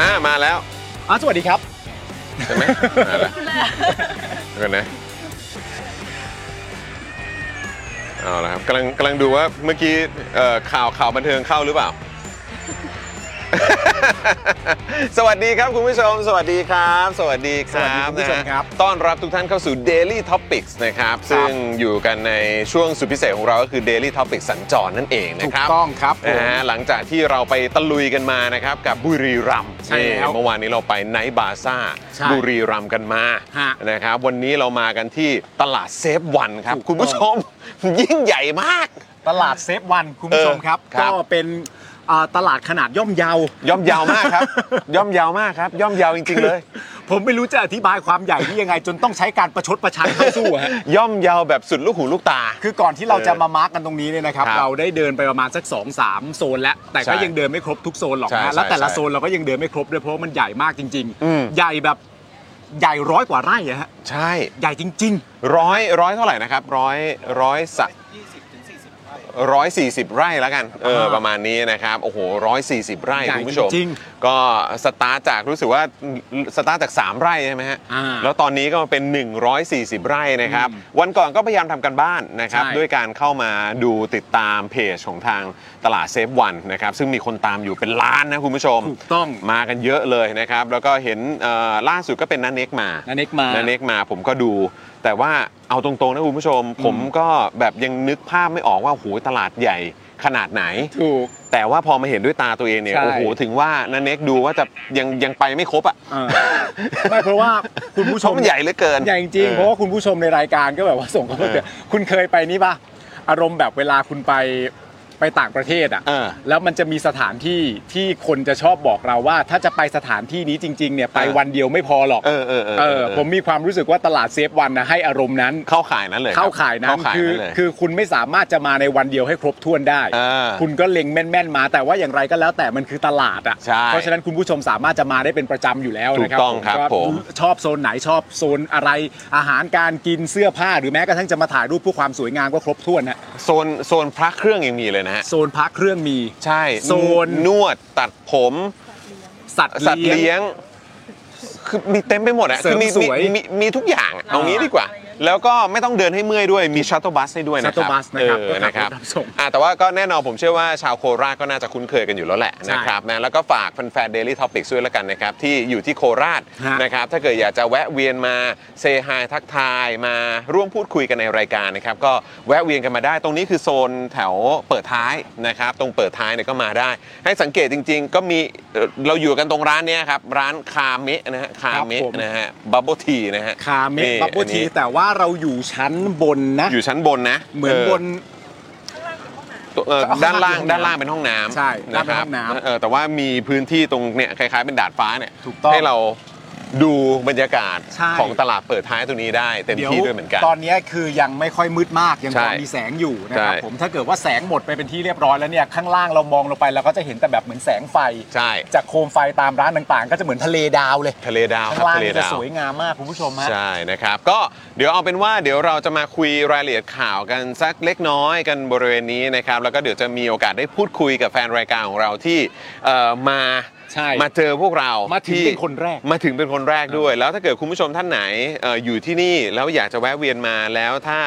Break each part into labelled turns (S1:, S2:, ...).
S1: อ่ามาแล้ว
S2: อ๋อสวัสดีครับ
S1: ใช่ไหมมาแล้วเดี๋ยวก่อนนะเอาละครับกำลังกำลังดูว่าเมื่อกี้เอ่อข่าวข่าวบันเทิงเข้าหรือเปล่า สวัสดีครับคุณผู้ชม สวัสดีครับ สวัสดีครับ
S2: สวัสดีคุณผู้ชมครับ
S1: นะฮะต้อนรับทุกท่านเข้าสู่ Daily Topics นะครับ
S2: ครับ
S1: ซึ่งอยู่กันในช่วงสุดพิเศษของเราก็คือ Daily Topics สัญจรนั่นเองนะ
S2: ถู
S1: ค
S2: ก
S1: รับ
S2: ต้องครับผม
S1: นะฮะหลังจากที่เราไปตะลุยกันมานะครับกับบุรีรัมย์
S2: ใช่แล้ว
S1: นี่เมื่อวานนี้เราไปไนท์บาซ่า
S2: ใช่
S1: บุรีรัมย์กันมา
S2: ฮะ
S1: นะครับวันนี้เรามากันที่ตลาดเซฟวันครับ
S2: ถูก
S1: คุณผู้ชม ยิ่งใหญ่มาก
S2: ตลาดเซฟวันคุณผู้ชมครับ
S1: เออครับ
S2: ก็เป็นอ่าตลาดขนาดย่อมเยา
S1: ย่อมยาวมากครับ ย่อมยาวมากครับ ย่อมยาวจริง ๆ เลย
S2: ผมไม่รู้จะอธิบายความใหญ่ที่ยังไง จนต้องใช้การประชดประชันเข้าสู้ฮะ
S1: ย่อมยาวแบบสุดลูกหูลูกตา
S2: คือก่อนที่เราจะมามาร์กกันตรงนี้เนี่ยนะครับ
S1: ครับ
S2: เราได้เดินไปประมาณสัก2อสามโซนแล้ว แต่
S1: ใช่
S2: ก็ยังเดินไม่ครบทุกโซนหรอก
S1: ใช่
S2: นะแล้วแต่ละ
S1: ใช่
S2: โซนเราก็ยังเดินไม่ครบด้วยเพราะว่ามันใหญ่มากจริง
S1: อืม
S2: ๆ ใหญ่แบบใหญ่ร้อยกว่าไร่อะฮะ
S1: ใช่
S2: ใหญ่จริง
S1: ร้อยร้อยเท่าไหร่นะครับร้อยร้อยสักร้อยสี่สิบไร่แล้วกันเออ
S2: อ่า
S1: ประมาณนี้นะครับโอ้โหร้อยสี่สิบไร่
S2: ใหญ่
S1: คุณผู้ชม
S2: จริง
S1: ก็สตาร์ทจากรู้สึกว่าสตาร์ทจาก 3 ไร่ใช่ไหมฮะ
S2: อ่า
S1: แล้วตอนนี้ก็มาเป็น 140 ไร่นะครับ วันก่อนก็พยายามทำกันบ้านนะครับ
S2: ใช่
S1: ด้วยการเข้ามาดูติดตามเพจของทางตลาดเซฟวันนะครับซึ่งมีคนตามอยู่เป็นล้านนะคุณผู้ชม
S2: ๆ ถูกต้อง
S1: มากันเยอะเลยนะครับ แล้วก็เห็นเอ่อล่าสุดก็เป็นนันเน็กมา
S2: น้าเน็กมาน
S1: เน็กมาผมก็ดู แต่ว่าเอาตรงๆนะคุณผู้ชม ผมก็แบบยังนึกภาพไม่ออกว่าโอ้โหตลาดใหญ่ขนาดไหน
S2: ถูก
S1: แต่ว่าพอมาเห็นด้วยตาตัวเองเนี่ย
S2: ใช่
S1: โอ้โหถึงว่านันเน็กดูว่าจะยังยังไปไม่ครบอ่ะ
S2: เออไม่เพราะว่าคุณผู้ช
S1: เพราะ
S2: ม
S1: มันใหญ่เหลือเกิน
S2: ใหญ่จริงๆเพ
S1: อ
S2: ราะ
S1: อ
S2: ว่าคุณผู้ชมในรายการก็แบบว่าส่งเข้ามาเยอะคุณเคยไปนี่ปะอารมณ์แบบเวลาคุณไปไปต่างประเทศอ่ะ
S1: เออ
S2: แล้วมันจะมีสถานที่ที่คนจะชอบบอกเราว่า ถ้าจะไปสถานที่นี้จริง ๆ เนี่ยไป
S1: เออ
S2: วันเดียวไม่พอหรอก
S1: เออเออเออ
S2: เอ
S1: เอ
S2: อ
S1: อ
S2: ผมมีความรู้สึกว่าตลาดเซฟวันนะให้อารมณ์นั้น
S1: เข้าข่ายนั้นเลยครับ
S2: เข้าข่ายนั้น
S1: เข้าข่าย
S2: คือ
S1: นั้นเลย
S2: คือคุณไม่สามารถจะมาในวันเดียวให้ครบถ้วนได้
S1: เออ
S2: คุณก็เล็งแม่นๆมา แต่ว่าอย่างไรก็แล้วแต่มันคือตลาดอ่ะ
S1: ใช่
S2: เพราะฉะนั้นคุณผู้ชมสามารถจะมาได้เป็นประจำอยู่แล้วนะครั
S1: ถูกต้องครับ
S2: ก็
S1: ผม
S2: ชอบโซนไหนชอบโซนอะไรอาหารการกินเสื้อผ้า หรือแม้กระทั่งจะมาถ่ายรูปเพื่อความสวยงามก็ครบถ้วนฮะ
S1: โซนโซนพระเครื่องยังมีเลยนะฮะ
S2: โซนพักเครื่องมี
S1: ใช่
S2: โซน
S1: นวดตัดผม
S2: สัตว์
S1: สัตว์
S2: เลี้
S1: เลี้
S2: ย
S1: ย
S2: ง
S1: ง คือมีเต็มไปหมดอะ
S2: เสริ
S1: คื
S2: ม
S1: มี
S2: ส
S1: มี
S2: วย
S1: มีมีทุกอย่างอะเอางี้ดีกว่า แล้วก็ไม่ต้องเดินให้เมื่อยด้วยมีชัตเตอร์บัสให้ด้วยนะครับ
S2: shuttle bus นะครับ
S1: เอ
S2: ก็ขับรถ
S1: อนะครับ
S2: รับส่ง
S1: อ่ะแต่ว่าก็แน่นอนผมเชื่อว่าชาวโคราชก็น่าจะคุ้นเคยกันอยู่แล้วแหละ
S2: ใช่
S1: นะครับนะแล้วก็ฝากแฟนๆ Daily Topics ด้วยแล้วกันนะครับ ที่อยู่ที่โคราช
S2: ฮะ
S1: นะครับ ถ้าเกิดอยากจะแวะเวียนมาเซฮายทักทายมาร่วมพูดคุยกันในรายการนะครับ ก็แวะเวียนกันมาได้ ตรงนี้คือโซนแถวเปิดท้ายนะครับ ตรงเปิดท้ายเนี่ยก็มาได้ ให้สังเกตจริง ๆ ก็มีเอ่อเราอยู่กันตรงร้านเนี้ยครับ ร้านคาเมะนะฮะคา
S2: ครั
S1: เมะ
S2: บผม
S1: นะฮะบับเบิลทีนะฮะ
S2: คาเมะ
S1: นี่
S2: บับเบิล
S1: อัน
S2: ที
S1: นี้
S2: แต่ว่าเราอยู่ชั้นบนนะ
S1: อยู่ชั้นบนนะ
S2: เหมือนบน
S1: ตัวเอ่อ
S2: ข้างล่าง
S1: ด้านล่าง
S2: เป็นห้องน้ำ
S1: ด้านล่างเป็นห้องน้ำ
S2: ใช่
S1: ะครับ
S2: ด้านล่างเป็นห้องน้ำ
S1: เออแต่ว่ามีพื้นที่ตรงเนี่ยคล้ายๆเป็นดาดฟ้าเนี่ย
S2: ถูกต้อง
S1: ให้เรา ดูบรรยากาศ
S2: ใช่
S1: ของตลาดเปิดท้ายตรงนี้ได้เต็มที่ด้วยเหมือนกัน
S2: ตอนเนี้ยคือยังไม่ค่อยมืดมากยัง
S1: ใช่
S2: พอมีแสงอยู่นะครับ
S1: ใช่
S2: ผมถ้าเกิดว่าแสงหมดไปเป็นที่เรียบร้อยแล้วเนี่ยข้างล่างเรามองลงไปเราก็จะเห็นแต่แบบเหมือนแสงไฟ
S1: ใช่
S2: จากโคมไฟตามร้านต่างๆ ก็จะเหมือนทะเลดาวเลย
S1: ทะเลดาวค
S2: ข้า
S1: รั
S2: ง
S1: บ
S2: ล่าง
S1: ทะเล
S2: นี่จะ
S1: ดาว
S2: สวยงามมากคุณผู้ชมฮะ
S1: ใช่นะครับก็เดี๋ยวเอาเป็นว่าเดี๋ยวเราจะมาคุยรายละเอียดข่าวกันสักเล็กน้อยกันบริเวณนี้นะครับแล้วก็เดี๋ยวจะมีโอกาสได้พูดคุยกับแฟนรายการของเราที่เอ่อมา
S2: ใช่
S1: มาเจอพวกเรา
S2: มาถึง
S1: ที่
S2: เป็นคนแรก
S1: มาถึงเป็นคนแรกด้วย แล้วถ้าเกิดคุณผู้ชมท่านไหนเอ่ออยู่ที่นี่แล้วอยากจะแวะเวียนมาแล้วถ้า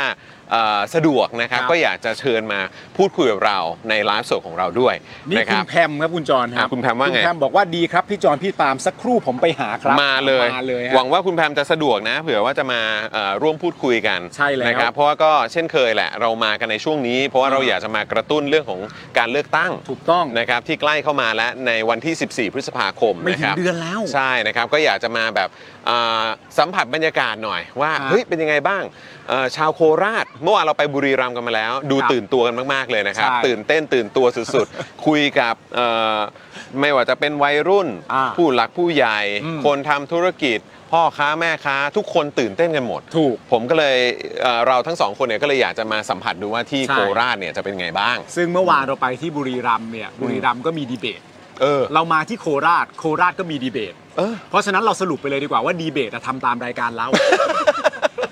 S1: เอ่อสะดวกนะครับ
S2: ครับ
S1: ก็อยากจะเชิญมาพูดคุยกับเราในไลฟ์สดของเราด้วย
S2: นี่
S1: นะค
S2: คุ
S1: รั
S2: ณ
S1: บ
S2: แพมครับคุณจรครั
S1: อ่ะ
S2: บ
S1: คุณแพมว่าไง
S2: คุณแพมบอกว่าดีครับพี่จรพี่ปาล์มสักครู่ผมไปหาครับ
S1: มาเลย
S2: มาเลยฮะ
S1: หวังว่าคุณแพมจะสะดวกนะ เผื่อว่าจะมาเอ่อร่วมพูดคุยกัน
S2: ใช่แล้ว
S1: นะครับเพราะว่าก็เช่นเคยแหละ เรามากันในช่วงนี้ เพราะว่า
S2: อืม
S1: เราอยากจะมากระตุ้นเรื่องของการเลือกตั้ง
S2: ถูกต้อง
S1: นะครับที่ใกล้เข้ามาแล้วในวันที่ 14 พฤษภาคม
S2: ไม่
S1: นะ
S2: ถึ
S1: ค
S2: ง
S1: รับ
S2: เดือนแล้ว
S1: ใช่นะครับก็อยากจะมาแบบเอ่อสัมผัสบรรยากาศหน่อยว่า
S2: ครับ
S1: เฮ้ยเป็นยังไงบ้างเอ่อชาวโคราช เมื่อวานเราไปบุรีรัมย์กันมาแล้ว ดู
S2: ครับ
S1: ตื่นตัวกันมากๆเลยนะครับ
S2: ใช่
S1: ตื่นเต้นตื่นตัวสุดๆ คุยกับเอ่อไม่ว่าจะเป็นวัยรุ่น
S2: อ่า
S1: ผู้หลักผู้ใหญ่
S2: อืม
S1: คนทำธุรกิจ พ่อค้าแม่ค้า ทุกคนตื่นเต้นกันหมด
S2: ถูก
S1: ผมก็เลยเอ่อเราทั้งสองคนเนี่ยก็เลยอยากจะมาสัมผัสดูว่าที่
S2: ใช่
S1: โคราชเนี่ยจะเป็นไงบ้าง
S2: ซึ่งเมื่อวานเราไปที่บุรีรัมย์เนี่ยบุรีรัมย์ก็มีดีเบต
S1: เออ
S2: เรามาที่โคราชโคราชก็มีดีเบต
S1: เออ
S2: เพราะฉะนั้นเราสรุปไปเลยดีกว่าว่าดีเบตอะทำตามรายการเรา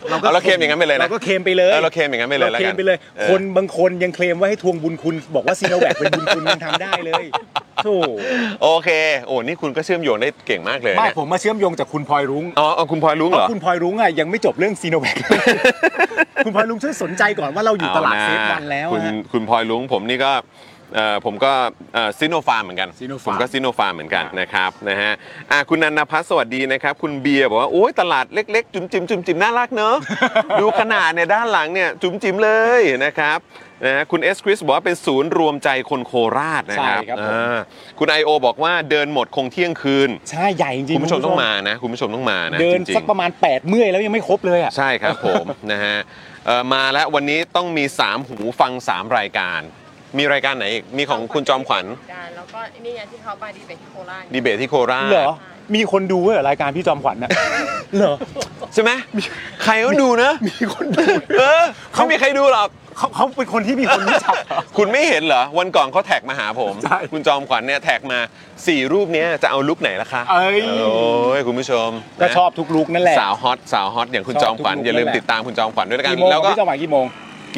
S1: เอาเราเคลมอย่างนั้นไปเลยนะ
S2: เราก็เคลมไปเลย
S1: เออเราเคลมอย่างนั้นไปเลย
S2: รเคลม
S1: แล้วกัน
S2: ไปเลย
S1: เออ
S2: คนบางคนยังเคลมว่าให้ทวงบุญคุณ บอกว่าซีโนแวคเป็นบุญคุณยังทำได้ เลยโธ่
S1: โอเค โอ้นี่คุณก็เชื่อมโยงได้เก่งมากเลย
S2: ไม่
S1: เนี่ย
S2: ผมมาเชื่อมโยงจากคุณพลอยรุ้ง
S1: อ๋อเอาคุณพลอยรู้เหรอ
S2: เพาะคุณพลอยรุ้งอะยังไม่จบเรื่องซีโนแว ค คุณพลอยรุ้งช่วยสนใจก่อนว่าเราอยู่ตลาด
S1: อ
S2: เซ
S1: นะ
S2: ฟวันแล้ว
S1: คุณ
S2: ฮะ
S1: คุณพลอยลุงผมนี่ก็เอ่อผมก็ซิโนฟาร์มเหมือนกัน
S2: Sinopharm
S1: ผมก็ซิโนฟาร์มเหมือนกันนะครับนะฮะอ่ะคุณนันทพัฒน์สวัสดีนะครับ คุณเบียร์บอกว่า โอ้ยตลาดเล็ก ๆ จุ๋มจิ๋มจุ๋มจิ๋มน่ารักเนอะ ดูขนาดเนี่ยด้านหลังเนี่ยจุ๋มจิ๋มเลยนะครับนะฮะคุณเอสคริสบอกว่าเป็นศูนย์รวมใจคนโคราชนะครับ
S2: ใช่ครับผม
S1: อ่าคุณไอโอบอกว่าเดินหมดคงเที่ยงคืน
S2: ใช่ใหญ่จริงๆ
S1: คุณผู้ชมต้องมานะ คุณผู้ชมต้องมานะ
S2: เดิน
S1: จริงๆ
S2: สักประมาณ8เมื่อยแล้วยังไม่ครบเลยอะ
S1: ใช่ ครับผม นะฮะเอ่อมาแล้ววันนี้ต้องมี 3 หูฟัง 3 รายการ มีรายการไหนอีก มีของคุณจอมขวัญ
S3: แล้วก็นี่ไงที่เขาไปดีเบตที่โคราช
S1: ดีเบตที่โคราช
S2: เหรอ มีคนดูด้วยเหรอรายการพี่จอมขวัญ น่ะ เหรอ
S1: ใช่ไหมใครก็ดู นะ มีคนดูเออเขามีใครดูหรอก
S2: เขาเขาเป็นคนที่มีคนรู้จั ก
S1: คุณไม่เห็นเหรอ วันก่อนเขาแท็กมาหาผม
S2: ใช่
S1: คุณจอมขวัญเนี่ยแท็กมา 4 รูปเนี้ยจะเอาลุคไหนล่ะคะ
S2: เอ้ย
S1: โอ้ยคุณผู้ชม
S2: ก็
S1: นะ
S2: ชอบทุกลุกนั่นแหละ
S1: สาวฮอตสาวฮอตอย่างคุณจอมขวัญ
S2: ชอบทุกลุค
S1: อย่าลืม
S2: นั่นแหละ
S1: ติดตามคุณจอมขวัญด้วยแล้วกัน
S2: กี่โมง
S1: แล้ว
S2: ครับ
S1: ก็
S2: พี่จอมขวัญกี่โมง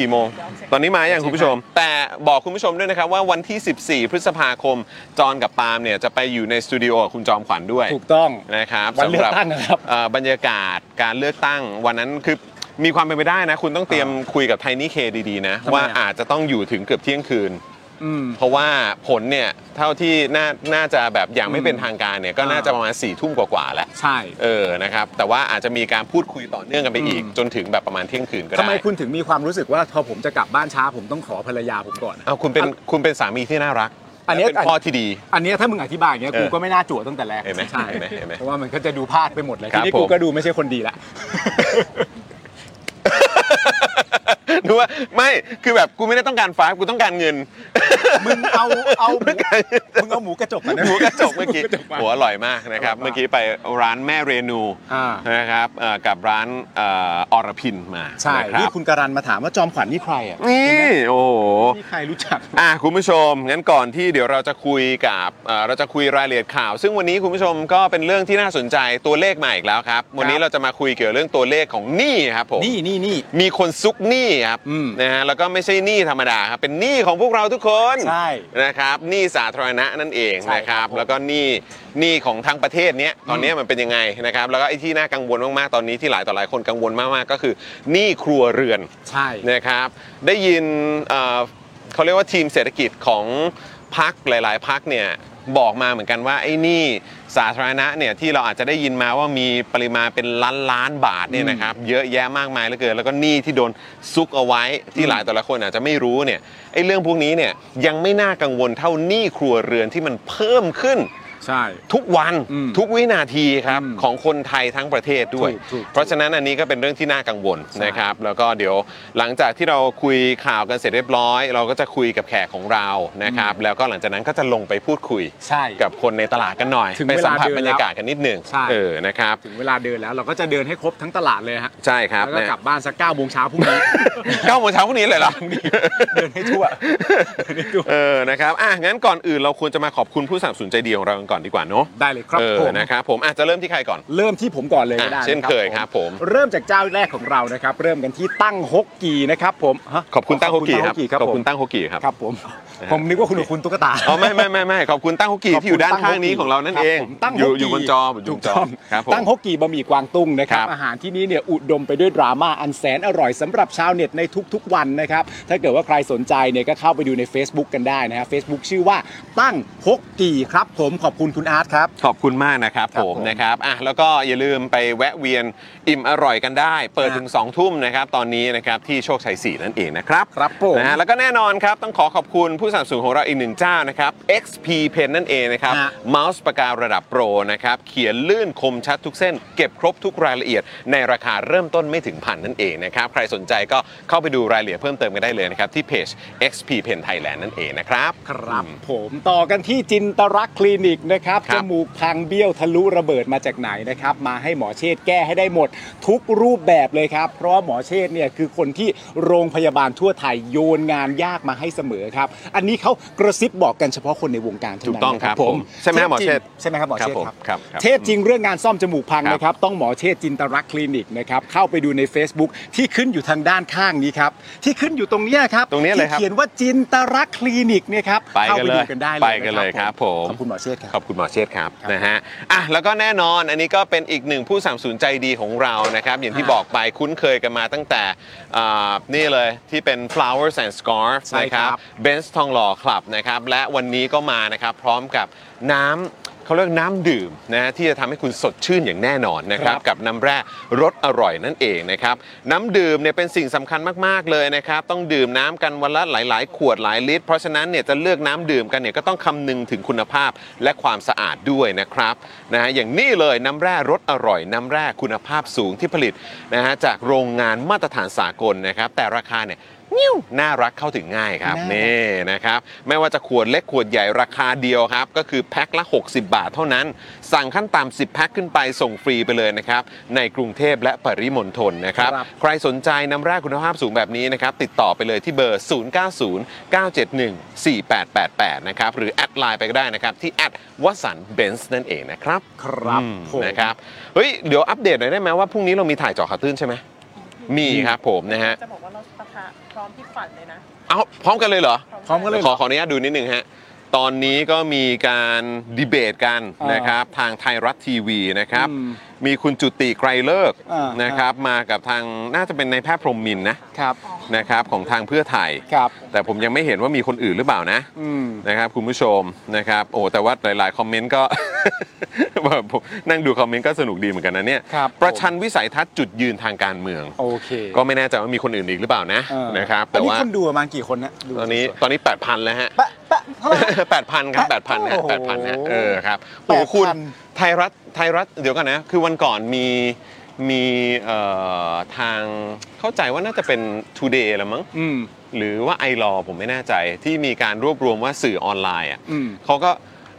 S1: กี่โมง ตอนนี้มาอย่างคุณผู้ชม แต่บอกคุณผู้ชมด้วยนะครับว่าวันที่ 14 พฤษภาคม จอนกับปาล์มเนี่ยจะไปอยู่ในสตูดิโอกับคุณจอมขวัญด้วย
S2: ถูกต้อง
S1: นะครับ
S2: วันเลือก
S1: สำห
S2: ตั้งนะครับ
S1: เอ่อบรรยากาศการเลือกตั้ง วันนั้นคือมีความเป็นไปได้นะ คุณต้องเตรียมคุยกับไทนี่เคดีๆนะ
S2: ทำไมอ่ะ
S1: ว่าอาจจะต้องอยู่ถึงเกือบเที่ยงคืน
S2: อืม
S1: เพราะว่าผลเนี่ยเท่าที่น่าน่าจะแบบอย่างไม่เป็นทางการเนี่ยก็น่าจะประมาณ4ี่ทุ่มกว่าๆแหละ
S2: ใช่
S1: เออนะครับแต่ว่าอาจจะมีการพูดคุยต่อเนื่องกันไปอีก จนถึงแบบประมาณเที่ยงคืนก็ได้
S2: ทำไมคุณถึงมีความรู้สึกว่าพอผมจะกลับบ้านช้าผมต้องขอภรรยาผมก่อน
S1: เอาคุณเป็นคุณเป็นสามีที่น่ารัก
S2: อันเนี้ย
S1: และเป็นพ่อที่ดี
S2: อันเนี้ยถ้ามึงอธิบายอย่างเงี้ย
S1: เออ
S2: กูก็ไม่น่าจั่วตั้งแต่แรก
S1: เห็นไหม
S2: ใช่
S1: เห็นไหมเห็นไหม
S2: เพราะว่ามันก็จะดูพลาดไปหมดเลย
S1: ครั
S2: ที
S1: บ
S2: นี้กู
S1: ผม
S2: ก็ดูไม่ใช่คนดี ละ
S1: นึกว่าไม่คือแบบกูไม่ได้ต้องการฟ้ากูต้องการเงิน
S2: มึงเอาเอาหมูมึงเอาหมูกระจกมานะ
S1: หมูกระจกเมื่อกี้
S2: หระจมา
S1: หัวอร่อยมากนะครับ
S2: อร่อยมาก
S1: เมื่อกี้ไปร้านแม่เรนู
S2: อ่า
S1: นะครับเอ่อกับร้านเอ่ออรพินมา
S2: ใช่
S1: นะค
S2: นี่
S1: รับ
S2: คุณการันมาถามว่าจอมขวัญนี่ใครอ่ะ
S1: นี่โอ้โห
S2: นี่ใครรู้จัก
S1: อ่ะคุณผู้ชมงั้นก่อนที่เดี๋ยวเราจะคุยกับเอ่อเราจะคุยรายละเอียดข่าว ซึ่งวันนี้คุณผู้ชมก็เป็นเรื่องที่น่าสนใจตัวเลขมาอีกแล้วครับ วันนี้เราจะมาคุยเกี่ยวเรื่องตัวเลขของหนี้ครับผม
S2: นี่นี่นี่
S1: มีคนซุกหนี้ครับ
S2: อืม
S1: นะฮะแล้วก็ไม่ใช่หนี้ธรรมดาครับเป็นหนี้ของพวกเราทุกคน
S2: ใช่
S1: นะครับหนี้สาธารณะนั่นเอง
S2: ใช่
S1: นะค
S2: ครั
S1: รั
S2: บบ ผม
S1: แล้วก็หนี้หนี้ของทั้งประเทศเนี้ยตอนเนี้ยมันเป็นยังไงนะครับแล้วก็ไอ้ที่น่ากังวลมากๆตอนนี้ที่หลายต่อหลายคนกังวลมากๆก็คือหนี้ครัวเรือน
S2: ใช่
S1: นะครับ ได้ยินเอ่อเขาเรียกว่าทีมเศรษฐกิจของพักหลาย ๆพักเนี่ยบอกมาเหมือนกันว่าไอ้หนี้สาธารณะเนี่ยที่เราอาจจะได้ยินมาว่ามีปริมาณเป็นล้านล้านๆบาทเนี่ยนะครับ เยอะแยะมากมายเหลือเกินแล้วก็หนี้ที่โดนซุกเอาไว้ที่หลายแต่อหละคนอาจจะไม่รู้เนี่ยไอ้เรื่องพวกนี้เนี่ยยังไม่น่ากังวลเท่าหนี้ครัวเรือนที่มันเพิ่มขึ้น
S2: ใช่
S1: ทุกวัน
S2: อืม
S1: ทุกวินาทีครับ
S2: อืม
S1: ของคนไทยทั้งประเทศด้วย
S2: ถูกถูก
S1: เพราะฉะนั้นอันนี้ก็เป็นเรื่องที่น่ากังวล
S2: ใช่
S1: นะครับ แล้วก็เดี๋ยวหลังจากที่เราคุยข่าวกันเสร็จเรียบร้อย เราก็จะคุยกับแขกของเรานะครับ แล้วก็หลังจากนั้นก็จะลงไปพูดคุย
S2: ใช่
S1: กับคนในตลาดกันหน่อย
S2: ถึง
S1: ไป
S2: เว
S1: สัม
S2: ลา
S1: ผัส
S2: เดิน
S1: บรรยากาศกันนิดหนึ่ง
S2: ใช่
S1: เออนะครับ
S2: ถึงเวลาเดินแล้วเราก็จะเดินให้ครบทั้งตลาดเลยฮะ
S1: ใช่ครับ
S2: แล้วก็กลับบ้านสักเก้าโมงเช้าพรุ่งนี้
S1: เก้าโมงเช้าพรุ่งนี้เลยเหรอ
S2: เดินให้ทั่วเดินให้ทั่ว
S1: เออ นะครับ อ่ะ งั้นก่อนอื่นเราควรจะมาขอบคุณผู้สนับสนุนใจดีของเรากันก่อนดีกว่าเนาะ
S2: ได้เลยครับ
S1: เออ
S2: ผม
S1: นะครับผมอาจจะเริ่มที่ใครก่อน
S2: เริ่มที่ผมก่อนเลยก็ได้
S1: อ่ะเช่นเคย
S2: ะ
S1: ครับผม
S2: เริ่มจากเจ้าแรกของเรานะครับ เริ่มกันที่ตั้งฮกกีนะครับผมฮะ
S1: ขอบคุณตั้งโฮกกี้ครับ
S2: ข
S1: ข
S2: อ
S1: อ
S2: บบ คุ
S1: คุณ ณ
S2: ตั้งฮก
S1: ตั้งโฮกกี้ครับ
S2: กี้ครับผม
S1: นะฮะ
S2: ผมนึกว่าคุณกับคุณตุ๊กตา
S1: อ๋อไม่ไม่ไม่ไม่ขอบคุณตั้งโฮกกี้ที่อยู่ด้านข้างนี้ของเรานั่นเอง
S2: คบผมตั้งฮ
S1: อ
S2: ก
S1: ยู่
S2: กี้
S1: อยู่บนจอบนจอ
S2: ถูกต้อง
S1: ครับผม
S2: ตั้งฮกกี้บะหมี่กวางตุ้งนะครับ
S1: ครับ
S2: อาหารที่นี่เนี่ยอุดมไปด้วยดราม่าอันแสนอร่อยสำหรับชาวเน็ตในทุกๆวันนะครับ ถ้าเกิดว่าใครสนใจเนี่ยก็เข้าไปดูใน Facebook กันได้นะฮะ Facebook ชื่อว่าตั้งฮกกี้ครับผมขอบคุณคุณอาร์ตครับ
S1: ขอบคุณมากนะครับ
S2: ครับผ
S1: ผ
S2: ม
S1: มนะครับอ่ะแล้วก็อย่าลืมไปแวะเวียนอิ่มอร่อยกันได้ เปิด
S2: ครับ
S1: ถึง 2 ทุ่มนะครับตอนนี้นะครับที่โชคชัย 4 นั่นเองนะครับ
S2: ครับผม
S1: นะฮะแล้วก็แน่นอนครับต้องขอขอบคุณผู้สนับสนุนของเราอีกหนึ่งเจ้านะครับ XP Pen นั่นเองนะครับ
S2: ฮะ
S1: เมาส์ปากการะดับโปรนะครับเขียนลื่นคมชัดทุกเส้น เก็บครบทุกรายละเอียด ในราคาเริ่มต้นไม่ถึงพันนั่นเองนะครับใครสนใจก็เข้าไปดูรายละเอียดเพิ่มเติมกันได้เลยนะครับที่เพจ XP Pen Thailand นั่นเองนะครับ
S2: ครับผมต่อกันที่จินตรักษณ์คลินิกนะครับ
S1: ค
S2: จ
S1: รับ
S2: มูกพังเบี้ยวทะลุระเบิดมาจากไหนนะครับ มาให้หมอเชษฐ์แก้ให้ได้หมดทุกรูปแบบเลยครับ เพราะว่าหมอเชษฐ์เนี่ยคือคนที่โรงพยาบาลทั่วไทยโยนงานยากมาให้เสมอครับ อันนี้เขากระซิบบอกกันเฉพาะคนในวงการเท่านั้น
S1: ถูกต้องครับ
S2: นะผม
S1: ผมใช่ไหมครับหมอเชษฐ์
S2: ใช่ไหมครับหมอเชษฐ์ครับ
S1: ครับผมครับ
S2: เทพจริงเรื่องงานซ่อมจมูกพัง
S1: ครับ
S2: นะครับต้องหมอเชษฐ์จินตรักษณ์คลินิกนะครับเข้าไปดูใน Facebook ที่ขึ้นอยู่ทางด้านข้างนี้ครับที่ขึ้นอยู่ตรงเนี้ยครับ
S1: ตรงเนี้ยเลยครับ
S2: ที่เขียนว่าจินตรักษณ์คลินิกเนี่ยครับ
S1: ไปกันเลย
S2: ข้าดูกันได้เลย
S1: ไปกันเลยครับผม
S2: ขอบคุณหมอเชษฐ์ครับ
S1: ขอบคุณหมอเชษฐ์ครับ
S2: ครับ
S1: นะฮะอ่ะแล้วก็แน่นอนอันนี้ก็เป็นอีกหนึ่งผู้สามสูนใจดีของเรานะครับ อย่างที่
S2: ฮะ
S1: บอกไปคุ้นเคยกันมาตั้งแต่อ่านี่เลยที่เป็น flowers and scarf
S2: ใช่
S1: นะค
S2: ครั
S1: รับ
S2: บ
S1: Benz ทองหล่อคลับนะครับและวันนี้ก็มานะครับพร้อมกับน้ำเขาเรียกน้ำดื่มนะฮะที่จะทำให้คุณสดชื่นอย่างแน่นอนนะครับ
S2: ครับ
S1: กับน้ำแร่รสอร่อยนั่นเองนะครับน้ำดื่มเนี่ยเป็นสิ่งสำคัญมากๆเลยนะครับต้องดื่มน้ำกันวันละหลาย ๆ ขวดหลายลิตร เพราะฉะนั้นเนี่ยจะเลือกน้ำดื่มกันเนี่ยก็ต้องคำนึงถึงคุณภาพและความสะอาดด้วยนะครับนะฮะอย่างนี้เลยน้ำแร่รสอร่อย น้ำแร่คุณภาพสูงที่ผลิตนะฮะจากโรงงานมาตรฐานสากลนะครับแต่ราคาเนี่ยนิ้วน่ารักเข้าถึงง่ายครับ
S2: น่ารัก
S1: นี่ นี่นะครับไม่ว่าจะขวดเล็กขวดใหญ่ราคาเดียวครับ ก็คือแพ็คละ 60 บาทเท่านั้น สั่งขั้นต่ำ10 แพ็คขึ้นไปส่งฟรีไปเลยนะครับ ในกรุงเทพและปริมณฑลนะครับ
S2: ครับ
S1: ใครสนใจน้ำแร่คุณภาพสูงแบบนี้นะครับ ติดต่อไปเลยที่เบอร์ 0909714888 นะครับ หรือแอดไลน์ไปก็ได้นะครับ ที่แอดวัสันเบนซ์นั่นเองนะครับ
S2: ครับ
S1: อืม
S2: ผม
S1: นะครับเฮ้ยเดี๋ยวอัปเดตหน่อยได้ไหมว่าพรุ่งนี้เรามีถ่ายเจอข่าวตื้นใช่ไหมมีครับผมนะฮะ
S3: จะบอกว่าเราปะทะพร้อมที่ฝันเลยนะ
S1: เอาพร้อมกันเลยเหรอ
S2: พร้อมกันเลย
S1: ขอขออนุญาตดูนิดนึงฮะ ตอนนี้ก็มีการดีเบตกัน
S2: อ่าน
S1: นะครับทางไทยรัฐทีวีนะครับ
S2: อืม
S1: มีคุณจุติไกรเลิกษ์
S2: อ่าน
S1: นะครับมากับทางน่าจะเป็นในายแพทย์พรหมมินทร์นะครับ นะครับของทางเพื่อไทย
S2: ครับ
S1: แต่ผมยังไม่เห็นว่ามีคนอื่นหรือเปล่านะ
S2: อืม
S1: นะครับคุณผู้ชมนะครับโอ้แต่ว่าหลาย ๆ คอมเมนต์ก็ แบบผมนั่งดูคอมเมนต์ก็สนุกดีเหมือนกันนะเนี่ย
S2: ครับ
S1: ประชันวิสัยทัศน์จุดยืนทางการเมือง
S2: โอเค
S1: ก็ไม่แน่ใจว่ามีคนอื่นอีกหรือเปล่านะ
S2: เออ
S1: นะครับ
S2: อั
S1: แต่
S2: นนี้
S1: ว่า
S2: คนดูประมาณกี่คนนะดู
S1: ตอนนี้
S2: สด
S1: ตอนนี้8,000แล้วฮะ
S2: ๆปะปะเท่าไหร่
S1: แปดพันครับแปดพันฮะ
S2: โอ้โห
S1: แปดพันฮะเออครับโอ้
S2: 8,000
S1: โหคุณไทยรัฐไทยรัฐเดี๋ยวกันนะ คือวันก่อนมีมีเอ่อทางเข้าใจว่าน่าจะเป็น Today ละมั้ง
S2: อืม
S1: หรือว่าไอรอผมไม่แน่ใจที่มีการรวบรวมว่าสื่อออนไลน์อ่ะ
S2: อืม
S1: เขาก็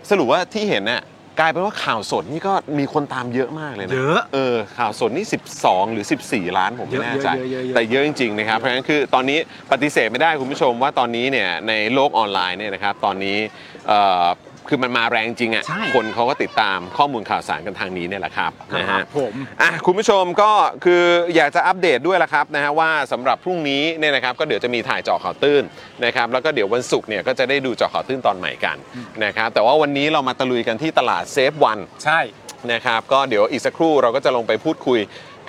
S1: สรุปว่าที่เห็นน่ะกลายเป็นว่าข่าวสดนี่ก็มีคนตามเยอะมากเลยนะ
S2: เยอะ
S1: เออข่าวสดนี่ 12 หรือ 14 ล้านผมไม่แน่ใจ
S2: เยอะๆๆๆ
S1: แต่เยอะจริง ๆ นะครับ เพราะฉะนั้นคือตอนนี้ปฏิเสธไม่ได้คุณผู้ชมว่าตอนนี้เนี่ยในโลกออนไลน์เนี่ยนะครับตอนนี้เอ่อคือมันมาแรงจริง
S2: ใช่
S1: อะ่ะคนเขาก็ติดตามข้อมูลข่าวสารกันทางนี้เนี่ยแหละครับนะ
S2: ครั
S1: ฮะ
S2: บผม
S1: อ่ะคุณผู้ชมก็คืออยากจะอัปเดตด้วยละครับนะฮะว่าสำหรับพรุ่งนี้เนี่ยนะครับก็เดี๋ยวจะมีถ่ายเจอข่าวตื้นนะครับแล้วก็เดี๋ยววันศุกร์เนี่ยก็จะได้ดูเจอข่าวตื้นตอนใหม่กันนะครับแต่ว่าวันนี้เรามาตะลุยกันที่ตลาดเซฟวัน
S2: ใช่
S1: นะครับก็เดี๋ยวอีกสักครู่เราก็จะลงไปพูดคุย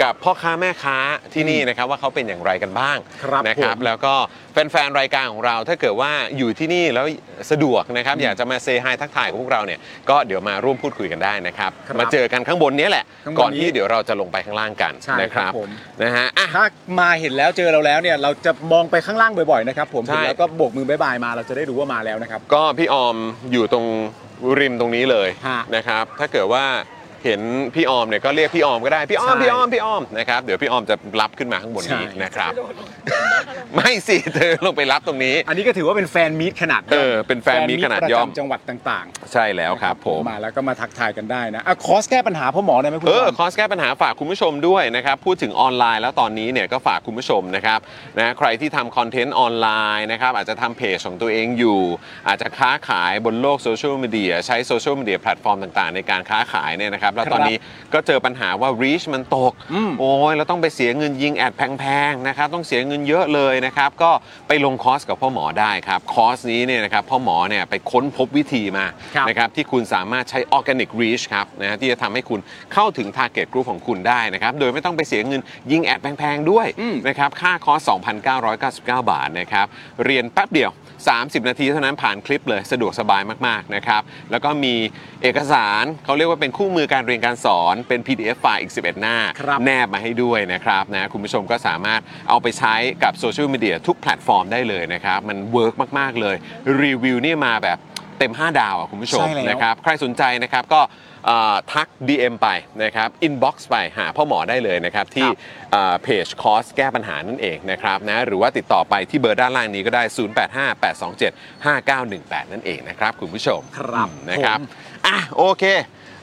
S1: กับพ่อค้าแม่ค้าที่นี่นะครับว่าเขาเป็นอย่างไรกันบ้าง
S2: ครับ
S1: นะครับ
S2: ผม
S1: แล้วก็แฟนๆรายการของเราถ้าเกิดว่าอยู่ที่นี่แล้วสะดวกนะครับอยากจะมาเซฮายทักทายกับพวกเราเนี่ยก็เดี๋ยวมาร่วมพูดคุยกันได้นะครับ
S2: ครับ
S1: มาเจอกันข้างบนเนี้ยแหละ
S2: ข้างบนนี้
S1: ก่อนที่เดี๋ยวเราจะลงไปข้างล่างกัน
S2: ใช่
S1: นะครั
S2: ครับ บผม
S1: นะฮะอ่ะ
S2: ถ้ามาเห็นแล้วเจอเราแล้วเนี่ยเราจะมองไปข้างล่างบ่อยๆนะครับผม
S1: ใช่
S2: เห็นแล้วก็โบกมือบ๊ายบายมาเราจะได้รู้ว่ามาแล้วนะครับ
S1: ก็พี่ออมอยู่ตรง ริมตรงนี้เลย
S2: ฮะ
S1: นะครับ ถ้าเกิดว่าเห็นพี่ออมเนี่ยก็เรียกพี่ออมก็ได้พี่ออม
S2: ใช่
S1: พี่ออมพี่ออมนะครับเดี๋ยวพี่ออมจะรับขึ้นมาข้างบนนี้
S2: ใช่
S1: นะครับ ไม่สิเธอลงไปรับตรงนี้
S2: อันนี้ก็ถือว่าเป็นแฟนมีตขนาดย่ม
S1: เออเป็นแฟนมีตขนาดย่อม
S2: แฟนตประจำจังหวัดต่าง
S1: ใช่แล้
S2: ๆ
S1: วครับผม
S2: มาแล้วก็มาทักทายกันได้นะอ่ะคอร์สแก้ปัญหาพ่อหมอได้ไหมคุณ
S1: เออ
S2: จน
S1: คอร์สแก้ปัญหาฝากคุณผู้ชมด้วยนะครับ พูดถึงออนไลน์แล้วตอนนี้เนี่ยก็ฝากคุณผู้ชมนะครับนะใครที่ทำคอนเทนต์ออนไลน์นะครับอาจจะทำเพจของตัวเองอยู่ อาจจะค้าขายบนโลกโซเชียลมีเดียใช้โซเชียลมีเดียแพลตฟอร์มต่างๆ ในการค้าขายเนี่ยนะครับ แล้วตอนนี้ก็เจอปัญหาว่า reach มันตก
S2: อืม
S1: โอ้ยเราต้องไปเสียเงินยิงแอดแพงๆนะครับต้องเสียเงินเยอะเลยนะครับก็ไปลงคอร์สกับพ่อหมอได้ครับคอร์สนี้เนี่ยนะครับพ่อหมอเนี่ยไปค้นพบวิธีมา
S2: ครับ
S1: นะครับที่คุณสามารถใช้ออร์แกนิกรีชครับนะที่จะทำให้คุณเข้าถึงทาร์เก็ตกลุ่มของคุณได้นะครับโดยไม่ต้องไปเสียเงินยิงแอดแพงๆด้วยนะครับค่าคอร์ส 2,999 บาทนะครับเรียนแป๊บเดียว 30 นาทีเท่านั้นผ่านคลิปเลยสะดวกสบายมากๆนะครับแล้วก็มีเอกสารเขาเรียกว่าเป็นคู่มือการเรียนการสอนเป็น PDF ไฟล์อีก 11 หน้า
S2: ครับ
S1: แนบมาให้ด้วยนะครับนะคุณผู้ชมก็สามารถเอาไปใช้กับโซเชียลมีเดียทุกแพลตฟอร์มได้เลยนะครับ มันเวิร์กมาก ๆ เลย รีวิวเนี่ยมาแบบเต็ม 5 ดาวอ่ะคุณผู้ชม
S2: ใช่แล้ว
S1: นะครับ ใครสนใจนะครับก็เอ่อทัก DM ไปนะครับ inbox ไปหาพ่อหมอได้เลยนะครับ ที่เพจคอร์สแก้ปัญหานั่นเองนะครับนะหรือว่าติดต่อไปที่เบอร์ด้านล่างนี้ก็ได้ 0858275918 นั่นเองนะครับคุณผู้ชม
S2: ครับ
S1: อืมนะครับ
S2: ผม
S1: อ่ะโอเค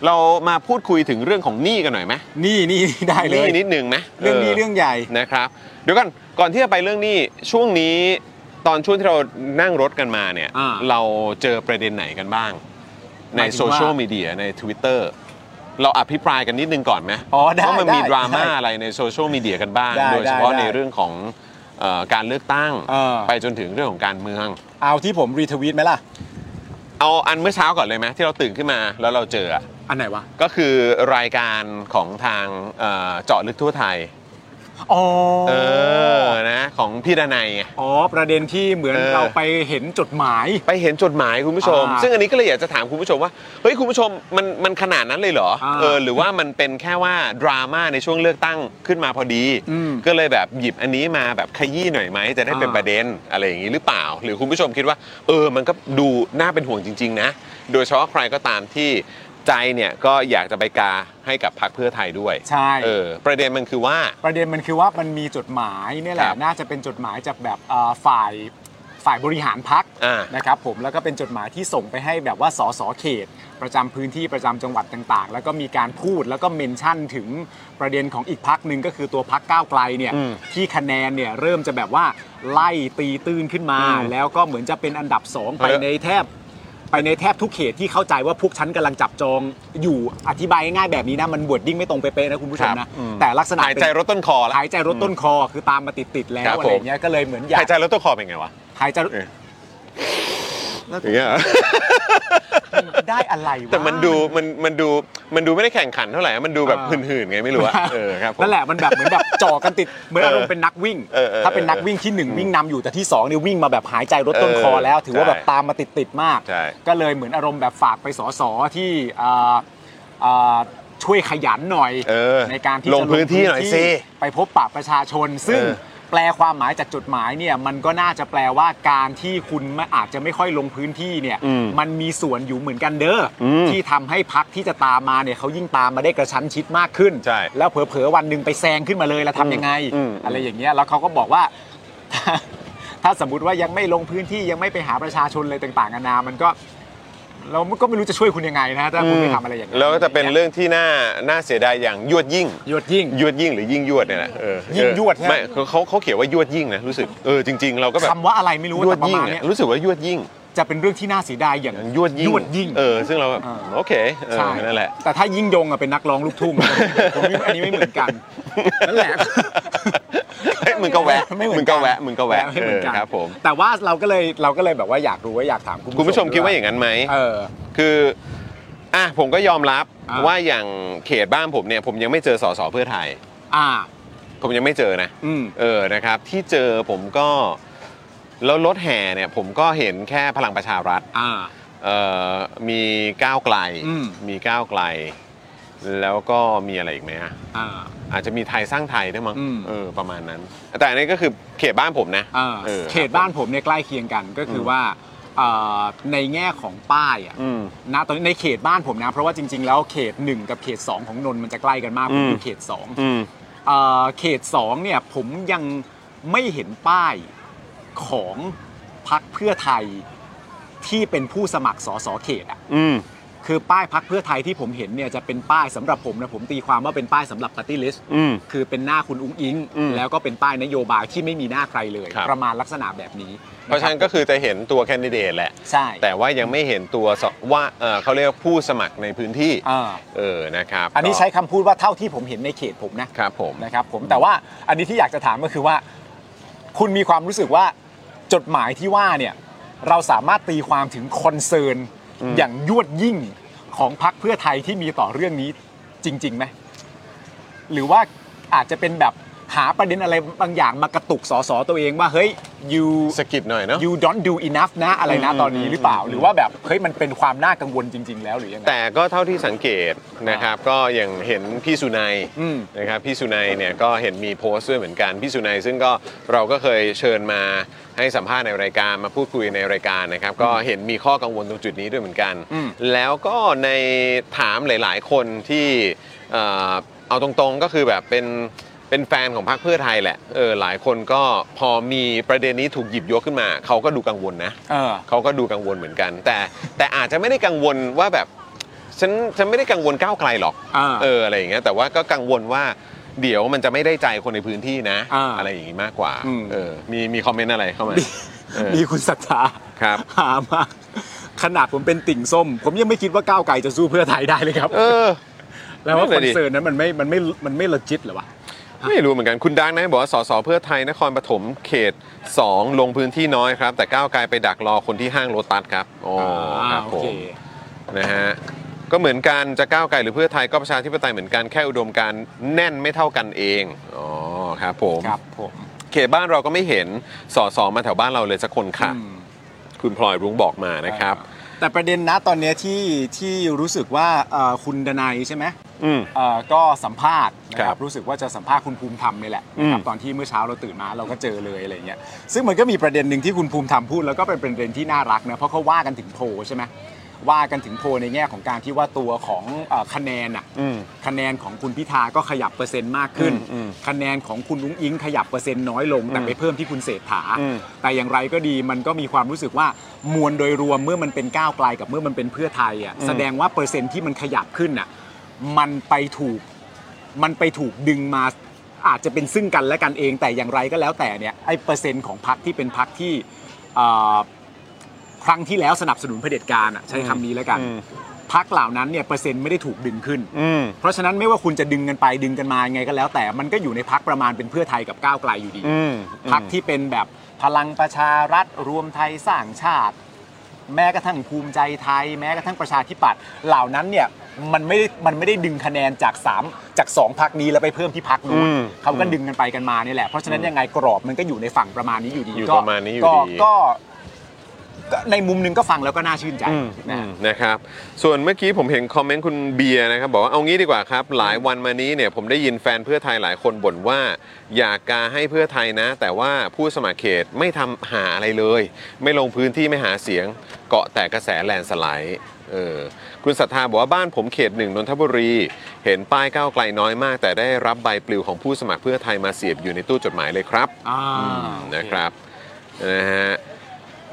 S1: เรามาพูดคุยถึงเรื่องของหนี้กันหน่อยไหม
S2: นี่นี่นี่ได้เลย
S1: หนี้นิดนึงไหม
S2: เรื่องนี้เรื่องใหญ่
S1: นะครับเดี๋ยวก่อนก่อนที่จะไปเรื่องหนี้ช่วงนี้ตอนช่วงที่เรานั่งรถกันมาเนี่ย
S2: อ่า
S1: เราเจอประเด็นไหนกันบ้าง
S2: ห
S1: ใน
S2: มายถึงว่า
S1: โซเชียลมีเดียใน Twitter เราอภิปรายกันนิดนึงก่อนไหม
S2: อ๋อได้
S1: ว่ามันมี
S2: ได้
S1: ดราม่า
S2: ได้
S1: อะไรในโซเชียลมีเดียกันบ้าง
S2: ได้
S1: โดยเฉพาะ
S2: ได้ได้
S1: ในเรื่องของเอ่อการเลือกตั้ง
S2: เออ
S1: ไปจนถึงเรื่องของการเมือง
S2: เอาที่ผมรีทวีตไหมล่ะ
S1: เอาอันเมื่อเช้าก่อนเลยไหมที่เราตื่นขึ้นมาแล้วเราเจออะ
S2: อันไหนวะ
S1: ก็คือรายการของทางเอ่อเจาะลึกทั่วไทย
S2: อ๋อ
S1: เออ นะ ของพี่ดนัยไง
S2: อ๋อ ประเด็นที่เหมือน
S1: เออ
S2: เราไปเห็นจดหมาย
S1: ไปเห็นจดหมายคุณผู้ชม
S2: อ่า
S1: ซึ่งอันนี้ก็เลยอยากจะถามคุณผู้ชมว่า เฮ้ย คุณผู้ชม มัน มันขนาดนั้นเลยเหรอ
S2: อ่า
S1: เออ หรือว่ามันเป็นแค่ว่า ดราม่าในช่วงเลือกตั้งขึ้นมาพอดี
S2: อืม
S1: ก็เลยแบบหยิบอันนี้มาแบบขยี้หน่อยไหม จะได้เป็น
S2: อ่า
S1: ประเด็นอะไรอย่างนี้หรือเปล่า หรือคุณผู้ชมคิดว่า เออ มันก็ดูน่าเป็นห่วงจริง ๆ นะ โดยเฉพาะใครก็ตามที่ใจเนี่ย ก็อยากจะไปกาให้กับพรรคเพื่อไทยด้วย
S2: ใช่
S1: เออ ประเด็นมันคือว่า
S2: ประเด็นมันคือว่ามันมีจดหมายเนี่ยแห
S1: ค
S2: ละ
S1: รับ
S2: น่าจะเป็นจดหมายจากแบบเอ่อฝ่ายฝ่ายบริหารพัก
S1: อ่าน
S2: นะครับผมแล้วก็เป็นจดหมายที่ส่งไปให้แบบว่าสสเขต ประจำพื้นที่ประจำจังหวัดต่างๆ แล้วก็มีการพูดแล้วก็เมนชั่นถึงประเด็นของอีกพักหนึ่งก็คือตัวพักก้าวไกลเนี่ยที่คะแนนเนี่ยเริ่มจะแบบว่าไล่ตีตื้นขึ้นมา แล้วก็เหมือนจะเป็นอันดับสองไปในแทบ ไปในแทบทุกเขตที่เข้าใจว่าพวกฉันกำลังจับจองอยู่อธิบายง่ายๆแบบนี้นะมันบวดดิ้งไม่ตรงเป๊ะๆนะคุณผู้ชม
S1: ครั
S2: นะ
S1: บอืม
S2: แต่ลักษณะ
S1: หายใจ
S2: เป็น
S1: รถต้นคอละ
S2: หายใจรถต้นคอคือตามมาติดๆแล้
S1: ครั
S2: ว
S1: บ
S2: อะไร
S1: ผม
S2: เงี้ยก็เลยเหมือนอยาก
S1: หายใจรถต้นคอเป็นไงวะ
S2: หายใจรถ
S1: เออ อย่างเงี้ยเหรอ
S2: ได้อะไรวะ
S1: แต่มันดูมันมันดูมันดูไม่ได้แข่งขันเท่าไหร่ มันดูแบบ
S2: อ่า
S1: หื่นๆไงไม่รู้อะเออครับผม
S2: นั่นแหละมันแบบเหมือนแบบจ่อกันติดเหมือน
S1: เออ
S2: อา
S1: อ
S2: รมณ์เป็นนักวิ่ง
S1: เออเออ
S2: ถ้าเป็นนักวิ่งที่หนึ่งวิ่งนำอยู่แต่ที่สองเนี่ยวิ่งมาแบบหายใจรถต้นคอแล้ว
S1: เออ
S2: ถือว่าแบบ
S1: ใช่
S2: ตามมาติดๆมาก
S1: ใช่
S2: ก็เลยเหมือนอารมณ์แบบฝากไปสอสอที่อ่าอ่าช่วยขยันหน่อย
S1: เออ
S2: ในการที่
S1: ลง
S2: จะ
S1: พื้นที่หน่อยสิ
S2: ไปพบปะประชาชน ซึ่ง
S1: เออ
S2: แปลความหมายจากจดหมายเนี่ยมันก็น่าจะแปลว่าการที่คุณไม่อาจจะไม่ค่อยลงพื้นที่เนี่ยมันมีส่วนอยู่เหมือนกันเด้ออที่ทำให้พักที่จะตามมาเนี่ยเขายิ่งตามมาได้กระชั้นชิดมากขึ้น
S1: ใช่
S2: แล้วเผลอๆวันหนึ่งไปแซงขึ้นมาเลยแล้วทำยังไง
S1: อืมอืม
S2: อะไรอย่างเงี้ยแล้วเขาก็บอกว่า ถ้าสมมติว่ายังไม่ลงพื้นที่ยังไม่ไปหาประชาชนเลยต่างๆนานามันก็ เราก็ไม่รู้จะช่วยคุณยังไงนะถ้าคุณ
S1: อืม
S2: ไม่ทำอะไรอย่างนั้น
S1: แล้วก็จะเป็นเรื่องที่น่าน่าเสียดายอย่างยวดยิ่ง
S2: หยวดยิ่ง
S1: ยวดยิ่งหรือยิ่งยวดเนี่ยแหละเออ
S2: ยิ่งยวดใช่ไหม
S1: ไม่เขาเขาเขาเขียนว่ายวดยิ่งนะรู้สึกเออจริง ๆ เราก็แบบ
S2: คำว่าอะไรไม่รู้
S1: ยวด
S2: แต่ประ
S1: ยิ่ง
S2: มาณ
S1: อะ
S2: เนี้ย
S1: รู้สึกว่ายวดยิ่ง
S2: จะเป็นเรื่องที่น่าเสียดายอย่าง
S1: อย่างยวดยิ่ง
S2: ยวดยิ่ง
S1: เออซึ่งเราแบบ
S2: อ่า
S1: โอเคเออ
S2: ใช่
S1: นั่นแหละ
S2: แต่ถ้ายิ่งยงอะเป็นนักร้องลูกทุ่งผมว่าอันนี้ไม่เหมือนกันนั่นแหละ
S1: เฮ้ยมึงก็แวะ
S2: ไม่เหมือน
S1: มึงก็แวะมึงก็แวะ
S2: ไม่เหมือนกัน
S1: เออครับผม
S2: แต่ว่าเราก็เลยเราก็เลยแบบว่าอยากรู้ว่าอยากถามคุณ
S1: คุณผู้ชมคิดว่าอย่างนั้นไหม
S2: เออ
S1: คืออ่ะผมก็ยอมรับ
S2: อ่า
S1: ว่าอย่างเขตบ้านผมเนี่ยผมยังไม่เจอสสเพื่อไทย
S2: อ่า
S1: ผมยังไม่เจอนะ
S2: อืม
S1: เออนะครับ ที่เจอผมก็แล้วรถแห่เนี่ยผมก็เห็นแค่พลังประชารัฐ
S2: อ่า
S1: เอ่อมีก้าวไกล
S2: อืม
S1: ก้าวไกล แล้วก็มีอะไรอีกไหมฮะ
S2: อ่า
S1: อาจจะมีไทยสร้างไทยด้วยมั้ง
S2: อืม
S1: เออประมาณนั้น แต่อันนี้ก็คือเขตบ้านผมนะ
S2: อ่า
S1: ออ
S2: เขตบ้านผมเนี่ยใกล้เคียงกันก็คือว่า เอ่อในแง่ของป้ายอะ
S1: อืม
S2: นะตอนนี้ในเขตบ้านผมนะเพราะว่าจริง ๆ แล้วเขต 1 กับเขต 2 ของนนท์มันจะใกล้กันมากผมอ
S1: อื
S2: ยู่
S1: ม
S2: เขต2
S1: อืม
S2: เอ่อเขต2เนี่ยผมยังไม่เห็นป้ายของพักเพื่อไทยที่เป็นผู้สมัครสสเขตอ่ะ
S1: อืม
S2: คือป้ายพักเพื่อไทยที่ผมเห็นเนี่ยจะเป็นป้ายสำหรับผมนะผมตีความว่าเป็นป้ายสำหรับปฏิลิส
S1: อืม
S2: คือเป็นหน้าคุณอุ้งอิง
S1: อืม
S2: แล้วก็เป็นป้ายนโยบายที่ไม่มีหน้าใครเลย
S1: ครับ
S2: ประมาณลักษณะแบบนี้
S1: เพราะฉะนั้นก็คือจะเห็นตัวแคนดิเดตแหละ
S2: ใช่
S1: แต่ว่ายังไม่เห็นตัวสว่าเอ่อเขาเรียกว่าผู้สมัครในพื้นที่
S2: อ่า
S1: เออ นะครับ
S2: อันนี้ใช้คำพูดว่าเท่าที่ผมเห็นในเขตผมนะ
S1: ครับผม
S2: นะครับผมแต่ว่าอันนี้ที่อยากจะถามก็คือว่า คุณมีความรู้สึกว่าจดหมายที่ว่าเนี่ยเราสามารถตีความถึงคอนเซิร์นอย่างยวดยิ่งของพรรคเพื่อไทยที่มีต่อเรื่องนี้จริงๆไหมหรือว่าอาจจะเป็นแบบหาประเด็นอะไรบางอย่างมากระตุกสอสอตัวเองว่าเฮ้ย you
S1: สะกิดหน่อยเนาะ
S2: you don't do enough นะอะไรนะ
S1: อืม
S2: ตอนนี้หรือเปล่า
S1: อืม
S2: หรือว่าแบบเฮ้ยมันเป็นความน่ากังวลจริง ๆ แล้วหรือยังไง
S1: แต่ก็เท่าที่สังเกตนะครับ ก็อย่างเห็นพี่สุนัย
S2: อืม
S1: นะครับพี่สุนัยเนี่ยก็เห็นมีโพสต์ด้วยเหมือนกันพี่สุนัยซึ่งก็เราก็เคยเชิญมาให้สัมภาษณ์ในรายการมาพูดคุยในรายการนะครับ ก็เห็นมีข้อกังวลตรงจุดนี้ด้วยเหมือนกัน
S2: อืม
S1: แล้วก็ในถามหลาย ๆ คนที่เอ่อเอาตรงๆก็คือแบบเป็นเป็นแฟนของพรรคเพื่อไทยแหละเออหลายคนก็พอมีประเด็นนี้ถูกหยิบยกขึ้นมา เขาก็ดูกังวลนะ
S2: เออ
S1: เขาก็ดูกังวลเหมือนกัน แต่แต่อาจจะไม่ได้กังวลว่าแบบฉันฉันไม่ได้กังวลก้าวไกลหรอก
S2: อ่า
S1: เอออะไรอย่างเงี้ยแต่ว่าก็กังวลว่าเดี๋ยวมันจะไม่ได้ใจคนในพื้นที่นะ
S2: อ่า
S1: ไรอย่างงี้มากกว่า
S2: อืม
S1: เออมีมีคอมเมนต์อะไรเข้ามาเออ
S2: มีคุณศรัทธา
S1: ครับ
S2: หามากขนาดผมเป็นติ่งส้ม ผมยังไม่คิดว่าก้าวไกลจะสู้เพื่อไทยได้เลยครับ
S1: เออ
S2: แล้วว่า
S1: นั่
S2: คน อน
S1: น่ะดิ
S2: เสิร์นนั้นมันไม่มันไม่มันไม่ legit เหรอวะ
S1: ไม่รู้เหมือนกันคุณดังนะบอกว่าสสเพื่อไทยนครปฐมเขต 2 ลงพื้นที่น้อยครับ แต่ก้าวไกลไปดักรอคนที่ห้างโลตัสครับอ๋ออครับผม นะฮะก็เหมือนกันจะก้าวไกลหรือเพื่อไทยก็ประชาธิปไตยเหมือนกันแค่อุดมการณ์แน่นไม่เท่ากันเองอ๋อครับผม
S2: ครับผม
S1: เขตบ้านเราก็ไม่เห็นสอสอมาแถวบ้านเราเลยสักคนค่ะ
S2: อืม
S1: คุณพลอยรุ้งบอกมานะครับ
S2: แต่ประเด็นนะตอนเนี้ยที่ที่รู้สึกว่าเอ่อคุณดนายใช่ไหม
S1: อืม
S2: เอ่อก็สัมภาษณ์นะค
S1: ครั
S2: รั
S1: บบ
S2: รู้สึกว่าจะสัมภาษณ์คุณภูมิธรรมนี่แหละ
S1: อืม
S2: นะครับตอนที่เมื่อเช้าเราตื่นมาเราก็เจอเลยอะไรเงี้ยซึ่งมันก็มีประเด็นหนึ่งที่คุณภูมิธรรมพูดแล้วก็เป็นประเด็นที่น่ารักนะเพราะเขาว่ากันถึงโพลใช่ไหมว่ากันถึงโพลในแง่ของการที่ว่าตัวของเอ่อคะแนนอ่ะ
S1: อืม
S2: คะแนนของคุณพิธาก็ขยับเปอร์เซ็นต์มากขึ้น
S1: อืมอืม
S2: คะแนนของคุณลุงอิงขยับเปอร์เซ็นต์น้อยลง แต่ไปเพิ่มที่คุณเศรษฐา
S1: อืม
S2: แต่อย่างไรก็ดีมันก็มีความรู้สึกว่ามวลโดยรวมเมื่อมันเป็นก้าวไกลกับเมื่อมันเป็นเพื่อไทยอ่ะแสดงว่าเปอร์เซ็นต์ที่มันขยับขึ้นอ่ะมันไปถูกมันไปถูกดึงมาอาจจะเป็นซึ่งกันและกันเอง แต่อย่างไรก็แล้วแต่เนี่ยไอ้เปอร์เซ็นต์ของพรรคที่เป็นพรรคที่เอ่อครั้งที่แล้วสนับสนุนเผด็จการอ่ะใช้คำนี้แล้วกัน
S1: อืม
S2: พรรคเหล่านั้นเนี่ยเปอร์เซ็นต์ไม่ได้ถูกดึงขึ้น
S1: อืม
S2: เพราะฉะนั้นไม่ว่าคุณจะดึงกันไปดึงกันมายังไงก็แล้ว แต่มันก็อยู่ในพักประมาณเป็นเพื่อไทยกับก้าวไกลอยู่ดี
S1: อืม
S2: พักที่เป็นแบบพลังประชารัฐรวมไทยสร้างชาติ แม้กระทั่งภูมิใจไทย แม้กระทั่งประชาธิปัตย์เหล่านั้นเนี่ยมันไม่ได้มันไม่ได้ดึงคะแนนจากสามจากสองพักนี้แล้วไปเพิ่มที่พักนู้น
S1: อืม
S2: เขาก็ดึงกันไปกันมาเนี่ยแหละเพราะฉะนั้นยังไงกรอบมันก็อยู่ในฝั่งประมาณนี้อยู่ดี
S1: อยู่
S2: ก็
S1: ประมาณนี้อยู่
S2: ก็
S1: ดี
S2: ก็ก็ในมุมหนึงก็ฟังแล้วก็น่าชื่นใจ
S1: อืม
S2: นะ
S1: อืมนะครับ ส่วนเมื่อกี้ผมเห็นคอมเมนต์คุณเบียร์นะครับ บอกว่าเอางี้ดีกว่าครับ หลายวันมานี้เนี่ยผมได้ยินแฟนเพื่อไทยหลายคนบ่นว่า อยากกาให้เพื่อไทยนะ แต่ว่าผู้สมัครเขตไม่ทำหาอะไรเลย ไม่ลงพื้นที่ไม่หาเสียง เกาะแต่กระแสแลนด์สไลด์เออคุณศรัทธาบอกว่าบ้านผมเขตหนึ่งนนทบุรี เห็นป้ายก้าวไกลน้อยมาก แต่ได้รับใบปลิวของผู้สมัครเพื่อไทยมาเสียบอยู่ในตู้จดหมายเลยครับ
S2: อ่า
S1: อืม
S2: โอเค
S1: นะครับนะฮะ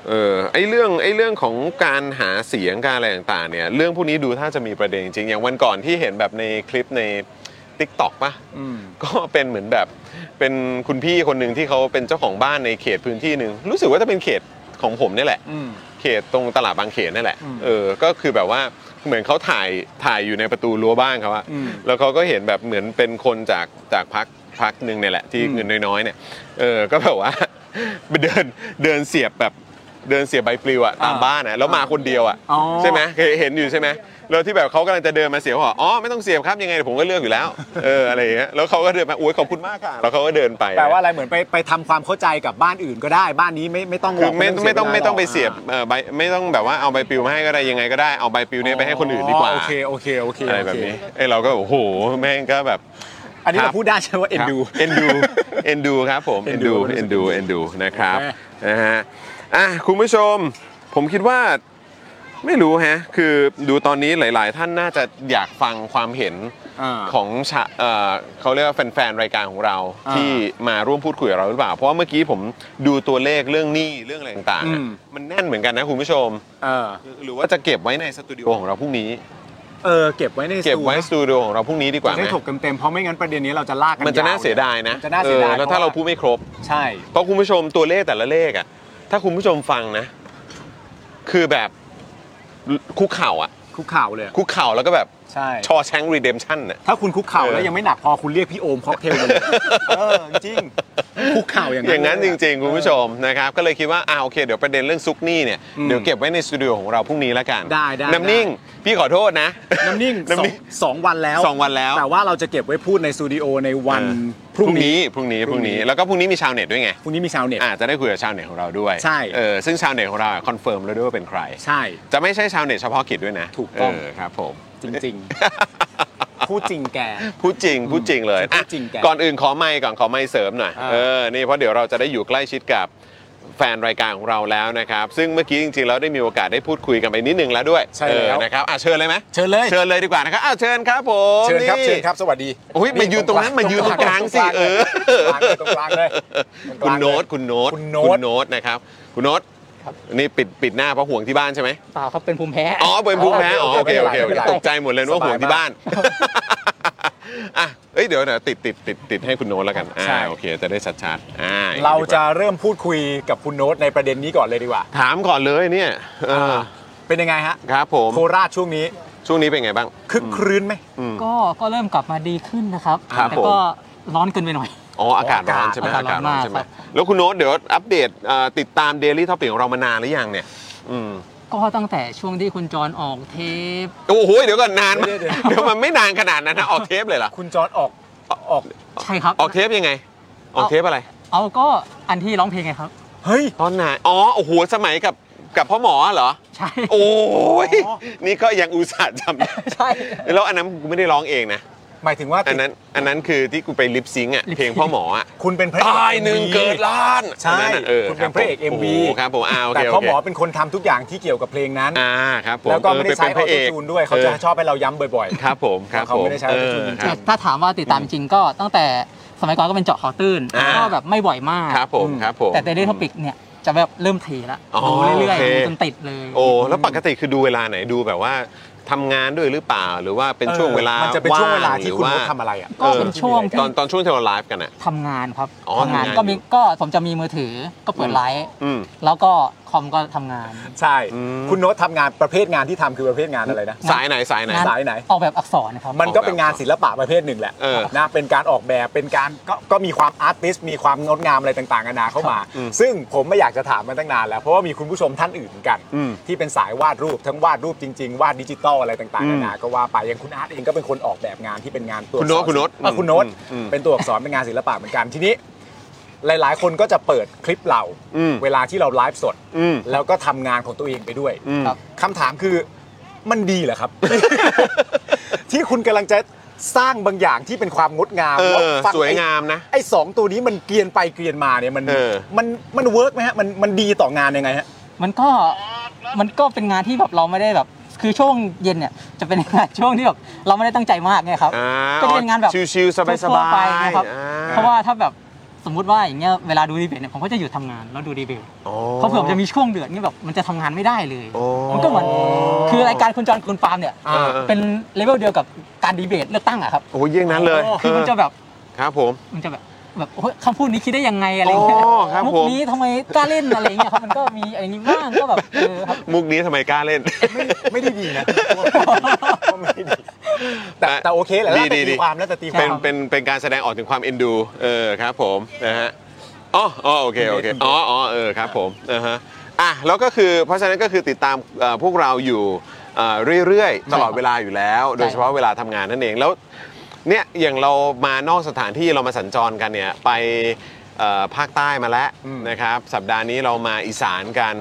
S1: เออไอเรื่องไอเรื่องของการหาเสียงการอะไรต่างๆเนี่ยเรื่องพวกนี้ดูถ้าจะมีประเด็นจริงอย่างวันก่อนที่เห็นแบบในคลิปใน t ิ k t o k ป่ะ
S2: อืม
S1: ก็เป็นเหมือนแบบเป็นคุณพี่คนหนึ่งที่เขาเป็นเจ้าของบ้านในเขตพื้นที่หนึ่งรู้สึกว่าจะเป็นเขตของผมเนี่ยแหละ
S2: อืม
S1: เขตตรงตลาดบางเขนนั่นแหละ
S2: อืม
S1: เออ ก็คือแบบว่าเหมือนเขาถ่ายถ่ายอยู่ในประตูรั้วบ้านเขาอะ
S2: อืม
S1: แล้วเขาก็เห็นแบบเหมือนเป็นคนจากจากพักพักหนึ่งเนี่ยแหละที่
S2: อืม
S1: เงินน้อยๆเนี่ย เออ ก็แบบว่า ไปเดินเดินเสียบแบบเดินเสียบใบปลิวอะตามบ้านอะแล้วมาคนเดียวอะ
S2: อ๋อ
S1: ใช่ไหมเคยเห็นอยู่ใช่ไหมแล้วที่แบบเขากำลังจะเดินมาเสียบเขาบอกอ๋อไม่ต้องเสียบครับยังไงเดี๋ยวผมก็เลือกอยู่แล้ว เอออะไรอย่างเงี้ยแล้วเขาก็เดินมาอุ้ยขอบคุณมากค่ะแล้วเขาก็เดินไป
S2: แปลว่าอะไรเหมือนไปไปทำความเข้าใจกับบ้านอื่นก็ได้บ้านนี้ไม่ไม่ต้องหร
S1: คื
S2: ก
S1: อไม่ไม่ต้องไม่ต้องไป
S2: า
S1: เสียบเอ่อใบไม่ต้องแบบว่าเอาใบปลิวมาให้ก็ได้ยังไงก็ได้เอาใบปลิวเนี่ยไปให้คนอื่นดีกว่า
S2: โอเคโอเคโอเค
S1: อะไรแบบนี้ไอ้ยเราก็แบบโอ้โหแม่งก็แบบ
S2: อันนี้เราพูดได้ใช่ไหมว่าเอ็นดู
S1: ครับเอ็นดูเอ็นดูครับผมเอ็นดูเอ็นดูเอ็นดูนะครับ
S2: เออ
S1: นะฮะอ่ะคุณผู้ชม ผมคิดว่าไม่รู้ฮะ คือดูตอนนี้หลาย ๆ ท่านน่าจะอยากฟังความเห็น
S2: อ่า
S1: ของชะเอ่อเขาเรียกว่าแฟน ๆ รายการของเรา
S2: อ่า
S1: ที่มาร่วมพูดคุยกับเราหรือเปล่า เพราะว่าเมื่อกี้ผมดูตัวเลขเรื่องหนี้เรื่องอะไรต่างๆอะ
S2: อืม
S1: มันแน่นเหมือนกันนะคุณผู้ชม
S2: เออ
S1: หรือว่าจะเก็บไว้ในสตูดิโอของเราพรุ่งนี้
S2: เออเก็บไว้ใน
S1: เก็บไว้ส
S2: ส
S1: ตูดิโอของเราพรุ่งนี้ดีก
S2: ตู
S1: ว่า
S2: จะได้
S1: นะ
S2: ถกเต็มๆเพราะไม่งั้นประเด็นนี้เราจะลากกัน
S1: มันจะ
S2: ว
S1: น่าเสียดายนะ
S2: มันจะน่าเสียดาย
S1: ออแล้วถ้าเราพูดไม่ครบ
S2: ใช่
S1: เพราะคุณผู้ชมตัวเลขแต่ละเลขอ่ะ ถ้าคุณผู้ชมฟังนะ คือแบบคุกเข่าอ่ะ
S2: คุกเข่าเลยอะ
S1: คุกเข่าแล้วก็แบบ
S2: ใช่
S1: ชอแชงรีเดมชั่นน่ะ
S2: ถ้าคุณคุกเข่า
S1: เออ
S2: แล้วยังไม่หนักพอคุณเรียกพี่โอมค็อกเทลมาเลยเออจริงคุกเข่าอย่างนั้น
S1: อย่างนั้น
S2: เล
S1: จ
S2: อะ
S1: ริง ๆ คุณผู้ชมนะครับ ก็เลยคิดว่าอ่าโอเค เดี๋ยวประเด็นเรื่องซุกหนี้เนี่ย
S2: อืม
S1: เดี๋ยวเก็บไว้ในสตูดิโอของเราพรุ่งนี้แล้วกัน
S2: ได้ได้
S1: น้ำนิ่ง พี่ขอโทษนะ
S2: น้ำนิ่งสอง
S1: น้ำนิ่ง
S2: สองวันแล้ว
S1: สองวันแล้ว
S2: แต่ว่าเราจะเก็บไว้พูดในสตูดิโอในวันพรุ่งนี้
S1: พรุ่งนี้พ
S2: พ
S1: รุ่งนี้
S2: รุ่งนี้
S1: แล้วก็พรุ่งนี้มีชาวเน็ตด้วยไง
S2: พรุ่งนี้มีชาวเน็ต
S1: อาจจะได้คุยกับชาวเน็ตของเราด้วย
S2: ใช่
S1: เออซึ่งชาวเน็ตของเราคอนเฟิร์มแล้วด้วยว่าเป็นใคร
S2: ใช่
S1: จะไม่ใช่ชาวเน็ตเฉพาะกิจด้วยนะ
S2: ถูกต้อง
S1: เครับผม
S2: จริง ๆ พูดจริงแก
S1: พูดจริงพูดจริงเลย
S2: พู
S1: อ่ะ
S2: ดจริงแก
S1: ก่อนอื่นขอไมค์ก่อนขอไมค์เสริมหน่อย
S2: อ่า
S1: เออนี่เพราะเดี๋ยวเราจะได้อยู่ใกล้ชิดกับแฟนรายการของเราแล้วนะครับ ซึ่งเมื่อกี้จริงๆแล้วได้มีโอกาสได้พูดคุยกันไปนิดนึงแล้วด้วย
S2: ใช่แล้ว
S1: เออนะครับอ่ะเชิญเลยไหม
S2: เชิญเลย
S1: เชิญเลยดีกว่านะครับอ้าวเชิญครับผม
S2: เชิญครับ
S1: นี่
S2: เชิญครับสวัสดี
S1: โอ้ยมายืนตรงนั้นมายืนตรงกลางสิเออ
S2: ตรงกลางเลยตรงก
S1: คุ
S2: ลา
S1: ณ
S2: งเลย
S1: โน้ตคุณโน้ต
S2: คุณโน้ต
S1: ณโน้ตนะครับคุณโน้ตนี่ปิดปิดหน้าเพราะห่วงที่บ้านใช่ไหม
S4: เปล่าครับเป็นภูมิแพ้
S1: อ๋อเป็นภูมิแพ้อ๋อโอเคโอเคโอ
S2: ไม่
S1: เค
S2: เป็นไร
S1: ตกใจหมดเลยนึกว่าห่วงที่บ้าน อ่ะเอ้ยเดี๋ยวเดี๋ยวติดติดติดติดให้คุณโน้ตแล้วกันอ่า
S2: ใช่
S1: โอเคจะได้ชัดๆอ่าอย่งนี้ดีกว่
S2: เราจะเริ่มพูดคุยกับคุณโน้ตในประเด็นนี้ก่อนเลยดีกว่า
S1: ถามก่อนเลยเนี่ยเอออ
S2: เป็นยังไงฮะ
S1: ครับผม
S2: โคราชช่วงนี้
S1: ช่วงนี้เป็นไงบ้าง
S2: คึกครื้นไหม
S4: ก็ก็เริ่มกลับมาดีขึ้นนะครับ
S1: ครับ
S4: แต่
S1: ผม
S4: ก็ร้อนเกินไปหน่อย
S1: อ๋อ อากาศร้อนใช่ไหมอา
S4: อา
S1: าก
S4: กา
S1: ศ
S4: ศ
S1: ร้
S4: ร้
S1: อ
S4: อนน
S1: ใช่ไหม
S4: ครับ
S1: แล้วคุณโน้ตเดี๋ยวอัปเดตเอ่อติดตาม Daily t o p i c ของเรามานานหรือยังเนี่ยอืม
S4: ก็ตั้งแต่ช่วงที่คุณจรออกเทป
S1: โอ้โหเดี๋ยวก่อนนานมาก
S2: เดี๋ยวเดี๋ยว
S1: เดี๋ยวมันไม่นานขนาดนั้นนะ ออกเทปเลยเหรอ
S2: คุณจอร์ดออกออก
S4: ใช่ครับ
S1: ออกเทปยังไง ออกเทปอะไร
S4: เอาก็อันที่ร้องเพลงไงครับ
S2: เฮ้ย
S1: ตอนไหนอ๋อโอ้โหสมัยกับกับพ่อหมอเหรอ
S4: ใช่
S1: โอ้ย
S2: อ๋อ
S1: นี่ก็ยังอุตส่าห์จำได้
S4: ใช่
S1: แล้วอันนั้นกูไม่ได้ร้องเองนะ
S2: หมายถึงว่า
S1: อันนั้นอันนั้นคือที่กูไปลิปซิงค์อะเพลงพ่อหมออะ
S2: คุณเป็นพระเอก
S1: ตายหนึ่ง
S2: MV
S1: เกิดล้าน
S2: ใช่
S1: อันนั้นน่ะเออ
S2: คุณเป็นพระเอก
S1: ครับผม
S2: MV
S1: โอ้โหครับผมอ่าโอเค
S2: แต่พ่อ
S1: โอ
S2: ห
S1: เค
S2: มอเป็นคนทำทุกอย่างที่เกี่ยวกับเพลงนั้น
S1: อ่าครับผม
S2: แล้วก็ไม่ได้ใช้ออ
S1: เออปป็นพระ
S2: โต้
S1: ก
S2: จูนด้วยเขาจะชอบให้เราย้ำบ่อย
S1: ครับผมครับ
S2: เขา
S1: ผม
S2: ไม่ได้ใช้ auto tune
S1: เออ
S2: จริงๆ
S1: ครั
S4: แต่
S1: บ
S4: ถ้าถามว่าติดตามจริงก็ตั้งแต่สมัยก่อนก็เป็นเจาะขอตื้น
S1: อ่า
S4: ก็แบบไม่บ่อยมาก
S1: ครับผมครับผม
S4: แต่เดลิทอปิกเนี่ยจะแบบเริ่มเทละ
S1: อ๋อ
S4: ดูเรื่อย
S1: โค
S4: ๆดูจนติดเลย
S1: โอ้แล้วปกติคือดูเวลาไหนดูแบบว่าทำงานด้วยหรือเปล่าหรือว่าเป็นช่วงเวลา
S2: มันจะเป็นช่วงเวลาที่คุณ
S1: ว่าง
S2: โน้ตทำอะไรอ่ะ
S4: ก็เป็นช่วงที่
S1: ตอนตอนช่วงที่เราไลฟ์กันอ่ะ
S4: ทำงานครับ
S1: อ๋อ
S4: ทำงาน
S1: ทำงาน
S4: ก็มี
S1: อยู่
S4: ก็ผมจะมีมือถือก็เปิดไลฟ์
S1: อืม
S4: แล้วก็คอมก็ทำงาน
S2: ใช่
S1: อืม
S2: คุณโน้ตทำงานประเภทงานที่ทำคือประเภทงานอะไรนะ
S1: สายไหนสายไหน
S4: งาน
S2: สายไหน
S4: ออกแบบอักษรนะครับ
S2: มันก็เป็นงานศิลปะประเภทหนึ่งแหละ
S1: เออ
S2: นะเป็นการออกแบบเป็นการก็ก็มีความอาร์ติสมีความงดงามอะไรต่างๆนานาเข้ามา
S1: อืม
S2: ซึ่งผมไม่อยากจะถามมันตั้งนานแล้ว เพราะว่ามีคุณผู้ชมท่านอื่นเหมือนกัน
S1: อืม
S2: ที่เป็นสายวาดรูปทั้งวาดรูปจริง ๆ วาดดิจิตอลอะไรต่างๆนานาก็ว่าไปอย่างคุณอาร์ตเองก็เป็นคนออกแบบงานที่เป็นงานตัว
S1: คุณโน้ต
S2: อักษร
S1: คุณโน้ต
S2: อ่ะคุณโน้ต
S1: อืมอืม
S2: เป็นตัวอักษรเป็นงานศิลปะเหมือนกันทีนี้ หลาย ๆ คนก็จะเปิดคลิปเรา
S1: อืม
S2: เวลาที่เราไลฟ์สด
S1: อืม
S2: แล้วก็ทำงานของตัวเองไปด้วย
S1: อืม
S2: คำถามคือมันดีเหรอครับ ที่คุณกำลังจะสร้างบางอย่างที่เป็นความงดงาม
S1: เออ
S2: แล้ฟั
S1: สวยงามนะ
S2: ไอ้ไอ้สองตัวนี้มันเกลียนไปเกลียนมาเนี่ยมัน
S1: เออ
S2: มันมันเวิร์กไหมฮะมันมันดีต่องานยังไงฮะ
S4: มันก็มันก็เป็นงานที่แบบเราไม่ได้แบบ คือช่วงเย็นเนี่ยจะเป็นงานช่วงที่แบบเราไม่ได้ตั้งใจมากไงครับ
S1: อ่า
S4: ก็จะเป็นงานแบบ
S1: ชิวๆสบาย
S4: ทั่วๆไปนะครับ
S1: อ่
S4: เพราะว่าถ้าแบบสมมุติว่าอย่างเงี้ยเวลาดูดีเบตเนี่ยผมก็จะหยุดทำงานแล้วดูดีเบต
S1: อ๋อ
S4: เพราะเผื่อมันจะมีช่วงเดือดเงี้ยแบบมันจะทำงานไม่ได้เลย
S1: โอ้
S4: มันก็เหมือนคือรายการคุณจอห์นคุณปาล์มเนี่ย
S1: อ่า
S4: เป็นเลเวลเดียวกับการดีเบตเลือกตั้งอะครับ
S1: โอ้ยเยี่ยงนั้นเลย
S4: คือมันจะแบบ
S1: ครับผม
S4: มันจะแบบ แบบโอ้ยคำพูดนี้คิดได้ยังไงอะไรเงี้ย
S1: อ๋อครับผม
S4: มุกนี้ทำไมกล้าเล่นอะไรเงี้ยครับ มันก็มีอะไรนี้บ้าง ก็แบบเออครับ
S1: มุกนี้ทำไมกล้าเล่น
S2: ไม่ได้ดีนะ ว่าไม่ได้ดีแต่แต่โอเคแหละแล้วแต่
S1: ดีๆดี
S2: ตีความแล้วแต่ตีค
S1: เป็
S2: วาน ม
S1: เป็นเป็นการแสดงออกถึงความเอ็นดูเออครับผมนะฮะอ๋ออ๋อโอเคโอเคอ๋ออ๋อเออครับผมนะฮะอ่ะแล้วก็คือเพราะฉะนั้นก็คือติดตามเอ่อพวกเราอยู่เอ่อเรื่อยๆ ตลอดเวลาอยู่แล้ว โดยเฉพาะเวลาทำงานนั่นเองแล้วเนี่ยอย่างเรามานอกสถานที่เรามาสัญจรกันเนี่ยไปเอ่อภาคใต้มาแล้ว
S2: อืม
S1: นะครับสัปดาห์นี้เรามาอีสานกัน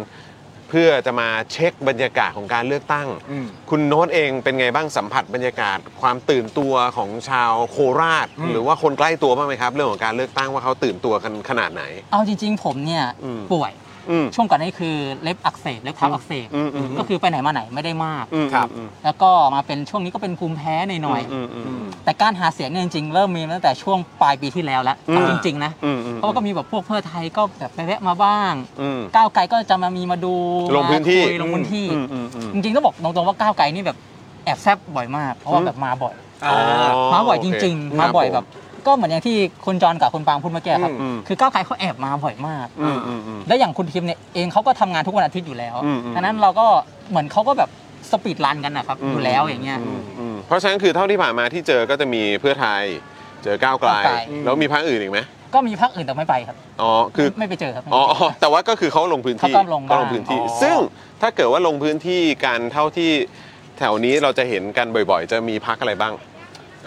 S1: เพื่อจะมาเช็คบรรยากาศของการเลือกตั้ง
S2: อืม
S1: คุณโน้ตเองเป็นไงบ้างสัมผัสบรรยากาศความตื่นตัวของชาวโคราช
S2: อืม
S1: หรือว่าคนใกล้ตัวบ้างไหมครับ เรื่องของการเลือกตั้งว่าเขาตื่นตัวกันขนาดไหน
S4: เอาจริง ๆ ผมเนี่ย
S1: อืม
S4: ป่วย
S1: อืม
S4: ช่วงก่อนนี้คือเล็บอักเสบเล็บเท้าอักเสบ
S1: อืมอืมอืม
S4: ก็คือไปไหนมาไหนไม่ได้มาก
S1: อืม
S2: ครับ
S1: อืม
S4: แล้วก็มาเป็นช่วงนี้ก็เป็นภูมิแพ้หน่อย
S1: อืมอืม
S2: อืม
S4: ๆแต่การหาเสียงเนี่ยจริงๆ เริ่มมีตั้งแต่ช่วงปลายปีที่แล้วแล้ว
S1: อืม
S4: จริงๆนะ
S1: อืมอืม
S4: เพราะว่าก็มีแบบพวกเพื่อไทยก็แบบไปแวะมาบ้าง
S1: อืม
S4: ก้าวไกลก็จะมามีมาดู
S1: ลงพื้นที่
S4: มาคุยลงพื้นที่
S1: อืมอืมอืม
S4: จริงๆต้องบอกตรงๆว่าก้าวไกลนี่แบบแอบแซบบ่อยมาก เพราะว่าแบบมาบ่อย
S1: อ๋อ
S4: มาบ่อยจริง
S1: โเค
S4: ๆ มาบ่อย
S1: ค
S4: แบ
S1: รัผ
S4: บ ก็เหมือนอย่างที่คุณจรกับคุณปางพูดเมื่อกี้ครับ
S1: อืม
S4: คือก้าวไกลเขาแอบมาบ่อยมาก
S1: อืมอืมอืม
S4: และอย่างคุณทิมเนี่ยเองเขาก็ทำงานทุกวันอาทิตย์อยู่แล้ว
S1: อืมอืม
S4: ดังนั้นเราก็เหมือนเขาก็แบบสปีดรันกันนะครับอยู่แล้วอย่างเงี้ย
S1: มอืมเพราะฉะนั้นคือเท่าที่ผ่านมาที่เจอก็จะมีเพื่อไทย เจอก้าวไกล
S4: ก้าวไกล
S1: แล้วมีพรรคอื่นอีกไหม
S4: ก็มีพักอื่นแต่ไม่ไปครับ
S1: อ๋อคือ
S4: ไม่ไปเจอครับ
S1: อ๋ออ๋อแต่ว่าก็คือเขาลงพื้นที่
S4: เขาก็ลงบ้าง
S1: เขาลงพื้นที่
S2: อ๋อ
S1: ซึ่งถ้าเกิดว่าลงพื้นที่การเท่าที่แถวนี้เราจะเห็นกันบ่อยๆ จะมีพักอะไรบ้าง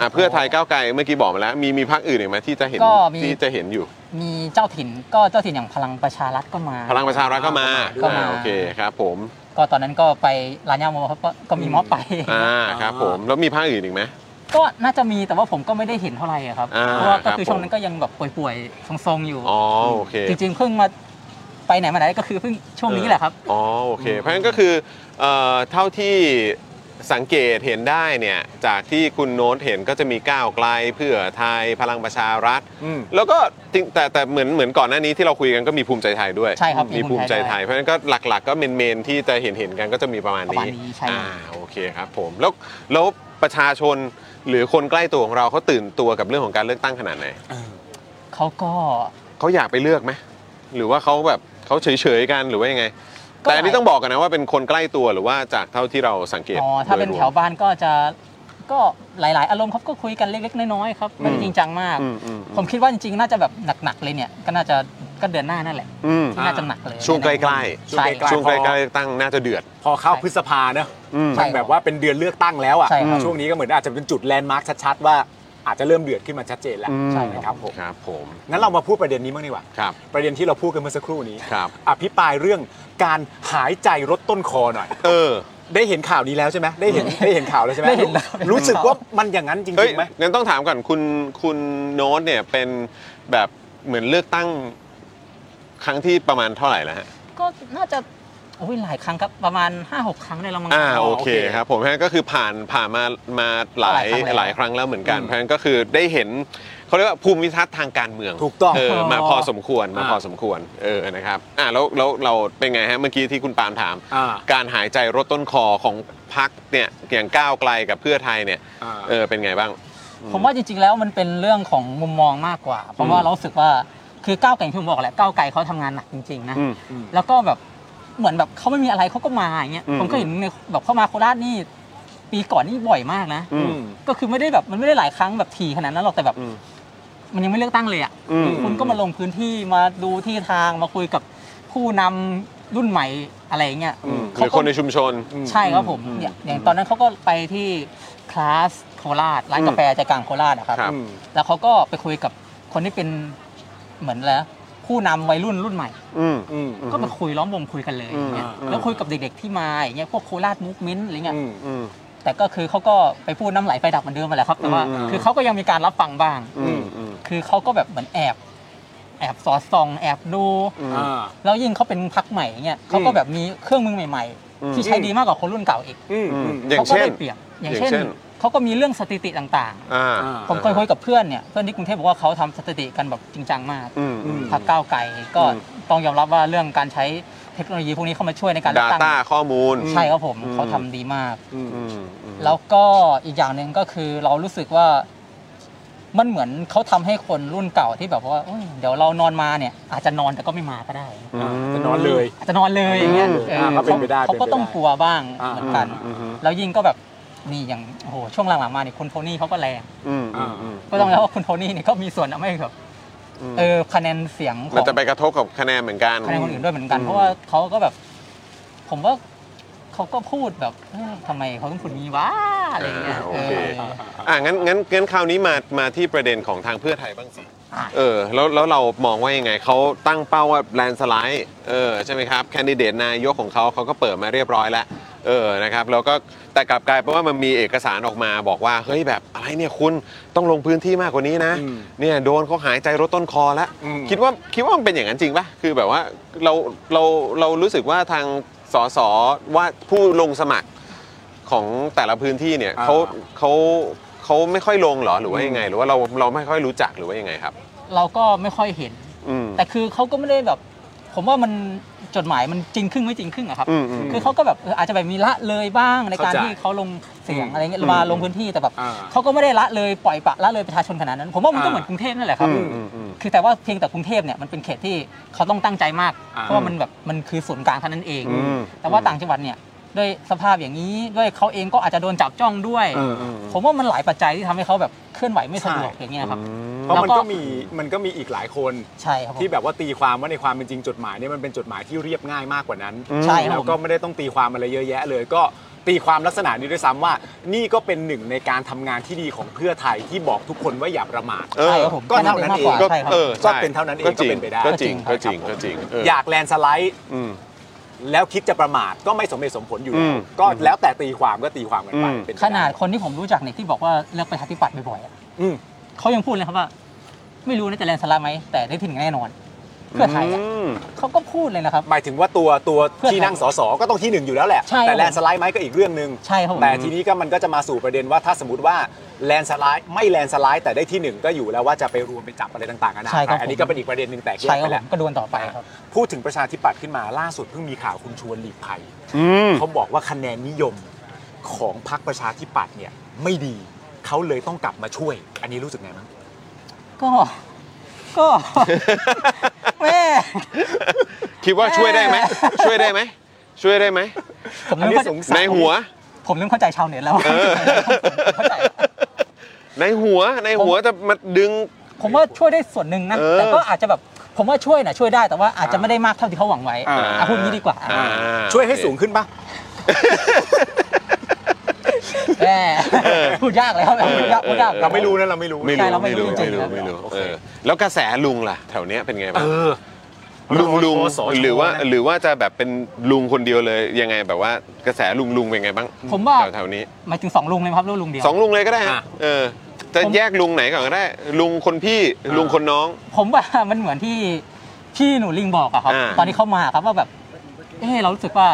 S1: อ่ะเพื่อไทยก้าวไกลเมื่อกี้บอกมาแล้ว มีมีพักอื่นอีกไหมที่จะเห็น
S4: ก็มี
S1: ที่จะเห็นอยู่
S4: มีเจ้าถิ่นก็เจ้าถิ่นอย่างพลังประชารัฐก็มา
S1: พลังประชารัฐก็มา
S4: ก็มา
S1: อ่โอเคครับผม
S4: ก็ตอนนั้นก็ไปร้านยาโมครับก็ก็มีม็อบไป
S1: อ่าครับผมแล้วมีพักอื่นอีกไหม
S4: ก็น่าจะมีแต่ว่าผมก็ไม่ได้เห็นเท่าไหร่อะครับ
S1: อ่า
S4: เพราะว่าก็
S1: ครับ
S4: คือช่ว
S1: ผ
S4: ง
S1: ม
S4: นั้นก็ยังแบบป่วยๆทรงๆอยู่
S1: อ๋อโอเค
S4: จริงๆเพิ่งมาไปไหนมาไหนก็คือเพิ่งช่วงนี้แหละครับ
S1: อ๋อโอเค เพราะฉะนั้นก็คือเอ่อเท่าที่สังเกตเห็นได้เนี่ยจากที่คุณโน้ตเห็นก็จะมีก้าวไกลเพื่อไทยพลังประชารัฐ
S2: อืม
S1: แล้วก็จริงแต่แต่เหมือนเหมือนก่อนหน้านี้ที่เราคุยกันก็มีภูมิใจไทยด้วย
S4: ใช่ครับมี
S1: มี
S4: ภู
S1: ภู
S4: มิ
S1: มิใจ
S4: ใจ
S1: ไท
S4: ไท
S1: ย
S4: ย
S1: เพราะฉะนั้นก็หลักๆ ก็เมนเมนๆที่จะเห็นเห็นกันก็จะมีประมาณนี้
S4: ประมาณนี้ใช่ครับ
S1: อ่าโอเคครับผมแล้วแล้วประชาชนหรือคนใกล้ตัวของเราเขาตื่นตัวกับเรื่องของการเลือกตั้งขนาดไหน
S4: เขาก็
S1: เขาอยากไปเลือกไหมหรือว่าเขาแบบเขาเฉยๆกันหรือว่ายังไง
S4: ก็
S1: แต่อันนี้ต้องบอกกันนะว่าเป็นคนใกล้ตัวหรือว่าจากเท่าที่เราสังเกต
S4: อ๋อถ้าเป็น
S1: โดยร
S4: แถ
S1: ม
S4: วบ้านก็จะก็หลาย ๆ อารมณ์ครับก็คุยกันเล็ก ๆ น้อยๆครับไม่ได้
S1: อืม
S4: จริงจังมาก
S1: อืมอืมอืม
S4: ผมคิดว่าจริงๆ น่าจะแบบหนัก ๆ เลยเนี่ย ก็น่าจะก็เดือนหน้านั่นแหละ
S1: อืม
S4: ที่น่าจะหนักเลย
S1: ช่วงใกล้
S2: ๆ
S4: ใช่ครับ
S1: ๆช่วงใกล้ๆเลือกตั้งน่าจะเดือด
S2: พอเข้าพฤษภาเนอะ
S1: อืม
S4: ใช่
S2: มันแบบว่าเป็นเดือนเลือกตั้งแล้วอ่ะ
S4: ใช่ครับ
S2: ช่วงนี้ก็เหมือนอาจจะเป็นจุดแลนด์มาร์คชัดๆ ว่าอาจจะเริ่มเดือดขึ้นมาชัดเจนแล้ว
S1: อืม
S2: ใช่นะครับผม
S1: ครับผม
S2: งั้นเรามาพูดประเด็นนี้บ้างดีกว่า
S1: ครับ
S2: ประเด็นที่เราพูดกันเมื่อสักครู่นี้
S1: ครับ
S2: อภิปรายเรื่องการหายใจลดต้นคอหน่อย
S1: เออ
S2: ได้เห็นข่าวนี้แล้วใช่ไหมได้เห็นได้เห็นข่าวแล้วใช่ไหม
S4: ได้เห็นแล้ว
S2: รู้สึกว่ามันอย่างนั้นจ
S1: เฮ้ย
S2: ริงๆไหม
S1: งั้นต้องถามก่อนคุณคุณโน้ตเนี่ยเป็นแบบเหมือนเลือกตั้งครั้งที่ประมาณเท่าไหร่แล้วฮะ
S4: ก็น่าจะโอ้ยหลายครั้งครับประมาณ 5-6 ครั้งได้แล้วมั้ง
S1: อ่า
S2: อ๋อ
S1: โอ
S2: โอ
S1: เค
S2: เค
S1: ครับผมฮะก็คือผ่านผ่านมามาหลายห
S4: ห
S1: ลา
S4: ลาย ย
S1: ค
S4: ครั้
S1: รั้ง
S4: งแล้ว
S1: แล้วเหมือนกันเพราะฉะนั้นก็คือได้เห็นเขาเรียกว่าภูมิทัศน์ทางการเมือง
S2: ถูกต้อง
S1: เออมาพอสมควรมา
S2: อ่า
S1: พอสมควรเออนะครับอ่าแล้วแล้วเราเป็นไงฮะเมื่อกี้ที่คุณปาล์มถาม
S2: อ่า
S1: การหายใจรถต้นคอของพักเนี่ยอย่างก้าวไกลกับเพื่อไทยเนี่ย
S2: อ่า
S1: เออเป็นไงบ้าง
S4: ผมว่าจริงๆ แล้วมันเป็นเรื่องของมุมมองมากกว่า เพราะว่าเรารู้สึกว่าคือก้าวไกลอย่างที่ผมบอกแหละก้าวไกลเขาทำงานหนักจริงๆนะ
S1: อืม
S2: อืม
S4: แล้วก็แบบเหมือนแบบเขาไม่มีอะไรเขาก็มาอย่างเงี้ย
S1: อืม
S4: ผมก็เห็นในแบบเข้ามาโคราชนี่ ปีก่อนนี่บ่อยมากนะ
S1: อืม
S2: อืม
S4: ก็คือไม่ได้แบบมันไม่ได้หลายครั้งแบบทีขนาดนั้นหรอกแต่แบบ
S1: อืม
S4: มันยังไม่เลือกตั้งเลยอ่ะ
S1: อืม
S4: คุณก็มาลงพื้นที่มาดูที่ทางมาคุยกับผู้นำรุ่นใหม่อะไรอย่างเงี้ย
S1: อืมห
S4: เขา
S1: รือ
S4: ก็
S1: คนในชุมชน
S4: ใช่ครับผมเนี่ยอย่างตอนนั้นเขาก็ไปที่คลาสโคราชร้านกาแฟใจกลางโคราชนะครับ
S1: ครับ
S4: แล้วเขาก็ไปคุยกับคนที่เป็นเหมือนแล้วผู้นำวัยรุ่นรุ่นใหม่
S1: อืม
S2: อืม
S4: ก็ไปคุยล้อมวงคุยกันเลยอย่างเงี้ย
S2: อืม
S4: แล้วคุยกับเด็กๆที่มาอย่างเงี้ยพวกโคราชมูฟเมนต์อะไรเงี้ย
S2: อืม
S1: อืม
S4: แต่ก็คือเขาก็ไปพูดน้ำไหลไฟดับเหมือนเดิมมาแหละครับแต่ว่า
S1: อืม
S4: คือเขาก็ยังมีการรับฟังบ้าง
S1: อืมอืม
S4: คือเขาก็แบบเหมือนแอบ แอบสอดส่องแอบดู
S2: อ่า
S4: แล้วยิ่งเขาเป็นพักใหม่เงี้ยเขาก็แบบมีเครื่องมือใหม่
S1: อืม
S4: ๆ ที่ใช้ดีมากกว่าคนรุ่นเก่าอีก
S2: อืม
S1: อืม
S2: อืม
S1: อย่าง
S4: ก็
S1: เช่น
S4: ได้เปรียบอย่าง
S1: อย่าง
S4: เช่น
S1: เช่น
S4: เขาก็มีเรื่องสถิติต่าง
S1: อ่า
S2: อ่า
S4: ๆ ผมเคยคุยกับเพื่อนเนี่ยเพื่อนที่กรุงเทพบอกว่าเขาทำสถิติกันแบบจริงจังมาก
S1: อืมอืม
S2: ม
S4: พรรคก้าวไกลก็
S1: อืม
S4: ต้องยอมรับว่าเรื่องการใช้เทคโนโลยีพวกนี้เข้ามาช่วยในการเลือกตั้ง
S1: Data ข้อมูล
S4: ใช่ครับผม
S1: อืม
S4: เขาทำดีมาก
S2: อืม
S1: อืมอืม
S4: แล้วก็อีกอย่างหนึ่งก็คือเรารู้สึกว่ามันเหมือนเขาทำให้คนรุ่นเก่าที่แบบว่าโอ้ยเดี๋ยวเรานอนมาเนี่ย อาจจะนอนแต่ก็ไม่มาก็ได้
S2: อ่าจะนอนเลย
S4: อาจจะนอนเลยอย่างเงี้ย
S2: อืม
S4: เออ
S2: อ่าก็เป็นไปได้
S4: เขาก็
S2: เป็นไปได้
S4: ต้องกลัวบ้าง
S2: อ่า
S4: เหมือนกัน
S1: อืมอืม
S4: แล้วยิ่งก็แบบนี่อย่างโอ้โหช่วงหลังๆมาเนี่ยคุณโทนี่เขาก็แรง
S1: อืมอืมอืม
S4: ก็ต้องแล้วว่าคุณโทนี่เนี่ยก็มีส่วนทำให้แบบเออคะแนนเสียงข
S1: มัน
S4: อง
S1: จะไปกระทบกับคะแนนเหมือนกัน
S4: คะแนนคนอื่นด้วยเหมือนกัน
S1: อืม
S4: เพราะว่าเขาก็แบบ ผมว่าเขาก็พูดแบบเอ้ยทำไมเขาต้องพูดงี้วะอะไรอย่างเงี้ย
S1: โอเค
S4: เออ
S1: อ่ะงั้นงั้นงั้นคราวนี้มามาที่ประเด็นของทางเพื่อไทยบ้างสิ
S4: อ่ะ
S1: เออแล้วแล้วเรามองว่ายังไงเขาตั้งเป้าว่าแลนสไลด์เออใช่ไหมครับแคนดิเดตนายกของเขาเขาก็เปิดมาเรียบร้อยแล้ว เออนะครับแล้วก็แต่กลับกลายเป็นว่ามันมีเอกสารออกมาบอกว่าเฮ้ยแบบอะไรเนี่ยคุณต้องลงพื้นที่มากกว่านี้นะ
S2: อืม
S1: เนี่ยโดนเขาหายใจรถต้นคอแล้ว
S2: อืม
S1: คิดว่าคิดว่ามันเป็นอย่างนั้นจริงปะคือแบบว่าเราเราเรารู้สึกว่าทางสสว่าผู้ลงสมัครของแต่ละพื้นที่เนี่ยเขาเขาเขาไม่ค่อยลงเหรอหรือว่ายังไง หรือว่าเราเราไม่ค่อยรู้จักหรือว่ายังไงครับ
S4: เราก็ไม่ค่อยเห็น
S1: อืม
S4: แต่คือเขาก็ไม่ได้แบบ ผมว่ามันจดหมายมันจริงครึ่งไม่จริงครึ่งอะครับ
S1: อืมอืม
S4: คือเขาก็แบบเอออาจจะแบบมีละเลยบ้างในการ
S2: เข้าใจ
S4: ที่เขาลงเสียง
S2: อืม
S4: อะไรเงี้ย
S1: อืม
S4: มาลงพื้นที่แต่แบบ
S2: อ่า
S4: เขาก็ไม่ได้ละเลยปล่อยปละละเลยประชาชนขนาดนั้น ผมว่ามันก็
S2: อ่า
S4: เหมือนกรุงเทพนั่นแหละครับ
S1: อืมอืมอืม
S4: คือแต่ว่าเพียงแต่กรุงเทพเนี่ยมันเป็นเขตที่เขาต้องตั้งใจมาก
S2: อ่า
S4: เพราะว่ามันแบบมันคือศูนย์กลางเท่านั้นเอง
S1: อืม
S4: แต่ว่าต่างจังหวัดเนี่ยด้วยสภาพอย่างนี้ด้วยเขาเองก็อาจจะโดนจับจ้องด้วย
S2: เออเออ
S4: ผมว่ามันหลายปัจจัยที่ทำให้เขาแบบเคลื่อนไหวไม่สะดวกอย่างเงี้ยครับ
S2: เพ
S1: อืม
S2: ราะมัน
S4: แล้วก็
S2: ก็มีมันก็มีอีกหลายคน
S4: ใช่ครับผม
S2: ที่แบบว่าตีความว่าในความเป็นจริงจดหมายเนี่ยมันเป็นจดหมายที่เรียบง่ายมากกว่านั้น
S4: ใช่ครับ
S2: แล้วก็ไม่ได้ต้องตีความอะไรเยอะแยะเลย ก็ตีความลักษณะนี้ด้วยซ้ำว่า นี่ก็เป็นหนึ่งในการทำงานที่ดีของเพื่อไทยที่บอกทุกคนว่าอย่าประมาท
S1: เออ
S4: ใช่ครับผม
S2: ก็เท่านั้นเอ
S4: มก
S2: ง
S4: กว่
S1: ก็
S4: ใช่ครับ
S1: เออ
S2: ก็
S1: ใช่
S2: เป็นเท่านั้นเอง
S1: จริ
S2: ก็เป็นไปได้
S1: ก็จริง
S4: ก็
S1: ก็จ
S4: จริ
S1: ริง
S4: ง
S1: ก็จริงเ
S2: อยากแลนด์สไลด์
S1: อืม
S2: แล้วคิดจะประมาทก็ไม่สมเหตุสมผลอยู่
S1: อื
S2: แล้ว
S1: ม
S2: ก็แล้วแต่ตีความก็ตีความกันไป
S1: อืม
S2: เป็นไปไ
S4: ขนาดคนที่ผมรู้จักเนี่ยที่บอกว่าเลือกประชาธิปัตย์บ่อยๆอะ
S2: อืม
S4: เขายังพูดเลยครับว่า ไม่รู้นะจะแลนด์สไลด์ไหมแต่ได้ที่หนึ่งแน่นอน เพื่อไทยอะ
S1: ม
S4: เขาก็พูดเลยนะครับ
S2: หมายถึงว่าตัวตัว
S4: เพื่อไทย
S2: ที่นั่งสสก็ต้องที่หนึ่งอยู่แล้วแหละ
S4: ใช่
S2: แต่
S4: ครับ
S2: แลนด์สไลด์ไหมก็อีกเรื่องหนึ่ง
S4: ใช่ครับผม
S2: แต่ทีนี้ก็มันก็จะมาสู่ประเด็นว่าถ้าสมมติว่าแลนด์สไลด์ไม่แลนด์สไลด์แต่ได้ที่หนึ่งก็อยู่แล้วว่าจะไปรวมไปจับอะไรต่างๆกันา
S4: ใช่ครับ
S2: อันนี้ก็เป็นอีกประเด็นหนึ่งแตกแย
S4: ใช่
S2: ก
S4: ครับผ
S2: ไปแล้ว
S4: มก็ดวนต่อไปครับ
S2: พูดถึงประชาธิปัตย์ขึ้นมาล่าสุดเพิ่งมีข่าวคุณชวนหลีกภัย
S1: อืม
S2: เขาบอกว่าคะแนนนิยมของพรรคประชาธิปัตย์เนี่ยไม่ดีเขาเลยต้องกลับมาช่วย อันนี้รู้สึกไงมั้าง
S4: ก็ก็ แม่
S1: คิดว่าช่วยได้ไหม
S4: แม่
S1: ช่วยได้ไหม ช่วยได้ไหม
S4: ผม
S2: อัน
S4: เริ่
S2: นี้
S4: มเข้าใจ
S2: สงสัย
S1: ในหัว
S4: ผมเริ่มเข้าใจชาวเน็ตแล้ว
S1: เออ
S4: เข้าใจ
S1: ในหัว ในหัวจะมาดึง
S4: ผมว่าช่วยได้ส่วนหนึ่งนะ
S1: เออ
S4: แต่ก็อาจจะแบบผมว่าช่วยนะช่วยได้แต่ว่าอาจจะ
S2: อ่า
S4: ไม่ได้มากเท่าที่เขาหวังไว้
S1: อ่า
S4: อ่ะพูดงี้ดีกว่า
S1: อ่า
S2: ช่วยให้สูงขึ้นปะ
S4: แหมพูดยากเลยครับพูดยากพูดยาก
S2: เราไม่รู้นะเราไม่รู้
S1: ไม่
S4: ใช่
S1: รู้
S4: เราไม่
S1: ไม่
S4: รู้
S1: รู้
S4: จริ
S1: ไม่
S4: งๆครับ
S1: รู้ไม่รู้
S2: โอเค
S1: เออแล้วกระแสลุงล่ะ แถวเนี้ยเป็นไงบ้าง
S2: เออ
S1: ลุงลุง
S2: รอสอชอ
S1: หรือว่า
S2: นะ
S1: หรือว่าจะแบบเป็นลุงคนเดียวเลยยังไงแบบว่ากระแสลุงลุงเป็นไงบ้าง
S4: ผมว่า
S1: แถวแถวนี้
S4: หมายถึงสองลุงเลยไหมครับหรือลุงเดียว
S1: สองลุงเลยก็ได้ฮะ
S2: อ่ะ
S1: เออ จะ
S4: ผม
S1: แยกลุงไหนก่อนก็ได้ ลุงคนพี่ลุงคนน้อง
S4: ผมว่ามันเหมือนที่พี่หนูลิงบอกอะครับ
S1: อ่า
S4: ตอนที่เข้ามาครับว่าแบบ เออเรารู้สึกว่า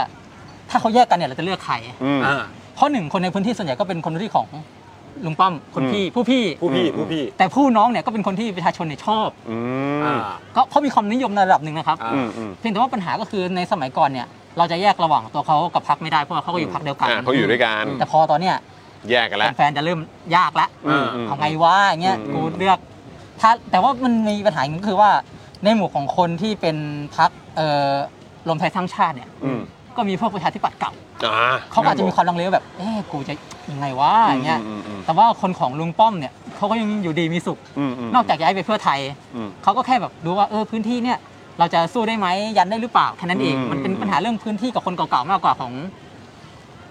S4: ถ้าเขาแยกกันเนี่ยเราจะเลือกใคร
S1: อืม
S2: อ่า
S4: เพราะหนึ่งคนในพื้นที่ส่วนใหญ่ก็เป็นคนที่ของลุงป้อมคนพี่ผู้พี่
S2: ผู้พี่ผู้พี่
S4: แต่ผู้น้องเนี่ยก็เป็นคนที่ประชาชนเนี่ยชอบ
S1: อื
S2: อ่าม
S4: ก็เขามีความนิยมในระดับหนึ่งนะครับ
S2: อ่า
S1: อืมอืม
S4: เพียงแต่ว่าปัญหาก็คือในสมัยก่อนเนี่ยเราจะแยกระหว่างตัวเขากับพักไม่ได้เพราะว่าเขาก็อยู่พักเดียวกัน
S1: อ่าเขาอยู่ด้วยกัน
S4: แต่พอตอนเนี้ย
S1: แยกกันแล้ว
S4: แฟนๆจะเริ่มยากละ
S1: อืมอืม
S4: เอาไงวะอย่างเงี้ย
S1: อืม
S4: กูเลือกถ้าแต่ว่ามันมีปัญหาอย่างหนึ่งก็คือว่าในหมู่ของคนที่เป็นพักเอ่อรวมไทยสร้างชาติเนี่ย
S1: อืม
S4: ก็มีพวกประชาธิปัตย์เก่า
S1: อ่า
S4: เขาก็อาจจะมีความลังเลว่าแบบเอ๊ะกูจะยังไงวะอย่างเงี้ย
S1: มอืม
S4: แต่ว่าคนของลุงป้อมเนี่ยเขาก็ยังอยู่ดีมีสุข
S1: อืมม
S4: นอกจากย้ายไปเพื่อไทย
S1: อืม
S4: เขาก็แค่แบบดูว่าเออพื้นที่เนี่ยเราจะสู้ได้ไหมยันได้หรือเปล่าแค่นั้นเอง
S1: อืม
S4: มันเป็นปัญหาเรื่องพื้นที่กับคนเก่าๆมากกว่าของ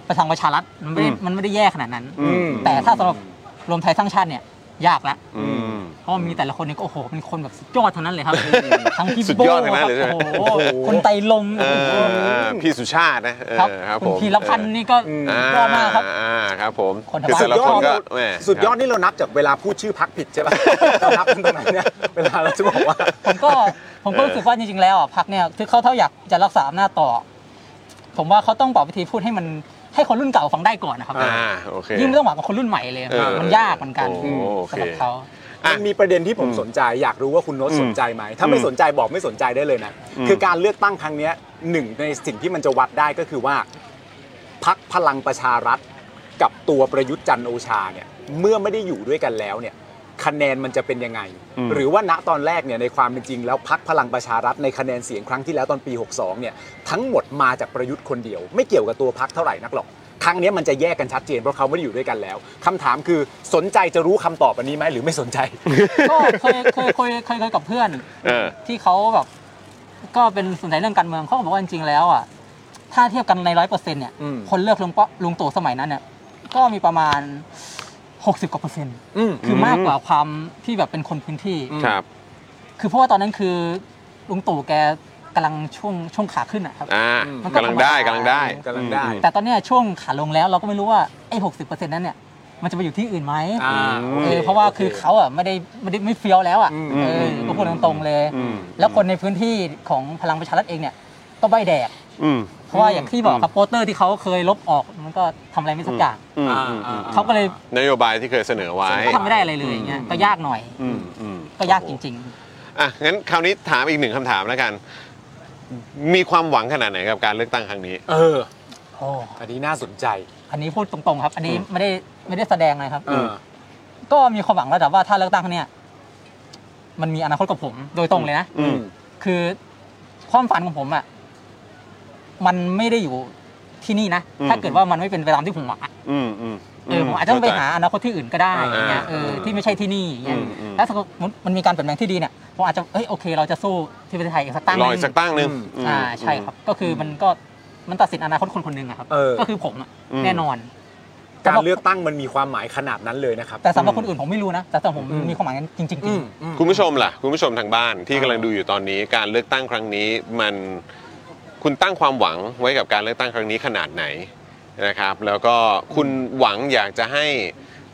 S4: ประทังประชารัฐมันไม่ได้
S1: อืม
S4: มันไม่ได้แย่ขนาดนั้น
S1: อืม
S4: แต่ถ้าสำหรับรวมไทยสร้างชาติเนี่ยยากละ
S1: อืม
S4: เพราะมีแต่ละคนเนี่ยก็โอ้โหเป็นคนแบบสุดยอดทั้งนั้นเลยครับทั้งพี่
S1: สุด
S4: โบ้
S1: ยอดทั้งนั้นเลยใช่ไหม
S4: โอ้โหคนไตรลง
S1: เอ
S4: โอ้โห
S1: อพี่สุชาตินะเออ
S4: ครับ
S1: ครับ
S4: คุ
S1: ผ
S4: ณ
S1: ม
S4: พีรพันธ์นี่ก็
S2: อืม
S1: อ่าย
S4: อดมากครับ
S1: อ่าครับผม
S4: คนแถว
S1: คือ
S4: บ้าน
S1: แต่ละคนก็แหม
S2: สุดยอดนี่เรานับจากเวลาพูดชื่อพักผิดใช่ป่ะ เรานับตั้งแต่ไหนเนี่ยเวลาเราจะบอกว่า
S4: ผมก็ผมก็รู้สึกว่าจริงๆแล้วอ่ะพักเนี่ยคือเขาเท่าอยากจะรักษาอำนาจต่อ ผมว่าเขาต้องปรับวิธีพูดให้มันให้คนรุ่นเก่าฟังได้ก่อนนะครับ
S1: อ่าโอเค
S4: ยิ่งไม่ต้องหวังกับคนรุ่นใหม่เลย
S1: เออ
S4: มันยากเหมือนกัน
S1: โอ้โหโอเค
S4: สำหรับเขา
S1: อ่ะ
S2: มันมีประเด็นที่ผมสนใจอยากรู้ว่าคุณโน้ต
S1: อืม
S2: สนใจไหม ถ้าไม่สนใจบอกไม่สนใจได้เลยนะ
S1: อืม
S2: คือการเลือกตั้งครั้งเนี้ยหนึ่งในสิ่งที่มันจะวัดได้ก็คือว่า พักพลังประชารัฐกับตัวประยุทธ์จันทร์โอชาเนี่ยเมื่อไม่ได้อยู่ด้วยกันแล้วเนี่ยคะแนนมันจะเป็นยังไง หรือว่าณตอนแรกเนี่ยในความเป็นจริง แล้วพักพลังประชารัฐในคะแนนเสียงครั้งที่แล้วตอนปี 62เนี่ยทั้งหมดมาจากประยุทธ์คนเดียว ไม่เกี่ยวกับตัวพักเท่าไหร่นักหรอก ครั้งเนี้ยมันจะแยกกันชัดเจนเพราะเขาไม่ได้อยู่ด้วยกันแล้วคำถามคือสนใจจะรู้คำตอบอันนี้ไหมหรือไม่สนใจ
S4: ก็เคยเคยเคยเคยเคยกับเพื่อน
S1: เออ
S4: ที่เขาแบบ ก็เป็นสนใจเรื่องการเมืองเขาก็บอกว่าจริงๆแล้วอ่ะถ้าเทียบกันในร้อยเปอร์เซ็นต์เนี่ย
S2: อืม
S4: คนเลือกลุงป้อลุงตู่สมัยนั้นเนี่ยก็มีประมาณ 60กว่าเปอร์เซ็นต์
S2: อืม
S4: คือมากกว่าความที่แบบเป็นคนพื้นที่
S2: อืม
S1: ครับ
S4: คือเพราะว่าตอนนั้นคือลุงตู่แก กำลังช่วงช่วงขาขึ้นอะครับ
S1: อ่า
S4: มันก็
S1: กำลังได้
S4: ธรรมดา
S1: กำลังได้
S2: กำลังได้
S1: อืม
S4: แต่ตอนเนี้ยช่วงขาลงแล้วเราก็ไม่รู้ว่าไอ้หกสิบเปอร์เซ็นต์นั้นเนี่ยมันจะไปอยู่ที่อื่นไหม
S2: อ่า
S1: อืม
S4: เอ
S2: โอค
S4: อเพราะว่าคือเขาอ่ะไม่ได้ไม่ได้ไม่เฟี้ยวแล้วอ่ะ
S2: อืม
S4: เออก็พูดตรงๆเลย
S1: อืม
S4: แล้วคนในพื้นที่ของพลังประชารัฐเองเนี่ยก็ใบแดก
S1: อืม
S4: เพราะว่าอย่างที่บอกครับ
S1: อืม
S4: โปสเตอร์ที่เขาเคยลบออกมันก็ทำอะไรไม่สักอย่าง
S1: อืม
S2: อ่า
S1: อืมอืม
S4: เขาก็เลย
S1: นโยบายที่เคยเสนอไว้
S4: ก็ทำไม่ได้อะไรเลยอย่างเงี้ยก็ยากหน่อย
S1: อืมอืม
S4: ก็ยากจริง
S1: อ่ะงั้นคราวนี้ถามอีกหนึ่งคำถามแล้วกัน มีความหวังขนาดไหนกับการเลือกตั้งครั้งนี้
S2: เออ
S4: ๆ โอ้
S2: อันนี้น่าสนใจ
S4: อันนี้พูดตรงๆครับ อันนี้ไม่ได้ไม่ได้แสดงนะครับ
S2: เออ
S4: ก็มีความหวังระดับว่าถ้าเลือกตั้งครั้งเนี่ยมันมีอนาคตกับผมโดยตรงเลยนะ
S1: อืม
S4: คือความฝันของผมอ่ะมันไม่ได้อยู่ที่นี่นะ
S1: อืม
S4: ถ้าเกิดว่ามันไม่เป็นไปตามที่ผมหวังอะ
S1: อืมอืม
S4: เออผมอาจจะต้องไปหาอนาคตที่อื่นก็ได้
S2: อ่า
S4: อย่างเงี้ยเออ
S2: อืม
S4: ที่ไม่ใช่ที่นี่อย่างเงี้ย
S1: อืมอืม
S4: ถ้าสมมติมันมีการเปลี่ยนแปลงที่ดีเนี่ยผมอาจจะเอ้ยโอเค เราจะสู้ที่ประเทศไทยอีกสักตั้งห
S1: ร
S4: นึ่
S1: ออีกสักตั้งหนึ่งม
S4: อ่าใช่ครับ ก็คือมันก็มันตัดสินอนาคตคนคนหนึ่งอะครับ
S2: เออ
S4: ก็คือผมอะ
S1: อืม
S4: แน่นอน
S2: การเลือกตั้งมันมีความหมายขนาดนั้นเลยนะครับ
S4: แต่สำหรับคนอื่นผมไม่รู้นะ แต่สำหรับผม
S2: อืม
S4: มีความหมายนั้นจริง
S2: อืม
S4: ๆ
S2: อืม
S1: คุณผู้ชมล่ะ คุณผู้ชมทางบ้านที่
S2: อ่า
S1: กำลังดูอยู่ตอนนี้ การเลือกตั้งครั้งนี้มันคุณตั้งความหวังไว้กับการเลือกตั้งครั้งนี้ขนาดไหนนะครับ แล้วก็คุณหวังอยากจะให้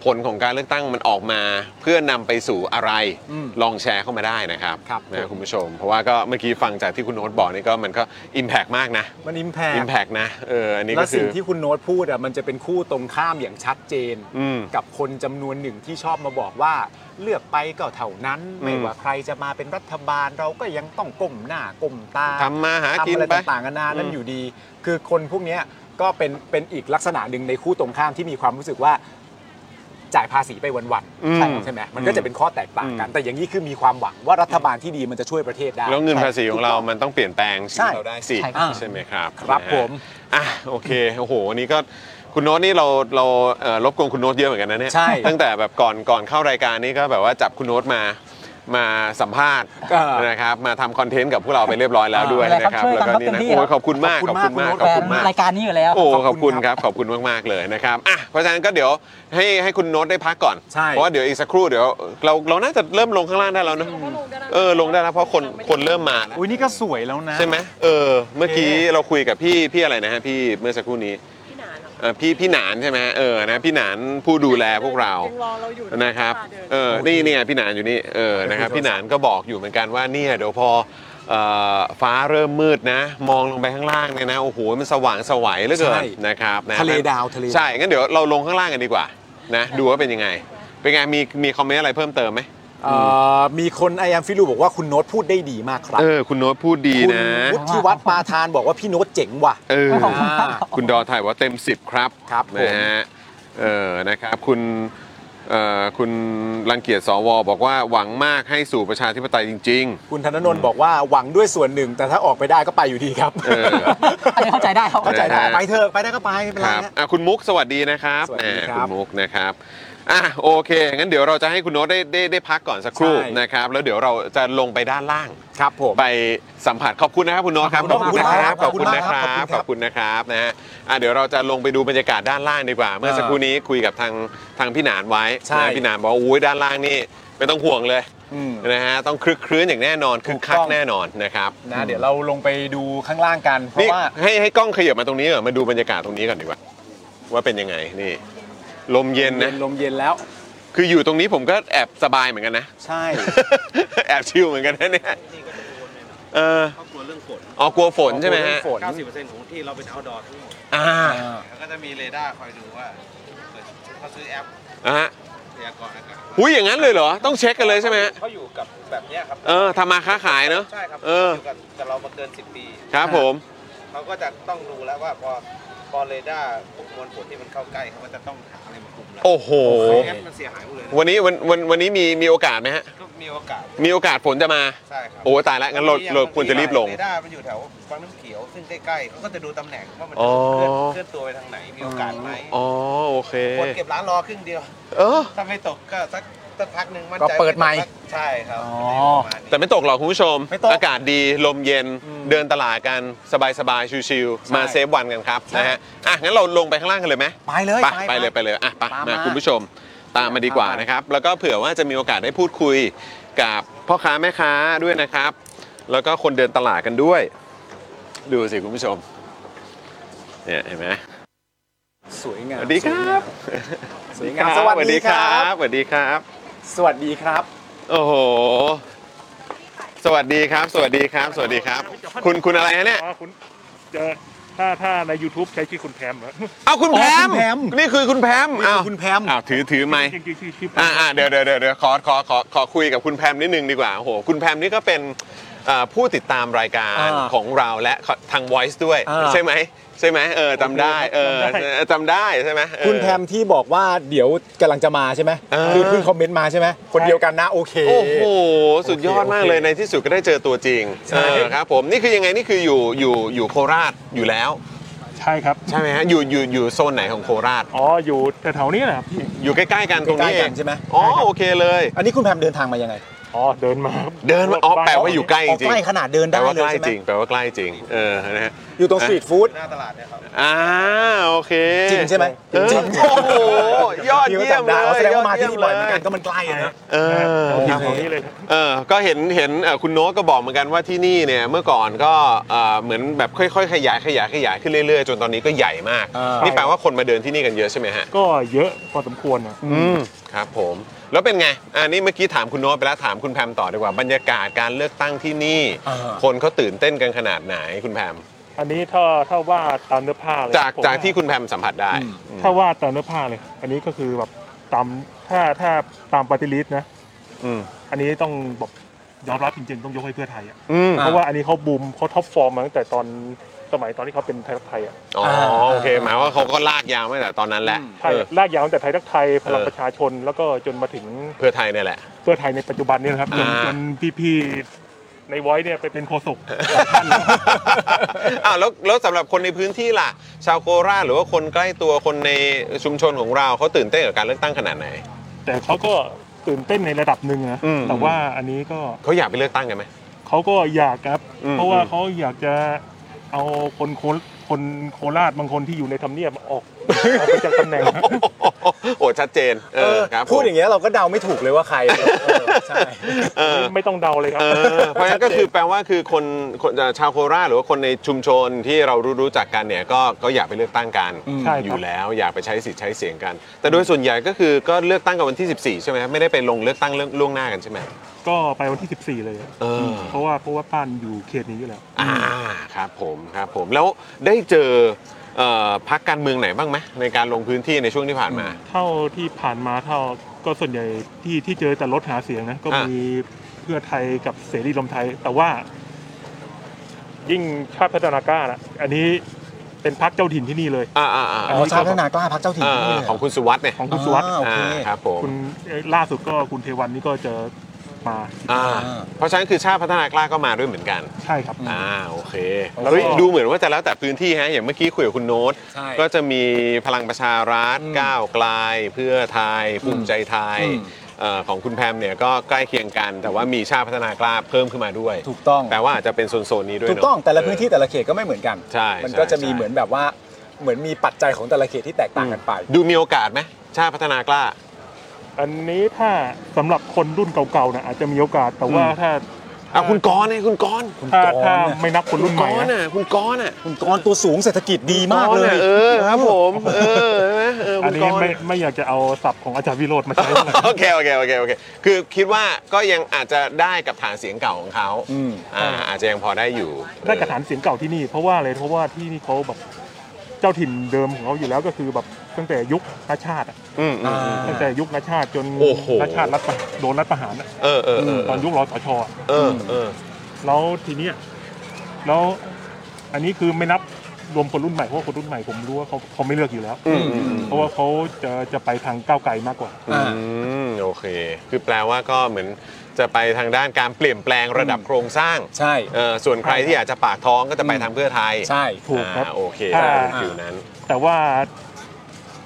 S1: ผลของการเลือกตั้งมันออกมา เพื่อนำไปสู่อะไร
S2: อืม
S1: ลองแชร์เข้ามาได้นะครับ
S2: ครับผม
S1: นะคุณผู้ชม เพราะว่าก็เมื่อกี้ฟังจากที่คุณโน้ตบอกนี่ก็มันก็อิมแพกมากนะ
S2: มันอิมแพ
S1: อิมแพกนะเอออันนี้
S2: และ
S1: ก็คื
S2: สิ่ง
S1: อ
S2: ที่คุณโน้ตพูดอ่ะมันจะเป็นคู่ตรงข้ามอย่างชัดเจน
S1: อืม
S2: กับคนจำนวนหนึ่งที่ชอบมาบอกว่า เลือกไปก็เท่านั้น ไม่ว่าใครจะมาเป็นรัฐบาลเราก็ยังต้องก้มหน้าก้มตา
S1: ทำมาหากิ
S2: ทำ
S1: น
S2: อะไร
S1: ไป
S2: ต่างๆนานานั่น
S1: อืม
S2: อยู่ดี คือคนพวกเนี้ยก็เป็นเป็นอีกลักษณะหนึ่งในคู่ตรงข้ามที่มีความรู้สึกว่าจ่ายภาษีไปวัน
S1: อืม
S2: ๆใช่ไหมมันก็จะเป็นข้อแตกต่างกัน
S1: อืม
S2: แต่อย่างนี้คือมีความหวังว่ารัฐบาลที่ดีมันจะช่วยประเทศได้
S1: แล้วเงินภาษีของเรามันต้องเปลี่ยนแปลง
S2: ใช่
S1: สิ่งที่เราได้สิ
S4: ใช่ครับ
S1: ใช่ไหมครับ
S2: ครับ
S1: นะฮะ
S2: ผม
S1: อ่ะโอเคโอ้โหวันนี้ก็คุณโน้ตนี่เราเราเอ่อรบกวนคุณโน้ตเยอะเหมือนกันนะเนี่ย
S2: ใช่
S1: ตั้งแต่แบบก่อนก่อนเข้ารายการนี่ก็แบบว่าจับคุณโน้ตมามาสัมภาษณ์
S2: เออ
S1: นะครับมาทำคอนเทนต์กับพวกเราไปเรียบร้อยแล้ว
S2: อ่า
S1: ด้วย
S4: อะไรครับ
S1: นะครับ
S4: ช่วย
S1: แล้ว
S4: กันค
S1: ก็
S4: รับ
S1: นี่
S4: เต็ม
S1: นะ
S4: ที่
S1: โอ้
S4: ค
S1: ยข
S4: รับ
S1: อบคุณมาก
S2: ขอบคุณมากคุณโน้ต
S1: ขอบ
S4: แฟน
S1: คุณมาก
S4: รายการนี้อยู่แล้ว
S1: โอ้
S2: ขอบคุณ
S1: ขอบคุณ
S2: ครับ
S1: ครับขอบคุณมาก ๆ เลยนะครับอ่ะเพราะฉะนั้นก็เดี๋ยวให้ให้คุณโน้ตได้พักก่อน
S2: ใช่
S1: เพราะว่าเดี๋ยวอีกสักครู่เดี๋ยวเราเราน่าจะเริ่มลงข้างล่างได้แล้วนะ
S3: เราก็ลงได้แล้ว
S1: เออลงได้แล้วเพราะคนคนเริ่มมาแล้ว
S2: อุ้ยนี่ก็สวยแล้วนะ
S1: ใช่ไหมเออเมื่อกี้
S2: โอเค
S1: เราคุยกับพี่พี่อะไรนะฮะพี่เมื่อสักครู่นี้
S3: พี่หนานเหรอ
S1: เออพี่พี่หนานใช่ไหมเออนะพี่หนานผู้ดูแลพวกเรา
S3: ยังรอเราอยู่
S1: นะครับ
S3: เดิน
S1: เออ นี่เนี่ยพี่หนานอยู่นี่ เออ นะครับ พี่หนานก็บอกอยู่เหมือนกันว่าเนี่ยเดี๋ยวพอเอ่อฟ้าเริ่มมืดนะ มองลงไปข้างล่างเนี่ยนะ โอ้โห มันสว่างสวัยเหลือเกิน
S2: ใช่
S1: นะครับน
S2: ทะเลดาวทะเลดาว
S1: ใช่ งั้นเดี๋ยวเราลงข้างล่างกันดีกว่า นะ ดูว่าเป็นยังไง เป็นไง มี มีคอมเมนต์อะไรเพิ่มเติมไหม
S2: เอ่อมีคนไอแอมฟิลูบอกว่าคุณโน้ตพูดได้ดีมากครับ
S1: เออ คุณโน้ตพูดดี
S2: คุณ
S1: นะ
S2: วุฒิวัฒน์ปาทานบอกว่าพี่โน้ตเจ๋งว่ะ
S1: เออ
S2: ขอบคุณครับ
S1: คุณดอถ่ายว่าเต็ม 10 ครับ
S2: ครับผม
S1: นะฮะ เออ นะครับ คุณเอ่อคุณรังเกียจสวบอกว่าหวังมากให้สู่ประชาธิปไตยจริง ๆ
S2: คุณธนนท์บอกว่าหวังด้วยส่วนหนึ่ง แต่ถ้าออกไปได้ก็ไปอยู่ดีครับ
S1: เออ
S4: อันนี้เข้าใจได้ครับ
S2: เข้าใจได้
S1: นะฮะ
S2: ไปเถอะไปได้ก็ไปไม่เป็น
S1: ค
S2: ไร
S1: รับ
S2: นะ
S1: อ่ะคุณมุกสวัสดีนะครับ
S2: สวัสดีครับ
S1: อ่ะคุณมุกนะครับอ่ะโอเค งั้นเดี๋ยวเราจะให้คุณโน้ตได้ได้ได้พักก่อนสักครู่
S2: ใช่
S1: นะครับ แล้วเดี๋ยวเราจะลงไปด้านล่าง
S2: ครับผม
S1: ไปสัมผัสขอบคุณนะครับคุณโน้ตครับ
S2: ขอบคุณ
S1: นะ
S2: มากครั
S1: ครับ ขอบคุณนะ
S2: ขอบ
S1: ค
S2: คุณมากครั
S1: รับบ ขอบคุณนะครับนะฮะอ่ะเดี๋ยวเราจะลงไปดูบรรยากาศด้านล่างดีกว่า เมื่อสักครู่นี้คุยกับทางทางพี่หนานไว้
S2: ใช่
S1: นะพี่หนานบอกว่าอุ้ยด้านล่างนี่ไม่ต้องห่วงเลย
S2: อืม
S1: นะฮะต้องคลึกครื้นอย่างแน่นอนคึกคั
S2: ถูก
S1: ก
S2: ต้อง
S1: แน่นอนนะครับ
S2: นะเดี๋ยวเราลงไปดูข้างล่างกัน เพ
S1: นี่
S2: ราะว่า
S1: ให้ให้กล้องขยับมาตรงนี้เหรอนมาดูบรรยากาศตรงนี้ก่อนดีกว่าว่าเป็นยังไงนี่ ลมเย็น
S2: เย็
S1: นะ
S2: นลมเย็นแล้ว
S1: คืออยู่ตรงนี้ผมก็แอบสบายเหมือนกันนะ
S2: ใช่
S1: แอบชิลเหมือนกันนะเนี่ยเออ
S5: เขากลัวเรื่องฝน
S1: อ๋อกลัวฝนใช่ไหมฮะ
S2: ฝน
S5: 90%ของที่เราเป็น outdoor ทั้งหมด
S1: อ่า
S5: แล้วก็จะมีเรดาร์คอยดูว่าเกิดเขาซื้อแอป
S1: อ่ะฮะ
S5: พยากรณ์อากาศ
S1: หุยอย่างนั้นเลยเหรอ ต้องเช็คกันเลยใช่ไหมฮะ
S5: เขาอยู่กับแบบเนี้ยครับ
S1: เออทำมาค้าขายเนอะ
S5: ใช่ครับ
S1: เออ
S5: ยู่กับกับเรามาเกิน 10 ปี
S1: ครับผม
S5: เขาก็จะต้องดูแล้วว่าพอพอเรดาร์ปมวลผลที่มันเข้าใกล้เขาก็จะต้องหาอะไรมาคุมเรา
S1: โอ้โห
S5: ไม่งั้นมันเสียหายหมดเลยนะ
S1: วันนี้วันวันวันนี้มีมีโอกาสไหมฮะ
S5: ก็มีโอกาส
S1: มีโอกาสฝนจะมา
S5: ใช่ครับ
S1: โอ้ตายละงั้นเราเราควรจะรีบลง
S5: เรดาร์มันอยู่แถววังน้ำเขียวซึ่งใกล้ๆเขาก็จะดูตำแหน่งว่ามัน
S1: อ๋อ
S5: เคลื่อนเคลื่อนตัวไปทางไหนมีโอกาสไหม
S1: อ๋อโอเค
S5: คนเก็บร้านรอครึ่งเดียว
S1: เออ
S5: ถ้าไม่ตกก็สักสักพักหนึ่งมัน
S2: ก็
S5: ใจ
S2: เปิดใหม่
S5: ใช่ครับ
S2: อ๋อ
S5: ประมาณนี้
S1: แต่ไม่ตกหรอกคุณผู้ชม
S2: ไม่ตก
S1: อากาศดีลมเย็น
S2: อืม
S1: เดินตลาดกันสบายๆชิว
S2: ใช่
S1: ๆมาเซฟวันกันครับ
S2: ใช่
S1: นะฮะอ่ะงั้นเราลงไปข้างล่างกันเลยไหม
S2: ไปเลย
S1: ไป
S2: ไป
S1: ไปเลยไปเลยอ่ะไป
S2: ตาม
S1: มา
S2: มา
S1: คุณผู้ชมตามมาดีกว่า
S2: ตามไป
S1: นะครับ แล้วก็เผื่อว่าจะมีโอกาสได้พูดคุยกับพ่อค้าแม่ค้าด้วยนะครับ แล้วก็คนเดินตลาดกันด้วย ดูสิคุณผู้ชม เนี่ยเห็นไหม
S2: สวยงา
S1: ส
S2: ม
S1: วัสดีครับ
S2: สวยงามสวัสดีครับ
S1: สวัสดีครับ
S2: สวัสดีครับ
S1: โอ้โห สวัสดีครับ สวัสดีครับ สวัสดีครับ คุณคุณอะไรฮะเนี่ย
S6: อ๋อคุณเจอถ้าถ้าใน YouTube ใช้ชื่อคุณแพมเหรอ
S1: เอาคุณแพ
S2: อ๋อคุ
S1: ม
S2: ณแพม
S1: นี่คือคุณแพมอ้าว
S2: คุณแพม
S1: อ้าวถือถือไมค์
S6: จริงๆชื่อชื่อแพม
S1: อ่าอ่าเดี๋ยวเดี๋ยวเดยวเดี๋ยวขอขอขอขอคุยกับคุณแพมนิดนึงดีกว่าโอ้โหคุณแพมนี่ก็เป็นเอ่อผู้ติดตามรายการ
S2: อ่า
S1: ของเราและทาง Voice ด้วย
S2: อ่า
S1: ใช่ไหมใช่ไหมเออจำได้เออ
S6: จำได้
S1: จำได้ใช่ไหมเออ
S2: คุณแพมที่บอกว่าเดี๋ยวกำลังจะมาใช่ไหม
S1: เออ
S2: คือเพิ่งคอมเมนต์มาใช่ไหมคนเดียวกันนะโอเค
S1: โอ้โห สุดยอดมากเลย
S2: โอเค
S1: ในที่สุดก็ได้เจอตัวจริง
S2: ใช่
S1: เออครับผมนี่คือยังไงนี่คืออยู่อยู่อยู่โคราชอยู่แล้ว
S6: ใช่ครับ
S1: ใช่ไหมฮะอยู่อยู่อยู่โซนไหนของโคราช
S6: อ๋อ อยู่แถวๆนี้นะครับพี่
S1: อยู่ใกล้ๆกันตรงนี้
S2: ใกล้ๆ
S1: เอ
S2: กั
S1: ง
S2: นใช่ไหม
S1: อ๋อโอเคเลย
S2: อันนี้คุณแพมเดินทางมายังไง
S6: อ๋อ เดินมา
S1: เดินมาอ๋อแปลว่าอยู่ใกล้จ
S2: ออก
S1: ริง
S2: ใกล้ขนาดเดิน
S1: ๆแปล
S2: ได้
S1: ว่า
S2: เลย
S1: ใกล้
S2: ใช่ไหม
S1: จริงแปลว่าใกล้จริงเออนะฮะ
S2: อยู่ตรงสตรีทฟู้ด
S5: หน้าตลาดเนี่ยครับ
S1: อ่าโอเค
S2: จริงใช่ไหม
S1: เออ
S2: จริง
S1: โอ้โหยอด
S2: พี่ก็
S1: เยี่ยม
S2: จำได้
S1: เลย
S2: เขาแสดงว่ามาที่นี่บ่อยเหมือนกัน
S1: น
S2: ก็มันใกล้อะนะ
S1: เออ
S6: แถ
S1: ครับ
S6: วๆนี้เลยครับ
S1: เออก็เห็นเห็นเอ่อคุณโน้ตก็บอกเหมือนกันว่าที่นี่เนี่ยเมื่อก่อนก็เอ่อเหมือนแบบค่อยๆ ขยายขยายขยายขึ้นเรื่อยๆ จนตอนนี้ก็ใหญ่มาก
S2: อ่านี่
S1: นี่แปลว่าคนมาเดินที่นี่กันเยอะใช่ไหมฮะ
S6: ก็เยอะพอสมควรนะ
S1: อืมครับผม แล้วเป็นไงอันนี้เมื่อกี้ถามคุณโน้ตไปแล้วถามคุณแพมต่อดีกว่าบรรยากาศการเลือกตั้งที่นี่
S2: อ่า
S1: คนเขาตื่นเต้นกันขนาดไหนคุณแพม
S6: อันนี้ถ้าถ้าว่าตามเนื้อผ้าเลย
S1: จาก
S6: ผม
S1: จากที่คุณแพมสัมผัสได้
S6: ถ้าว่าตามเนื้อผ้าเลย อันนี้ก็คือแบบตามถ้าถ้าตามปฏิริษนะ
S1: อืม
S6: อันนี้ต้องบอกยอมรับจริงๆ ต้องยกให้เพื่อไทยอะ
S1: อืม
S6: เพราะว่าอันนี้เขาบูมเขาท็อปฟอร์มมาตั้งแต่ตอนสมัยตอนที่เขาเป็นไทยรักไทยอะ
S1: อ๋ออา โอเคหมายว่าเขาก็ลากยาวไม่แต่ตอนนั้นแหละ
S6: ใช่
S1: เออ
S6: ลากยาวตั้งแต่ไทยรักไทยพลัง
S1: เออ
S6: ประชาชนแล้วก็จนมาถึง
S1: เพื่อไทยเนี่ยแหละ
S6: เพื่อไทยในปัจจุบันเนี่ยนะครับจน
S1: อ่า
S6: จนพี่ๆในไว้เนี่ยไปเป็นโฆษก
S1: อ้าวแล้วแล้วสำหรับคนในพื้นที่ล่ะ ชาวโคราชหรือว่าคนใกล้ตัวคนในชุมชนของเราเขาตื่นเต้นกับการเลือกตั้งขนาดไหน
S6: แต่เขาก็ตื่นเต้นในระดับหนึ่งนะ
S1: อืม
S6: แต่ว่าอันนี้ก็
S1: เขาอยากไปเลือกตั้งกันไหม
S6: เขาก็อยากครับ
S1: อืม
S6: เพราะว่าเขาอยากจะเอาคนโคคนโคราชบางคนที่อยู่ในทำเนียบออก ออกไปจากตำแหน่งนะ
S1: โอ้ชัดเจนเออครับ
S2: พูดอย่างเงี้ยเราก็เดาไม่ถูกเลยว่าใครเออใช่
S1: เออ
S6: ไม่ต้องเดาเลยครับ
S1: เออเพราะฉะนั้นก็คือแปลว่าคือคนคนเอ่อชาวโคราชหรือว่าคนในชุมชนที่เรารู้รู้จักกันเนี่ยก็ก็อยากไปเลือกตั้งกัน
S6: ใช่ครับ
S1: อยู่แล้วอยากไปใช้สิทธิ์ใช้เสียงกัน แต่โดยส่วนใหญ่ก็คือก็เลือกตั้งกันวันที่ 14 ใช่ไหมครับไม่ได้ไปลงเลือกตั้งเรื่องล่วงหน้ากันใช่ไหม
S6: ก็ไปวันที่ 14 เลยอะ
S1: เออ
S6: เพราะว่าเพราะว่าป้านอยู่เขตนี้อยู่แล้ว
S1: อ่าครับผมครับผมแล้วได้เจอเอ่อพักการเมืองไหนบ้างไหมในการลงพื้นที่ในช่วงที่ผ่านมา
S6: เท่าที่ผ่านมาเท่าก็ส่วนใหญ่ที่ที่เจอแต่รถหาเสียงนะก็
S1: อ่ามี
S6: มีเพื่อไทยกับเสรีรวมไทย แต่ว่า ยิ่งชาติพัฒนากล้านะอันนี้เป็นพักเจ้าถิ่นที่นี่เลย
S1: อ่าอ่าอ่า
S2: อ๋อชาติพัฒนากล้าพักเจ้าถิ่น
S1: อ่า
S2: ที่นี่เลยเหร
S1: ของคุณสุวัสด์เนี่ย
S6: ของคุณสุวัสด์
S2: อ่าโอเค
S1: อ่าครับผม
S6: คุณเอ่อล่าสุดก็คุณเทวันนี่ก็เจอมา
S1: อ่า
S2: อ่า
S1: เพราะฉะนั้นคือชาติพัฒนากล้าก็มาด้วยเหมือนกัน
S6: ใช่ครับ
S1: อ่าโอเค
S2: แล้วก็
S1: เฮ้ยดูเหมือนว่าจะแล้วแต่พื้นที่ฮะอย่างเมื่อกี้คุยกับคุณโน้ต
S2: ใช่
S1: ก็จะมีพลังประชารัฐ
S2: อืม
S1: ก้าวไกลเพื่อไทยภูมิใจไทย
S2: อืม
S1: เอ่อของคุณแพมเนี่ยก็ใกล้เคียงกัน แต่ว่ามีชาติพัฒนากล้าเพิ่มขึ้นมาด้วย
S2: ถูกต้อง
S1: แปลว่าอาจจะเป็นโซนๆนี้ด้วย
S2: ถูก
S1: เนะ
S2: ต้องแต่ละพื้นที่แต่ละเขตก็ไม่เหมือนกัน
S1: ใช่
S2: มันก็
S1: ใช่
S2: จะมี
S1: ใช่
S2: เหมือนแบบว่าเหมือนมีปัจจัยของแต่ละเขตที่แตกต่างกันไป
S1: ดูมีโอกาสไหมชาติพัฒนากล้า
S6: อันนี้ถ้าสำหรับคนรุ่นเก่าๆนะอาจจะมีโอกาสแต่ว่า
S2: อืม
S6: ถ้า
S1: อ่ะคุณกรณ์เนี่ย คุณกรณ์
S2: คุณ
S6: ถ้าก
S2: รณ์
S6: ถ้า
S2: เนี่ย
S6: ไม่นับคนรุ่นใหม่
S1: คุณกรณ์
S6: นะ
S1: อ่ะคุณกรณ์อ่ะ
S2: คุณกรณ์ตัวสูงเศรษฐกิจดีมากเลย
S1: คุณรณ์อ่ะเออครับผมเออใช่ไหมเออ
S6: อั
S1: คุ
S6: น
S1: ณ
S6: นี้
S1: กรณ์
S6: ไม่
S1: อ่ะ
S6: ไม่อยากจะเอาศัพท์ของอาจารย์วิโรธมา ใช้เท่าไหร่
S1: โอเคโอเคโอเคโอเคคือคิดว่าก็ยังอาจจะได้กับฐานเสียงเก่าของเขา
S2: อืม
S1: อ่าอาจจะยังพอได้อยู่
S6: ได้จากฐานเสียงเก่าที่นี่เพราะว่าอะไรเพราะว่าที่นี่เขาแบบเจ้าถิ่นเดิมของเขาอยู่แล้วก็คือแบบตั้งแต่ยุคนาชาติอะ
S1: อืมอืม
S6: ตั้งแต่ยุคนาชาติจน
S1: โอ้โห
S6: นาชาติรัฐประโดนรัฐประหารอะ
S1: เออเออเออ
S6: ตอนยุครอสชอะ
S1: เออเออ
S6: แล้วทีเนี้ยแล้วอันนี้คือไม่นับรวมคนรุ่นใหม่เพราะว่าคนรุ่นใหม่ผมรู้ว่าเขาเขาไม่เลือกอยู่แล้ว
S1: อืมอืม
S6: เพราะว่าเขาจะจะไปทางก้าวไกลมากกว่า
S1: อืมโอเค คือแปลว่าก็เหมือนจะไปทางด้านการเปลี่ยนแปลงระดับโครงสร้าง
S2: ใช่
S1: เออส่วนใครที่อยากจะปากท้องก็จะไปทางเพื่อไทย
S2: ใช่
S6: ถูกครับ
S1: อ่าโอเค
S6: ถ้า
S1: เป็นฟิวนั้น
S6: แต่ว่า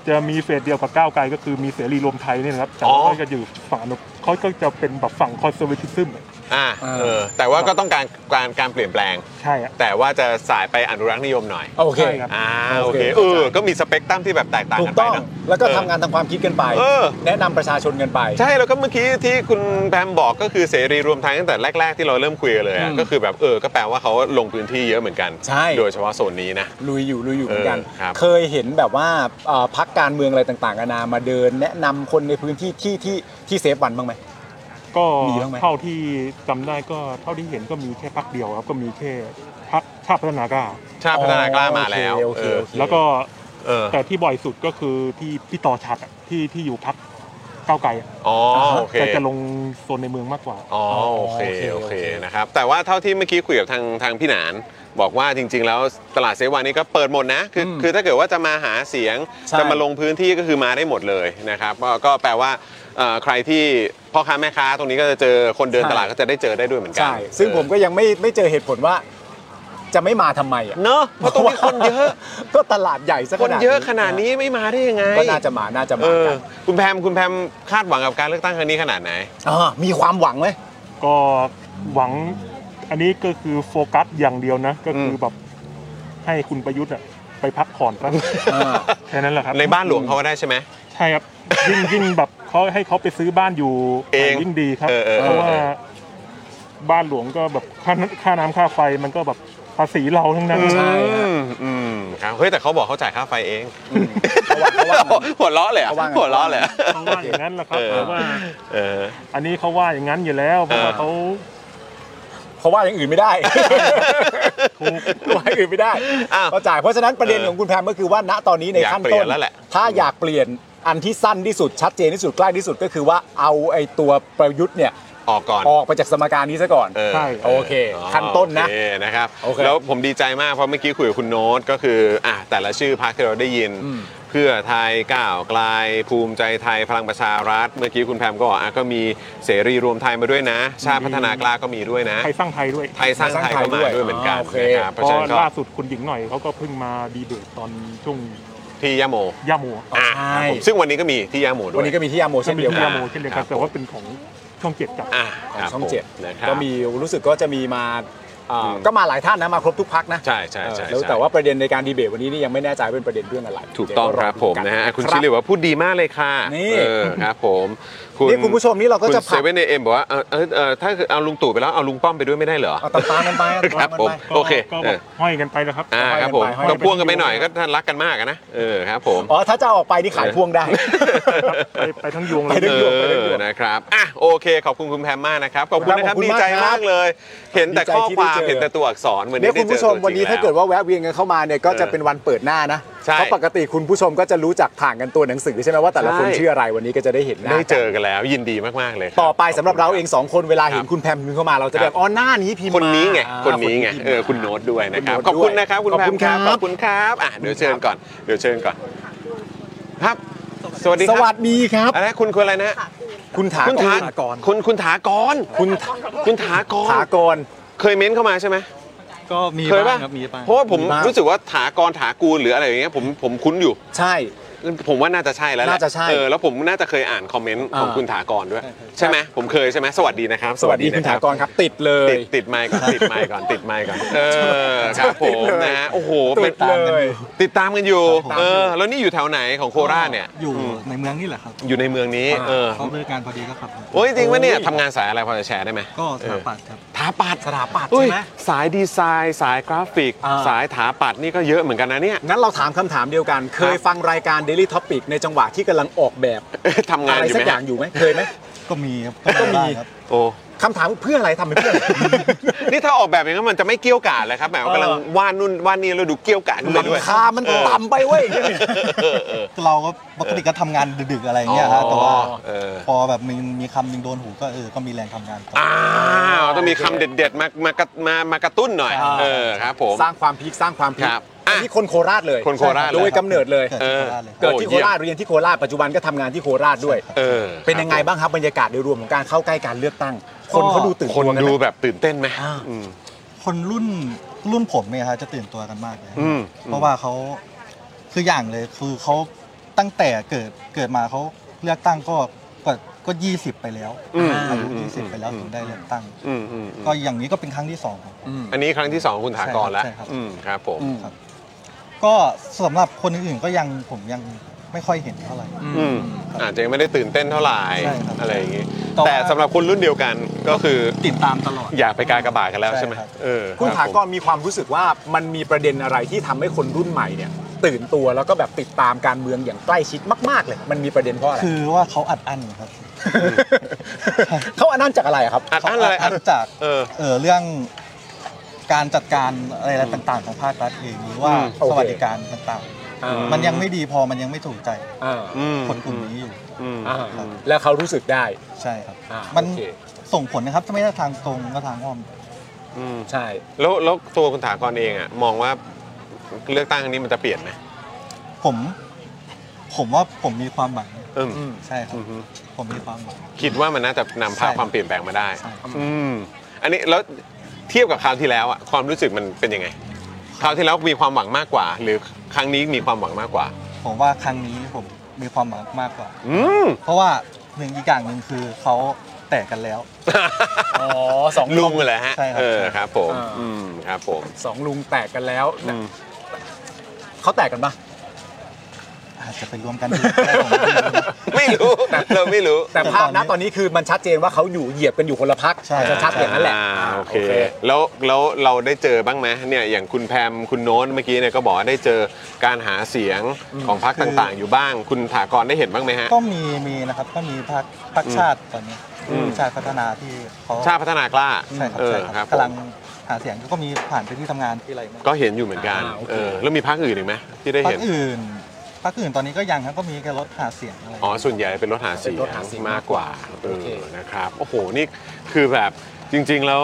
S6: จะมีเฟสเดียวกับก้าวไกลก็คือมีเสรีรวมไทยเนี่ยนะครับแต่ว่า
S1: อ๋อ
S6: เขาจะอยู่ฝั่งอนุเขาก็จะเป็นแบบฝั่งคอนเซอร์วทิซึม
S1: อ่า
S2: อ่า
S1: เออแต่ว่าก็ต้องการการการเปลี่ยนแปลง
S6: ใช่อะ
S1: แต่ว่าจะสายไปอนุรักษ์นิยมหน่อย
S2: โอเค
S6: ใช่ครับ
S1: อ่า
S2: โอ
S1: โอ
S2: เค
S1: เคเออก็มีสเปกตรัมที่แบบแตกต่าง
S2: ถู
S1: กั
S2: ก
S1: นไป
S2: ต้อง
S1: เนอะ
S2: แล้วก็
S1: เออ
S2: ทำงานทางความคิดกันไป
S1: เออ
S2: แนะนำประชาชนกันไป
S1: ใช่แล้วก็เมื่อกี้ที่คุณแพมบอกก็คือเสรีรวมไทยตั้งแต่แรก ๆ ที่เราเริ่มคุยกันเลยอะ
S2: อืม
S1: ก็คือแบบเออก็แปลว่าเขาลงพื้นที่เยอะเหมือนกัน
S2: ใช่
S1: โดยเฉพาะโซนนี้นะ
S2: ลุยอยู่ลุยอยู่เหมือนกัน
S1: เออครับ
S2: เคยเห็นแบบว่าเอ่อพักการเมืองอะไรต่างๆนานามาเดิน แนะนำคนในพื้นที่ที่ที่ที่เซฟวันบ้างไหม
S6: ก็
S2: มีบ้างไหม
S6: เท่าที่จำได้ก็เท่าที่เห็นก็มีแค่พักเดียวครับ ก็มีแค่พักชาติพัฒนากล้า
S1: ชาติพัฒนากล้ามาแล้ว
S2: โอเค
S1: เออ
S2: โอเค
S6: แล้วก็
S1: เออ
S6: แต่ที่บ่อยสุดก็คือที่พี่ต่อชัดอะที่ที่อยู่พักก้าวไกลอะ
S1: อ๋อโอเค
S6: จะจะลงโซนในเมืองมากกว่า
S1: อ๋อโอเค
S2: โอ
S1: โอ
S2: เค
S1: เค
S2: โอเค
S1: นะครับแต่ว่าเท่าที่เมื่อกี้คุยกับทางทางพี่หนาน บอกว่าจริง ๆ แล้วตลาดเซวานี่ก็เปิดหมดนะคือ
S2: อืม
S1: คือถ้าเกิดว่าจะมาหาเสียง
S2: ใช่
S1: จะมาลงพื้นที่ก็คือมาได้หมดเลยนะครับก็ก็แปลว่าเอ่อใครที่พ่อค้าแม่ค้าตรงนี้ก็จะเจอคนเดินตลาดก็จะได้เจอได้ด้วยเหมือนกั
S2: ใช่ ซึ่งผมก็ยังไม่ไม่เจอเหตุผลว่า จะไม่มาทำไมอ่ะ
S1: เนอะเพราะตรงนี้คนเยอะ
S2: ก็ตลาดใหญ่ซะข
S1: คน
S2: นาด
S1: เยอะขนาดนี้ไม่มาได้ยังไง
S2: ก็น่าจะมาน่าจะ
S1: เอ
S2: มา
S1: อ
S2: กัน
S1: คุณแพมคุณแพมคาดหวังกับการเลือกตั้งครั้งนี้ขนาดไหน
S2: อ๋อมีความหวังไหม
S6: ก็หวังอันนี้ก็คือโฟกัสอย่างเดียวนะ ก็คืออ
S1: ม
S6: แบบให้คุณประยุทธ์อะไปพักผ่อนครับ
S2: อ่า
S6: แค่นั้นแหละครับ
S1: ในบ้านหลวงเขาก็ได้ใช่ไหม
S6: ใช่ครับยิ่งยิ่งแบบเขาให้เขาไปซื้อบ้านอยู่
S1: เอง
S6: ยิ่งดีครับ
S1: เออเออเออ
S6: ราะว่าบ้านหลวงก็แบบค่าน้ำค่าน้ำค่าไฟมันก็แบบภาษีเราทั้งนั้น
S2: ใช่ฮะ
S1: อืมอืมครับเฮ้ยแต่เขาบอกเขาจ่ายค่าไฟเอง
S2: เขาว่าเขาว่างั้น
S1: หัวเราะเลยอะ
S2: เขาว่างั้น
S1: หัวเราะเลยอะ
S6: เขาว่าอย่างนั้นแหละครับ
S1: เออ
S6: แต่ว่า
S1: เออ
S6: อันนี้เขาว่าอย่างนั้นอยู่แล้วเพราะว่า
S1: เออ
S6: เขา
S2: เพราะว่าอย่างอื่นไม่ ได้
S6: ถูก
S2: เพราะว่าอย่างอื่นไม่ได้
S1: อ้าว
S2: เข้าใจเพราะฉะนั้นประเด็น
S1: เออ
S2: ของคุณแพมก็คือว่าณตอนนี้ใน
S1: อยาก
S2: ขั้น
S1: เปลี่
S2: ต้
S1: ย
S2: น
S1: นแล้วแหละ
S2: ถ้าอยากเปลี่ยนอันที่สั้นที่สุดชัดเจนที่สุดใกล้ที่สุดก็คือว่าเอาไอ้ตัวประยุทธ์เนี่ย
S1: ออกก่อน
S2: ออกไปจากสมการนี้ซะก่อน
S1: เออ
S6: ใช่
S2: โอเคขั้นต้นนะ
S1: โอเคนะครับ
S2: โอเค
S1: แล้วผมดีใจมากเพราะเมื่อกี้คุยกับคุณโน้ตก็คืออ่ะแต่ละชื่อพรรคที่เราได้ยิน
S2: อืม
S1: เพื่อไทยก้าวไกลภูมิใจไทยพลังประชารัฐ เมื่อกี้คุณแพมก็บอกอ่ะก็มีเสรีรวมไทยมาด้วยนะ ชาติพัฒนากล้าก็มีด้วยนะ
S6: ไทยสร้างไทยด้วย
S1: ไทยสร้างไทยก็มาด้วยเหมือนกัน
S2: โอเค
S1: นะครับเพราะ
S6: เพ
S1: ฉะ
S6: ราะ
S1: นั้นก็
S6: ล่าสุดคุณหญิงหน่อยเขาก็เพิ่งมาดีเบตตอนช่วง
S1: ที่ยะโม
S6: ย่าโม
S1: อ่ะ
S2: ใช่
S1: ครับผมซึ่งวันนี้ก็มีที่ยะโมด้วย
S2: วันนี้ก็มีที่ยาโม
S6: ก็
S2: เช่น
S6: มี
S2: เดียว
S6: ที่
S2: กัน
S6: ย่าโมเช่นเดียวกันแต่ว่าเป็นของช่องเจ็ดกับ
S1: อ่ะ
S2: ของช่อง
S1: ครับผม
S2: เจ็ด
S1: นะครับ
S2: ก็มีรู้สึกก็จะมีมาอ่า
S1: อืม
S2: ก็มาหลายท่านนะมาครบทุกพักนะ
S1: ใช่ใช่ใช่
S2: เออแล้ว
S1: ใช่
S2: แต่ว่าประเด็นในการดีเบตวันนี้นี่ยังไม่แน่ใจเป็นประเด็นเรื่องอะไร
S1: ถูกต้อง
S2: เดี๋ยว
S1: ครับ
S2: ดู
S1: ผม
S2: กั
S1: นะฮะคุณชิลิวว่าพูดดีมากเลยค่ะ
S2: นี่
S1: เออครับผม
S2: นี่คุณผู้ชมนี่เราก็
S1: คุณ
S2: จะ
S1: เซ
S2: ผัก
S1: เว่นเอ็มบอกว่าเออเออเออถ้าเอาลุงตู่ไปแล้วเอาลุงป้อมไปด้วยไม่ได้เหรอ
S2: เอาตามตามกันไปเอา
S1: ค
S2: ตา
S1: รับ
S2: มกัน
S1: ผม
S2: ไป
S1: โอเค
S6: ก็
S1: เอ
S6: แบ
S1: อบ
S6: ห้อยกันไปนะครับ
S1: อ่า
S2: ห้อยกันไป
S1: ครับผม
S2: ห้อยกันไป
S1: ก็พ่วงกันไปหน่อยก็ท่านรักกันมากอะนะเออครับผม
S2: อ๋อถ้าจะเอาออกไปนี่ขายพ่วงได้
S6: ไปไปทั้งยวงเลย
S2: ไปทั้งยวง
S1: เออนะครับอ่ะโอเค ขอบคุณคุณแพมมากนะครับขอบคุณนะค
S2: ขอ
S1: รับบ
S2: คุณ
S1: ดี
S2: มาก
S1: ใจ
S2: ครับ
S1: มากเลย เห็นแต่
S2: ดีใจ
S1: ข้อ
S2: ที่
S1: ค
S2: ได้
S1: วาม
S2: เจอ
S1: เห็นแต่ตัวอักษรวัน
S2: เนี่
S1: นี้
S2: ยคุณ
S1: ได้เจ
S2: ผู้
S1: อ
S2: ชม
S1: ตัว
S2: วัน
S1: จริ
S2: นี้
S1: ง
S2: ถ้า
S1: แล้ว
S2: เกิดว่าแวะเวียนกันเข้ามาเนี่ยก็จะเป็นวันเปิดหน้านะ
S1: ใช่
S2: เพราะปกติคุณผู้ชมก็จะรู้จักผ่านกันตัวหนังสือใช่ไหมว่าแต่ละคน
S1: ใช่
S2: ชื่ออะไรวันนี้ก็จะได้เห็นหน้า
S1: ได้เจอ
S2: กัน
S1: กันแล้วยินดีมากๆเลยคบ
S2: ต่อไปสำหรับเราเองสองคนเวลาเห็น
S1: ครับ
S2: คุณแพมพิมพ์เข้ามาเราจะแบบอ๋อหน้านี้พิมพ์
S1: คนนี้ไง
S2: มาอ่า
S1: คนนี้ไง
S2: พิมพ์
S1: เออ
S2: มา
S1: คุณโน้ตด้วยนะครับ
S2: คุณโน้ต
S1: ขอบคุณนะครับ คุณ
S2: ด้วย
S1: แพ
S2: ขอบ
S1: ม
S2: คุณครับ
S1: ขอบคุณครับ อ่ะ เดี๋ยวเชิญก่อน เดี๋ยวเชิญก่อน ครับ สวัสดี
S2: ส
S1: ค
S2: วั
S1: รับ
S2: สดีครับ
S1: อะไรคุณคุณอะไรนะ
S2: คุณถา
S1: คุณถา
S2: ก่อน
S1: คุณคุณถากร
S2: คุณ
S1: คุณถากร
S2: ถากร
S1: เคยเม้นเข้ามาใช่ไหม
S7: ก็มี
S1: เคย
S7: บ้า
S1: ป่ะ
S7: งครับมีบ้าง
S1: เพราะว่าผม
S2: มีบ้าง
S1: รู้สึกว่าถากรถากูลหรืออะไรอย่างเงี้ย ผมผมคุ้นอยู่
S2: ใช่
S1: ผมว่าน่าจะใช่แล้วแหล
S2: น่าจะใช่
S1: เออ แล้วผมน่าจะเคยอ่านคอมเมนต์ของ
S2: อ่า
S1: คุณถากรด้วย ใช่ไหมผมเคยใช่ไหมสวัสดีนะครับ
S2: สวัสดีคุณ
S1: นะ
S2: ถา
S1: รับ
S2: กรครับ ติดเลย
S1: ติดติดไมค์ก่อนติดไมค์ก่อนติดไมค์ก่อนเออครับผ
S2: ติด
S1: ม
S2: เลย
S1: นะฮะโอ้โห
S2: ติ
S1: เป็
S2: ด
S1: น
S2: เลย
S1: ติดตามกันอยู่
S2: ติดตามอยู่
S1: เออ แล้วนี่อยู่แถวไหนของโคราชเนี่ย
S7: อยู่
S1: อืม
S7: ในเมืองนี่แหละครับ
S1: อยู่ในเมืองนี้ เออ
S7: เข้าบริการพอดีก็ขับมา
S1: โอ้ยจริงวะเนี่ยทำงานสายอะไรพอจะแชร์ได้ไหม
S7: ก็สถาปัตย์ครับ
S1: ถาปัด
S2: สถาปัตย์
S1: เอ้
S2: ใช่
S1: ย
S2: ไหม
S1: สายดีไซน์ สายกราฟิก
S2: อ่า
S1: สายถาปัดนี่ก็เยอะเหมือนกันนะเนี่ย
S2: งั้นเราถามคำถามเดียวกัน เคยฟังรายการ Daily Topic ในจังหวะที่กำลังออกแบบ
S1: ทำงา
S2: อะ
S1: น
S2: ไร
S1: อยู่
S2: สัก
S1: ไหม
S2: อย่างอยู่ไหม เคยไหม
S7: ก็มีครับ
S2: ก็มี
S7: ครับ
S1: โอ้
S2: คำถามเพื่ออะไรทำไปเพื่ออะไร
S1: นี่ถ้าออกแบบอย่างนั้นมันจะไม่เกี่ยวกาดเลยครับแหมว่า
S2: เออ
S1: กำลังวาดนู่นวาดนี่แล้วดูเกี่ยวกาดขึ้นไปด้วย
S2: คามันต่ำไปเว้ย
S7: เราก็ปกติก็ทำงานดึกๆอะไรอย่างเงี้ยครับแต่ว่า
S1: เออ
S7: พอแบบมีมีคำหนึ่งโดนหูก็เออก็มีแรงทำงานต่ออ
S1: อ้าวต้องมีคำเด็ดๆมามากระมามากระตุ้นหน่อย
S2: อ่า
S1: เออครับผม
S2: สร้างความพีคสร้างความพีค
S1: ครับ
S2: อันนี้คนโคราชเลย
S1: คนโคราชเลย
S2: โดยกำเนิดเลย
S7: เกิด
S1: เอ
S7: ที่
S2: เกิดที่
S1: อ
S7: โคราชเลยครับ
S2: โคราชเรียนที่โคราชปัจจุบันก็ทำงานที่โคราชด้วย
S1: เออ
S2: เป็นยังไงบ้างครับบรรยากาศโดยรวมของการเข้าใกล้การเลือกตั้ง คนเขาดูตื่น
S1: คน
S2: ตัวกัไหม
S1: ดูแบบตื่นเต้นไหม
S2: อ่า
S1: อืม
S7: คนรุ่นรุ่นผมเนี่ยครับจะตื่นตัวกันมากเลย
S1: อืม
S7: เพราะว่าเขาคืออย่างเลยคือเขาตั้งแต่เกิดเกิดมาเขาเลือกตั้งก็ ก็ก็ยี่สิบไปแล้ว
S1: อืม
S7: อายุ
S1: อืม
S7: ยี่สิบไปแล้ว
S1: อืม
S7: ถึงได้เลือกตั้ง
S1: อืมอืมอืม
S7: ก็อย่างนี้ก็เป็นครั้งที่สองครับ
S1: อันนี้ครั้งที่สองคุณถากรแล้ว
S7: ใช่ครับ
S1: อืมครับผม
S7: ครับก็สำหรับคนอื่นๆก็ยังผมยังไม่ค่อยเห็นเท่าไหร่
S1: อืมอาจจะยังไม่ได้ตื่นเต้นเท่าไหร่
S7: ใช่ครับ
S1: อะไรอย่างนี้
S7: แต่ว่า
S1: แต่สำหรับคนรุ่นเดียวกันก็คือ
S7: ติดตามตลอด
S1: อยากไปกากระบาดกันแล้วใช่ไหม
S7: ใช่ครับ
S1: เออ
S2: คุณถา
S1: รับ
S2: ก
S1: ผม
S2: รมีความรู้สึกว่ามันมีประเด็นอะไรที่ทำให้คนรุ่นใหม่เนี่ยตื่นตัวแล้วก็แบบติดตามการเมืองอย่างใกล้ชิดมากๆเลย มันมีประเด็นเพราะอะไร
S7: คือว่าเขาอัดอั้นครับ
S2: เขาอันนั้นจากอะไรครับ
S1: อัดอั้นอะไร
S7: เขาอัดอั้นจาก
S1: เออ
S7: เออเรื่องการจัดการอะไรต่างๆของภาครัฐเองหรือว่า
S1: อืม
S2: โอเค
S7: สวัสดิการต่าง
S2: อ่า
S7: ๆ มันยังไม่ดีพอมันยังไม่ถูกใจ
S2: อ่า
S1: อืม
S7: คนกลุ่มนี้อยู่
S1: อืม
S2: อ่าแล้วเขารู้สึกได้
S7: ใช่ครับ
S2: อ่า
S7: มัน
S2: โอเค
S7: ส่งผลนะครับไม่ได้ทางตรงก็ทางอ้อม
S1: อืม
S2: ใช่
S1: แล้วแล้วตัวคุณถากรเองอ่ะมองว่าเลือกตั้งอันนี้มันจะเปลี่ยนไหม
S7: ผม ผมว่าผมมีความหวัง
S1: อืม
S7: ใช่ครับ
S1: อือฮึ
S7: ผมมีความหวัง
S1: คิดว่ามันน่าจะนำพา
S7: ใช่
S1: ความเปลี่ยนแปลงมาได้
S7: ใช่ครับ
S1: อืมอันนี้แล้วเทียบกับคราวที่แล้วอ่ะความรู้สึกมันเป็นยังไงคราวที่แล้วมีความหวังมากกว่า หรือครั้งนี้มีความหวังมากกว่า
S7: ผมว่าครั้งนี้ผมมีความหวังมากกว่า
S1: อืม
S7: เพราะว่าหนึ่งอีกอย่างหนึ่งคือเขาแตกกัน แล้ว
S2: อ๋อสอง
S1: ลุงเหรอฮะ
S7: ใช่ครับ
S1: เออครับผม
S2: อ่า
S1: อืมครับผม
S2: สองลุงแตกกันแล้ว
S1: อืม
S2: เขาแตกกันปะ
S7: อาจจะไปรวมกันอีก
S1: ไม่รู้เราไม่รู้
S2: แต่ภาพนะตอนนี้คือมันชัดเจนว่าเขาอยู่เหยียบกันอยู่คนละพัก
S7: ใช่
S2: จะชัดอย่างนั้นแหละ
S1: อ่าโอเค
S2: า
S1: แล้วแล้วเราได้เจอบ้างไหมเนี่ยอย่างคุณแพมคุณโน้นเมื่อกี้เนี่ยก็บอกว่าได้เจอการหาเสียงของพรรคต่างๆ อยู่บ้าง คุณถากรได้เห็นบ้างไหมฮะ
S7: ก็มีมีนะครับ ก็มีพรรคพรรคชาติตอนนี้
S1: อืม
S7: ชาติพัฒนาที่เขา
S1: ชาติพัฒนากล้า
S7: ใช่ครับ
S1: เออ
S7: ใช่
S1: ค
S7: ค
S1: รั
S7: รั
S1: บบ ผม
S7: กำลังหาเสียงก็มีผ่านไปที่ทำงานที่อะไร
S1: ก็เห็นอยู่เหมือนกัน
S2: อ่าโอเค
S1: เออแล้วมีพรรคอื่นอีกไหมที่ได้
S7: พรร
S1: เห็น
S7: คอื่นพรรคอื่นตอนนี้ก็ยังครับก็มีการลดหาเสียงอะไร
S1: อ๋อส่วนใหญ่เป็นรถหาเสีย
S2: เป็นรถหาเสีย
S1: งมาม
S2: งาก ก
S1: ก
S2: ก
S1: ว่า
S2: ว่า
S1: เอ
S2: โอ
S1: อ
S2: เค
S1: นะครับโอ้โหนี่คือแบบจริง ๆแล้ว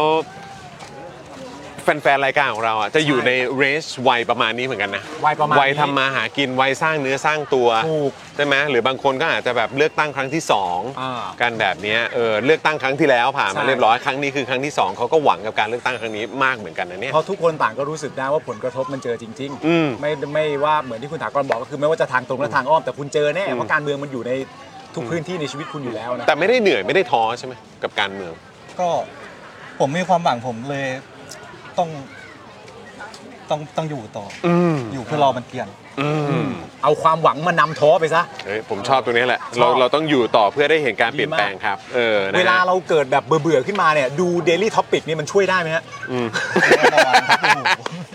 S1: แฟนๆรายการของเราอ่ะจะอยู่ในเรสวัยประมาณนี้เหมือนกันนะ
S2: วัยประมาณ
S1: วัย
S2: นี้
S1: ทำมาหากินวัยสร้างเนื้อสร้างตัว
S2: ถูก
S1: ใช่ไหมหรือบางคนก็อาจจะแบบเลือกตั้งครั้งที่สอง
S2: อ่า
S1: กันแบบเนี้ยเออเลือกตั้งครั้งที่แล้วผ่านมา
S2: ใช่
S1: เรียบร้อยครั้งนี้คือครั้งที่สองเขาก็หวังกับการเลือกตั้งครั้งนี้มากเหมือนกันนะเนี่ย
S2: เพราะทุกคนต่างก็รู้สึกได้ว่าผลกระทบมันเจอจริง
S1: อืม
S2: ไม่ไม่ว่าเหมือนที่คุณถากรบอกก็คือไม่ว่าจะทางตรงและทางอ้อมแต่คุณเจอแน่
S1: อืม
S2: เพราะการเมืองมันอยู่ในทุกพื้นที่ในชีวิตคุณอยู่แล้วนะ
S1: แต่ไม่ได้เหนื่อยไม่ได้ท้อใช่ไหมกับการเมือง
S7: ก็ผมมีความหวังผมเลยต้องต้องต้องอยู่ต่อ
S1: อืม
S7: อยู่เพื่อรอมันเปลี่ยน
S1: อืม
S2: เอาความหวังมานำท้อไปซะ
S1: เฮ้ยผมชอบตรงนี้แหละ เรา
S2: ชอบ
S1: เราต้องอยู่ต่อเพื่อได้เห็นการเปลี่ยน
S2: ดีมาก
S1: แปลงครับเออนะฮะ
S2: เวลาเราเกิดแบบเบื่อๆขึ้นมาเนี่ยดู Daily Topic นี่มันช่วยได้ไหมฮะ
S1: อืม
S7: แน่นอนครับโอ้โห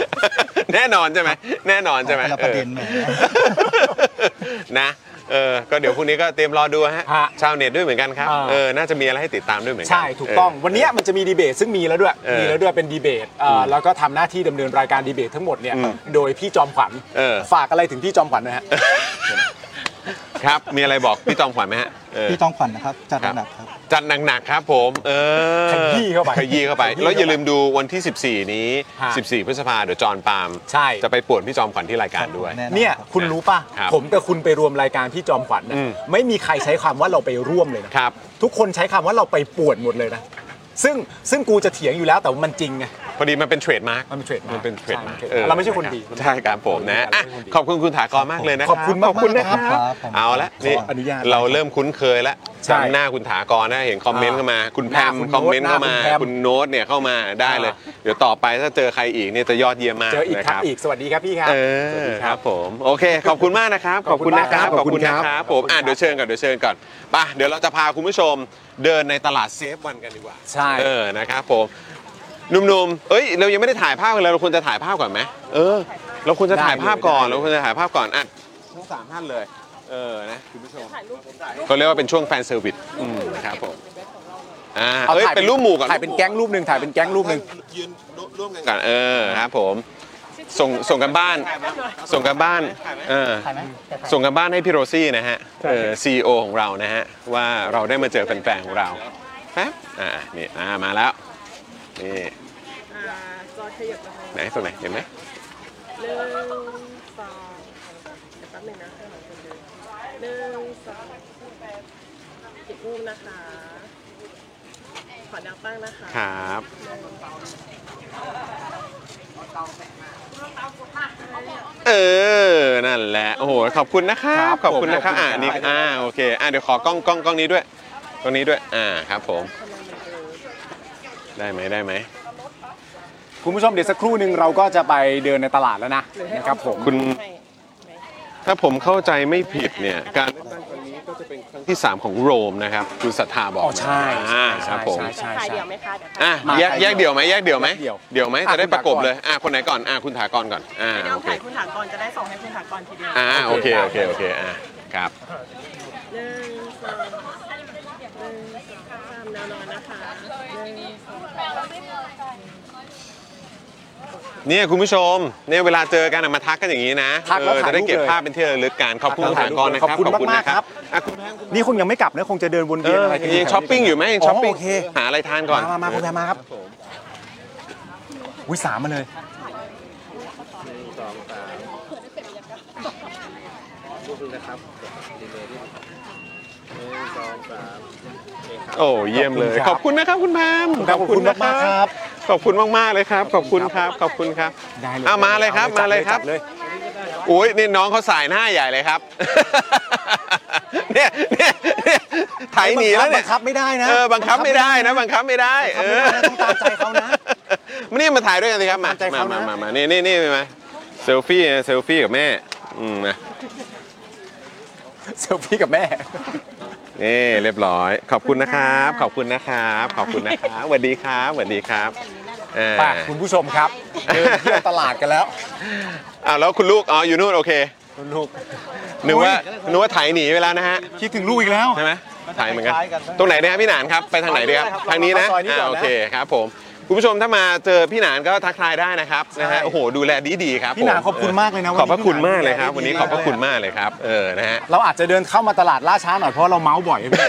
S1: แน่นอนใช่ไหมแน่นอนใช่ไหม
S7: แต่ละประเด็นแหม
S1: ออ นะเออก็เดี๋ยวพรุ่งนี้ก็เตรียมรอดูฮะ
S2: ฮะ
S1: ชาวเน็ตด้วยเหมือนกันครับ
S2: อ่า
S1: เออน่าจะมีอะไรให้ติดตามด้วยเหมือนกั
S2: ใช่ถูกต้อง
S1: เ
S2: วันเนี้ยมันจะมีดีเบตซึ่งมีแล้วด้วย
S1: เออ
S2: มีแล้วด้วยเป็นดีเบตเอ่อ
S1: ม
S2: แล้วก็ทำหน้าที่ดำเนินรายการดีเบตทั้งหมดเนี่ย
S1: อืม
S2: โดยพี่จอมขวัญ
S1: เออ
S2: ฝากอะไรถึงพี่จอมขวัญหนะฮะ
S1: ครับ มีอะไรบอกพี่จอมขวัญไหมฮะเออ
S7: พี่จองขวัญนะครับจัดอันดับครับ
S1: จัดหนักๆครับผมเออ
S2: ขยี้เข้าไป
S1: ขยี้เข้าไป แล้วอย่าลืมดูวันที่ 14 นี้
S2: ฮะ
S1: 14 พฤษภาเดี๋ยวจอห์นปาล์ม
S2: ใช่
S1: จะไปป่วนพี่จอมขวัญที่รายการด้วย
S7: แน่
S2: เนี่ยคุณรู้ป่ะ
S1: ครับ
S2: ผมกับคุณไปรวมรายการพี่จอมขวัญนะ
S1: อืม
S2: ไม่มีใครใช้คำว่าเราไปร่วมเลยนะครับ ทุกคนใช้คำว่าเราไปป่วนหมดเลยนะซึ่งซึ่งกูจะเถียงอยู่แล้วแต่ว่ามันจริงไง
S1: พอดีมันเป็นเทรดมาร์ก
S2: มันเป็น trademark
S1: มันเป็นเทรดมาร์
S2: ใช่เราไม่ใช่คนดี
S1: ใช่ครับผมนะอ่ะขอบคุณคุณถากรมากเลยนะ
S2: ข
S1: รั
S2: อบคุณมาก
S7: นะครับครับผม
S1: เอาละนี่
S2: อนุญาต
S1: เราเริ่มคุ้นเคยแล้ว
S2: ใช่
S1: จำหน้าคุณถากรนะเห็นคอมเมนต์
S2: อ่า
S1: เข้ามา คุณแพ
S2: ห
S1: ม
S2: น้าคุณ
S1: คอมเมนต์
S2: โน้ต
S1: เข้ามา
S2: หน้าคุณแพม
S1: คุณโน้ตเนี่ยเข้ามาได้เลย
S2: อ่
S1: เดี๋ยวต่อไปถ้าเจอใครอีกเนี่ยจะยอดเยี่ยมมาก
S2: เจออีก
S1: นะ
S2: ค
S1: ค
S2: รั
S1: รั
S2: บบ อีกสวัสดีครับพี่ครับ
S1: เอ
S2: สวัส
S1: อ
S2: ดี
S1: ครับผมโอเค ขอบคุณมากนะครับ
S2: ขอบคุณ
S1: นะค
S2: มากค
S1: รั
S2: รับ
S1: ขอบคุ
S2: ขอ
S1: ณ
S2: บคุณค
S1: นะ
S2: รับ
S1: ครับผมอ่ะเดี๋ยวเชิญก่อนเดี๋ยวเชิญก่อนไปเดี๋ยวเราจะพาคุณผู้ชมเดินในตลาดเซฟวันกันดีกว่า
S2: ใช่
S1: เออนะครับผมหนุ่มๆเอ้ยเรายังไม่ได้ถ่ายภาพกันเลยเราควรจะถ่ายภาพก่อนไหมเออ เราควรจะถ่ายภาพก่อน
S2: ได้เลย
S1: เราควรจะถ่ายภาพก่อนอ่ะทั้งสามท่านเลย เออนะคุณผู้ชม
S3: ถ่ายรูปผมถ่าย
S1: เขาเรียกว่าเป็นช่วงแฟนเซอร์วิสอืมครับผม อ่า
S2: เอา
S1: เอ้ย
S2: ถ่าย
S1: เป็นรูปหมู่ก่อน
S2: ถ่ายเป็นแก๊งรูปหนึ่งถ่ายเป็นแก๊งรูปหนึ่ง
S1: ยืนร่วมกันก่อน เออ ครับผม ส่งส่งกันบ้าน ส่งกันบ้าน เออ
S4: ถ่ายไหมจะถ่าย
S1: ส่งกันบ้านให้พี่โรซี่นะฮะ เออซีโอของเรานะฮะ ว่าเราได้มาเจอแฟนๆของเราแป๊บอ่า นี่ อ่า มาแล้ว นี่
S3: อ่า จอขยับมา
S1: ไหนตรงไหน เห็นไหม
S3: หนึ่งสองเดี๋ยวแป๊บหนึงนะให้หลังคนเดินหนึ่งสองติดรูปนะคะ ขอแนวตั้งนะคะ
S1: ครับ เออ นั่นแหละ โอ้โห ขอบคุณนะครับ ขอบคุณนะครับ อ่านี่อ่า โอเค อ่าเดี๋ยวขอกล้องกล้องกล้องนี้ด้วย ตรงนี้ด้วย อ่า ครับผม ได้ไหมได้ไหม
S2: คุณผู้ชมเดี๋ยวสักครู่หนึ่งเราก็จะไปเดินในตลาดแล้วนะนะครับผม
S1: คุณ ถ้าผมเข้าใจไม่ผิดเนี่ย การเลือกตั้งครั้งนี้ก็จะเป็นครั้งที่ 3 ของโรมนะครับ คุณศรัทธาบอก
S2: อ๋อใช่ใช่
S1: อ่า
S2: ใช่
S1: ครับผม
S2: ใช่ใช่
S3: ขายเดี่ยวไหมคะเดี๋ยวขาย
S1: อ่ะ
S2: มา
S1: แยก
S2: ใคร
S1: แยกเดี่ยวไหมแยกเดี่ยวไหม
S2: แยกเดี่ยว
S1: เดี่ยวไหมจะได้ประกบเลย อ่ะ คนไหนก่อน อ่ะ คุณถากรก่อน อ่า
S3: ไม่ต้
S1: โอ
S3: อง
S1: เค
S3: ถ่ายคุณถามก่อนจะได้ส่งให้คุณถามก่อนทีเดียว
S1: อ่า โอเค โอเค โอเค อ่ะ ครับ
S3: หนึ่งสองหนึ่งสองสามแนวนอนนะคะหนึ่งสองสาม
S1: เนี่ยคุณผู้ชมเนี่ยเวลาเจอกันอะมาทักกันอย่างนี้นะ
S2: ทักแล้ว
S1: เออ
S2: ถ่าย
S1: จะได้เก็บ
S2: รูปเลย
S1: ภาพเป็นที่ระลึกกันขอบคุณ
S2: ทักแล้วถ่า
S1: ถายกรนะครับ
S2: รูปเลยขอบคุณมากๆครับ
S1: อ่ะคุณแพงคุณ
S2: นี่คงยังไม่กลับนะคงจะเดินวน
S1: เอ
S2: เวียน
S1: อ
S2: อะไรกันยู่
S1: ยังช้อปปิ้งอยู่ไหมยังช้อปปิ้ง
S2: โเค
S1: หาอะไรทานก่อน
S2: มามามาคุณแพรมาครับอุ้ยสามมาเลย
S5: รูปหนึงนะครับดีเลยนิดหนึ่งสองสามโอเคครับ
S1: โอ้เยี่ยมเลย ขอบคุณนะครับคุณแพม
S2: ขอบคุณมากมากๆครับ
S1: ขอบคุณมากๆเลยครับ ขอบคุณครับขอบคุณครับ
S2: ได้เลย
S1: อ่ะมาเลยครับ
S2: อ
S1: มาเลยครับ
S2: จัดเลย
S1: อุ้ยนี่น้องเขาสายหน้าใหญ่เลยครับ เนี่ยเนี่ยเนี่ยไถหนีแล้ว
S2: บั
S1: เนี่ย
S2: งคับไม่ได้นะ
S1: เออบังคับไม่ได้นะบังคับไม่ได้
S2: บังคับไม่ได้นะต้องตามใจเขานะ
S1: มานี่มาถ่ายด้วยกันสิครับมา
S2: ตามใจ
S1: มา
S2: เขานะ
S1: มามามานี่นี่นี่มาเซลฟี่เซลฟี่กับแม่อืมนะ
S2: เซลฟี่กับแม่
S1: นี่เรียบร้อย ขอบคุณนะครับ ขอบคุณนะครับ ขอบคุณนะครับสวัสดีครับสวัสดีครับเออ
S2: ฝากคุณผู้ชมครับ เดินเที่ยวตลาดกันแล้ว
S1: อ้าวแล้วคุณลูกอ๋ออยู่นู่นโอเค
S2: คุณลูก
S1: นึกว่า
S2: อุ๊ย
S1: นึกว่าไถหนีไปแล้วนะฮะ
S2: คิดถึงลูกอีกแล้ว
S1: ใช่ไหมไถเหมือนกัน
S5: คล้ายๆกัน
S1: ตรงไหนเนะครับพี่หนานครับไปทางไหนดีครับ
S2: ไปครับ
S1: ทางนี้นะ
S2: เรามาซอยนี้ก่อนนะ
S1: โอเคครับผมคุณผู้ชมถ้ามาเจอพี่หนานก็ทักทายได้นะครับนะฮะโอ้โหดูแลดีๆครับ
S2: พี่หนาน
S1: ผ
S2: ขอบคุณมากเลยนะวันนี้
S1: ขอบพระคุณมากเลยครับ
S2: พี่หนาน
S1: วันนี้ขอบพระคุณมากเลยครับเออนะฮะ
S2: เราอาจจะเดินเข้ามาตลาดล่าช้าหน่อยเพราะเราเมาส์บ่อยพี่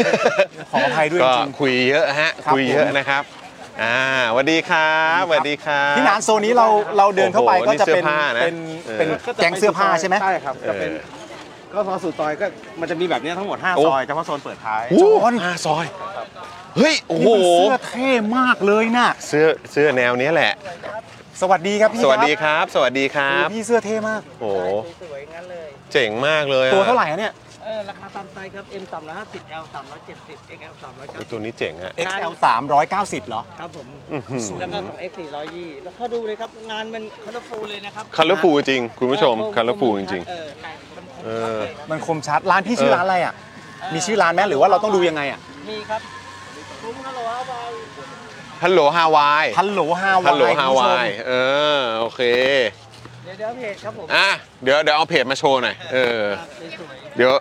S2: ขออภัยด้วย
S1: ก็
S2: จริง
S1: คุยเยอะฮะ
S2: ครับ
S1: คุยเยอะ
S2: ผม
S1: นะครับอ่าสวัสดีครับสวัสดีครับ
S2: ๆพี่หนานโซนนี้เราเราเดินเข้าไป
S1: โอ้โห
S2: ก็จะ
S1: นี่เสื้
S2: เป็น
S1: อผ้านะ
S2: เป็น
S1: เออ
S2: เป็นแก๊งเสื้อผ้าใช่ไหม
S5: ใช่ครับจะเป็น
S1: เออ
S5: ก็ซอยสุดซอยก็มันจะมีแบบเนี้ยทั้งหมด
S1: โอ้
S5: 5 ซอยเฉพาะโซนเปิดท้าย
S1: โอ้
S2: จอน
S1: ห้าซอยเฮ้ยโอ้โห
S2: นี่มันเสื้อเท่มากเลยน่ะ
S1: เสื้อเสื้อแนวเนี้ยแหละ
S2: สวัสดีครับพี่
S1: สวัสดี
S2: ครั
S1: ครับ สวัสดีค
S2: บ
S1: รับ
S2: โอ้พี่เสื้อเท่มาก
S1: โอ้โหเจ๋งมากเลยอะ
S2: ตัวเท่าไหร่อะเนี่ย
S3: เออราคาตามไซส์ครับ M 350 L 370 XL 390
S1: โอ้ตัวนี้เจ๋งอะ
S2: XL 390เหรอ
S3: ครับผม
S1: อื้อหือ
S3: แล้วก็ของ X 420แล้วเขาดูเลยครับ งานมันคัลเลอร์ฟูลเลยนะครับ
S1: คาร์ลฟูจริง คุณผู้ชมคาร์ลฟูจริง
S3: เออใช่
S1: เออ
S2: มันคมชัดร้านพี่ชื่อร้านอะไรอ่ะ มีชื่อร้านไหมหรือว่าเราต้องดูยังไงอ่ะ
S3: มีครับคุ้มฮัลโหลเอาไป
S1: ๆฮัลโหลฮาวาย
S2: ฮัลโหลฮาวาย
S1: ฮัลโหลฮา
S2: คุณผู้ช
S1: วาม ยเออโอเค
S3: เดี๋ยวเดี๋ยวเพจครับผม
S1: อ่ะเดี๋ยวเดี๋ยวเอาเพจมาโชว์หน่อยเออ
S3: สวยๆ
S1: เดี๋ยว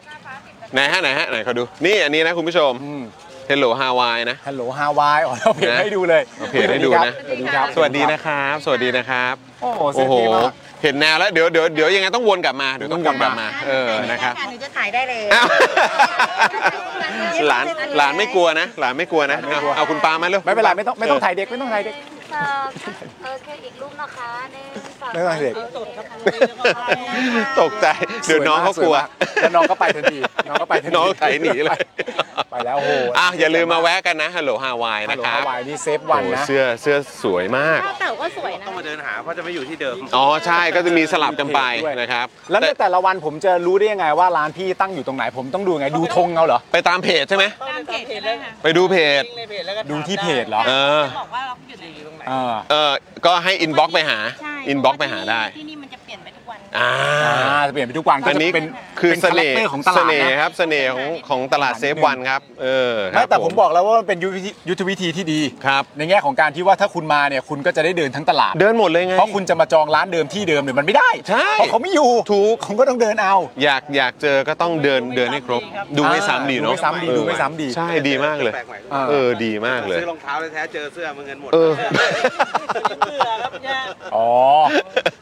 S1: ไหนฮะไหนฮะไหนเขาดูนี่อันนี้นะคุณผู้ชม
S2: อืม
S1: ฮัลโหลฮาวายนะ
S2: ฮัลโหลฮาวายอ๋อเราเพจ
S1: นะ
S2: ให้ดูเลย
S1: เอาเพจให้ดูนะ
S2: สวัสดีครับ
S1: สวัสดีนะครับ สวัสดีนะครับ
S2: โอ้โหเสื้
S1: โอ้
S2: อ
S1: โห
S2: เท่มาก
S1: เห็นแนวแล้วเดี๋ยวเดี๋ยวเดี๋ยวยังไงต้องวนกลับมาเดี๋ยวต้องวนกลับมา เออนะครับ
S8: หนูจะถ่ายได้เลย
S1: อ้าวหลานหลานไม่กลัวนะ หลานไม่กลัวนะเอาเอาคุณปามาเร็ว
S2: ไม่เป็นไรไม่ต้องไม่ต้องถ่ายเด็กไม่ต้องถ่ายเด็ก
S8: โอเค อีกรูปนะคะหนึ่งสอง
S2: ไม่ต้องถ่ายเด็ก
S1: ตกใจ เดี๋ยวน้องเขากลัว
S2: สวยมากแล้วน้องก็ไปทันทีน้องก็ไปทันที
S1: น้องไถหนีเลย
S2: ไปแล้วโอ้โห
S1: อ่ะอย่าลืมมาแวะกันนะฮัลโหลฮาวาย
S2: ฮัล
S1: นะ
S2: โหล
S1: ครั
S2: ฮา
S1: บ
S2: วายนี่เซฟ
S1: โอ้
S2: วัน
S1: โห
S2: นะ
S1: เสื้อเสื้อสวยมาก
S8: หน้าเต่าก็สวยนะ
S5: ต้องมาเดินหาเพราะจะไม่อยู่ที่เดิม
S1: อ๋อใช่ก็จะมีสลับกันไปนะครับ
S2: แล้วในแต่ละวันผมจะรู้ได้ยังไงว่าร้านพี่ตั้งอยู่ตรงไหน ผมต้องดูไงดูธงเอาเหรอ
S1: ไปตามเพจใช่ไหม
S3: ตามเพจเลยค่ะ
S1: ไปดูเพจ
S3: ในเพจแล้วก็ถาม
S2: ดูที่เพจเหรอ
S1: เออ
S3: บอกว่าเราอยู่อยู่ตรงไหน
S2: เออ
S1: เออก็ให้อินบ็อกไปหา
S8: ใช่
S1: อินบ็อกไปหาได้
S8: ที่นี่มันจะเปลี่ยนไปทุกวัน
S1: อ่า
S2: อ่าจะเปลี่ยนไปทุกวันก็
S1: อัน
S2: จะ
S1: นี้
S2: เป็น
S1: คือ
S2: ป็น
S1: เส
S2: คาแร
S1: น่
S2: ค
S1: ห์
S2: เตอร์ของต
S1: เส
S2: ลาด
S1: น่ห์
S2: นะครับ
S1: เสน่ห์ของของตลาดเซฟวันครับ เออครั
S2: ไม่แต่ผมบอกแล้วว่ามันเป็นยุทธวิธียุทธวิธีที่ดี
S1: ครับ
S2: ในแง่ของการที่ว่าถ้าคุณมาเนี่ยคุณก็จะได้เดินทั้งตลาด
S1: เดินหมดเลยไง
S2: เพราะคุณจะมาจองร้านเดิมที่เดิมเนี่ยมันไม่ได้
S1: ใช่
S2: เพราะเขาไม่อยู่
S1: ถูก
S2: คุณก็ต้องเดินเอา
S1: อยากอยากเจอก็ต้องเดินเดินให้ครบ ดูไม่ซ้ำดี
S2: ดู
S1: เนาะ
S2: ไม่ซ้ำดี
S1: เออ
S2: ดูไม่ซ้ำดี
S1: ใช่ดีมากเลย
S5: แปลกใหม่ด้วย
S2: อ่า
S1: เออดีมากเลย
S5: ซื้อรองเท้าแท้ๆเจอเสื้อมึงเงินหมด
S1: เออ
S3: เสื้อครับเนี่ย
S2: อ๋อ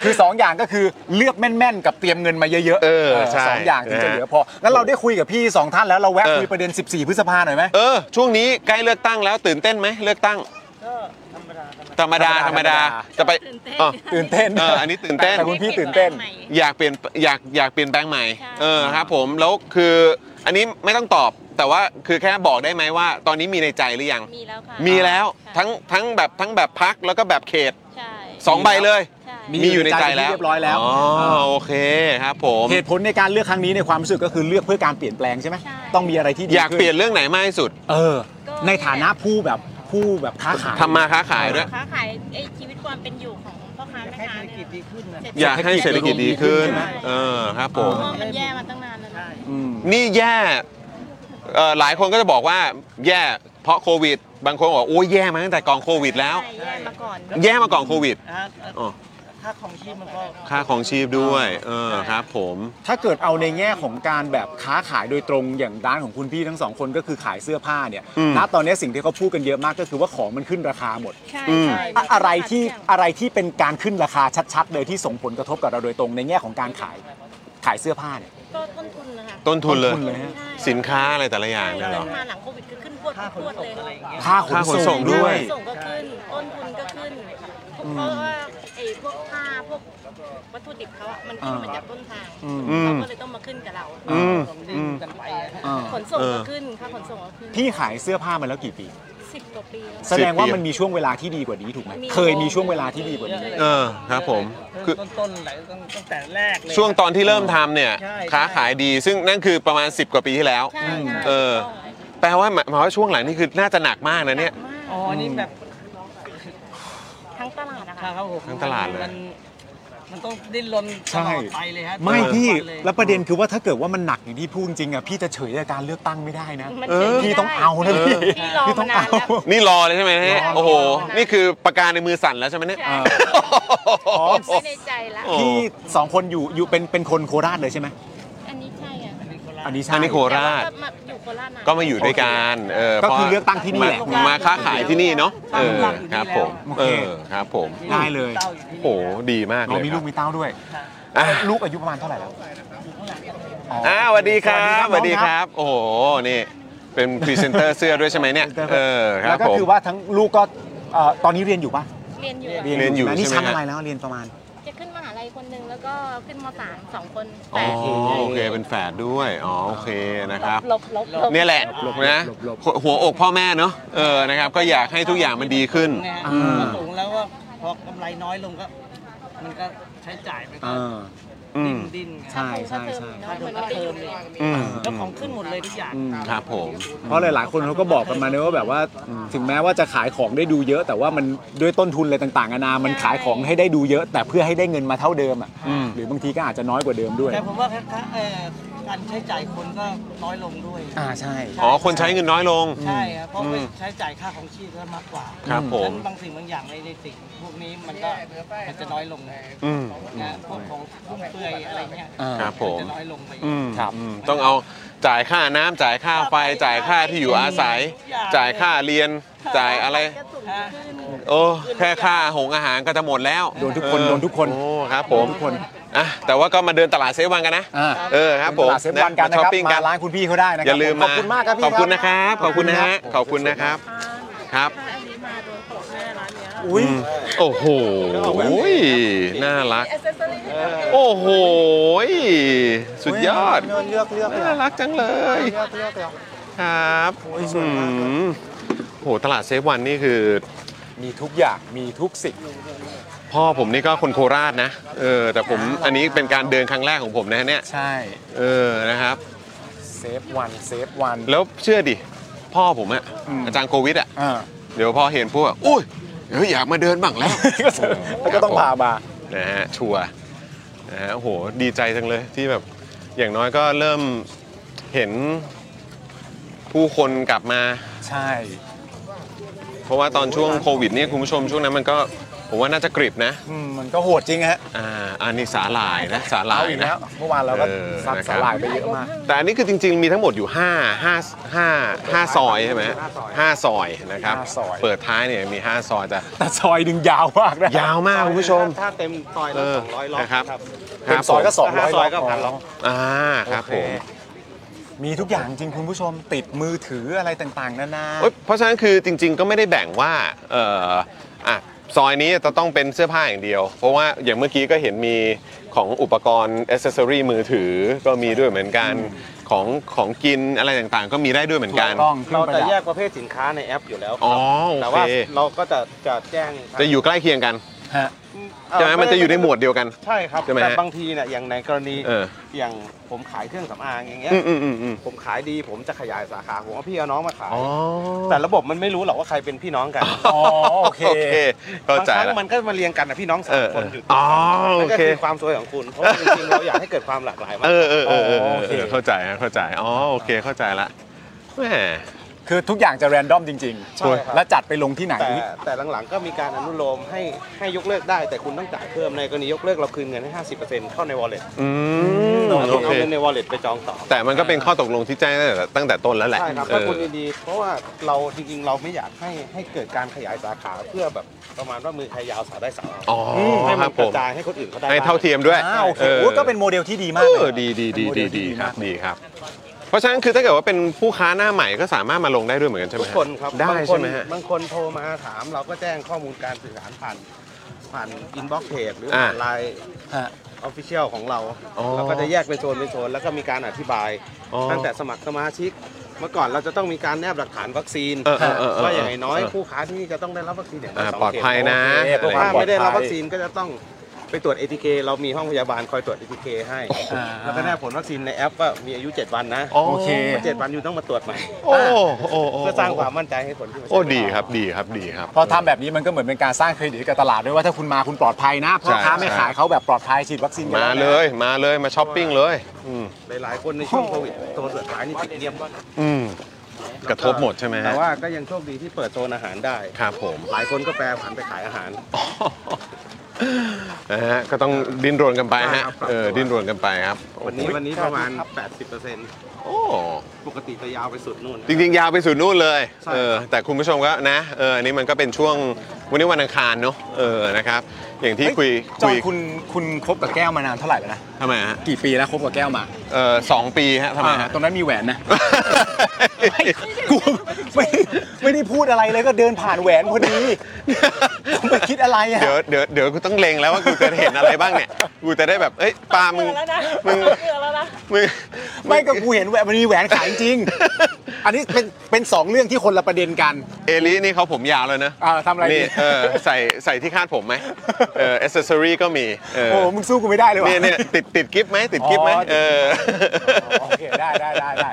S2: คือสองอย่างก็คือเลือกแม่นๆ กับเตรียมเงินมาเยอะๆ
S1: เออใช่
S2: สองอย่างถึงจะ
S1: นะฮะ
S2: เหลือพอ งั้นเราได้คุยกับพี่สองท่านแล้วเราแวะ
S1: เออ
S2: คุยประเด็น 14 พฤษภาหน่อยไหม
S1: เออ ช่วงนี้ใกล้เลือกตั้งแล้วตื่นเต้นไหมเลือกตั้งธรรมดาธ
S2: ธร
S1: รร
S2: ร
S1: ม
S2: ม
S1: ดา
S2: ดา
S1: จะไปอ๋อ
S2: ตื่นเต้น
S1: เอออันนี้ตื่นเต้น
S2: แต่คุณพี่ตื่นเต้น
S1: อยากเปลี่ยนอยากอยากเปลี่ยนแปลงใหม่
S8: ใช่
S1: เออครับผมแล้วคืออันนี้ไม่ต้องตอบแต่ว่าคือแค่บอกได้ไหมว่า ตอนนี้มีในใจหรือยัง
S8: มีแล้วค่ะ
S1: มีแล้ว
S8: ค่ะ
S1: ทั้งทั้งแบบทั้งแบบพักแล้วก็แบบเขต
S8: ใช่
S1: สองใบเลย
S8: ใช่
S1: มีอยู่ในใจ
S2: เป็น
S1: แล้
S2: ที่
S1: ว
S2: เรียบร้อยแล้ว
S1: อ๋อโอเคครับผม
S2: เหตุผลในการเลือกครั้งนี้ในความรู้สึกก็คือเลือกเพื่อการเปลี่ยนแปลงใช่ไหมต้องมีอะไรที่ดี
S1: อยาก
S2: ขึ้
S1: เปลี่ยนเรื่องไหนมากที่สุด
S2: เออ ในฐานะผู้แบบผู้แบบค้าขาย
S1: ทำมาค้าขายด้วย
S9: ค้าขายไอ้ชีวิตความเป็นอยู่ของพ่อค้าแม่ค้าเนี่ย
S1: อยากให้เศรษฐกิจดีขึ้น เออครับผม
S9: เพราะว่ามันแย่มาตั้งนานแล้วนะ
S1: นี่แย่เอ่อหลายคนก็จะบอกว่าแย่เพราะโควิด บางคนบอกโอ้ยแย่มาตั้งแต่ก่อนโควิดแล้ว
S10: แย่มาก่อน
S1: แย่มาก่อนโควิด
S10: อ่ะ
S1: อ๋อ
S10: ค่าของชีพมันก็
S1: ค่าของชีพด้วย เออครับผม
S2: ถ้าเกิดเอาในแง่ของการแบบค้าขายโดยตรงอย่างร้านของคุณพี่ทั้งสองคนก็คือขายเสื้อผ้าเนี่ย
S1: อืม
S2: ณตอนนี้สิ่งที่เขาพูดกันเยอะมากก็คือว่าของมันขึ้นราคาหมด
S9: ใช่
S2: อืม
S9: ใช่
S2: อะอะไรที่อะไรที่เป็นการขึ้นราคาชัดๆ เลยที่ส่งผลกระทบกับเราโดยตรงในแง่ของการขายขายเสื้อผ้าเนี่ย
S9: ก็ต้นทุนนะคะ
S1: ต้นทุนเลย
S2: ต้นทุนเลยฮะ
S1: สินค้าอะไรแต่ละอย่างเนี่ยเหรอ
S9: ขึ้นมาหลังโควิดคือขึ้นพรวดพรวดเลย
S1: ค่าขนส่งค่าขนส่งด้วย
S9: ค่าขนส่งก็ขึ้น ต้นทุนก็ขึ้น
S1: อืม
S9: เพราะว่าไอ้พวกผ้าพวกวัตถุดิบเขาอะมันขึ้นมาจากต้นทาง
S1: อืม
S9: เขาก็เลยต้องมาขึ้นกับเรา
S1: อืมอืม
S9: ขนส่งก็ขึ้นค่าขนส่งก็ขึ้น
S2: พี่ขายเสื้อผ้ามาแล้วกี่ปี
S9: สิบกว่าปีล้ว
S2: แสดงว่ามันมีช่วงเวลาที่ดีกว่านี้ถูกไหม
S9: มี
S2: เคยมีช่วงเวลาที่ดีกว่านี้
S1: เออครับผม คือ
S10: ต้นๆไหลตั้งตั้งแต่แรกเลย
S1: ช่วงตอนที่เริ่มทำเนี่ย
S10: ใช่
S1: ค้าขายดีซึ่งนั่นคือประมาณ 10 กว่าปีที่แล้ว
S10: ใช่ใช่
S1: เออแปลว่าหมายหมายว่าช่วงหลังนี่คือน่าจะหนักมากนะเนี่ย
S10: อ๋อ นี่แบบ
S9: ทั้งตลาดนะคะ
S10: ครับผม
S1: ทั้งตลาดเลย
S10: มันมันต้องดิ้นรนต
S2: ใช่
S10: ลอดไปเลยฮะ
S2: ไม่
S10: ตลอด
S2: พี่
S10: วันเย
S2: แล้วประเด็นคือว่าถ้าเกิดว่ามันหนักอย่างที่พูดจริงๆอ่ะพี่จะเฉยจากบการเลือกตั้งไม่ได้นะ
S9: มันเฉยไม่ได้
S2: พี่ต้องเอานะ
S9: เออพี่รอมานานแล้ว
S2: พี่ต้องเอา
S1: นี่รอเลยใช่ไหมเนี่ยโอ้โห นี่คือปากกาในมือสั่นแล้วใช่ไหมเนี่ย
S9: ไม่ในใจละ
S2: พี่สองคนอยู่อยู่เป็นเป็นคนโคราชเลยใช่ไหม
S9: อันนี้ใช่อะ
S2: อันนี้ใช่
S1: อันนี้โคราช
S9: ก็มาอยู่โคราชนาน
S1: ก็มาอยู่ด้วยกันเออ
S2: ก็คือ
S1: พราะ
S2: เลือกตั้งที่นี่แหละ
S1: มามาค้าขายที่นี่เนาะเออ
S2: ตั้งหลักอยู่นี่
S1: ครับผม
S2: แล้วโอ
S1: เอ
S2: เค
S1: อครับผม
S2: ได้เลย
S1: โอ้โหดีมากเล
S2: เรา
S1: ย
S2: มี
S1: ค
S2: ลู
S1: รับ
S2: กมีเต้าด้วย
S1: อ่ะ
S2: ลูกอายุประมาณเท่าไหร่แล้ว
S1: อ่าสวัสดีครับส
S2: สวั
S1: วัส
S2: สดี
S1: ดีค
S2: ครับ
S1: รับ โอ้โหนี่เป็นพรีเซนเตอร์เสื้อด้วยใช่ไหมเนี่ยเออครั
S2: แล้
S1: บ
S2: วก็
S1: ผม
S2: คือว่าทั้งลูกก็เอ่อตอนนี้เรียนอยู่ปะ
S9: เรียนอยู่
S1: เรียนอยู่
S2: ะนี่
S1: ใช่ไหม
S2: ชั้น
S1: ฮะ
S2: อะไรแล้วเรียนประมาณ
S9: จะขึ้นมหาลัยคนหนึ่งแล้วก็ขึ้นมสามสองคน
S1: อ๋อ
S9: แต่
S1: โอเคเป็นแฝดด้วยอ๋อโอเคนะครับ
S9: ลบลบลบ
S1: เนี่ยแหละ
S9: ลบ
S1: นะหัวอกพ่อแม่เนาะเออนะครับ ก็อยากให้ทุกอย่างมันดีขึ้น
S10: ไงฮะ
S1: อื
S10: พ
S1: ม
S10: อสูงแล้วก็พอกำไรน้อยลงก็ มันก็ใช้จ่ายมันก็
S1: อื
S10: ดิ้
S1: ม
S10: นดิ้นไง
S2: ใช่ใช่ใช่
S10: ค่าเทอมค่าเทอมเนี่ย
S1: อืม
S10: แล้วของขึ้นหมดเลยทุกอย่าง
S1: ครับผม
S2: เพราะหลาย ๆ คนเขาก็บอกกันมาเนี่ยว่าแบบว่าถึงแม้ว่าจะขายของได้ดูเยอะ แต่ว่ามันด้วยต้นทุนอะไรต่างๆนานามันขายของให้ได้ดูเยอะ แต่เพื่อให้ได้เงินมาเท่าเดิมอ่ะหรือบางทีก็อาจจะน้อยกว่าเดิมด้วย
S10: แต่ผมว่าถ้าเอ่อการใช้จ่ายคนก็น้อยลงด้วย
S2: อ่าใช่
S1: อ๋อ คนใช้เงินน้อยลง
S10: ใช่ครับเพราะ
S1: อื
S10: ไป
S1: ม
S10: ใช้จ่ายค่าของชีพก็มากกว่า
S1: ครับผม
S10: ฉะนั้นบางสิ่งบางอย่างในในสิ่งพวกนี้มันก็มันจะน้อยลงนะ
S1: อืม
S10: พวกของฟุ่มเฟือยอะไรเงี้ย
S2: อ่า
S1: ครับผม
S10: นจะน้อยลงไป
S1: อืมอืมต้องเอาจ่ายค่าน้ำจ่ายค่าไฟจ่ายค่าที่อยู่อาศัย จ่ายค่าเรียนจ่ายอะไร โอ้แค่ค่าหงอาหารก็จะหมดแล้ว
S2: โดนทุกคน
S1: เออ
S2: โดนทุกคน
S1: โอ้ครับผม
S2: โดนทุกคน
S1: อ่ะแต่ว่าก็มาเดินตลาดเซฟวันกันนะ
S2: อ่า
S1: เออครับผม
S2: ตลาดเซฟวันกัน
S1: มา
S2: นะ
S1: ช้
S2: ค
S1: อป
S2: รับ
S1: ปิ้งกั
S2: มาน ร้านคุณพี่เขาได้นะครั
S1: อย่าลืม
S2: ขอ
S1: มา
S2: บคุณมากครับพี่
S1: ขอบคุณนะครับขอบคุณนะฮะขอบคุณนะครับครับ
S9: อันนี้มาโดนตกแม่ร้านเนี้ย
S2: อุ้ย
S1: อืมโอ้โหน่ารัก
S9: แอสเซสซอรี่
S1: โอ้โหสุดยอด
S2: เลือกเลือก
S1: น่ารักจังเลย
S2: เลือกเลือกเลือก
S1: ครับ
S2: โอ้ยสวยมาก
S1: อืมโหตลาดเซฟวันนี่คือ
S2: มีทุกอย่างมีทุกสิ่ง
S1: พ่อผมนี่ก็คนโคราชนะ เออ แต่ผมอันนี้เป็นการเดินครั้งแรกของผมนะฮะเนี่ย
S2: ใช่
S1: เออ นะครับ
S2: เซฟวันเซฟวัน
S1: แล้วเชื่อดิ พ่อผมอะ
S2: อืม
S1: อาจารย์โควิดอะ
S2: อ่า
S1: เดี๋ยวพอเห็นพวกอุ้ย เดี๋ยวอยากมาเดินบ้างแล้ว
S2: แล้วก็ต้องพามา
S1: นะฮะชัวร์นะฮะโอ้โหดีใจจังเลยที่แบบอย่างน้อยก็เริ่มเห็นผู้คนกลับมา
S2: ใช่
S1: เพราะว่าตอนช่วงโควิดเนี่ยคุณผู้ชมช่วงนั้นมันก็ผมว่าน่าจะกริบนะ
S2: อืมมันก็โหดจริงฮะ
S1: อ่าอันนี้สาหร่ายนะสาหร่า
S2: เอา
S1: ย
S2: อีก
S1: นะ
S2: แล้วเมื่อวานเราก็
S1: เออ
S2: ซัด
S1: นะครับ
S2: สาหร่ายไปเยอะมาก
S1: แต่อันนี้คือจริงๆมีทั้งหมดอยู่ 5 5 5 5 ซอยใช่ไหมห้าซอยนะครับ
S2: ห้าซอย
S1: เปิดท้ายเนี่ยมี 5 ซอยจะ
S2: แต่ซอยหนึ่งยาวมากนะ
S1: ยาวมากคุณผู้ชม
S5: ถ้าเต็มซอยละ
S1: เออ
S5: สองร้อยล็อก
S1: นะครับ
S2: เป็นซอยก็สองร้อย
S5: ถ้าห้าซอยก็พันล็อก
S1: อ่าครับผม
S2: มีทุกอย่างจริงคุณผู้ชมติดมือถืออะไรต่างๆนานา
S1: เอ้ยเพราะฉะนั้นคือจริง ๆ ก็ไม่ได้แบ่งว่าเอ่ออ่ะซอยนี้จะต้องเป็นเสื้อผ้าอย่างเดียว เพราะว่าอย่างเมื่อกี้ก็เห็นมีของอุปกรณ์อ c เซสซอรีมือถือก็มีด้วยเหมือนกันของของกินอะไรต่างๆ ก็มีได้ด้วยเหมือนกัน
S5: เราจะแยกประเภทสินค้าในแอปอยู่แล้วค
S1: อ๋
S5: รั
S1: อโอเค
S5: แต่ว่าเราก็จะจะแจ้งทาง
S1: จะอยู่ใกล้เคียงกัน
S2: ฮะ
S1: ใช่ไหมมันจะอยู่ในหมวดเดียวกัน
S5: ใช่ครับ
S1: ใช่ไหม
S5: แต่
S1: ฮะ
S5: บางทีเนี่ยอย่างในกรณี
S1: เออ
S5: ย่างผมขายเครื่องสำอางอย่างเงี้ย
S1: อืมอืมอืมอืม
S5: ผมขายดีผมจะขยายสาขาผมเอาพี่เอาน้องมาขาย
S1: อ๋อ
S5: แต่ระบบมันไม่รู้หรอกว่าใครเป็นพี่น้องกัน
S1: โอเคเข้าใจ
S5: บางครั้
S1: แล้ว
S5: งมันก็มาเรียงกันนะพี่น้องสา
S1: เอ
S5: ม
S1: อ
S5: คนอยู่
S1: เอออ๋อ
S5: นั่นก็
S1: โอเค
S5: คือความสวยของคุณเพราะจริงๆเราอยากให้เกิดความหลากหลายมาก
S1: เออเออเออเออ
S5: โอ
S1: เอ
S5: เค
S1: อเข้าใจฮะเข้าใจอ๋อโอเคเข้าใจละแหม
S2: คือทุกอย่างจะแรนดอมจริง
S5: ใช่ครับ
S2: และจัดไปลงที่ไหน
S5: แต่แต่หลังๆก็มีการอนุโลมให้ให้ยกเลิกได้ แต่คุณต้องจ่ายเพิ่มในกรณียกเลิกเราคืนเงินให้ 50%เข้าใน wallet
S1: อืม
S5: เรา
S1: โอ
S5: เอา
S1: เค
S5: เงินใน wallet ไปจองต่อ
S1: แต่มันก็เป็นข้อตกลงที่แจ้งตั้งแต่ตั้งแต่ต้นแล้วแหละ
S5: ใช่ครับ
S1: เอ
S5: ถ้า
S1: อ
S5: คุณดีๆเพราะว่าเราจริงๆ เราไม่อยากให้ให้เกิดการขยายสาขาเพื่อแบบประมาณว่ามือใครยาวสาวได้สาว
S1: อ๋ออื
S5: มให้
S1: ครั
S5: มั
S1: บ
S5: น
S1: ผ
S5: ก
S1: ม
S5: ระจายให้คนอื่นเขาได้
S1: ให้
S5: บ้าง
S1: เท่าเทียมด้วย
S5: อ่าโอเคโอ้ก็เป็นโมเดลที่ดีมาก
S1: เอ
S5: เลย
S1: อดีดีดี
S5: เป็นโมเด
S1: ดี
S5: ลที่
S1: ดี
S5: ดี
S1: ค
S5: มา
S1: รั
S5: ก
S1: บดีครับ เพราะฉะนั้นคือถ้าเกิดว่าเป็นผู้ค้าหน้าใหม่ก็สามารถมาลงได้ด้วยเหมือนกันใช่ไหม
S5: ทุก
S1: ฮะ
S5: คนครับ
S1: ได้
S5: บางค
S1: ใช่
S5: น
S1: ไหมฮะ
S5: บางคนโทรมาถามเราก็แจ้งข้อมูลการสื่อสารผ่านผ่านอินบ็อกเพจหรือ
S1: อ่า
S5: ผ่านไลน์ออฟฟิเชียลของเรา
S1: อ๋อ
S5: เราก็จะแยกเป็นโซนเป็นโซน แล้วก็มีการอธิบาย
S1: อ๋อ
S5: ตั้งแต่สมัครสมาชิก เมื่อก่อนเราจะต้องมีการแนบหลักฐานวัคซีน
S1: เออเออเออเออ
S5: ว่าอย่างน้อย
S1: เออ
S5: ผู้ค้าที่นี่จะต้องได้รับวัคซีนอย่างน้อย
S1: อ่า
S5: สอง
S1: ปลอด
S5: เข็ม
S1: ภัยนะ
S5: โอเค
S1: อะไรอย่างเงี้ย
S5: ถ้าไม่ได้รับวัคซีนก็จะต้องไปตรวจ ATK เรามีห้องพยาบาลคอยตรวจ ATK ให้แล้วก็แนบผลวัคซีนในแอปว่ามีอายุ 7 วันนะ
S1: โอเค
S5: เจ็ดวันอยู่ต้องมาตรวจใหม่
S1: โอ้โอ้โอ้
S5: เพื่อสร้างความมั่นใจให้คนที่มาใช้
S1: โอ้ดีครับดีครับดีครับ
S2: พอทำแบบนี้มันก็เหมือนเป็นการสร้างเครดิตให้กับตลาดด้วยว่าถ้าคุณมาคุณปลอดภัยนะพ่อค้า
S1: ใช่
S2: ไม่
S1: ใช่
S2: ขายเขาแบบปลอดภัยฉีดวัคซีนกันแว
S1: มา
S2: นะ
S1: เลยมาเลยมาช้อปปิ้งเลย อืม
S5: หลายๆคนในช่วงโควิดตัวเสือร้ายนี่ติดเงียบ
S1: อืมกระทบหมดใช่ไหมฮะ
S5: แต่ว่าก็ยังโชคดีที่เปิดโซนอาหารได้
S1: ครับผม
S5: หลายคนก็แปรผันไปขายอาหาร
S1: นะฮะก็ต้องดิ้นรนกันไปฮะ
S5: ครับครับ
S1: เออดิ้นรนกันไปครับ
S5: วันนี้
S1: โอ้โห
S5: วันนี้ประมาณ 80%
S1: โอ้
S5: ปกติจะยาวไปสุดนู่น
S1: จริงๆ ยาวไปสู่นู่นเลย
S5: ใช่
S1: เออ แต่คุณผู้ชมก็นะ เออ อันนี้มันก็เป็นช่วงวันนี้วันอังคารเนอะเออ นะครับ อย่างที่
S2: เฮ้ย
S1: คุย
S2: จอ
S1: คุ
S2: น
S1: ย
S2: คุณคุณคบกับแก้วมานานเท่าไหร่แล้วนะ
S1: ทำไมฮะ
S2: กี่ปีแล้วคบกับแก้วมา
S1: เออสองปีฮะทำไมฮะ
S2: ตรงนั้นมีแหวนนะ ไม่กูไม่ไม่ได้พูดอะไรเลยก็เดินผ่านแหวนพอดีผมไม่คิดอะไรอ่ะ
S1: เดี๋ยวเดี๋ยวเดี๋ยวกูต้องเลงแล้วว่ากูจะเห็นอะไรบ้างเนี่ย กูจะได้แบบ เอ้ยปามึง
S9: แล้วนะ
S1: มึง
S9: เบื่อแล้วนะ
S1: มึง
S2: ไม่ก็กูเห็นแหวนมันมีแหวนขายจริง อันนี้เป็นเป็นสองเรื่องที่คนละประเด็นกัน
S1: เอลินี่เขาผมยาวเลยนะ
S2: อ่าทำอะไรดี
S1: นี่เออ ใส่ใส่ที่คาดผมไหมเอออ c เซอรี่ก็มี เออ
S2: โอ้มึงสู้กูไม่ได้เลยว่ะ
S1: เนี่ยเนี่ยติดติดกิฟต์ไหมติดกิฟต์ไหม
S2: อ๋อติด
S1: เออ
S2: โอเคได้ได้ได้ได้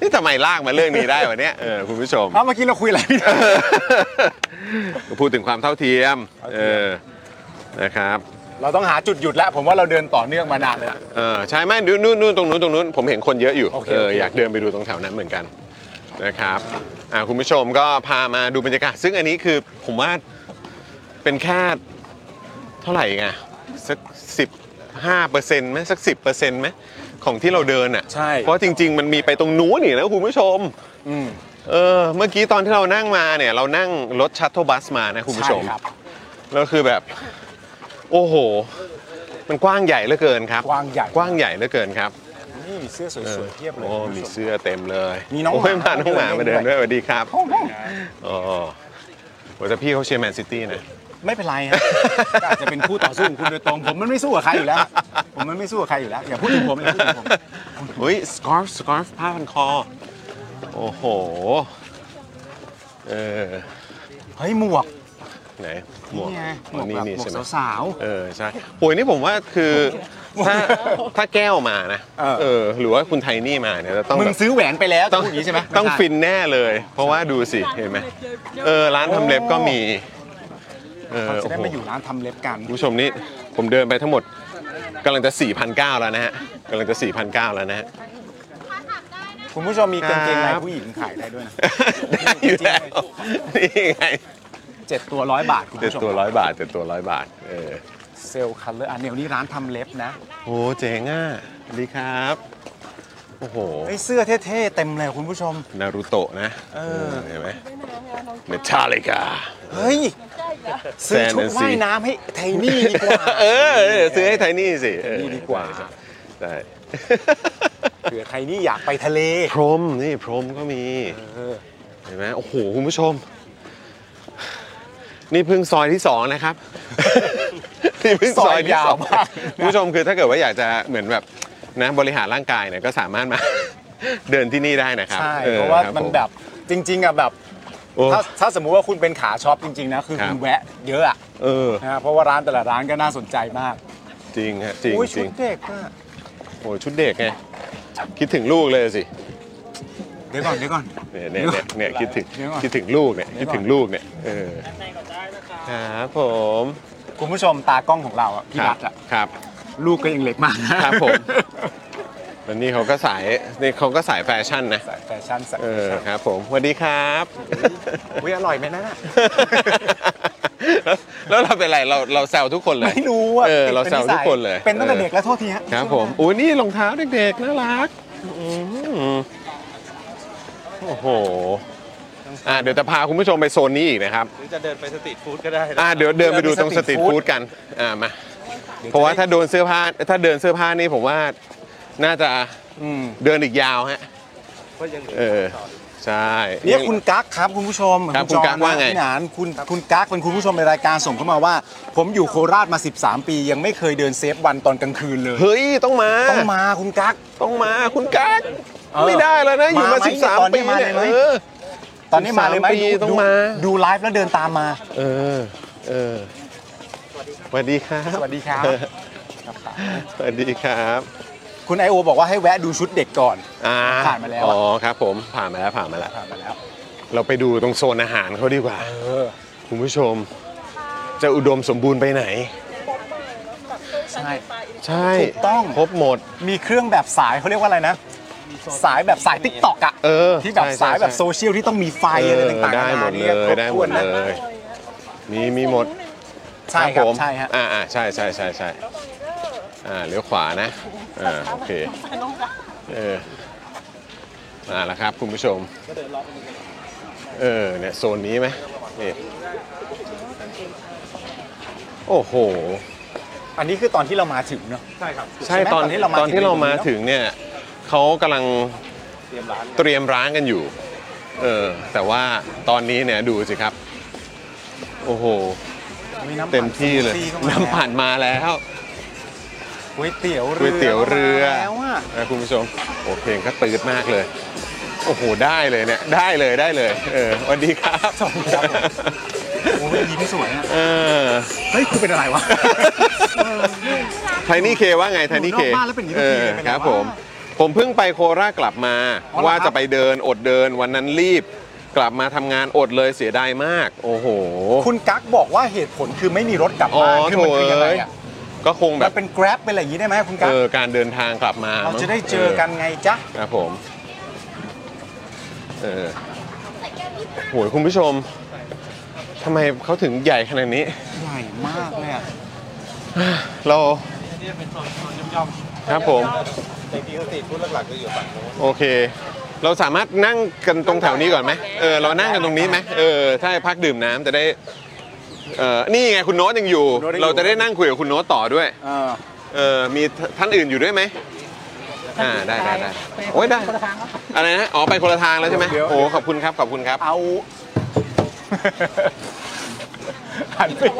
S1: นี่ทำไมลากมาเรื่องนี้ได้วะเนี่ยเออคุณผู้ชม
S2: เอาเมื่อกี้เราคุยอะไรพี่
S1: พูดถึงความเท่าเทียม เออ นะครับ
S2: เราต้องหาจุดหยุดแล้ว ผมว่าเราเดินต่อเนื่องมานานเลยล่ะ
S1: เออใช่ไหมดูนู่นนู่นตรงนู้นตรงนู้นผมเห็นคนเยอะอยู่
S2: โอเค
S1: เออ
S2: โอเค
S1: อยากเดินไปดูตรงแถวนั้นเหมือนกันนะครับอ่าคุณผู้ชมก็พามาดูบรรยากาศ ซึ่งอันนี้คือผมว่าเป็นแค่เท่าไหร่ไงสักสิบห้าเปอร์เซ็นต์ไหมสักสิบเปอร์เซ็นต์ไหมของที่เราเดินอ่ะ
S2: ใช่
S1: เพราะจริง ๆ มันมีไปตรงนู้นนี่นะคุณผู้ชม
S2: อืม
S1: เออเมื่อกี้ตอนที่เรานั่งมาเนี่ย เรานั่งรถชัตเทิลบัสมานะคุณผู้ชม
S2: ใช่ครับ
S1: แล้วคือแบบ โอ้โห มันกว้างใหญ่เหลือเกินครับ
S2: กว้างใหญ่
S1: กว้างใหญ่เหลือเกินครับ
S2: นี่มีเสื้อสวยๆเทียบเลย
S1: โอ้
S2: คุณ
S1: มี
S2: ผู้ชม
S1: เสื้อเต็มเลย
S2: มีน้องหมา
S1: โยมาน้องหมามา
S2: เดิ
S1: เดิ
S2: น
S1: น
S2: ด้
S1: ด้
S2: ว
S1: วย ยสวัสดีครับ
S2: โอ้โห
S1: อ๋อว่าแต่พี่เขาเชียร์แมนซิตี้นะ
S2: ไม่เป็นไรฮะก็อาจจะเป็นคู่ต่อสู้ของคุณโดยตรง ผมมันไม่สู้กับใครอยู่แล้ว ผมมันไม่สู้กับใครอยู่แล้ว อย่าพูดถึงผมอย่าพูดถึงผม
S1: เฮ้ยสกอร์ฟสกอร์ฟผ้าพันคอ โอ้โห เออ
S2: เฮ้ยหมวก
S1: ไหน หมวก
S2: นี่ไง
S1: อ๋อ
S2: หมวกแบบ
S1: นี่
S2: หมวก
S1: ใช่ไหม
S2: สาวๆ
S1: เออ ใช่โอ้ยนี่ผมว่าคือถ้าถ้าแก้วมานะ
S2: เออ
S1: เออ หรือว่าคุณไทนี่มาเนี่ยจะต้อง
S2: มึง
S1: แบบ
S2: ซื้อแหวนไปแล้วต้องพูดอย่างนี้ใช่ไหม
S1: ต้อง
S2: ไม่ใช่
S1: ฟินแน่เลย เพราะว่าดูสิ เห็นไหมเออ ร้านทำเล็บก็มี เออ
S2: เขาจะได้
S1: โอ้
S2: มา
S1: โห
S2: อยู่ร้านทำเล็บกัน
S1: คุณผู้ชมนี่ผมเดินไปทั้งหมดกำลังจะ 4,900 แล้วนะฮะกำลังจะ 4,900 แล้วนะฮะ
S2: คุณผู้ชมมีกางเกงใน
S1: ครับ
S2: ผู้หญิงขายได้ด้วยนะ
S1: ได้อยู่แล้วนี่ไง
S2: เจ็ดตัวร้อยบาทคุณ
S1: เจ็ด
S2: ผู้ชม
S1: ตัวร้อยบาทเจ็ดตัวร้อยบาท เออ
S2: เซลล์คัลเลอร์อันเดียวนี่ร้านทำเล็บนะ
S1: โอ้เจ๋งอ่ะสวัสดีครับ โอ้โห
S2: ไอ้เสื้อเท่ๆเต็มเลยคุณผู้ชม
S1: นารูโตะนะ
S2: เออ
S1: เห็นไหมเมทัลลิกา
S2: เฮ้ยซื้อชุดว่ายน้ำให้ไทนี่ดีกว่า
S1: เออซื้อให้ไทนี่สิเออ
S2: ไทนี่ดีกว่า
S1: ใช่
S2: เผื่อไทนี่อยากไปทะเล
S1: พรมนี่พรมก็มี
S2: เออ
S1: เห็นไหมโอ้โห คุณผู้ชม นี่เพิ่งซอยที่สองนะครับ นี่เพิ่งซอยที่ส
S2: ซอยยาว
S1: อง
S2: มาก
S1: คุณผู้ชมคือถ้าเกิดว่าอยากจะเหมือนแบบนะบริหารร่างกาย เนี่ยก็สามารถมา เดินที่นี่ได้นะครับ
S2: ใช่
S1: ออ
S2: เพราะว่า
S1: คบ
S2: มัน
S1: ผ
S2: แบบจริง ๆอ่ะแบบ
S1: โอ้
S2: ถ้าถ้าสมมุติว่าคุณเป็นขาช็อปจริงๆนะคือ
S1: ครับ
S2: คุณแวะเยอะอะ
S1: เออ
S2: นะเพราะว่าร้านแต่ละร้านก็น่าสนใจมาก
S1: จริงฮะจริง
S2: โอ้ย
S1: จ
S2: ชุ
S1: ริ
S2: ด
S1: ง
S2: เด็กอะ
S1: โอ้ยชุดเด็กไงคิดถึงลูกเลยสิ
S2: เดี๋ยวก่อนเดี๋ยวก่อน
S1: เนี่ยเนี่ยเนี่ยเนี่ยคิดถึง
S2: เดี๋ยวก่อน
S1: คิดถึงลูกเนี่ย
S2: เดี๋ยวก่อน
S1: คิดถึงลูกเนี่ยเออครับผม
S2: คุณผู้ชมตากล้องของเราอะพี่รัตอะ
S1: ครับ
S2: ลูกก็ยังเล็กมากนะครับ
S1: ผม แล้วนี่เขาก็สายนี่เขาก็สายแฟชั่นนะ
S2: สายแฟชั่นสาย
S1: เออครับผมสวัสดีครับ
S2: อุ้ยอร่อยไหมนั่นอะ
S1: แล้ว แล้วเราเป็นไรเราเราแซวทุกคนเลย
S2: ไม่รู้อะ
S1: เออเรา
S2: ป็
S1: แซวทุกคนเลย
S2: เป็นตั้งแต่เด็ก
S1: อ
S2: แล้วโทษทีฮะ
S1: อครับผมอุ้ยนี่รองเท้าเด็กๆน่ารักอืมโอ้โหอ่ะเดี๋ยวจะพาคุณผู้ชมไปโซนนี้อีกนะครับ
S5: หรือจะเดินไปสตรีทฟู้ดก็ได้นะ
S1: อ่ะเดี๋ยวเดินไปดูตรงสตรีทฟู้ดกันอ่ามาเพราะว่าถ้าโดนเสื้อผ้าถ้าเดินเสื้อผ้านี่ผมว่าน่าจะเดินอีกยาวฮะ
S5: เพราะยังเหลือ
S1: เออ ใช่
S2: เนี่ยคุณกั๊กครับคุณผู้ชม
S1: ครับ
S2: จ
S1: คุ
S2: อ
S1: ณ
S2: ห์น
S1: กั๊กว่าไง
S2: พี่หนานคุณคุณกั๊กเป็นคุณผู้ชมในรายการส่งเข้ามาว่า ผมอยู่โคราชมา 13 ปี ยังไม่เคยเดินเซฟวันตอนกลางคืนเลย
S1: เฮ้ย ต้องมา
S2: ต้องมาคุณกั๊ก
S1: ต้องมาคุณกั๊ก
S2: เออ
S1: ไม่ได้แล้วนะ อยู่มา
S2: ไหเนี่ยตอน
S1: 13 ปี
S2: นี้มา
S1: เนี่ย
S2: ไหม
S1: เออ
S2: ตอนนี้มาเลยไหม
S1: 13ปี
S2: ดู
S1: ต้อง
S2: ดู
S1: มา
S2: ดูไลฟ์แล้วเดินตามมา
S1: เออ เออสวัสดีครับ
S2: สวัสดีครับ
S1: สวัสดีครับ
S2: คุณไอโอบอกว่าให้แวะดูชุดเด็กก่อน
S1: อ่า
S2: ผ่านมาแล้วอะ
S1: อ๋อครับผม ผ่านมาแล้ว ผ่านมาแล้ว
S2: ผ่านมาแล้ว
S1: เราไปดูตรงโซนอาหารเขาดีกว่า
S2: เออ
S1: คุณผู้ชม จะอุดมสมบูรณ์ไปไหน
S2: ใช่
S1: ใช่
S2: ถูกต้อง
S1: ครบหมด
S2: มีเครื่องแบบสายเขาเรียกว่าอะไรนะ สายแบบสายติ๊กต็อกอะ
S1: เออ
S2: ที่แบบ
S1: ใช่ใช่
S2: สายแบบ
S1: ใช่
S2: โซเชียลที่ต้องมีไฟอะไรต่างๆ
S1: เออได้
S2: นานา
S1: หมดเล
S2: นี่คร
S1: ย
S2: บ
S1: ได้ห
S2: ถ้
S1: ม
S2: ว
S1: ด
S2: น
S1: เล
S2: นะ
S1: ย มีมีหมด
S2: ใช่ครับ
S1: ผม
S2: ใช่ฮะ
S1: อ่าอ่าใช่ใช่ใช่ใช่อ่าเลี้ยวขวานะอ่าโอเคเออมาแล้วครับคุณผู้ชม เออเนี่ยโซนนี้ไหมนี่โอ้โห
S2: อันนี้คือตอนที่เรามาถึงเนาะใช่ครับ
S1: ใช่ตอนที่ตอนที่เรามาถึงเนี่ยเขากำลัง
S5: เตรียมร้าน
S1: เตรียมร้านกันอยู่ เออแต่ว่าตอนนี้เนี่ยดูสิครับ โอ้โห เต็มที่เลย น้ำผ่านมาแล้ว
S2: ก๋วยเตี๋ยว
S1: ก๋วยเตี๋ยวเรือ
S2: แล้วอะ
S1: นะคุณผู้ชมโอเพลงก็ตืดมากเลย โอ้โห ได้เลยเนี่ย ได้เลยได้เลย เออสวันดีครับสวัสดีครับ
S2: โอ้ยยิ้มสวยอะ
S1: เออ
S2: เฮ้ยคุณเป็น อะไรวะ
S1: ไทนี่เคว่าไงไทนี่เค
S2: อยู่นอกบ้านแล้วเป็นอย่างนี้
S1: เอ
S2: ทุ
S1: อ
S2: กทีเลยเป็นไง
S1: ครับ
S2: วะ
S1: ผม ผมเพิ่งไปโคราชกลับมา
S2: อ๋อเหรอครับ
S1: ว่าจะไปเดินอดเดินวันนั้นรีบ กลับมาทำงานอดเลยเสียดายมาก โอ้โห
S2: คุณกั๊กบอกว่าเหตุผลคือไม่มีรถกลับ
S1: อ๋อ
S2: บ้านคือ
S1: โถ
S2: มันคือยังไง
S1: เอ้ย
S2: อะ
S1: ก็คงแบ
S2: มั
S1: บ
S2: นเป็น Grab เป็นอะไรอย่างนี้ได้ไหมคุณกั๊
S1: เอก อการเดินทางกลับมา
S2: เรา
S1: มั้ง
S2: จะได้เจอกันไงจ๊ะ
S1: ครับผม เออโหยคุณผู้ชมทำไมเขาถึงใหญ่ขนาดนี้
S2: ใหญ่มากเลยอะ
S1: เรา
S5: นี่เป็นโซนโซนย่อม
S1: ครับผม
S5: ๆแต่ที่สตรีทฟู้ดหลักๆจะอยู่ฝั่งโน้น
S1: โอเค เราสามารถนั่งกันตรงแถวนี้ก่อนไหมเออเรานั่งกันตรงนี้ไหมเออถ้าพักดื่มน้ำจะได้เออนี่ไงคุณโน้ตยังอยู่
S2: คุณโน้ตยังอยู่
S1: เราจะได้นั่งคุยกับคุณโน้ตต่อด้วย
S2: เออ
S1: เออมีท่านอื่นอยู่ด้วยไหมอ่าได้ได้ได้โอ้ยได้
S4: คนละทางครับ
S1: อะไรนะอ๋อไปคนละทางแล้วใช่ไหม
S2: เดี๋ยว
S1: โอ้ขอบคุณครับขอบคุณครับ
S2: เอา หันไป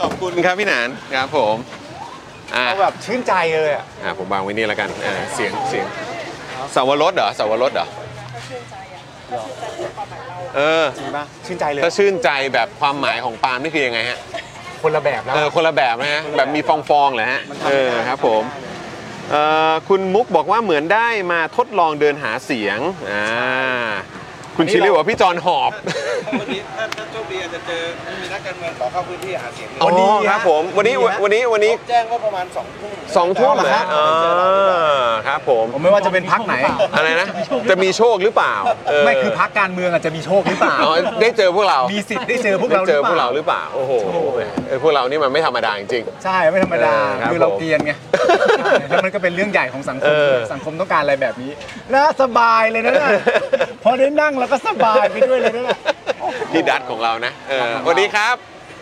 S1: ขอบคุณครับพี่หนานครับผมอ่า
S2: เอาแบบชื่นใจเลยอะ
S1: อ่าผมวางไว้นี่แล้วกันอ่าเสียงเสียงสาวรสเหรอสาวรสเหรอเออ
S2: จริงปะชื่นใจเลย
S1: ถ้าชื่นใจแบบความหมายของปาล์มนี่คือยังไงฮะ
S2: คนละแบบแล้ว
S1: เออคนละแบบนะฮะ แบบมีฟองฟองๆเหรอฮะ
S2: มันทำไม่
S1: เอ
S2: ได้
S1: อครับผมเอ่อคุณมุกบอกว่าเหมือนได้มาทดลองเดินหาเสียง อ่า คุณชิลลี่บอกว่าพี่จอนหอบ
S5: ถ้าวันนี้ถ้าถ้าโชคดีอาจจะเจอมีนักการเมืองขอเข้าพื้นที่หาเสียงเลย
S1: อ๋อ
S2: วันนี้ฮะ
S1: ครับผม วันนี้
S2: วันนี้ฮะ
S1: วันนี้วันนี้
S5: ผมแจ้งว่าประมาณสองทุ่ม
S1: สองทุ่ม
S2: เหรอ
S1: นะ
S2: ฮะ
S1: อ่าครับผม
S2: ผมไม่ว่าจะเป็นพักไหน
S1: อะไรนะ จะมีโชคหรือเปล่าเ
S2: ไม่คือพักการเมืองอาจจะมีโชคหรือเปล่า
S1: อ๋อได้เจอพวกเรา
S2: มีสิทธิ์ได้เจอพวกเรา
S1: ได้เจอพวกเรา
S2: ห
S1: ห
S2: รือเปล่า
S1: รือเปล่า โอ้โหเออพวกเรานี่มันไม่ธรรมดาจริง
S2: ใช่ไม่ธรรมดา
S1: เออครับ
S2: คือเราเกรียนไง
S1: ผม
S2: แล้วมันก็เป็นเรื่องใหญ่ของสังค
S1: เอ
S2: ม
S1: อ
S2: สังคมต้องการอะไรแบบนี้น่าสบายเลยนะน่ะ พอได้นั่งแล้วก็สบายไปด้วยเลยนะน่ะ
S1: พี่ดัตของเรานะเออสวัสดีครับ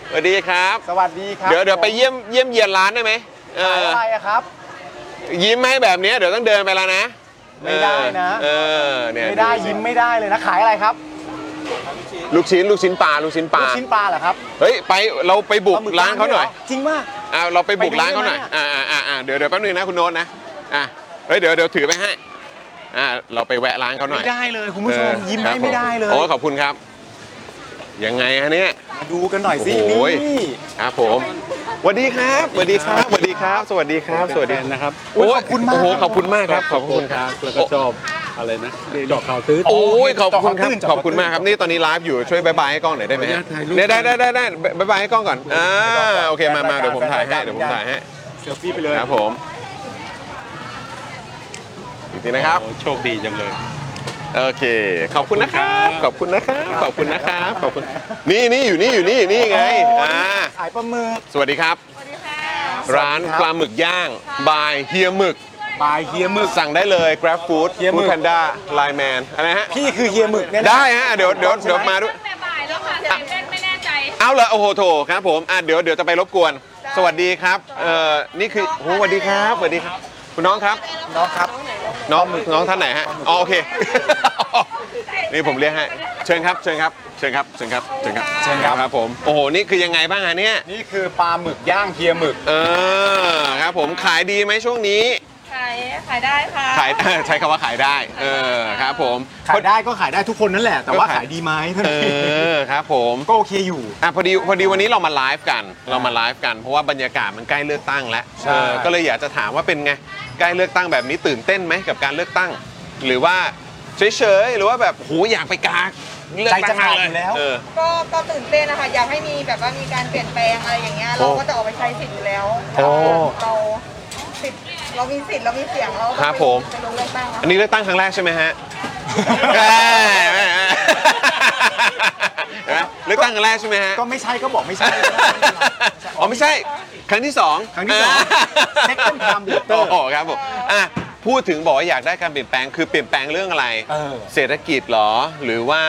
S1: สวัสดีครับ
S2: สวัสดีครับ
S1: เดี๋ยวเดี๋ยวไปเยี่ยมเยี่ยมเยียนร้านได้ไหมเอ
S2: ขาย
S1: อ
S2: อะไรอะครับ
S1: ยิ้มให้แบบเนี้ยเดี๋ยวต้องเดินไปแล้วนะ
S2: ไม่ได้นะ
S1: เออเนี่ย
S2: ไม่ได้ยิ้มไม่ได้เลยนะขายอะไรครับ
S1: ลูกชิ้นลูกชิ้นปลาลูกชิ้นปลา
S2: ลูกชิ้นปลาเหรอครับ
S1: เฮ้ยไปเราไปบุก
S2: ปลหมึ
S1: ร้านเขาหน่อย
S2: ด้วรจริงมาก
S1: อ่าเราไปบุก
S2: ไปดู
S1: ร้านเขาหน่อย
S2: ได้ไหม
S1: อ่าอ่าอ่าเดี๋ยวเดี๋ยวแป๊บนึงนะคุณโน้ตนะอ่ะเฮ้ยเดี๋ยวเดี๋ยวถือไปให้ อ่าเราไปแวะร้านเขาหน่อย
S2: ไม่ได้เลยคุณผู้ชม
S1: ออ
S2: ยิ้มให้
S1: ครับผ
S2: ไม่ได้เลย
S1: โอ้ขอบคุณครับ ยังไงฮะเนี่ย
S2: ดูกันหน่อยสิ
S1: โอ้ย
S2: นี่
S1: ครับผมสวัสดีครับสวัสดีครับสวัสดีครับ สวัสดีครับ สวัสดี
S11: นะครับ
S1: โอ้ยขอบคุณมากโอ้โหขอบคุณมากครับขอบคุณครับ
S11: แล้วก็ชอบอะไรนะเจาะข่าวตื้น
S1: โอ้ยขอบคุณครับขอบคุณมากครับนี่ตอนนี้ไลฟ์อยู่ช่วยบายบายให้กล้องหน่อยได้ไหม
S11: ขออนุญาตถ่ายรูป
S1: เนี่ยได้ได้ได้ได้บายบายให้กล้องก่อนอ่าโอเคมามาเดี๋ยวผมถ่ายให้เดี๋ยวผมถ่ายให้
S2: เซลฟี่ไปเลย
S1: ครับผมอีกทีนะครับ
S11: โชคดีจังเลย
S1: โอเค ขอบคุณนะครับขอบคุณนะครับขอบคุณนะครับขอบคุณนี่นี่อยู่นี่อยู่นี่นี่ไงอ่า
S2: ขายปลาหมึก
S1: สวัสดีครับ ร้านปลาหมึกย่างบายเฮียหมึก
S2: บายเฮียหมึก
S1: สั่งได้เลย Grab Food
S2: เฮียหมึก
S1: แพนด้าไลน์แมนอะไรฮะ
S2: พี่คือเฮียหมึกแน่ๆ
S1: ได้ฮะเดี๋ยวเดี๋ยวเดี๋ยวมาด้วย
S9: บ่ายแล้วค่ะเซเว่นไม่แน่ใจ
S1: เอาละโอ้โหโถครับผมอ่ะเดี๋ยวเดี๋ยวจะไปรบกวน สวัสดีครับเอ่อนี่คือโอ้โหสวัสดีครับสวัสดีครับ คุณน้องครับ
S2: น้องครับ
S1: น้องน้องท่านไหนฮะอ๋อโอเค นี่ผมเรียกให้เชิญครับเชิญครับเชิญครับเชิญครับเชิญครับเชิญครับครับผมโอ้โหนี่คือยังไงบ้างฮะเนี่ย
S2: นี่คือปลาหมึกย่างเฮียหมึก
S1: เออครับผมขายดีไหมช่วงนี้
S9: ขาย ขายได้ค่ะ
S1: ขาย ใช้คำว่าขายได้เออครับผม
S2: ขายได้ก็ขายได้ทุกคนนั่นแหละ แต่ว่าขายดีไหมเท่า
S1: เอ
S2: นั้นเอง
S1: อครับผม
S2: ก็โอเคอยู่
S1: อ่ะพอดีพอดีวันนี้เรามาไลฟ์กันเรามาไลฟ์กันเพราะว่าบรรยากาศมันใกล้เลือกตั้งแล้ว
S2: ใช่
S1: เออก็เลยอยากจะถามว่าเป็นไงใกล้เลือกตั้งแบบนี้ตื่นเต้นไหมกับการเลือกตั้ง หรือว่าเฉยๆหรือว่าแบบโหอยากไปกาเลือก
S2: ใจจะ
S1: ตั้ง
S2: ขาด
S1: เล
S2: อย ยู่แล้ว
S1: เออ
S12: ก็ก็ตื่นเต้นนะคะ อยากให้มีแบบว่ามีการเปลี่ยนแปลงอะไรอย่างเงี้ย
S1: โอ้
S12: เราก็จะออกไปใช้สิทธิ์อยู่แล้ว
S1: โอ้
S12: เราสิทธิ์เรามีสิทธิ์เรามีเสียงเราก็
S1: ครับผม
S12: ไปลงเลือกตั้งะ
S1: อันนี้เลือกตั้งครั้งแรกใช่ไหมฮะ แหมเห็นไหมเลือกตั้งครั้งแรกใช่ไหมฮะ
S2: ก็ไม่ใช่ก็บอกไม่ใช่
S1: อ๋อไม่ใช่ ครั้งที่สอง
S2: ครั้งที่สอง Second time later
S1: โอ้โหครับผมอ่ะพูดถึงบอกว่าอยากได้การเปลี่ยนแปลงคือเปลี่ยนแปลงเรื่องอะไร
S2: เออ
S1: เศรษฐกิจเหรอหรือว่า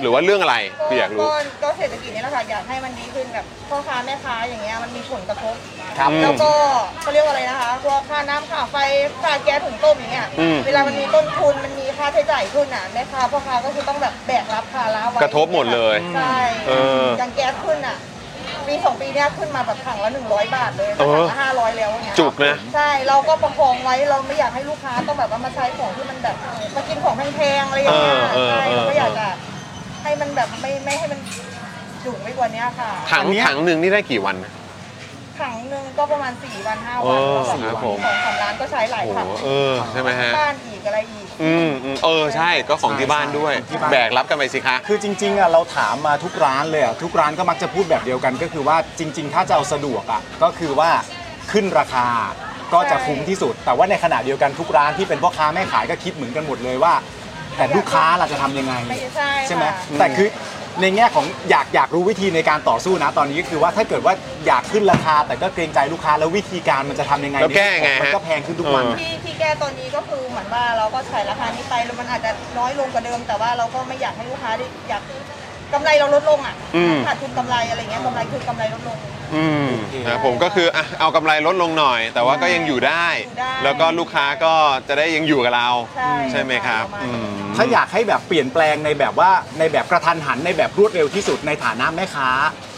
S1: หรือว่าเรื่องอะไรคืออยากรู้
S12: ก็เศรษฐกิจนี่แหละค่ะอยากให้มันดีขึ้นแบบพ่อค้าแม่ค้าอย่างเงี้ยมันมีผลกระทบ
S1: ครับ
S12: แล้วก็เขาเรียกว่าอะไรนะคะพวกค่าน้ำค่าไฟค่าแก๊สถุงต้มอย่างเงี้ย
S1: อืม
S12: เวลามันมีต้นทุนมันมีค่าใช้จ่ายขึ้นอ่ะแม่ค้าพ่อค้าก็คือต้องแบบแบกรับภาระไว้
S1: กระทบหมดเลย
S12: ใช่
S1: เออ
S12: อย่างแก๊สขึ้นอ่ะปีสองปีเนี้ยขึ้นมาแบบถังละหนึ่งร้อยบาทเลย
S1: เอ
S12: ถัง
S1: อ
S12: ละห้าร้อยแล้วอย่างเงี้ย
S1: จุกนะ
S12: ใช่เราก็ประคองไว้เราไม่อยากให้ลูกค้าต้องแบบว่ามาใช้ของที่มันแบบมากินของแพงๆอะไรอย่างเงี้ย
S1: เออ
S12: ใช่
S1: เออเออ
S12: เราก็อยากจะ ให้มันแบบไม่ไม่ให้มันสูงไปกว่านี้ค่ะ
S1: ถังถังหนึ่งนี่ได้กี่วันนะ
S12: ถังหนึ่งก็ประมาณ 4 วัน 5
S1: โอ้
S12: วันก็แบ
S1: ครั
S12: บบ ข
S1: ผ
S12: อง
S1: ม
S12: สามร้านก็ใช้หลาย
S1: โอ้โห
S12: ถัง
S1: เออใช่ไหมฮะ
S12: บ้านอีกอะไรอีก
S1: อืมอืมเออใช่ก็ของที่บ้านด้วย แบกรับกันไปสิคะ
S2: คือจริงๆอ่ะเราถามมาทุกร้านเลยอ่ะทุกร้านก็มักจะพูดแบบเดียวกัน ก็คือว่าจริง ๆ ถ้าจะเอาสะดวกอ่ะก็คือว่าขึ้นราคาก็จะคุ้มที่สุด แต่ว่าในขณะเดียวกันทุกร้านที่เป็นพ่อค้าแม่ขายก็คิดเหมือนกันหมดเลยว่า แต่ลูกค้าเราจะทำยังไง
S12: ไม่ใช่
S2: ใช่ไหม
S12: ค่ะ
S2: แต่คือในแง่ของอยากอยากรู้วิธีในการต่อสู้นะตอนนี้ก็คือว่าถ้าเกิดว่าอยากขึ้นราคา แต่ก็เกรงใจลูกค้าแล้ววิธีการมันจะทำยังไง
S1: แล้วแก้ไงฮะ
S2: มันก็แพงขึ้นทุกวัน
S12: ที่ที่แก้ตอนนี้ก็คือเหมือนว่าเราก็ใช้ราคานี้ไปแล้วมันอาจจะน้อยลงกว่าเดิม แต่ว่าเราก็ไม่อยากให้ลูกค้าได้อยากกำไรเราลดลงอ่ะ
S1: อืม
S12: ขาดทุนกำไรอะไรเงี้ยกำไรคือกำไรลดลง
S1: อืมนะผมก็คืออ่ะเอากำไรลดลงหน่อย แต่ว่าก็ยังอยู่ได้ แล้วก็ลูกค้าก็จะได้ยังอยู่กับเรา
S12: ใช่
S1: ไหมครับอืม
S2: ถ้าอยากให้แบบเปลี่ยนแปลงในแบบว่าในแบบกระทันหันในแบบรวดเร็วที่สุดในฐานะแม่ค้า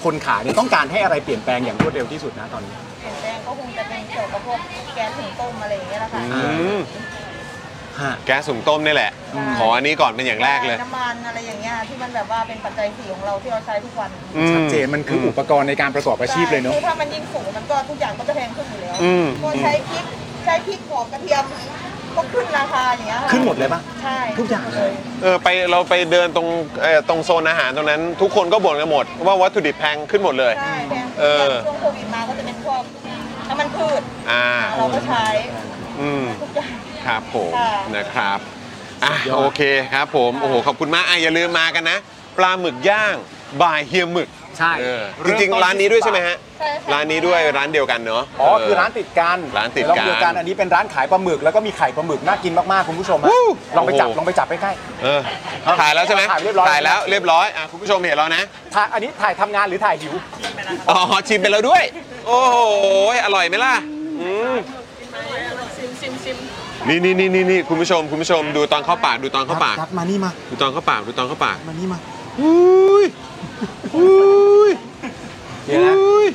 S2: คนขายเนี่ยต้องการให้อะไรเปลี่ยนแปลงอย่างรวดเร็วที่สุดนะตอนนี้
S12: เปลี่ยนแปลงก็คงจะเป็นเกี่ยวกับพวกแก๊สถุงต้มอะไรอย่างเงี้ยแหละค่ะ
S1: อืมแก๊สสูงต้มนี่แหละ
S12: อืม
S1: ขออันนี้ก่อนเป็นอย่างแรกเลย
S12: น้ำมันอะไรอย่างเงี้ยที่มันแบบว่าเป็นปัจจัยสี่ของเราที่เราใช้ทุกวัน
S2: ชัดเจนมันคืออุปกรณ์ในการประกอบอาชีพเลยเนอะ
S12: คือถ้ามันยิ่งสูงมันก็ทุกอย่างก็จะแพงขึ้นอยู่แล้ว
S2: อืม
S12: พวกใช้พริกใช้พริกหอมกระเทียมก็ขึ้นราคาอย่างเงี้ยค่ะ
S2: ขึ้นหมดเลยปะ
S12: ใช่
S2: ทุกอย่างเลย
S1: เออไปเราไปเดินตรงเอ่อตรงโซนอาหารตรงนั้น ทุกคนก็บ่นกันหมด ว่าวัตถุดิบแพงขึ้นหมดเลย
S12: ใช่แพง
S1: เออ
S12: ช่วงโควิดมาก็จะเป็นพวกน้ำมันพืช
S1: อ่า
S12: เราก็ใช้
S1: อืม
S12: ทุกอย่าง
S1: ครับผม
S12: ค่ะ
S1: นะครับอ่ะ
S2: สุดยอด
S1: โอเคครับผมโอ้โหขอบคุณมากอ่ะอย่าลืมมากันนะ ปลาหมึกย่างบายเฮียหมึก
S2: ใช่
S1: เออจริงๆร้านนี้ด้วยใช่ไหมฮะ
S12: ใช่ค่ะ
S1: ร้านนี้ด้วยร้านเดียวกันเนาะ
S2: อ๋อ
S1: เ
S2: คือร้านติดกัน
S1: ร้านติดกัน
S2: ร้านเดียวกันอันนี้เป็นร้านขายปลาหมึกแล้วก็มีไข่ปลาหมึกน่ากินมากๆคุณผู้ชมฮะ
S1: วู้
S2: ลองไปจับ
S1: โอ้โห
S2: ลองไปจับใกล้
S1: เออถ่ายแล้วใช่ไหม
S2: ถ่ายเรียบร้อย
S1: ถ่ายแล้วเรียบร้อยอ่ะคุณผู้ชมเห็นแล้วนะ
S2: ถ่ายอันนี้ถ่ายทำงานหรือถ่ายหิว
S1: อ๋อชิมไปแล้วด้วย โอ้โห อร่อยไหมล่ะอืม
S9: ซิมซิมซิม
S1: นี่นี่นี่นี่นี่คุณผู้ชมคุณผู้ชมดูตอนเข้าปากดูตอนเข้าปาก
S2: รับมานี่มา
S1: ดูตอนเข้าปากดูตอนเข้าปาก
S2: มานี่มา
S1: อุ้ยอุ้ย
S2: เดี๋ยวนะ
S1: อุ้ย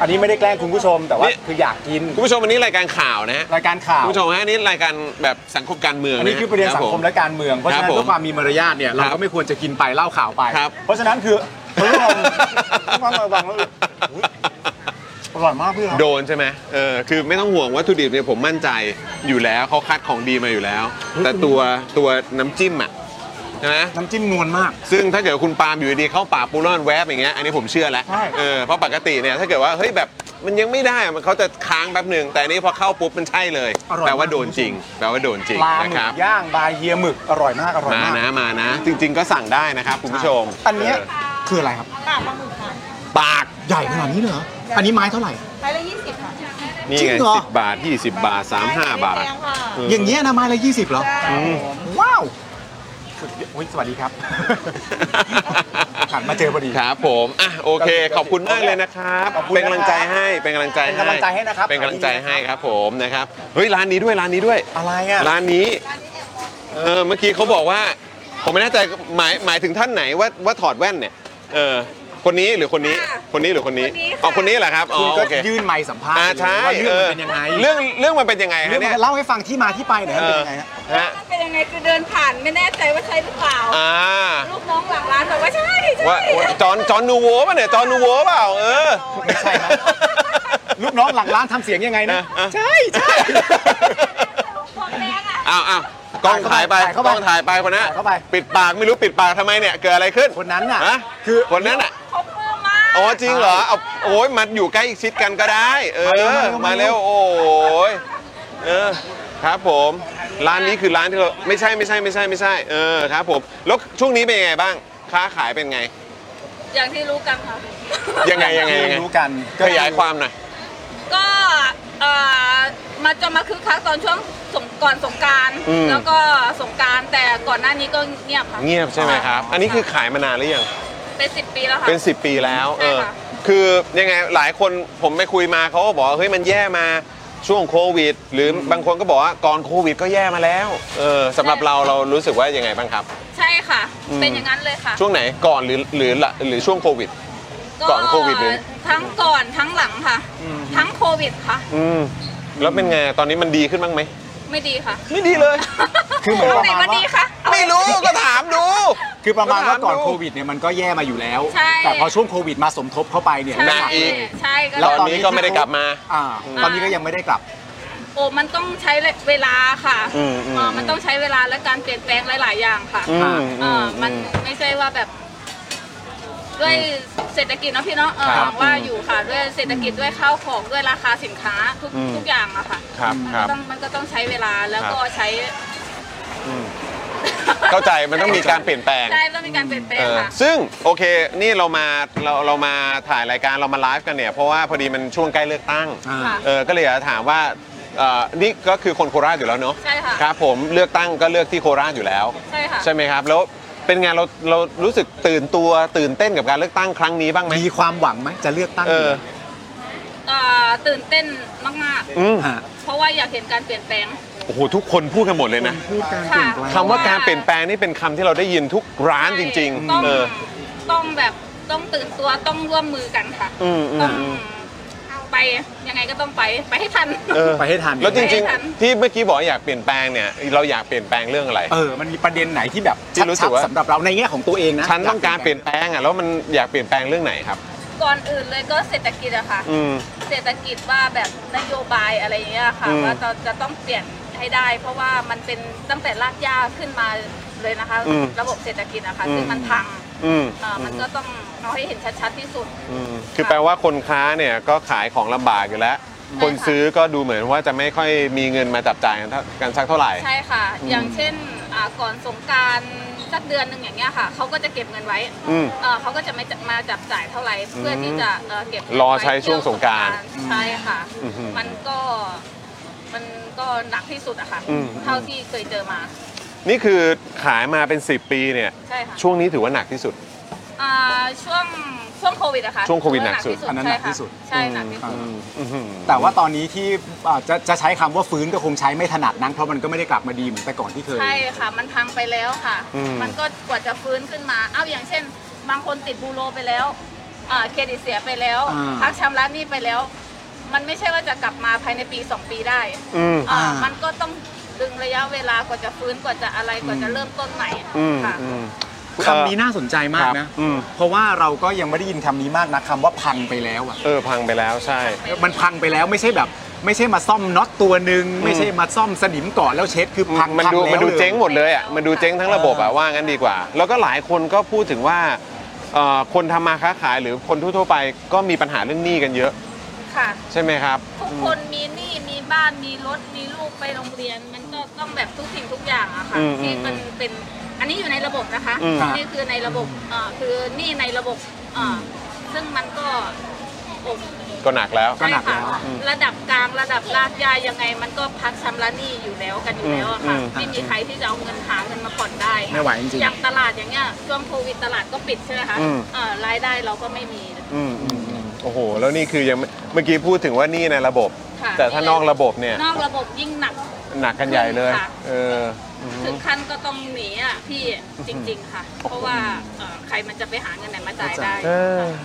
S2: อันนี้ไม่ได้แกล้งคุณผู้ชมแต่ว่าคืออยากกิน
S1: คุณผู้ชมวันนี้รายการข่าวนะฮะ
S2: รายการข่าว
S1: คุณผู้ชมฮะอันนี่รายการแบบสังคมการเมือง
S2: อันนี้คือประเด็นสังคมและการเมืองเพราะฉะนั้นเพื่อความมีมารยาทเนี่ยเราก็ไม่ควรจะกินไปเล่าข่าวไป เพราะฉะนั้นคือคุณผู้ชมคุณผู้ชมระวังแล้วอร่อยมากพี่ครับ
S1: โดนใช่ไหมเออคือไม่ต้องห่วงวัตถุดิบเนี่ยผมมั่นใจอยู่แล้วเขาคัดของดีมาอยู่แล้ว แต่ตัวตัวน้ำจิ้มอ่ะใช่ไหม
S2: น้ำจิ้มนวลมาก
S1: ซึ่งถ้าเกิดคุณปาล์มอยู่ดีๆเข้าปากปูร่อนแวบอย่างเงี้ยอันนี้ผมเชื่อแล้ว
S2: ใช่
S1: เออเพราะปกติเนี่ยถ้าเกิดว่าเฮ้ยแบบมันยังไม่ได้อะมันเขาจะค้างแป๊บหนึ่งแต่อันนี้พอเข้าปุ๊บมันใช่เลยแปลว่าโดนจริงแปลว่าโดนจริง
S2: ปลา
S1: นะ
S2: หมึ
S1: ค
S2: ก
S1: รับ
S2: ย่างบายเฮียหมึกอร่อยมากอร่อย
S1: มา
S2: าก
S1: มนะมานะ จริง ๆ ก็สั่งได้นะครับคุณผู้ชม
S2: อันเนี้ยคืออะไรครับ
S12: ปากปลาหมึกค่ะ
S1: ปาก
S2: ใหญ่ขนาดนี้เลยเหรออันนี้ไม้เท่าไหร่
S12: ไม้ละยี่สิบค่ะ
S1: นี่
S2: จริ
S1: ไง
S2: งเหรอ
S1: สิบบาท 20 บาท 35 บาท
S12: แพงค่ะ
S1: เออ
S2: อ
S1: อ
S2: ย่างเงี้ยนะไม้ละยี่สิบเหรออืมว้าวสุดยอดโอ้ยสวัสดี ครับหันมาเจอพอดี
S1: ครับผมอ่ะโอเค ขอบคุณมากเลยนะครับ
S2: ขอบคุณ
S1: เป็นกำลังใจ
S2: นะครับ
S1: ให้เป็นกำลังใจให้
S2: เป็นกำลังใจให้นะครับ
S1: เป็นกำลังใจให้ครับผมนะครับเฮ้ยร้านนี้ด้วยร้านนี้ด้วย
S2: อะไรอ่ะ
S1: ร้านนี้เออเมื่อกี้เขาบอกว่า ผมไม่แน่ใจหมายหมายถึงท่านไหนว่าว่าถอดแว่นเนี่ยเออคนนี้หรือคนนี้คนนี้หรือคนนี้อ๋อคนนี้เหรอครับอ๋อ
S2: คุณก็
S1: โอเค
S2: ยื่นไมค์สัมภาษณ์
S1: อ่าใช่
S2: ว่าเรื่องมันเป็นยังไง
S1: เรื่องเรื่องมันเป็นยังไงฮะ
S2: เรื่อง
S1: เนี่ย
S2: มันเล่าให้ฟังที่มาที่ไปหน่อยครับเป็นยังไงฮะ
S1: ฮะ
S9: เป็นยังไงคือเดินผ่านไม่แน่ใจว่าใช่หรือเปล่า
S1: อ่า
S9: ลูกน้องหลังร้านบอกว่าใช่ใช่
S1: ว่าว่าจอนจอนนูโวป่ะเนี่ยจอนนูโวเปล่าเออ
S2: ลูกน้องหลังร้านทำเสียงยังไงนะ ใช่ใช่
S1: อ้าวอ้าวกล้องถ่ายไป
S2: ถ่าย
S1: ก
S2: เข้าไป
S1: ล้องถ่ายไปคนนั้น
S2: ถ่ายเข้าไป
S1: ปิดปากไม่รู้ปิดปากทำไมเนี่ย เกิดอะไรขึ้น
S2: คนนั้นน่ะ
S1: ฮะ คือคนนั้นอ่ะอ๋อจริงเหรอเอาโอ้ยมันอยู่ใกล้ชิดกันก็ได้ เอ
S2: มาเร็ว
S1: อ
S2: มา
S1: มา
S2: เร็
S1: เร็
S2: ว
S1: วโอ้ยเออครับผม ร้านนี้คือร้านที่เราไม่ใช่ไม่ใช่ไม่ใช่ไม่ใช่ เออครับผม แล้วช่วงนี้เป็นยังไงบ้าง ค้าขายเป็นไง
S9: อย่างที่รู้กันค่ะ
S1: ยังไงยังไงยังไง
S2: รู้กัน
S1: ขยายความหน่อย
S9: ก็เอ่อมาจะมาคึกคักตอนช่วงสงก่อนสงกราร
S1: อืม
S9: แล้วก็สงกรารแต่ก่อนหน้านี้ก็เงียบค่ะ
S1: เงียบใช่ไหมครับ อันนี้คือขายมานานหรือยัง
S9: เป็นสิบปีแล้วค่ะ
S1: เป็น 10 ปีแล้ว เออ
S9: ใช่ค่ะ
S1: คือยังไงหลายคนผมไปคุยมาเขาก็บอกว่าเฮ้ยมันแย่มาช่วงโควิด หรือบางคนก็บอกว่าก่อนโควิดก็แย่มาแล้ว เออสำหรับเราเรารู้สึกว่ายังไงบ้างครับ
S9: ใช่ค่ะ
S1: อืม
S9: เป็นอย่างนั้นเลยค่ะ
S1: ช่วงไหนก่อนหรือหรือหลังหรือช่วงโควิด ก่อนโควิดหรือ
S9: ทั้งก่อนทั้งหลังค่ะ ทั้งโควิดค่ะ
S1: อืมแล้วเป็นไงตอนนี้มันดีขึ้นบ้างไหม
S9: ไม่ดีค่ะ
S1: ไม่ดีเลย
S2: คือเหมือนประมาณว่า
S9: ไนดีคะเอา
S1: ไม่รู้ก็ถามดู
S2: คือประมาณว่าก่อนโควิดเนี่ยมันก็แย่มาอยู่แล้ว
S9: ใช่
S2: แต่พอช่วงโควิดมาสมทบเข้าไปเนี่ย
S9: ใช่
S2: หนักอีก
S9: ใช่ก็
S1: ตอนนี้ก็ไม่ได้กลับมา
S2: อ่า ตอนนี้ก็ยังไม่ได้กลับ
S9: โอ้มันต้องใช้เวลาค่ะ
S2: อืมอืม
S9: เออมันต้องใช้เวลาและการเปลี่ยนแปลงหลาย ๆ อย่างค่ะ
S1: อืม
S9: เออ
S1: ม
S9: มัน
S1: อืม
S9: ไม่ใช่ว่าแบบ ด้วยเศรษฐกิจเนาะพี่เนาะเออ
S1: ครับ
S9: หวังว่าอยู่ค่ะ ด้วยเศรษฐกิจด้วยข้าวของด้วยราคาสินค้าทุก
S1: อืม
S9: ทุกอย่างอะค่ะ
S1: ครับครับ
S9: มันก็ต้องมันก็ต้องใช้เวลาแล้วก็
S1: ครับ
S9: ใช้
S1: อืมเข้าใจมันต้องมีการเปลี่ยนแปลง
S9: ใช่ต้องมีการเปลี่ยนแปลง
S1: เออ
S9: ค่ะ
S1: ซึ่งโอเคนี่เรามาเราเรามาถ่ายรายการเรามาไลฟ์กันเนี่ย เพราะว่าพอดีมันช่วงใกล้เลือกตั้ง
S9: อ่า
S1: เออก็เลยอยากจะถามว่าเอ่อนี่ก็คือคนโคราชอยู่แล้วเนาะ
S9: ใช่ค่ะ
S1: รับผมเลือกตั้งก็เลือกที่โคราชอยู่แล้ว
S9: ใช่ค่ะ
S1: ใช่ไหมครับ แล้วเป็นไงเราเรารู้สึกตื่นตัวตื่นเต้นกับการเลือกตั้งครั้งนี้บ้างไหม
S2: มีความหวังไหมจะเลือกตั้ง
S1: เออ
S9: เอ่อตื่นเต้นมาก
S1: อืม
S9: ๆ เพราะว่าอยากเห็นการเปลี่ยนแปลง
S1: โอ้โหทุกคนพูดกันหมดเลยนะ
S9: ค่ะ
S1: คำว่าการเปลี่ยนแปลงนี่เป็นคำที่เราได้ยินทุกร้านจริง
S9: ต้อง
S1: ๆ เออ
S9: ต้องแบบต้องตื่นตัวต้องร่วมมือกันค่ะ
S1: อืมอืมอืม
S9: ไปยังไงก็ต้องไปไปให้ทัน
S1: เออ
S2: ไปให้ทัน
S1: แล้วจ
S9: ไปให้
S1: ริง
S9: ทัน
S1: ๆ ที่เมื่อกี้บอกว่าอยากเปลี่ยนแปลงเนี่ยเราอยากเปลี่ยนแปลงเรื่องอะไร
S2: เออ มันมีประเด็นไหนที่แบบ
S1: ที่รู้สึกว่า
S2: ชัดๆสำหรับเราในแง่ของตัวเองนะ
S1: ฉันต้องการเปลี่ยนแปลงอ่ะแล้วมันอยากเปลี่ยนแปลงเรื่องไหนครับ
S9: ก่อนอื่นเลยก็เศรษฐกิจอะค่ะ
S1: อืม
S9: เศรษฐกิจว่าแบบนโยบายอะไรอย่างเงี้ยค่ะ
S1: อืม
S9: ว่าเราจะต้องเปลี่ยนให้ได้ เพราะว่ามันเป็นตั้งแต่รากหญ้าขึ้นมาเลยนะคะ
S1: อืม
S9: ระบบเศรษฐกิจอะค่ะ
S1: อืม
S9: ซึ่งมันพัง
S1: อืม
S9: เอ่อมันก็ต้องเอาให้เห็นชัดๆที่สุด
S1: อืมคือแปลว่าคนค้าเนี่ยก็ขายของลำบากอยู่แล้ว คนซื้อก็ดูเหมือนว่าจะไม่ค่อยมีเงินมาจับจ่ายกันเท่ากันสักเท่าไหร่
S9: ใช่ค่ะ
S1: อืม
S9: อย่างเช่นอ่าก่อนสงกรารสักเดือนหนึ่งอย่างเงี้ยค่ะ เขาก็จะเก็บเงินไว้
S1: อืม
S9: เอ่อเขาก็จะไม่จะมาจับจ่ายเท่าไหร่ เพื่อที่จะเอ่อเก็บเงินไว้
S1: รอใช้ช่วงสงกรานต์
S9: เที่ยวสงกรานต์ใช่ค่ะ
S1: อือหือ
S9: มันก็มันก็หนักที่สุดอะค่ะ
S1: อืม
S9: เท่าที่เคยเจอมา
S1: นี่คือขายมาเป็น 10 ปีเนี่ย
S9: ใช่ค่ะ
S1: ช่วงนี้ถือว่าหนักที่สุด
S9: อ่าช่วงช่วงโควิดอะค่ะ
S1: ช่วงโควิดหนักสุด
S2: อันนั้นหนักที่สุด
S9: ใช่ค่ะใช่หนักที่สุด
S1: อื้อหือ
S2: แต่ว่าตอนนี้ที่อ่าจะจะใช้คำว่าฟื้นก็คงใช้ไม่ถนัดนักเพราะมันก็ไม่ได้กลับมาดีเหมือนแต่ก่อนที่เคย
S9: ใช่ค่ะ มันพังไปแล้วค่ะ
S2: อืม
S9: มันก็กว่าจะฟื้นขึ้นมา เอ้าอย่างเช่น บางคนติดบูโรไปแล้ว อ่าเครดิตเสียไปแล้ว
S1: อ่า
S9: พักชำระหนี้ไปแล้ว มันไม่ใช่ว่าจะกลับมาภายในปี 2 ปีได้
S1: อืม
S9: อ่ามันก็ต้องดึงระยะเวลากว่าจะฟื้นกว่าจะอะไรกว่าจะเริ่มต้นใหม่
S1: อืม
S9: ค่ะ
S1: อืม
S2: คำนี้น่าสนใจมากนะ เพราะว่าเราก็ยังไม่ได้ยินคำนี้มากนะคำว่าพังไปแล้วอะ
S1: เออพังไปแล้วใช่
S2: มันพังไปแล้วไม่ใช่แบบ ไม่ใช่มาซ่อมน็อตตัวหนึ่งไม่ใช่มาซ่อมสนิมก่อนแล้วเช็ดคือพัง
S1: มันดู
S2: พัแล้ว
S1: มันดู
S2: ลย
S1: เจ๊งหมดเลยอ่ะมันดูเจ๊งทั้งระบบอ่ะว่างั้นดีกว่า แล้วก็หลายคนก็พูดถึงว่าเอ่อคนทำมาค้าขายหรือคนทั่วๆไปก็มีปัญหาเรื่องหนี้กันเยอะ
S9: ค่ะ
S1: ใช่ไหมครับ
S9: ทุกคนมีหนี้มีบ้านมีรถมีลูกไปโรงเรียน มันก็ต้องแบบทุกสิ่งทุกอย่างอะค่ะ
S1: อืม
S9: ที่มันเป็นอันนี้อยู่ในระบบนะคะ
S1: อืม
S9: นี่คือในระบบเอ่อคือหนี้ในระบบเอ่อซึ่งมันก็โอ้
S1: ก็หนักแล้ว
S9: ใช่ค่ะระดับกลางระดับรากหญ้ายังไง มันก็พักชำระหนี้อยู่แล้วกันอยู่แล้วอะค่ะ
S1: อืมอืม
S9: ไม่มีใครที่จะเอาเงินหาเงินมาผ่อนได้
S2: ไม่ไหวจริงๆ
S9: อย่างตลาดอย่างเงี้ยช่วงโควิดตลาดก็ปิดใช่ไหมคะ
S1: อืม
S9: เอ่อรายได้เราก็ไม่มี
S1: อืมอืมอืมโอ้โห แล้วนี่คือยังไม่เมื่อกี้พูดถึงว่าหนี่ในระบบ
S9: ค่ะ
S1: แต่ถ้านอกระบบเนี่ย
S9: นอกระบบยิ่งหนัก
S1: หนักกันใหญ่เลย
S9: ค่ะ
S1: เอออืม
S9: ถึงขั้นก็ต้องหนีอ่ะพี่จริง ๆ ค่ะ เพราะว่าเอ่อใครมันจะไปหาเงินไหนมาจ่ายได้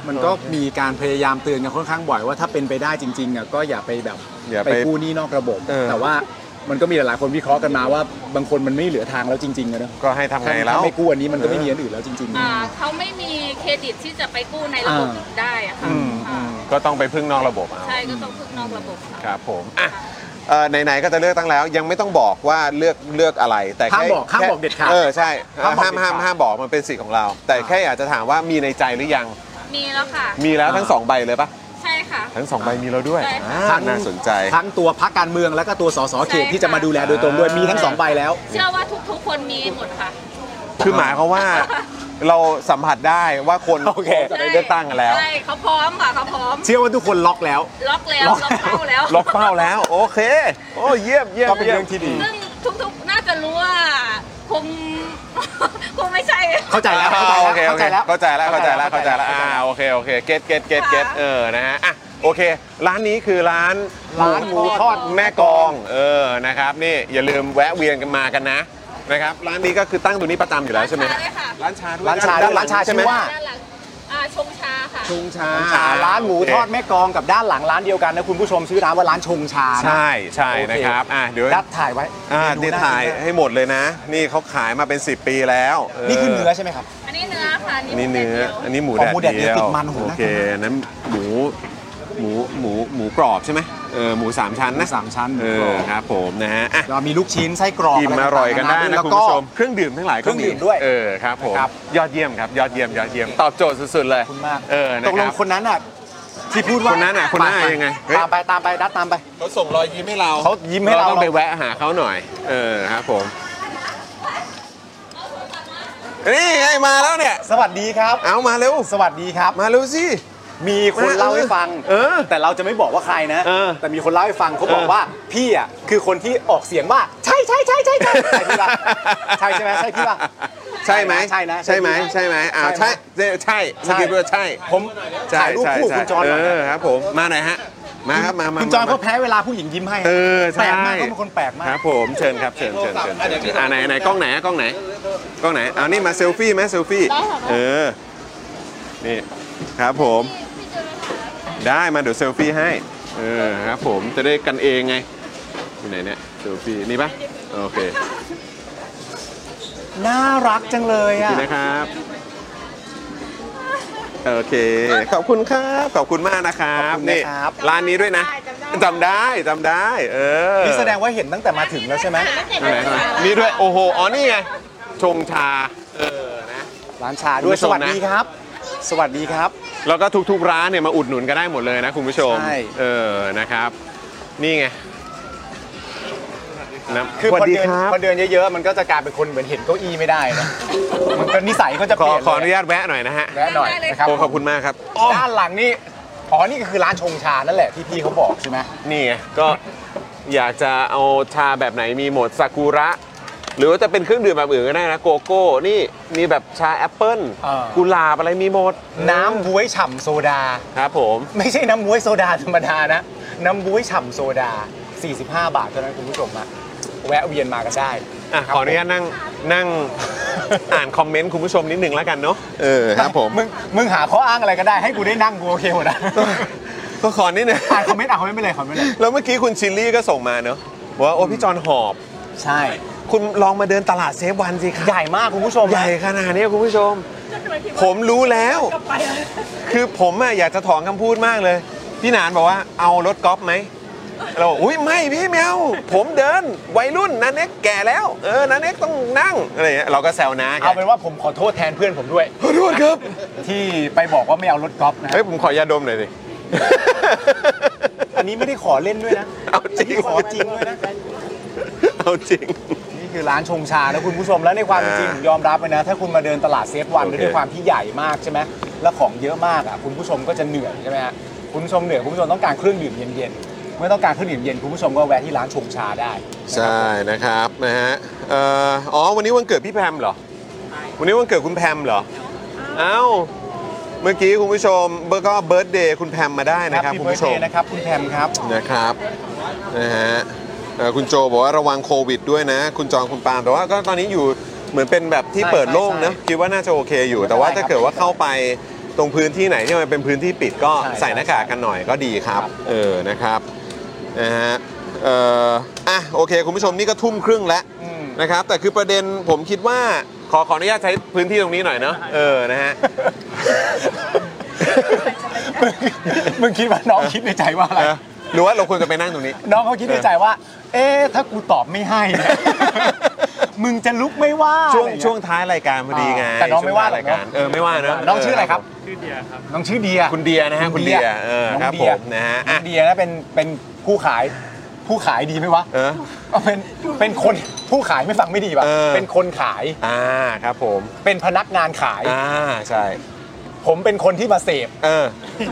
S2: มันก็มีการพยายามเตือนกันค่อนข้างบ่อยว่าถ้าเป็นไปได้จริงๆอ่ะก็อย่าไปแบบ
S1: อย่าไป
S2: ไปกู้หนี้นอกระบบ
S1: เออ
S2: แต่ว่ามันก็มีหลายๆคนวิเคราะห์กันมาว่าบางคนมันไม่เหลือทางแล้วจริงๆนะเนอะ
S1: ก็ให้ทำไงแล้ว
S2: ถ้าไม่กู้อันนี้มันก็ไม่มีอันอื่นแล้วจริง
S9: อ่าเขาไม่มีเครดิตที่จะไปกู้ในระบบ
S2: อ่า
S9: ได้อะค่ะ
S1: อืมอืมก็ต้องไปพึ่งนอกระบบเอา
S9: ใช่ก็ต้องพึ่งนอกระบบค่ะ
S1: ครับผมอ่ะเอ่อไหนๆก็จะเลือกตั้งแล้ว ยังไม่ต้องบอกว่าเลือกเลือกอะไร แต่แค่
S2: ห้ามบอกห้าม
S1: แค่
S2: บอกเด็ดขาด
S1: เออใช่
S2: ห้ามบอก
S1: ห้าม
S2: เด็ดขาด
S1: ห้ามห้ามบอกมันเป็นสิทธิ์ของเรา แต่แค่อยากจะถามว่ามีในใจหรือยัง
S9: มีแล้วค่ะ
S1: มีแล้วทั้งสองใบเลยปะ
S9: ใช่ค่ะ
S1: ทั้งสองใบมีแล้วด้วย
S9: ใช่ค่ะ
S1: อ่าน่าสนใจ
S2: ๆ ทั้งตัวพักการเมืองแล้วก็ตัวสสเขต
S9: ใช่
S2: ที่จะมาดูแลโดยตรงด้วยมีทั้งสองใบแล้ว
S9: เชื่อว่าทุกๆคนมีหมดค่ะ
S1: คือหมายความว่าเราสัมผัสได้ว่าคนจะได้เลือกตั้งกันแล้ว
S9: ใช่เขาพร้อมค่ะเขาพร้อม
S2: เชื่อว่าทุกคนล็อกแล้ว
S9: ล็อกแล้ว ล็อกเข้าแล้ว
S1: ล็อกเป้าแล้ว โอเค โอ้เยี่ยมเยี่ยม
S2: ก็เป็นเรื่องที่ดี
S9: ซึ่งทุกๆ น่าจะรู้ว่าคง คงไม่ใช่
S2: เข้าใจแล้ว
S1: อ่าโอเคโอเคเข้าใจแล้วเข้าใจแล้วเข้าใจแล้วอ่าโอเคโอเคเก็ตเก็ตเก็ตเก็ตเออนะฮะอ่ะโอเค ร้านนี้คือร้าน
S2: ร้านหมูทอด
S1: แม่กองเออนะครับนี่อย่าลืมแวะเวียนกันมากันนะนะครับร้านนี้ก็คือตั้งตรงนี้ประจำอยู่แล้วใช่ไหม
S9: ใช่ค่ะ
S1: ร้านชาด้วย
S2: ร้านชา
S1: ด้านหลัง
S2: ร้านชา
S1: ใช่ไหม
S2: ชื่อว่า
S9: ด้านหลังอ่าชงชาค่ะ
S2: ชงชาร้านหมู
S1: โอเค
S2: ทอดแม่กลองกับด้านหลังร้านเดียวกันนะคุณผู้ชมชื่อร้านว่าร้านชงชานะ
S1: ใช่ใช่
S2: โอเ
S1: นะครับอ่ะเดี๋ยว
S2: ดัดถ่ายไว้
S1: อ่า
S2: เมนู
S1: เดี๋ยว
S2: น่
S1: ถ่าย
S2: กินม
S1: ให้หมดเลยนะ นี่เขาขายมาเป็น 10 ปีแล้ว
S2: ากนี่คือเนื้อใช่ไหมครับ
S9: อันนี้เนื้อค่ะ
S1: อันนี้เนื้ออันนี้หมู
S2: อ๋อหมูแด
S1: แด
S2: ด
S1: ด
S2: เดี
S1: เดี
S2: ย
S1: ยว ว
S2: ติดมันโห
S1: โอ
S2: น่ากินมาก
S1: เคอันนั้นหมูหมูหมูหมูกรอบใช่ไหมเออหมูสามชั้นนะ
S2: สามชั้น
S1: เออครับผมนะฮะอ่ะ
S2: เรามีลูกชิ้นไส้กรอก
S1: อิ่มอร่อยกันได้นะ
S2: แล้ว
S1: คุณ
S2: ก็
S1: ผู้ชมเครื่องดื่มทั้งหลาย
S2: เครื่อ
S1: ก็
S2: ง
S1: มี
S2: ดื่มด้วย
S1: เออครับผม
S2: ครับ
S1: ยอดเยี่ยมครับยอดเยี่ยมยอดเยี่ยมตอบโจทย์สุดๆเลย
S2: ขอบคุณมาก
S1: เออ
S2: ตก
S1: นะ
S2: ล
S1: ครั
S2: ง
S1: บ
S2: คนนั้นอ่ะที่พูดว่า
S1: คนนั้นน่ะคนนั้นน่ะ
S2: ป
S1: ยังไงเฮ้ย
S2: ตามไปตามไปดัดตามไป
S1: เขาส่งรอยยิ้มให้เรา
S2: เขายิ้มให้เรา
S1: ต้องไปแวะหาเขาหน่อย เออครับผมนี่ไงมาแล้วเนี่ย
S2: สวัสดีครับ
S1: เอามาเร็ว
S2: สวัสดีครับ
S1: มาเร็วสิ
S2: มีคนเล่าให้ฟัง แต่เราจะไม่บอกว่าใครนะ แต่มีคนเล่าให้ฟังเขาบอก
S1: เออ
S2: ว่าพี่อ่ะคือคนที่ออกเสียงว่า ใช่ใช่ใช่ใช่ใช่ใช่พี่ปะใช่ใช่ไหมใช่พี่ปะ
S1: ใช่ไหม
S2: ใช่นะใช่
S1: ใช่
S2: นะ
S1: ไหมใช่ไหมอ่า
S2: ใช่
S1: ใช่
S2: ไหม
S1: ใช่ใช่
S2: ใช่
S1: ใช่ด้วยใช่
S2: ผม
S1: ใช่
S2: ถ่ายรูปคู่คุณจอนหน่
S1: เอ
S2: อยนะ
S1: อครับผมมาหน่อยฮะมาครับมามา
S2: คุณจอน
S1: มา
S2: เขาแพ้เวลาผู้หญิงยิ้มให้
S1: เออใช่
S2: แปลกมากเขาเป็นคนแปลกมาก
S1: ครับผมเชิญครับเชิญเชิญเชิญเชิญอ่าไหนไหนกล้องไหนกล้องไหนกล้องไหนเอานี่มาเซลฟี่ไหมเซลฟี่เออนี่ครับผมได้มาเดี๋ยวเซลฟี่ให้เออครับผมจะได้กันเองไงที่ไหนเนี่ยเซลฟี่นี่ปะโอเค
S2: น่ารักจังเลย
S1: ขอบ
S2: อ่ะ
S1: คุณนะครับโอเคขอบคุณครับขอบคุณมากนะครั
S2: ข
S1: บ
S2: อบคุณ
S1: นี่
S2: นะครับ
S1: ร้านนี้ด้วยนะจำได้จำได้เออ
S2: นี่แสดงว่าเห็นตั้งแต่มาถึงแล้วใช่ไหม
S1: อะไรนะนี่ด้วยโอ้โหอ๋อนี่ไงชงชาเออนะ
S2: ร้านชาด้วย
S1: คุณผู้
S2: ส
S1: ชม
S2: วั
S1: นะ
S2: สดีครับ สวัสดีครับ
S1: แล้วก็ทุกๆร้านเนี่ยมาอุดหนุนกันได้หมดเลยนะคุณผู้ชม
S2: ใช่
S1: เออนะครับ นี่ไงนะ
S2: คือ
S1: สวัส
S2: พอ
S1: ดี
S2: เดิน
S1: ครับ
S2: พอเดินเยอะๆ มันก็จะกลายเป็นคนเหมือนเห็นเก้าอี้ไม่ได้นะมันก็นิสัยก็จะ
S1: ข
S2: เป
S1: อ
S2: ลี่ยน
S1: ขออนุ
S2: เลย
S1: ญาตแวะหน่อยนะฮะ
S2: แวะหน่อยนะครับ
S1: โอ้ขอบคุณมากครับ
S2: ด้านหลังนี่อ๋อนี่ก็คือร้านชงชานั่นแหละที่พี่เขาบอกใช่ไหม
S1: นี่ไงก็อยากจะเอาชาแบบไหนมีหมดซากุระ หรือว่าจะเป็นเครื่องดื่มแบบอื่นก็ได้นะโกโก้นี่มีแบบชาแอปเปิ้ล
S2: เออ
S1: กุหลาบอะไรมีหมด
S2: น้ำบ๊วยฉ่ำโซดา
S1: ครับผม
S2: ไม่ใช่น้ำบ๊วยโซดาธรรมดานะ น้ำบ๊วยฉ่ำโซดา 45 บาทเท่านั้นคุณผู้ชมอะแวะเวียนมากันได้
S1: อ่ะขออนุญาตนั่งนั่ง อ่านคอมเมนต์คุณผู้ชมนิดนึงแล้วกันเนาะเออครับผม
S2: มึงมึงหาข้ออ้างอะไรก็ได้ให้กูได้นั่งกูโอเคหม ดนะ
S1: ก็ขอนิดนึง
S2: อ่านคอมเมนต์อ่านคอมเมนต์ไปเลยคอมเมนต์ไปเลย
S1: แล้วเมื่อกี้คุณชิลลี่ก็ส่งมาเนอะบอกว่าโอ้พี่จอนหอบ
S2: ใช่
S1: คุณลองมาเดินตลาดเซฟวันสิครับใ
S2: หญ่มากคุณผู้ชม
S1: ใหญ่ขนาดนี้คุณผู้ชม ผมรู้แล้ว คือผมอะอยากจะถอนคำพูดมากเลย พี่หนานบอกว่าเอารถกอล์ฟไหมเราบอกอุ้ยไม่พี่ไม่เอาผมเดินวัยรุ่นนันเน็กแก่แล้วเออนันเน็กต้องนั่งอะไรอย่างเงี้ยเราก็แซวนะแก
S2: เอาเป็นว่าผมขอโทษแทนเพื่อนผมด้วย
S1: ขอโทษครับ
S2: ที่ไปบอกว่าไม่เอารถกอล์ฟนะ
S1: เฮ้ยผมขอยาดมหน่อยดิ
S2: อันนี้ไม่ได้ขอเล่นด้วยนะ
S1: เอาจริง
S2: ขอจริงด้วยนะ
S1: เอาจริง
S2: นี่คือร้านชงชานะคุณผู้ชมแล้วในความเป็นจริงผมยอมรับเลยนะ ถ้าคุณมาเดินตลาดเซฟวัน
S1: โอเค
S2: ด้วยความที่ใหญ่มากใช่ไหมแล้วของเยอะมากอ่ะคุณผู้ชมก็จะเหนื่อยใช่ไหมฮะคุณผู้ชมเหนื่อยคุณผู้ชมต้องการเครื่องดื่มเย็นๆเมื่อต้องการเครื่องดื่มเย็นคุณผู้ชมก็แวะที่ร้านชงชาได้
S1: ใช่นะครับนะฮะเอ่ออ๋อวันนี้วันเกิดพี่แพมเหรอ วันนี้วันเกิดคุณแพมเหรอ เอ้า เมื่อกี้คุณผู้ชมเบอร์ก็เบิร์ดเดย์คุณแพมมาได้นะครับ
S2: Happy
S1: คุณผู้ชม
S2: birthday นะครับคุณแพมครับ
S1: นะครับนะฮะเอ่อคุณโจบอกว่าระวังโควิดด้วยนะ คุณจองคุณปาล์มแต่ว่าก็ตอนนี้อยู่เหมือนเป็นแบบที่
S2: ใช่
S1: เปิดโล่งนะ
S2: ใช่ใช่
S1: คิดว่าน่าจะโอเคอยู่ แต่ว่า
S2: ไม่เป็นไร
S1: ถ้าเกิดว่าเข้าไปตรงพื้นที่ไหนที่มันเป็นพื้นที่ปิดก็
S2: ใช่
S1: ใส่หน้ากากกันหน่อยก็ดีครับ เออนะครับนะฮะเอ่ออ่ะโอเค คุณผู้ชมนี่ก็ทุ่มครึ่งแล้วนะครับ แต่คือประเด็นผมคิดว่าขอขออนุญาตใช้พื้นที่ตรงนี้หน่อยเนาะเออนะฮะ
S2: มึงคิดว่าน้องคิดในใจว่าอะไร
S1: หรือว่าเราควรจะไปนั่งตรงนี้
S2: น้องเขาคิดในใจว่า เอ๊ะถ้ากูตอบไม่ให้เนี่ยมึงจะลุกไม่ว่า
S1: ช่วง
S2: อะไรเงี้ย
S1: ช่วงท้ายรายการพอดีไง
S2: แต่น้องไม่ว่า
S1: ช่
S2: หร
S1: ท้
S2: อย ก
S1: ยกา
S2: เนาะ
S1: รเออไม่ว่าเนอะ
S2: น้องชื่ออะไรครับ
S6: ชื่อเดียครับ
S2: น้องชื่อเดีย
S1: คุณเดียนะฮะคุณเดียเออ
S2: น้อง
S1: ครับผ
S2: เดีย
S1: มนะฮะ
S2: น้อ
S1: อ่ะ
S2: งเดียนะเป็นเป็นผู้ขายผู้ขายดีไหมวะ
S1: เออ
S2: เอาเป็นเป็นคนผู้ขายไม่ฟังไม่ดีป่ะ
S1: เออ
S2: เป็นคนขาย
S1: อ่าครับผม
S2: เป็นพนักงานขาย
S1: อ่าใช่
S2: ผมเป็นคนที่มาเสพ
S1: เออ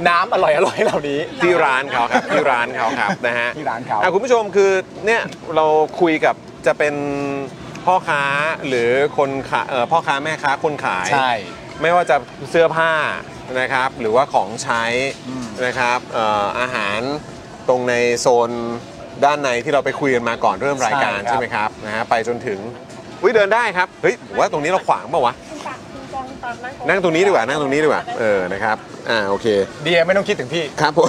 S2: น้ำอร่อยอร่อยๆเหล่านี้
S1: ที่ร้านเขาครับที่ร้านเขา ครับนะฮะ
S2: ที่ร้านเขา
S1: อ่ะคุณผู้ชมคือเนี่ยเราคุยกับจะเป็นพ่อค้าหรือคนขายเอ่อพ่อค้าแม่ค้าคนขาย
S2: ใช่
S1: ไม่ว่าจะเสื้อผ้านะครับ หรือว่าของใช้นะครับเอ่ออาหารตรงในโซนด้านในที่เราไปคุยกันมาก่อนเริ่มรายการ
S2: ใช่ครับ
S1: ใช่ไหมครับนะฮะไปจนถึงวิเดินได้ครับเฮ้ยผมว่าตรงนี้เราขวางเปล่าวะนั่งตรงนี้ดีกว่านั่งตรงนี้ดีกว่าเออนะครับอ่าโอเค
S2: เดียไม่ต้องคิดถึงพี่
S1: ครับผม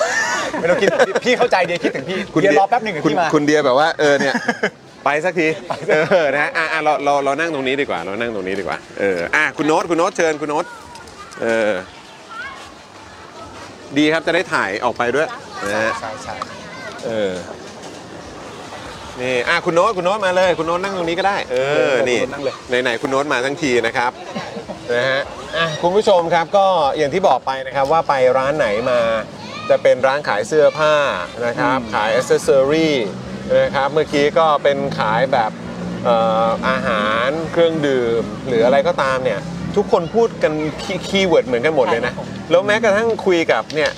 S2: ไม่ต้องคิดถึงพี่พี่เข้าใจเดียคิดถึงพี่
S1: คุณ
S2: เดีย
S1: เดีย
S2: รอแป๊บหนึ่งเดี๋ยว
S1: คุณ
S2: พี่มา
S1: คุณเดียแบบว่าเออเนี่ย ไปสักทีเออนะฮะอ่ะอ่ะเราเราเรานั่งตรงนี้ดีกว่า เรานั่งตรงนี้ดีกว่าเอออ่ะคุณโน้ตคุณโน้ตเชิญคุณโน้ตเออดีครับจะได้ถ่ายออกไปด้วยนะฮะ
S2: ใช่ใช่
S1: เออ นี่ อ่ะ คุณโน้ต คุณโน้ตมาเลย คุณโน้ตนั่งตรงนี้ก็ได้ เอ
S2: เอ
S1: อ
S2: อ
S1: นี่
S2: คุณโน้ตนั่งเลย
S1: ไหนๆ คุณโน้ตมาทั้งทีนะครับ นะฮะ อ่ะ คุณผู้ชมครับ ก็อย่างที่บอกไปนะครับว่าไปร้านไหนมา จะเป็นร้านขายเสื้อผ้านะครับ ขายอ c เ e s s o r y นะครับ เมื่อกี้ก็เป็นขายแบบเอ่ออาหาร เครื่องดื่ม หรืออะไรก็ตามเนี่ย ทุกคนพูดกันคีย์เวิร์ดเหมือนกันหมดเลยนะ แล้วแม้กระทั่งคุยกับเนี่ย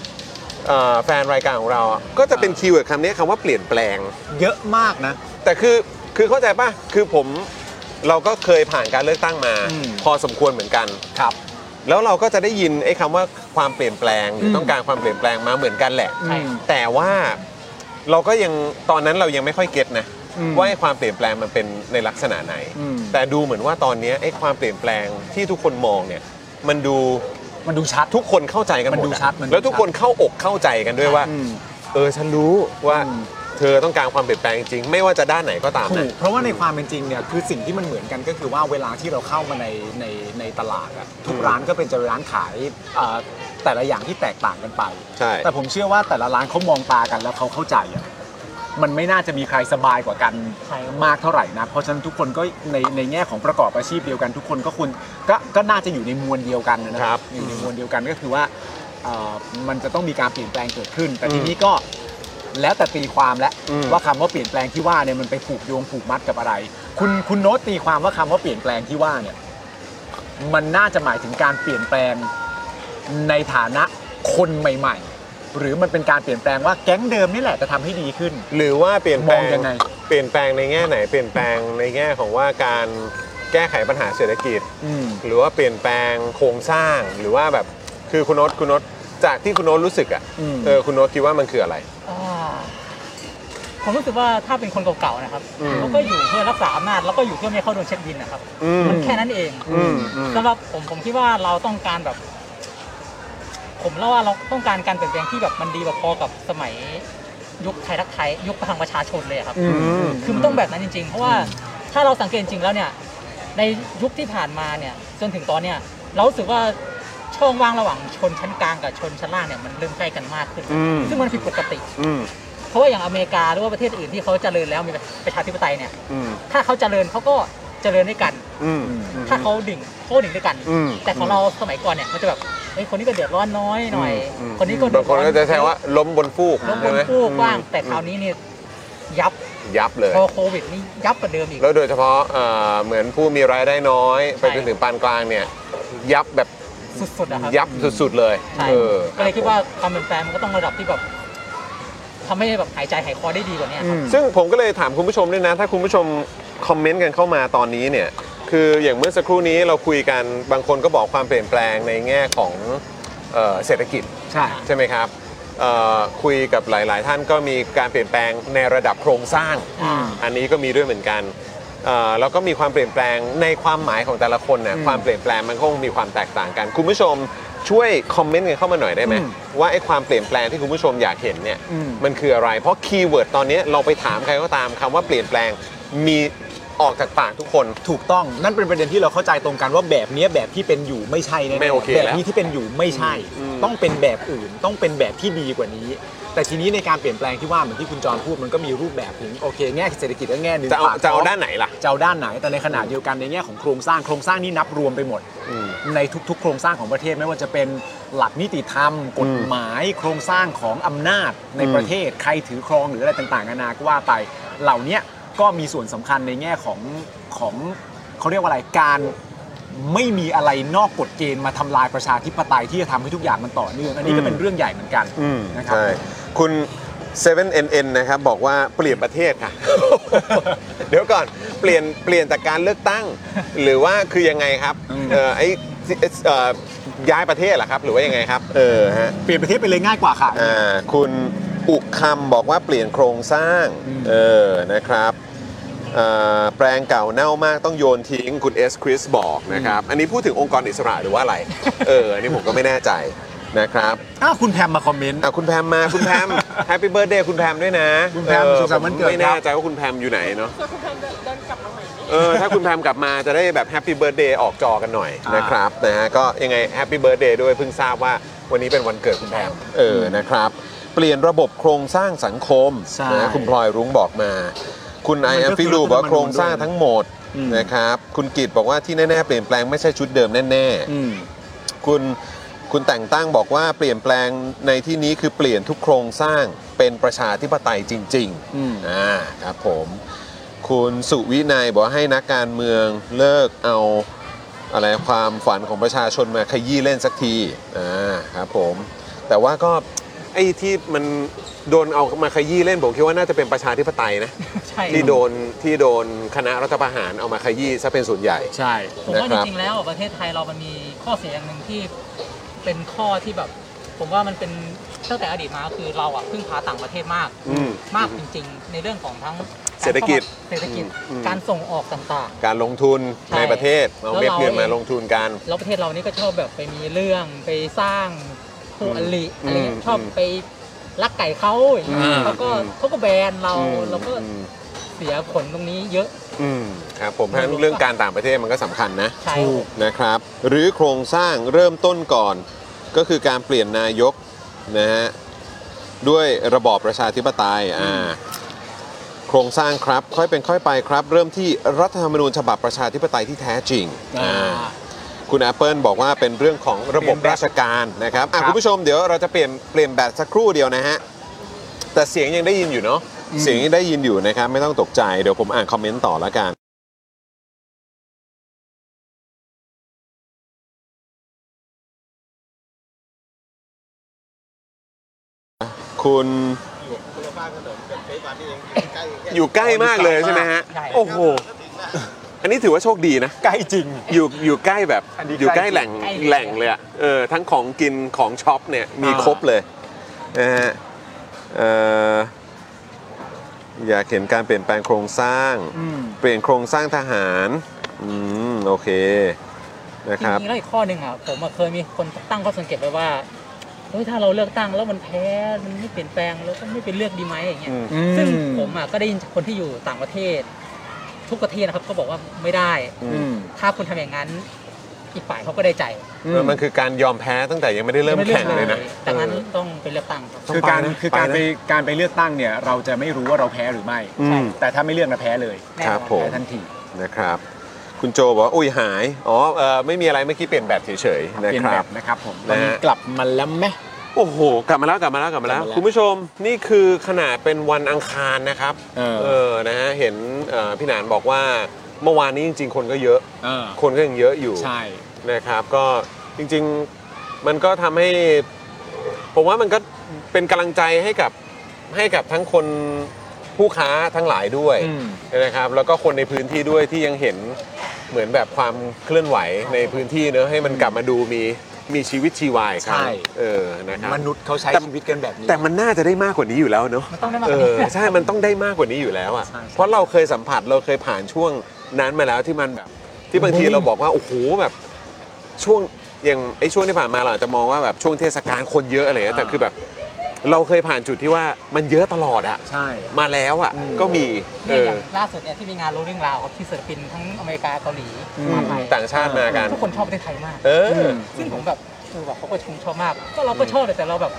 S1: เอ่อแฟนรายการของเราอ่ะก็จะเป็นคีย์เวิร์ดคำนี้คำว่าเปลี่ยนแปลง
S2: เยอะมากนะ
S1: แต่คือคือเข้าใจป่ะ คือผมเราก็เคยผ่านการเลือกตั้งมา
S2: อืม
S1: พอสมควรเหมือนกัน
S2: ครับ
S1: แล้วเราก็จะได้ยินไอ้คำว่าความเปลี่ยนแปลงหรือต้องการความเปลี่ยนแปลงมาเหมือนกันแหละ
S2: ใช่ครับ
S1: แต่ว่าเราก็ยังตอนนั้นเรายังไม่ค่อยเก็ตนะ
S2: อืม
S1: ว่าไอ้ความเปลี่ยนแปลงมันเป็นในลักษณะไหน
S2: อืม
S1: แต่ดูเหมือนว่าตอนเนี้ยไอ้ความเปลี่ยนแปลงที่ทุกคนมองเนี่ยมันดู
S2: มันดูชัด
S1: ทุกคนเข้าใจกันหม
S2: มัน
S1: ด
S2: ดู
S1: อะ
S2: ชัดมันดู
S1: แล้วทุก
S2: ชัด
S1: คนเข้าอกเข้าใจกันด้วยว่า
S2: อืม
S1: เออฉันรู้ว่าเธอต้องการความเปลี่ยนแปลงจริงๆไม่ว่าจะด้านไหนก็ตาม
S2: ถู
S1: นะ
S2: กเพราะว่าในความเป็นจริงเนี่ยคือสิ่งที่มันเหมือนกันก็คือว่าเวลาที่เราเข้ามาในในในตลาดอะทุก
S1: อืม
S2: ร้านก็เป็นจะร้านขายเอ่อแต่ละอย่างที่แตกต่างกันไป
S1: ใช่
S2: แต่ผมเชื่อว่าแต่ละร้านเขามองตากันแล้วเขาเข้าใจอะมันไม่น่าจะมีใครสบายกว่ากันมากเท่าไหร่นะเพราะฉะนั้นทุกคนก็ในในแง่ของประกอบอาชีพเดียวกัน ทุกคนก็ควรก็ก็น่าจะอยู่ในมวลเดียวกันนะค
S1: ครั
S2: รั
S1: บบ
S2: อยู่ในมวลเดียวกันก็คือว่าเอ่อมันจะต้องมีการเปลี่ยนแปลงเกิดขึ้น แต่
S1: อืม
S2: ทีนี้ก็แล้วแต่ตีความและ
S1: อืม
S2: ว่าคำว่าเปลี่ยนแปลงที่ว่าเนี่ยมันไปผูกโยงผูกมัดกับอะไร คุณคุณโน้ตตีความว่าคำว่าเปลี่ยนแปลงที่ว่าเนี่ยมันน่าจะหมายถึงการเปลี่ยนแปลง ในฐานะคนใหม่ ๆ หรือมันเป็นการเปลี่ยนแปลงว่าแก๊งเดิมนี่แหละจะทำให้ดีขึ้น
S1: หรือว่าเปลี่ยนแปลง
S2: มองยังไง
S1: เปลี่ยนแปลงในแง่ไหน เปลี่ยนแปลงในแง่ของว่าการแก้ไขปัญหาเศรษฐกิจ
S2: อืม
S1: หรือว่าเปลี่ยนแปลงโครงสร้างหรือว่าแบบคือคุณโนตคุณโนตจากที่คุณโนตรู้สึกอ่ะ
S2: อืม
S1: เออคุณโนตคิดว่ามันคืออะไร
S12: อ่า
S4: ผมรู้สึกว่าถ้าเป็นคนเก่าๆนะครับ
S1: อืม
S4: เขาก็อยู่เพื่อรักษาอำนาจแล้วก็อยู่เพื่อไม่ให้เข้าโดนเช็คบินนะครับ
S1: อืม
S4: มันแค่นั้นเอง
S1: อืมอืม
S4: สำหรับผมผมคิดว่าเราต้องการแบบ ผมเล่าว่าเราต้องการการเปลี่ยนแปลงที่แบบมันดีแบบพอกับสมัยยุคไทยรักไทยยุคพลังประชาชนเลยครับ
S13: อืม
S4: คือมันต้องแบบนั้นจริง ๆ เพราะว่าถ้าเราสังเกตจริงแล้วเนี่ย ในยุคที่ผ่านมาเนี่ยจนถึงตอนเนี่ยเรารู้สึกว่าช่องว่างระหว่างชนชั้นกลางกับชนชั้นล่างเนี่ยมันเริ่มใกล้กันมากขึ้น
S1: อืม
S4: ซึ่งมันผิดปกติ
S1: อืม
S4: เพราะว่าอย่างอเมริกาหรือว่าประเทศอื่นที่เขาเจริญแล้วมีประชาธิปไตยเนี่ย
S1: อืม
S4: ถ้าเขาเจริญเขาก็เจริญด้วยกัน
S1: อืม
S4: ถ้าเขาดิ่งเขาก็ดิ่งด้วยกัน
S1: อืม
S4: แต่ของเราสมัยก่อนเนี่ยมันจะแบบเฮ้ยคนนี้ก็เดือดร้อนน้อยหน่อย
S1: ม
S4: คนนี้ก็เดื
S1: บา
S4: อง ด
S1: ค
S4: ร้
S1: น
S4: อน
S1: ก็จะใช้ว่าล้มบนฟูก
S4: ล้มบ
S1: ใช่
S4: น
S1: ไห
S4: ฟูกบ้าง
S1: อืม
S4: แต่คราวนี้เนี่ยยับ
S1: ยับเลย
S4: พอโควิดนี่ยับกว่าเดิมอีก
S1: แล้วโดยเฉพาะเอ่อเหมือนผู้มีรายได้น้อย ไปจนถึงปานกลางเนี่ย ยับแบบ
S4: สุดๆนะครับ
S1: ยับสุดๆเลย
S4: ใช่
S1: เออ
S4: ก็เลยคิดว่าความเป็นแฟนมันก็ต้องระดับที่แบบทำให้แบบหายใจหายคอได้ดีกว่าเนี้ครับ
S1: ซึ่งผมก็เลยถามคุณผู้ชมด้วยนะ ถ้าคุณผู้ชมคอมเมนต์กันเข้ามาตอนนี้เนี่ย คืออย่างเมื่อสักครู่นี้เราคุยกันบางคนก็บอกความเปลี่ยนแปลงในแง่ของเอ่อเศรษฐกิจ
S2: ใช่
S1: ใช่ไหมครับเอ่อคุยกับหลาย ๆ ท่านก็มีการเปลี่ยนแปลงในระดับโครงสร้าง อันนี้ก็มีด้วยเหมือนกันเอ่อแล้วก็มีความเปลี่ยนแปลงในความหมายของแต่ละคนนะ
S2: อืม
S1: ความเปลี่ยนแปลงมันก็คงมีความแตกต่างกัน คุณผู้ชมช่วยคอมเมนต์กันเข้ามาหน่อยได้ไหม
S2: อืม
S1: ว่าไอ้ความเปลี่ยนแปลงที่คุณผู้ชมอยากเห็นเนี่ย
S2: อืม
S1: มันคืออะไร เพราะคีย์เวิร์ดตอนนี้เราไปถามใครก็ตามคำว่าเปลี่ยนแปลงมีออกจากปากทุกคน
S2: ถูกต้องนั่นเป็นประเด็นที่เราเข้าใจตรงกันว่าแบบเนี้ยแบบที่เป็นอยู่ไม่ใช่แน่ๆ
S1: ไม่โอเคแล้ว
S2: แบบนี้ที่เป็นอยู่ไม่ใช่
S1: อืม
S2: ต้องเป็นแบบอื่น ต้องเป็นแบบที่ดีกว่านี้ แต่ทีนี้ในการเปลี่ยนแปลงที่ว่าเหมือนที่คุณจรพูดมันก็มีรูปแบบถึงโอเคแง่เศรษฐกิจก็แง่หนึ่ง
S1: จะเอา
S2: ปกท้ง
S1: จะเอาด้านไหนล่ะ
S2: จะเอาด้านไหนแต่ในขณะเดียวกันในแง่ของโครงสร้างโครงสร้างนี่นับรวมไปหมด
S1: อืม
S2: ในทุกๆ โครงสร้างของประเทศไม่ว่าจะเป็นหลักนิติธรรม กฎหมาย โครงสร้างของอำนาจในประเทศใครถือครองหรืออะไรต่างๆนานาก็ว่าไป เหล่าเนี้ยก็มีส่วนสำคัญในแง่ของของเขาเรียกว่าอะไรการไม่มีอะไรนอกกฎเกณฑ์มาทำลายประชาธิปไตยที่จะทำให้ทุกอย่างมันต่อเนื่องอันนี้ก็เป็นเรื่องใหญ่เหมือนกัน
S1: อืม
S2: นะครับ
S1: ใช่คุณ 7NN นะครับบอกว่าเปลี่ยนประเทศ ค่ะ เดี๋ยวก่อนเปลี่ยนเปลี่ยนจากการเลือกตั้ง หรือว่าคือยังไงครับเออไอเอ่อย้ายประเทศเหรอครับ หรือว่ายังไงครับเออฮะ
S2: เปลี่ยนประเทศไปเลยง่ายกว่าค่ะ
S1: อ่าคุณอุคำบอกว่าเปลี่ยนโครงสร้างเออนะครับเอ่อแปลงเก่าเน่ามากต้องโยนทิ้งคุณเอสคริสบอกนะครับ อันนี้พูดถึงองค์กรอิสระหรือว่าอะไร เอออันนี้ผมก็ไม่แน่ใจนะครับ
S2: อ้าวคุณแพมมาคอมเมนต์
S1: อ่ะคุณแพมมาคุณแพม แฮปปี้เบิร์ดเดย์คุณแพมด้วยนะ
S2: คุณแพม
S1: ออ
S2: สุขสันต์วันเกิด
S1: ผไม่แน่
S2: ครับ
S1: ใจว่าคุณแพมอยู่ไหนเนาะ
S3: ส่วนคุณแพนเดินเดินกลับมาใหม่ไหม
S1: เออถ้าคุณแพมกลับมาจะได้แบบแฮปปี้เบิร์ดเดย์ออกจอกันหน่อยนะครับนะฮะก็ยังไงแฮปปี้เบิร์ดเดย์ด้วยเพิ่งทราบว่าวันนี้เป็นวันเกิดคุณแพมเออนะครับ เปลี่ยนระบบโครงสร้างสังคม
S2: ใช่
S1: นะคุณพลอยรุ้งบอกมา คุณไอ
S2: มันก็
S1: แอ
S2: คือ
S1: ฟิลูบอกว่าโครงสร้าง
S2: รัฐธรรมนูญ
S1: ทั้งหมดนะครับคุณกิตบอกว่าที่แน่ๆเปลี่ยนแปลงไม่ใช่ชุดเดิมแน่ๆ
S2: อืม
S1: คุณคุณแต่งตั้งบอกว่าเปลี่ยนแปลงในที่นี้คือเปลี่ยนทุกโครงสร้างเป็นประชาธิปไตยจริง
S2: อืม
S1: ๆอ่าครับผม คุณสุวินัยบอกว่าให้นักการเมืองเลิกเอาอะไรความฝันของประชาชนมาขยี้เล่นสักทีอ่าครับผม แต่ว่าก็ไอ้ที่มันโดนเอามาขยี้เล่นผมคิดว่าน่าจะเป็นประชาธิปไตยนะ
S4: ใช่
S1: ที่โดนที่โดนคณะรัฐประหารเอามาขยี้ซะเป็นส่วนใหญ่
S2: ใช่
S4: ผม
S1: นะ
S4: ว่า
S1: ค
S4: จ
S1: รับ
S4: ริงๆแล้วอ่ะประเทศไทยเรามันมีข้อเสียอย่างหนึ่งที่เป็นข้อที่แบบ ผมว่ามันเป็นตั้งแต่อดีตมาคือเราอ่ะพึ่งพาต่างประเทศมาก
S1: อืม
S4: มากจริงๆ ในเรื่องของทั้ง
S1: เศรษฐกิจ
S4: เศรษฐกิจ
S1: อืม
S4: การส่งออกต่าง
S1: การลงทุน
S4: ใช่
S1: ในประเทศเอา
S4: แล้ว
S1: เม็ดเงิน
S4: เราเอง
S1: มาลงทุนกัน
S4: ๆ แล้วประเทศเรานี่ก็ชอบแบบไปมีเรื่องไปสร้างคู่อริ
S1: อืม
S4: อะไรเงี้ย
S1: อืม
S4: ชอบไปลักไก่เขาอย่างเงี้ย
S1: อืม
S4: เขาก็
S1: อืม
S4: เขาก็แบนเรา
S1: อืม
S4: เราก็เสียผลตรงนี้เยอะ
S1: อืมครับผมทั้งเรื่องการต่างประเทศมันก็สำคัญนะ
S4: ใช่
S1: นะครับ หรือโครงสร้างเริ่มต้นก่อน ก็คือการเปลี่ยนนายกนะฮะด้วยระบอบประชาธิปไตยอ่าโครงสร้างครับ ค่อยเป็นค่อยไปครับ เริ่มที่รัฐธรรมนูญฉบับประชาธิปไตยที่แท้จริงอ่าคุณ Apple บอกว่าเป็นเรื่องของระบบราชการนะครับอ่ะ
S2: ครับ
S1: คุณผู้ชมเดี๋ยวเราจะเปลี่ยนเปลี่ยนแบตสักครู่เดียวนะฮะ แต่เสียงยังได้ยินอยู่เนาะเสียงยังได้ยินอยู่นะครับ ไม่ต้องตกใจเดี๋ยวผมอ่านคอมเมนต์ต่อละกัน คุณอยู่ใกล้มากเลยใช่ไหมฮะ โอ้โห อันนี้ถือว่าโชคดีนะ
S2: ใกล้จริง
S1: อยู่อยู่ใกล้แบบ
S2: อันนี้
S1: อยู่ใกล้
S2: ใกล้จริง
S1: แหล่ง
S2: ใกล้เลย
S1: แหล่งเลยอะเออทั้งของกินของช็อปเนี่ยมีครบเลยนะฮะเอ่อ อยากเห็นการเปลี่ยนแปลงโครงสร้าง
S2: อืม
S1: เปลี่ยนโครงสร้างทหารอืมโอเคนะ
S4: จ
S1: ครับ
S4: ริงๆแล้วอีกข้อหนึ่งอ่ะผมอะเคยมีคนตั้งข้อสังเกตไว้ว่าเฮ้ยถ้าเราเลือกตั้งแล้วมันแพ้มันไม่เปลี่ยนแปลงแล้วก็ไม่เป็นเลือกดีไหมอย่างเงี้ย
S2: อืม
S4: ซึ่งผมอ่ะก็ได้ยินจากคนที่อยู่ต่างประเทศ ทุกประเทศนะครับก็บอกว่าไม่ได้
S1: อืม
S4: ถ้าคุณทำอย่างนั้น อีกฝ่ายเขาก็ได้ใจ
S1: เออมันคือการยอมแพ้ตั้งแต่ยังไม่ได้เริ่มแข่งเลยนะ
S4: ดังนั้น
S1: เออ
S4: ต้องเป็นเลือกตั้งครับ
S2: คือการ
S1: ต้องไปนะ
S2: คือการ
S1: ไป
S2: ไป
S1: นะ
S2: การไปเลือกตั้งเนี่ย เราจะไม่รู้ว่าเราแพ้หรือไม่
S1: อืม
S2: แต่ถ้าไม่เลือกนะแพ้เลย
S1: ครับผม
S2: แพ้ทันที
S1: นะครับ คุณโจบอกว่าอุ้ยหาย อ๋อเออไม่มีอะไรเมื่อกี้เปลี่ยนแบบเฉยๆนะ
S2: เปลี่ย
S1: คน รับ
S2: แบบนะครับผมตอนนี้
S1: ะฮะ
S2: กลับมาแล้วไหม
S1: โอ้โห กลับมาแล้วกลับมาแล้วกลับมาแล้ว
S2: กลับมาแล้ว
S1: คุณผู้ชมนี่คือขนาดเป็นวันอังคารนะครับ
S2: เออ
S1: เออนะฮะเห็นเอ่อพี่หนานบอกว่าเมื่อวานนี้จริง ๆ คนก็เยอะ
S2: เออ
S1: คนก็ยังเยอะอยู่
S2: ใช่
S1: นะครับ ก็จริงๆมันก็ทำให้ ผมว่ามันก็เป็นกำลังใจให้กับให้กับทั้งคนผู้ค้าทั้งหลายด้วย
S2: อืม
S1: นะครับ แล้วก็คนในพื้นที่ด้วยที่ยังเห็นเหมือนแบบความเคลื่อนไหวในพื้นที่เนอะให้มันกลับมาดูมีมีชีวิตชีวายครับ
S2: ใช่
S1: เออนะครับ
S2: มนุษย์เขาใช้
S1: แต่
S2: ชีวิตกันแบบนี้
S1: แต่มันน่าจะได้มากกว่านี้อยู่แล้วเนอะ
S4: มันต้องได้มากก
S1: เอ
S4: ว่านี้
S1: อใช่ มันต้องได้มากกว่านี้อยู่แล้วอ่ะ เพราะเราเคยสัมผัสเราเคยผ่านช่วงนั้นมาแล้วที่มันแบบ ที่บางทีเราบอกว่าโอ้โหแบบช่วงอย่างไอ้ช่วงที่ผ่านมาเราอาจจะมองว่าแบบช่วงเทศกาลคนเยอะอะไรเงี้ยแต่คือแบบ เราเคยผ่านจุดที่ว่ามันเยอะตลอดอ่ะ
S2: ใช่
S1: มาแล้วอ่ะก็มีเอ
S4: เนี่ยอ
S1: อย่าง
S4: ล่าสุดเนี่ยที่มีงานโรลลิ่งราวที่ศิลปินทั้งอเมริกาเกาหลี
S1: อืม
S4: มาไทย
S1: ต่างชาติมากัน
S4: ทุกคนชอบประเทศไทยมาก
S1: เออ
S4: ซึ่งผมแบบคือแบบเขาก็ชมชอบมาก ก็เราก็ชอบเลยแต่เราแบบ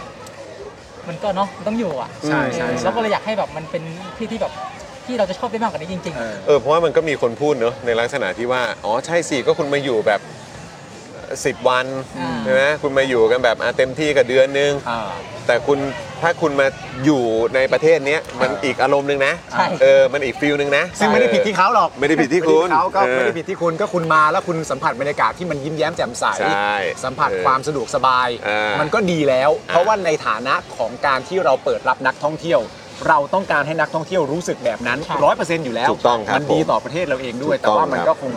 S4: มันก็เนาะมันต้องอยู่อ่ะ
S1: ใช่ใช่
S4: เออ
S1: ใช่
S4: เราก็เลยอยากให้แบบมันเป็นที่ที่แบบที่เราจะชอบได้มากกว่านี้จริง ๆ
S1: เออเพราะว่ามันก็มีคนพูดเนอะในลักษณะที่ว่า อ๋อใช่สิก็คุณมาอยู่แบบสิบวัน
S4: อ่า
S1: ใช่ไหมคุณมาอยู่กันแบบอ่ะเต็มที่กับเดือนนึงแต่คุณถ้าคุณมาอยู่ในประเทศเนี้ยมันอีกอารมณ์นึงนะเออมันอีกฟิลนึงนะ
S2: ซึ่งไม่ได้ผิดที่เขาหรอก
S1: ไม่ได้ผิดที่คุณ
S2: เขาก็ไม่ได้ผิ
S1: เอ
S2: ดที่คุณก็คุณมาแล้วคุณสัมผัสบรรยากาศที่มันยิ้มแย้มแจ่มใส
S1: ใช่
S2: สัมผัส
S1: เออ
S2: ความสะดวกสบาย
S1: อ่ามั
S2: มันก็ดีแล้ว เพราะว่าในฐานะของการที่เราเปิดรับนักท่องเที่ยว เราต้องการให้นักท่องเที่ยวรู้สึกแบบนั้นร้อยเปอร์เซ็นต์อยู่แล้ว
S1: ถูกต้องครับ
S2: มันดีต่อประเทศเราเองด้วย
S1: ถูก
S2: แต่
S1: ต้อง
S2: ว่ามัน
S1: ครับ
S2: ก็คง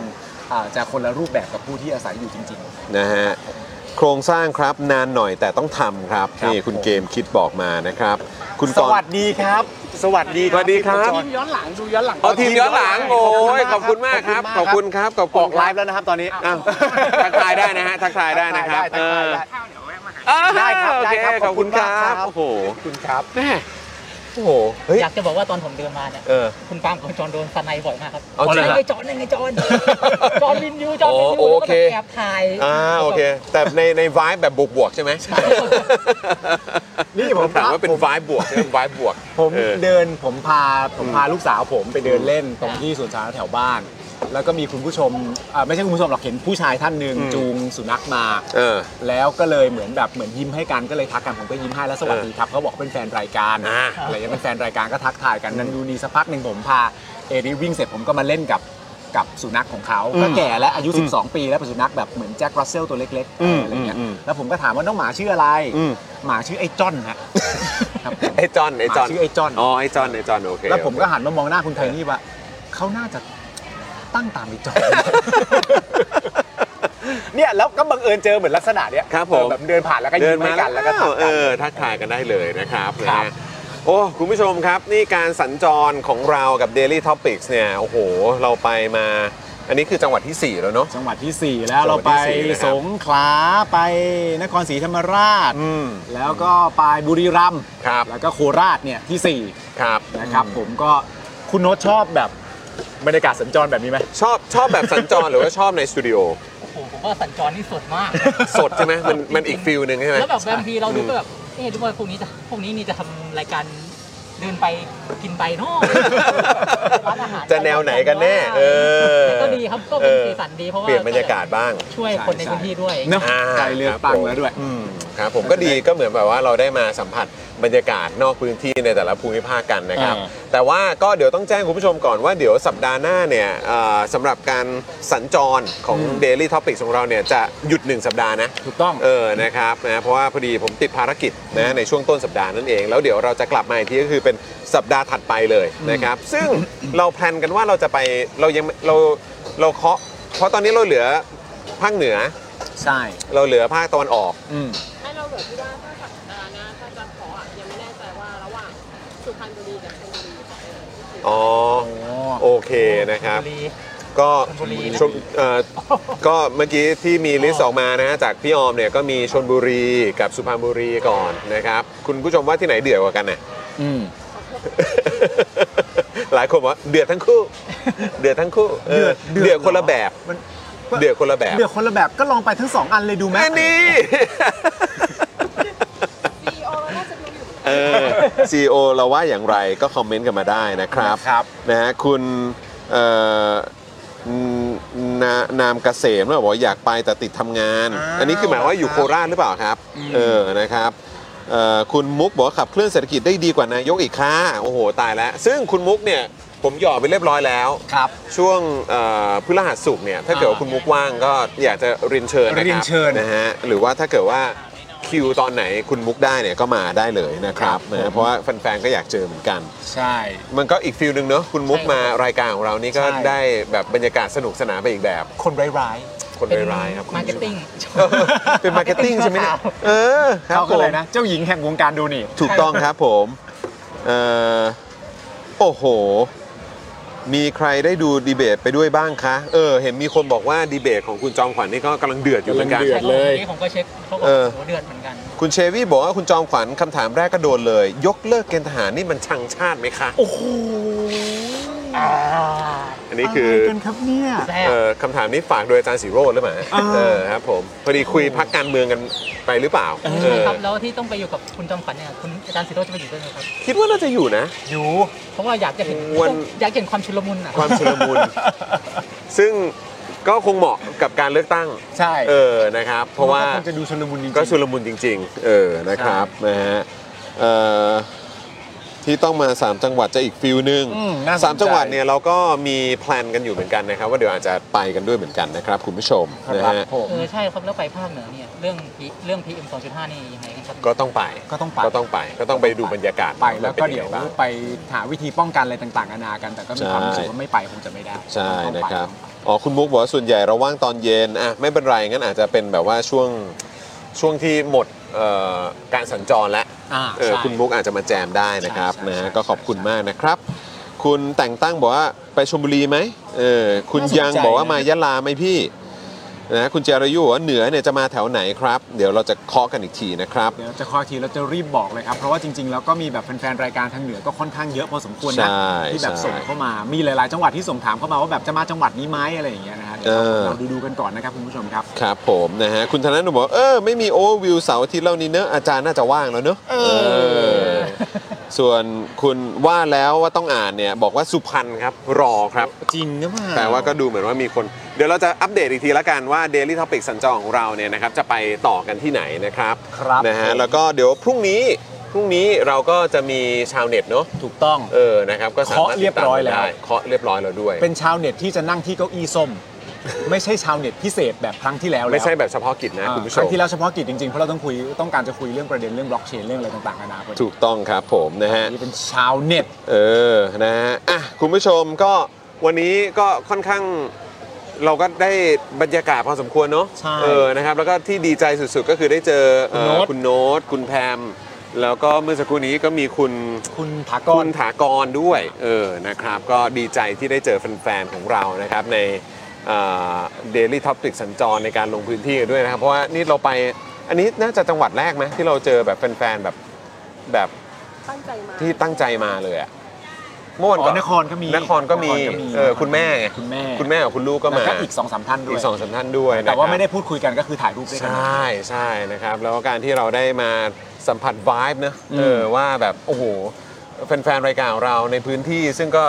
S2: อ่าจะคนละรูปแบบกับผู้ที่อาศัยอยู่จริง ๆ
S1: อนะฮะโครงสร้างครับนานหน่อยแต่ต้องทำครับนี่คุณเกมคิดบอกมานะครับ คุณ
S2: ส
S1: กรณ์
S2: วัสดีครับ สวัสดี
S1: สวัสดีครับ
S2: ทีมย้อนหลังดูย้อนหลัง
S1: อ๋อทีมย้อนหลังโอ้ยขอบคุณมากครับขอบคุณครับขอบ
S2: อ
S1: คุ
S2: อ
S1: ณ
S2: ก
S1: ค
S2: ไล
S1: รับ
S2: ฟ์แล้วนะครับตอนนี้
S1: อ้าวทักทายได้นะฮะทักทายได้นะครับ
S2: ทักทายได้
S1: เออ
S2: ได้ครับ
S1: โอ
S2: ได้
S1: เค
S2: ครับ
S1: ขอบคุณค
S2: มาก
S1: รับ
S2: ครับ
S1: โอ้โห
S2: คุณครับ
S1: แม่โอ้โหเฮ้ย
S4: อยากจะบอกว่าตอนผมเดินมาเนี่ย
S1: เออ
S4: คุณปาล์มกับคุณจอนโดนสไนบ่อยมากครับ
S1: เอาจริงเหรอ
S4: ไอ้จอนไอ้จอน จอนวินยูจอนวิน
S1: โอ้
S4: ยูแล้ว
S1: โอ
S4: ก็
S1: เค
S4: แบบแอบถ่าย
S1: อ่าโอเค แต่ในในวายแบบบวกๆใช่ไหม
S2: นี่ผม
S1: ถามว่า เป็นวายบวกใช่ไหมวายบวก
S2: ผม
S1: เออ
S2: เดินผมพาผมพาลูกสาวผมไปเดินเล่นตรง
S1: อ่า
S2: ที่สวนสาธารณะแถวบ้าน แล้วก็มีคุณผู้ชมอ่าไม่ใช่คุณผู้ชมหรอกเห็นผู้ชายท่านหนึ่ง
S1: อืม
S2: จูงสุนัขมา
S1: เออ
S2: แล้วก็เลยเหมือนแบบเหมือนยิ้มให้กันก็เลยทักกันผมก็ยิ้มให้แล้วสวัสดีครับเขาบอกเป็นแฟนรายการ
S1: อ่า
S2: อะไรอย่างเงี้ยเป็นแฟนรายการก็ทักทายกันนั่นดูนี่สักพักหนึ่งผมพาเอริวิ่งเสร็จผมก็มาเล่นกับกับสุนัขของเขา
S1: อืม
S2: ก็แก่แล้วอายุ
S1: อืม
S2: 12 ปีแล้วเป็นสุนัขแบบเหมือนแจ็ครัสเซลตัวเล็กๆ
S1: อืม
S2: อะไรเงี้ยแล้วผมก็ถามว่าน้องหมาชื่ออะไร
S1: อืม
S2: หมาชื่อไอ้จ้อนฮะ
S1: ไอจอนไอจอน
S2: ชื่อไอ้จอน
S1: อ๋อไอจอนไอจอนโอเค
S2: แล้วผมก็
S1: โอเค
S2: หันมามองหน้าคุณไทนี่ว่าเขาน่าจะตั้งตามไอ้จอน เนี่ยแล้วก็บังเอิญเจอเหมือนลักษณะเนี้ย
S1: ครับผม
S2: แบบเดินผ่านแล้วก็
S1: เดิ
S2: ยิ้มให้
S1: มา
S2: กันแล้วก็ทัก
S1: เอ
S2: กัน
S1: อทักทายกันได้เลยนะครับ
S2: ครับ
S1: นะฮะโอ้คุณผู้ชมครับ นี่การสัญจรของเรากับ Daily Topics เนี่ยโอ้โห เราไปมา อันนี้คือจังหวัดที่ 4 แล้วเนาะ
S2: จังหวัดที่ 4 แล้วเราไป
S1: จังหวัดที่สี่นะครับ
S2: สงขลาไปนครศรีธรรมราช
S1: อืม
S2: แล้วก็ไปบุรีรัมย์
S1: ครับ
S2: แล้วก็โคราชเนี่ยที่
S1: ครับ
S2: 4 นะครับ ผมก็คุณโน้ตชอบแบบบรรยากาศสัญจรแบบนี้ไหม
S1: ชอบชอบแบบสัญจร หรือว่าชอบในสตูดิโอ
S4: โอ้โหผมว่าสัญจรนี่สดมาก
S1: สดใช่ไหมมันมันอีกฟิลหนึ่งใช่ไหม
S4: แล้วแบบบางทีเราดูก็แบบเอ๊ะทุกคนพวกนี้จะพวกนี้นี่จะทำรายการเดินไปกินไปเนาะ ร้านอาหาร
S1: จะแนวไหนกันแน่ เออ
S4: แต่ก็ดีครับก็เป็นสีสันดีเพราะว่า
S1: เปลี่ยนบรรยากาศบ้าง
S4: ช่วยคนในพื้นที่ด้วย
S2: เนอะ
S1: อ่า
S2: ใจเลือก
S1: ครับ
S2: ตั้ง
S1: ผม
S2: แล้วด้วย
S1: อืมครับผมก็ดีก็เหมือนแบบว่าเราได้มาสัมผัสบรรยากาศนอกพื้นที่ในแต่ละภูมิภาคกันนะครับ
S2: อ่า
S1: แต่ว่าก็เดี๋ยวต้องแจ้งคุณผู้ชมก่อนว่าเดี๋ยวสัปดาห์หน้าเนี่ยเอ่อสำหรับการสัญจรของ Daily Topics ของเราเนี่ยจะหยุดหนึ่งสัปดาห์นะ
S2: ถูกต้อง
S1: เออ นะครับ นะ เพราะว่าพอดีผมติดภารกิจนะในช่วงต้นสัปดาห์นั่นเอง แล้วเดี๋ยวเราจะกลับมาอีกทีก็คือเป็นสัปดาห์ถัดไปเลยนะครับ ซึ่ง เราแพลนกันว่าเราจะไป เรายังเรา เราเคาะ เพราะตอนนี้เราเหลือภาคเหนือ
S2: ใช่
S1: เราเหลือภาคตะวันออก
S2: อืม
S3: ให้เราเหลือที่ว่าถ้าสัปดาห์หน้าถ้าจะขออ่ะยังไม่แน่ใจว่าระหว่างสุพรรณบุรีกับชลบุรีจะไปไหน
S1: อ๋อ โอเคนะครับ ก็ชมเอ่อก็เมื่อกี้ที่มีลิสต์ออกมานะฮะจากพี่ออมเนี่ยก็มีชนบุรีกับสุพรรณบุรีก่อนนะครับ คุณผู้ชมว่าที่ไหนเดือดกว่ากันน่ะ
S13: อืม
S1: หลายคนบอกว่าเดือดทั้งคู่ เดือดทั้งคู่เออเดือดคนละแบบ เดือดคนละแบบ
S2: เดือดคนละแบบก็ลองไปทั้งสองอันเลยดูไหม
S1: นี่ เออ CEO เราว่าอย่างไรก็คอมเมนต์กันมาได้นะครับครับนะฮะคุณเอ่อนานามเกษมนะบอกว่าอยากไปแต่ติดทำงาน อันนี้คือหมายว่าอยู่โคราชหรือเปล่าครับ เออนะครับเอ่อคุณมุกบอกว่าขับเคลื่อนเศรษฐกิจได้ดีกว่านายกอีกค่ะโอ้โหตายแล้ว ซึ่งคุณมุกเนี่ยผมหยอดไปเรียบร้อยแล้วครับช่วงเอ่อพฤหัสสุกร์เนี่ยถ้าเกิดว่าคุณมุกว่างก็อยากจะเรียนเชิญนะคบ
S2: เรียนเชิญ
S1: นะฮะหรือว่าถ้าเกิดว่า คิวตอนไหนคุณมุกได้เนี่ยก็มาได้เลยนะครับนะเพราะว่าแฟนๆก็อยากเจอเหมือนกัน
S2: ใช่
S1: มันก็อีกฟิลหนึ่งเนอะคุณมุกมารายการของเรานี่ก็
S2: ใช่
S1: ได้แบบบรรยากาศสนุกสนานไปอีกแบบ
S2: คนร้าย
S1: คนร้ายๆครับคุณ
S4: มาร์
S1: ผู้
S4: เก็ต
S1: ช
S4: ติ้ง
S1: มเป็นมาร์เก็ตติ้งใช่ไหมเนี่ยเออครับ
S2: เขาก็เลย
S1: ผม
S2: นะ เจ้าหญิงแห่งวงการดูนี่
S1: ถูกต้องครับผม เอ่อ โอ้โห มีใครได้ดูดีเบตไปด้วยบ้างคะ เออ เห็นมีคนบอกว่าดีเบตของคุณจอมขวัญนี่ก็กำลังเดือดอยู่เหมือนกัน
S4: นี่ผมก็เช็คเขาบอก
S1: เออ
S4: โหเดือดเหมือนกัน
S1: คุณเชวี่บอกว่าคุณจอมขวัญคำถามแรกก็โดนเลย ยกเลิกเกณฑ์ทหารนี่มันชังชาติไหมคะ โอ้โหอันนี้คือ
S2: กันครับเนี่ย
S1: เอ่อคำถามนี้ฝากโดยอาจารย์สีโรดหรือเปล่า
S2: อ่า
S1: เออครับผม พอดีคุยพักการเมืองกันไปหรือเปล่าเอ
S4: ใช่
S1: อ
S4: ครับ แล้วที่ต้องไปอยู่กับคุณจอมขวัญเนี่ยคุณอาจารย์ศิโรจน์จะไปอยู่ด้วยไหมครับ
S1: คิดว่าน่าจะอยู่นะ
S2: อยู่
S4: เพราะว่าอยากจะเห็น
S1: วัน
S4: อยากเห็นความชุลมุนอ่ะ
S1: ความชุล มุน ซึ่งก็คงเหมาะกับการเลือกตั้ง
S2: ใช่
S1: เออนะครับ เพราะว่า
S2: ก็คงจะดูชนมุนจริงๆ
S1: ก็ชุลมุนจริง ๆ เออนะครับนะฮะเอ่อที่ต้องมา 3 จังหวัดจะอีกฟิลหนึ่ง
S2: อืมน่าสนใจ
S1: สามจังหวัดเนี่ยเราก็มีแพลนกันอยู่เหมือนกันนะครับ ว่าเดี๋ยวอาจจะไปกันด้วยเหมือนกันนะครับ คุณผู้ชมนะฮะ
S4: เออใช่ครับแล้วไปภาคเหนือเนี่ยเรื่อง P- เรื่อง PM 2.5 นี่ยังไงกันครับ
S1: ก็ต้องไป
S2: ก็ต้องไป
S1: ก็ต้องไปก็ต้องไปดูบรรยากาศ
S2: ไปแล้วก็เดี๋ยว
S1: าป็นงไงบ้าง
S2: ไปหาวิธีป้องกันอะไรต่างๆนานากัน แต่ก็มีความรู้สึกว่าไม่ไปคงจะไม่ได้
S1: ใช่นะครับ อ๋อ คุณมุกบอกว่าส่วนใหญ่เราว่างตอนเย็น อ่ะ ไม่เป็นไร งั้นอาจจะเป็นแบบว่าช่วงช่วงที่หมดเอ่อการสัญจรแล้ว
S2: อ่า
S1: เออ
S2: ใช่
S1: คุณมุกอาจจะมาแจมได้นะครับนะฮะก็ขอบคุณมากนะครับ คุณแต่งตั้งบอกว่าไปชลบุรีไหมเออคุณยัง
S2: น่าสนใจ
S1: บอกว่ามายะลาไหมพี่นะคุณเจรายุบอกว่าเหนือเนี่ยจะมาแถวไหนครับ เดี๋ยวเราจะเคาะกันอีกทีนะครับ
S2: เดี๋ยวจะคอยทีเราจะรีบบอกเลยครับ เพราะว่าจริง ๆ แล้วก็มีแบบแฟนๆรายการทางเหนือก็ค่อนข้างเยอะพอสมควรนะ
S1: ใช่
S2: ที่แบบ
S1: ใช่
S2: ส่งเข้ามามีหลายๆ จังหวัดที่ส่งถามเข้ามาว่าแบบจะมาจังหวัดนี้ไหมอะไรอย่างเงี้ยนะฮะเดี๋ยว
S1: เออ
S2: เราดูๆกันก่อนนะครับคุณผู้ชมครับ
S1: ครับผมนะฮะคุณธนาหนูบอกว่าเออไม่มีโอเวอร์วิวเสาร์อาทิตย์แล้วนี้เนอะอาจารย์น่าจะว่างแล้วเนอะเออ ส่วนคุณว่าแล้วว่าต้องอ่านเนี่ย บอกว่าสุพรรณครับ รอครับ
S2: จริงหรือเปล่า
S1: แต่ว่าก็ดูเหมือนว่ามีคน เดี๋ยวเราจะอัปเดตอีกทีละกันว่า Daily Topic สัญจรของเราเนี่ยนะครับ จะไปต่อกันที่ไหนนะครับ
S2: ครับ
S1: นะฮะ
S2: ผม
S1: แล้วก็เดี๋ยวพรุ่งนี้พรุ่งนี้เราก็จะมีชาวเน็ตเนาะ
S2: ถูกต้อง
S1: เออนะครับก็สามารถ
S2: เคาะเรียบร้อยแล้ว
S1: ติดตามได้เคาะเรียบร้อยแล้วด้วย
S2: เป็นชาวเน็ตที่จะนั่งที่เก้าอี้ส้ม ไม่ใช่ชาวเน็ตพิเศษแบบครั้งที่แล้วแล้ว
S1: ไม่ใช่แบบเฉพาะกิจนะ
S2: อ่า
S1: คุณผู้ช
S2: ครั้
S1: ม
S2: งที่แล้วเฉพาะกิจจริงๆ เพราะเราต้องคุยต้องการจะคุยเรื่องประเด็นเรื่องบล็อกเชนเรื่องอะไรต่างๆนานาพอดี
S1: ถูกต้องครับผมนะฮะ
S2: นี่เป็นชาวเน็ต
S1: เออ นะฮะ อ่ะ คุณผู้ชมก็วันนี้ก็ค่อนข้างเราก็ได้บรรยากาศพอสมควรเนาะ
S2: ใช่
S1: เออ นะครับ แล้วก็ที่ดีใจสุดๆ ก็คือได้เจอเอ่อ
S2: คุณโน้ต
S1: คุณโน้ต คุณแพม แล้วก็เมื่อสักครู่นี้ก็มีคุณ
S2: คุณถาก
S1: คุ
S2: ร
S1: ณถากรด้วย เออ นะครับ ก็ดีใจที่ได้เจอแฟนๆ ของเรานะครับในเดลี่ท็อปิกสัญจรในการลงพื้นที่กันด้วยนะครับ เพราะว่านี่เราไป อันนี้น่าจะจังหวัดแรกไหมที่เราเจอแบบแฟนๆ แบบแบบ
S3: ตั้งใจมา
S1: ที่ตั้งใจมาเลยอะเมื่อวันก่อ
S2: อ๋
S1: น
S2: อนครก็มี
S1: นครก็มี
S2: นครก็มี
S1: เออคุณแม่ไง
S2: คุณแม่
S1: คุณแม่กับคุณลูกก็มา
S2: แล้วก็อีกสองสามท่านด้วย
S1: อีกสองสามท่านด้วย
S2: แต่ว่า
S1: นะครับ
S2: ไม่ได้พูดคุยกันก็คือถ่ายรูปด้วยกั
S1: ใช่ใช่นะครับ แล้วการที่เราได้มาสัมผัส v i b ์นะ
S2: อืม
S1: เออว่าแบบโอ้โหแฟนๆรายการของเราในพื้นที่ซึ่งก็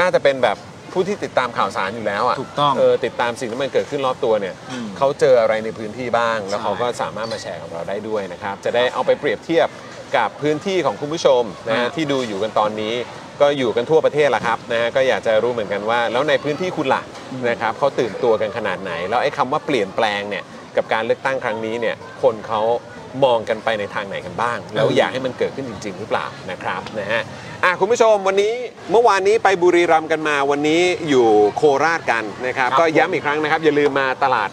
S1: น่าจะเป็นแบบผู้ที่ติดตามข่าวสารอยู่แล้วอ่ะ
S2: ถูกต้อง
S1: เออติดตามสิ่งที่มันเกิดขึ้นรอบตัวเนี่ย
S2: อืม
S1: เขาเจออะไรในพื้นที่บ้าง แล้วเขาก็สามารถมาแชร์กับเราได้ด้วยนะครับ จะได้เอาไปเปรียบเทียบกับพื้นที่ของคุณผู้ชมนะฮะ
S2: อ่า
S1: ที่ดูอยู่กันตอนนี้ ก็อยู่กันทั่วประเทศละครับนะฮะก็อยากจะรู้เหมือนกันว่า แล้วในพื้นที่คุณล่ะนะครับเขาตื่นตัวกันขนาดไหน แล้วไอ้คำว่าเปลี่ยนแปลงเนี่ยกับการเลือกตั้งครั้งนี้เนี่ยคนเขามองกันไปในทางไหนกันบ้าง แล้วอยากให้มันเกิดขึ้นจริง ๆ หรือเปล่านะครับนะฮะอ่ะคุณผู้ชมวันนี้เมื่อวานนี้ไปบุรีรัมย์กันมาวันนี้อยู่โคราชกันนะครับ
S2: ครับ
S1: ก็ย้ำอีกครั้งนะครับอย่าลืมมาตลาด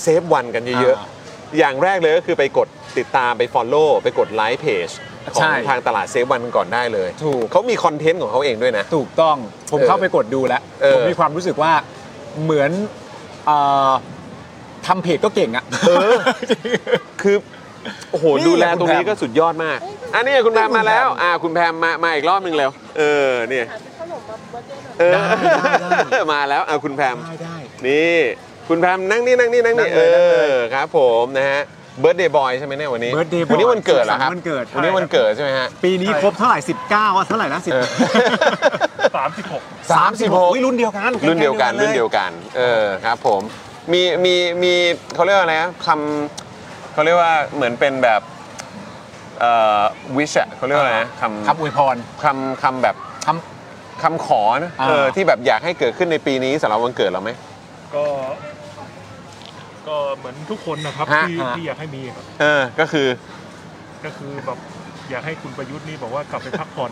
S1: เซฟวันกันเยอะ
S2: อ่า
S1: ๆ อย่างแรกเลยก็คือไปกดติดตามไป Follow ไปกดไลค์เพจ ขอ
S2: ใช่
S1: งทางตลาดเซฟวันก่อนได้เลยเขามีคอนเทนต์ของเขาเองด้วยนะ
S2: ถูกต้องผม
S1: เออ
S2: เข้าไปกดดูแล้ว
S1: เออ
S2: ผมมีความรู้สึกว่าเหมือนเอ่อทำเพจก็เก่งอะ
S1: คือโอ้โห
S2: นี่
S1: ดูแล
S2: ไงคุณ
S1: ตรงนี้
S2: แพม
S1: ก็สุดยอดมาก อันนี้คุณแพมมาแล้ว อ่าคุณแพมมามาอีกรอบหนึ่งแล้ว เออเนี่ยเออ มาแล้วอ่าคุณแพมนี่ คุณแพมนั่งนี่นั่งนี่นั่งนี่เออครับผมนะฮะเบิร์ดเดย์บอยใช่ไหมเนี่ยวันนี้
S2: Birthday Boy
S1: วันนี้วันเกิดเหรอครับ
S2: สุขสันต์วันเกิด
S1: วันนี้วันเกิดใช่ไหมฮะ
S2: ปีนี้ครบเท่าไหร่ 19ว่าเท่าไหร่นะ10 36
S1: 36
S2: รุ่นเดียวกัน
S1: รุ่นเดียวกันรุ่นเดียวกัน เออครับผมมีมีมีเขาเรียกว่าอะไรนะคำเขาเรียกว่าเหมือนเป็นแบบเอ่อวิชอะเขาเรียกว่าอะไรนะคำคำ
S2: อวยพร
S1: คำคำแบบ
S2: ค
S1: ำคำขอนะ
S6: อ่า
S1: เออที่แบบอยากให้เกิดขึ้นในปีนี้สำหรับวันเกิดเราไหม
S6: ก็ ก็เหมือนทุกคนนะครับ
S1: ฮะ
S6: ที่
S1: ฮะ
S6: ที่อยากให้มีครับ
S1: เออก็คือ
S6: ก็คือแบบอยากให้คุณประยุทธ์นี่บอกว่ากลับไปพัก ผ่อน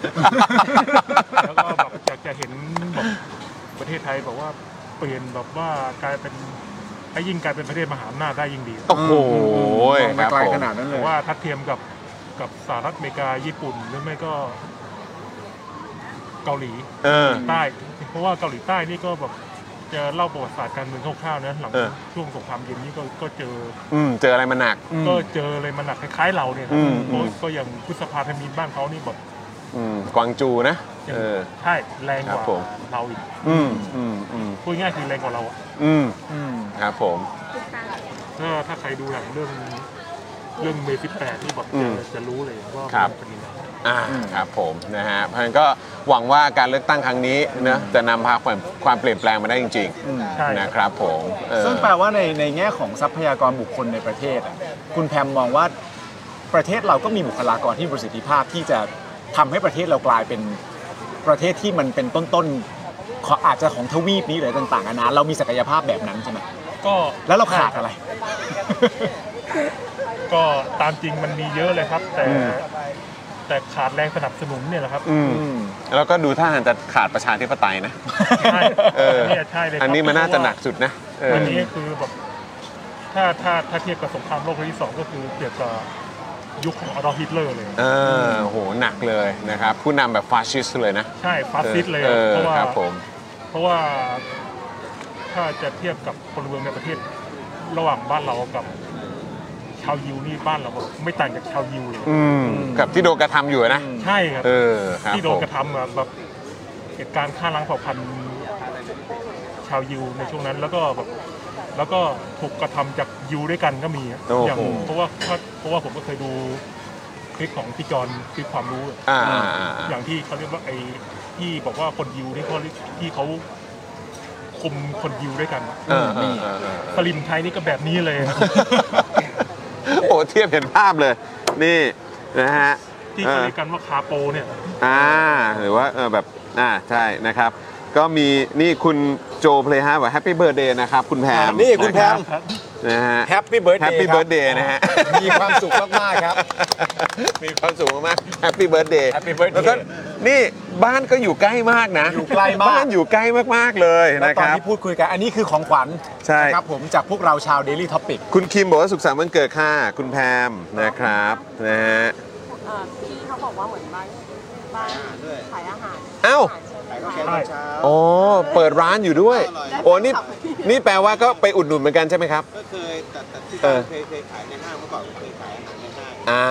S6: แล้วก็แบบอยากจะเห็นแบบประเทศไทยบอกว่าเปลี่ยนแบบว่ากลายเป็นให้ยิ่งกลายเป็นประเทศมหาอำนาจได้ยิ่งดี
S1: โอ้โหมองไปไกลครับผมขนาดนั้น
S6: พ
S1: เลย
S6: ระว่าทัดเทียมกับกับสหรัฐอเมริกาญี่ปุ่นหรือไม่ก็ เกาหลี
S1: เออ
S6: ใต้ เพราะว่าเกาหลีใต้นี่ก็แบบจะเล่าประวัติศาสตร์การเมืองคร่าวๆนะหลัง
S1: เออ
S6: ช่วงสงครามเย็นนี่ก็ก็เจอ
S1: อืมเจออะไรมาหนัก
S6: ก็เจออะไรมันหนักคล้ายๆเราเนี่ยครั
S1: อื
S6: บ
S1: มอืม
S6: ก็ก็อย่างพฤษภาธมินบ้านเขานี่แบบ
S1: อืมกวางจูนะเออ
S6: ใช่แรงก
S1: ครั
S6: ว่า
S1: บผม
S6: เราอีก
S1: อืมอืมอืม
S6: พูดง่ายๆคือแรงกว่าเราอะ
S1: อืมครับผม
S6: ถ้าถ้าใครดูหนังเรื่องเรื่องเมฟิแปดที่แบบ
S1: อืม
S6: จะจะรู้เลยว่า
S1: ครับ
S6: มันเป็นยังไง
S1: อ่าครับผมนะฮะเพราะฉะนั้นก็หวังว่าการเลือกตั้งครั้งนี้นะจะนำพาความความเปลี่ยนแปลงมาได้จริง
S2: อืม
S1: ๆนะครับผมเออ
S2: ซึ่งแปลว่าในในแง่ของทรัพยากรบุคคลในประเทศอะคุณแพมมองว่าประเทศเราก็มีบุคลากรที่มีประสิทธิภาพที่จะทำให้ประเทศเรากลายเป็นประเทศที่มันเป็นต้นๆขออาจจะของทวีปนี้หรืออะไรต่างๆนานะเรามีศักยภาพแบบนั้นใช่ไหม
S6: ก็
S2: แล้วเราขาดอะไร
S6: ก็ตามจริงมันมีเยอะเลยครับ แต่
S1: อืม
S6: แต่ขาดแรงสนับสนุนเนี่ยแหละครับ
S1: อืมแล้วก็ดูท่าทางจะขาดประชาธิปไตยนะเออ
S6: เนี่ยใช่เลยครับ
S1: อันนี้มันน่าจะหนักสุดนะเออ
S6: อัน
S1: อ
S6: นี้คือแบบถ้าถ้าถ้าเทียบกับสงครามโลกครั้งที่สองก็คือเทียบกับยุคของอดอลฟ์ฮิตเลอร์เลย
S1: เออโหหนักเลยนะครับ ผู้นำแบบฟาสชิสต์เลยนะ
S6: ใช่ฟาสซิสต์เลย
S1: ออ
S6: เพราะว่า
S1: ครับผม
S6: เพราะว่าถ้าจะเทียบกับพลเมืองในประเทศ ระหว่างบ้านเรากับชาวยิวนี่บ้านเราแบบไม่ต่างจากชาวยิวเลย
S1: อืมกับที่โดนกระทำอยู่นะ
S6: ใช่ครับ
S1: เออครับ
S6: ที่โดน
S1: ผม
S6: กระทำอะแบบเหตุการณ์ฆ่าล้างเผ่าพันธุ์ชาวยิวในช่วงนั้นแล้วก็แบบแล้วก็ถูกกระทำจากยิวด้วยกันก็มีอะ
S1: โอ้โห
S6: อย่างเพราะว่าเพราะว่าผมก็เคยดูคลิปของพี่จอนคลิปความรู้
S1: อ่า
S6: อย่างที่เขาเรียกว่าไอ้ที่บอกว่าคนยิวที่เขาที่เขาคุมคนยิวด้วยกัน
S1: เออเออเออเออ
S6: สลิมไทยนี่ก็แบบนี้เลยครับ
S1: โอ้เทียบเห็นภาพเลย นี่นะฮะ
S6: ที่
S1: เอ
S6: เขา
S1: อ
S6: เรียกกันว่าคาโปเนี่ย
S1: อ่าหรือว่าเออแบบอ่าใช่นะครับ ก็มีนี่คุณโจเพลย์ฮะบอกแฮปปี้เบิร์ดเดย์นะครับ คุณแพม
S2: นี่คุณแพม
S1: นะครับนะฮะ
S2: แฮปปี้เบิร์ดเดย์
S1: Happy Birthday นะฮะ
S2: มีความสุขมากๆครับ
S1: มีความสุขมากแฮปปี้เบิร์ดเดย์
S2: Happy Birthday
S1: แล้วก็นี่บ้านก็อยู่ใกล้มากนะ
S2: อยู่ใกล้มาก
S1: บ้านอยู่ใกล้มาก ๆ เลย
S2: แล้ว
S1: นะ
S2: ต
S1: ค
S2: อน
S1: รับ
S2: ที่พูดคุยกัน อันนี้คือของขวัญ
S1: ใช่
S2: นะครับผมจากพวกเราชาว Daily Topic
S1: คุณคิมบอกว่าสุขสันต์วันเกิดค่ะ คุณแพมนะครับนะฮะ
S3: เอ่อพี่เขาบอกว่าเหมือนบ้านบ้านขายอาหาร
S1: เอ้า
S3: ขายข้าวแกงเช้า
S1: อ๋อ เปิดร้านอยู่ด้วย
S3: ได้
S1: โอ้นี่นี่แปลว่าก็ไปอุดหนุนเหมือนกันใช่ไหมครับ
S5: ก็เคยแต่แต่ที่
S1: เออ
S5: เคยเคยขายในห้างเมื่อก่อนเคยขายอาหารในห้าง
S1: อ่า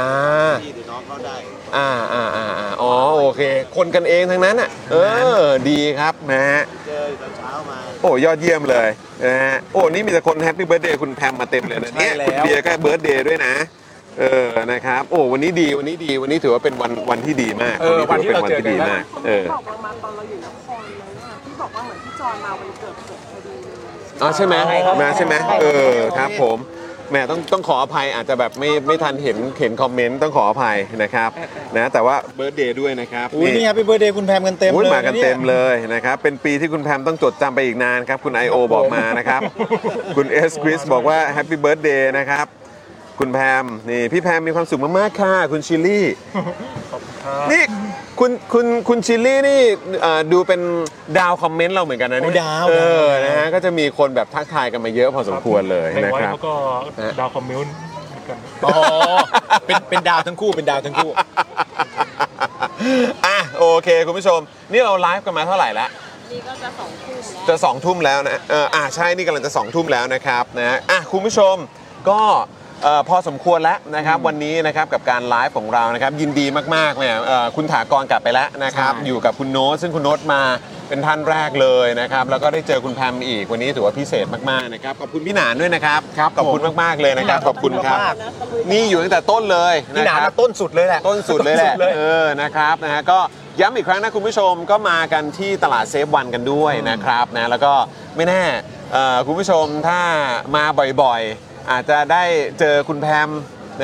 S5: พี่หรือน้องเขาได้
S1: อ่าอ่าอ่าอ่าอ๋อโอเค คนกันเองทั้งนั้นอ่ะ เออ ดีครับนะฮะ
S5: เจอตอนเช้ามา
S1: โอ้ยอดเยี่ยมเลยนะฮะ โอ้ นี่มีแต่คนแฮปปี้เบิร์ดเดย์คุณแพมมาเต็มเลยนะเนี่ย
S2: ใช่แล้ว
S1: คุณเบียร์ก็เบิร์ดเดย์ด้วยนะ เออ นะครับ โอ้ วันนี้ดี วันนี้ดี วันนี้ถือว่าเป็นวันวันที่ดีมาก
S2: เออวันที่
S1: ถื
S2: เราเจอกัน
S1: ดีมาก เออ
S3: บอกว่ามาตอนเราอยู่นครเลยว่าพี่บอกว่าเหมือนพี่จอนมาวันเกิดเกิดพอดีเลย
S1: อ๋อใช่ไหม
S3: ใช่ครับ
S1: มาใช่ไหม
S3: ใช่ครับ
S1: เออครับผมแหมต้องต้องขออภัยอาจจะแบบไม่ไม่ทันเห็นเห็นคอมเมนต์ต้องขออภัยนะครับนะแต่ว่าเบิร์ดเดย์ด้วยนะครับ
S7: อุ้ยนี่แฮปปี้เบิร์ดเดย์คุณแพมกันเต็ม
S1: อุ้ย
S7: เลย
S1: มากัน
S7: ย
S1: เต็มเลยนะครับเป็นปีที่คุณแพมต้องจดจำไปอีกนานครับ คุณ I.O. บอกมา นะครับ คุณเอสคริสบอกว่าแฮปปี้เบิร์ดเดย์นะครับคุณแพมนี่พี่แพมมีความสุขมากๆค่ะ คุณชิลลี่ นี่คุณคุณคุณชิลลี่นี่เอ่อดูเป็นดาวคอมเมนต์เราเหมือนกันนะเนี่ย
S7: โอ้ดาว
S1: เออ
S7: ดาว
S1: นะฮะก็จะมีคนแบบทักทายกันมาเยอะพอสมควรเลย
S6: ใน
S1: นะ
S6: ไว้
S1: ครับ
S6: เขาก็ดาวคอมเมนต์เหมือนกัน
S2: อ๋อเป็นเป็นดาวทั้งคู่เป็นดาวทั้งคู่
S1: อ่ะโอเค คุณผู้ชม นี่เราไลฟ์กันมาเท่าไหร่ละ
S5: นี่ก็จะสองคู่แล้ว
S1: จะ2องทุ่มแล้วนะเอออ่ะใช่นี่กำลังจะ2องทุ่มแล้วนะครับนะอ่ะคุณผู้ชมก็เอ่อพอสมควรแล้วนะครับวันนี้นะครับกับการไลฟ์ของเรานะครับยินดีมากๆเนี่ยเอ่อคุณถากรกลับไปแล้วนะครับอยู่กับคุณโน้ตซึ่งคุณโน้ตมาเป็นท่านแรกเลยนะครับแล้วก็ได้เจอคุณแพมอีกวันนี้ถือว่าพิเศษมากๆนะครับขอบคุณพี่หนานด้วยนะครับขอบคุณมากๆเลยนะครับขอบคุณครับ นี่อยู่ตั้งแต่ต้นเลย
S2: นี่หนา
S1: ะค
S2: ห
S1: รับ
S2: นาต้นสุดเลยแหละ
S1: ต้นสุดเลยแหละ
S2: ต้นสุดเลย
S1: เออ นะครับนะฮะก็ย้ำอีกครั้งนะคุณผู้ชมก็มากันที่ตลาดเซฟวันกันด้วยนะครับนะแล้วก็ไม่แน่เอ่อคุณผู้ชมถ้ามาบ่อยๆ อาจจะได้เจอคุณแพม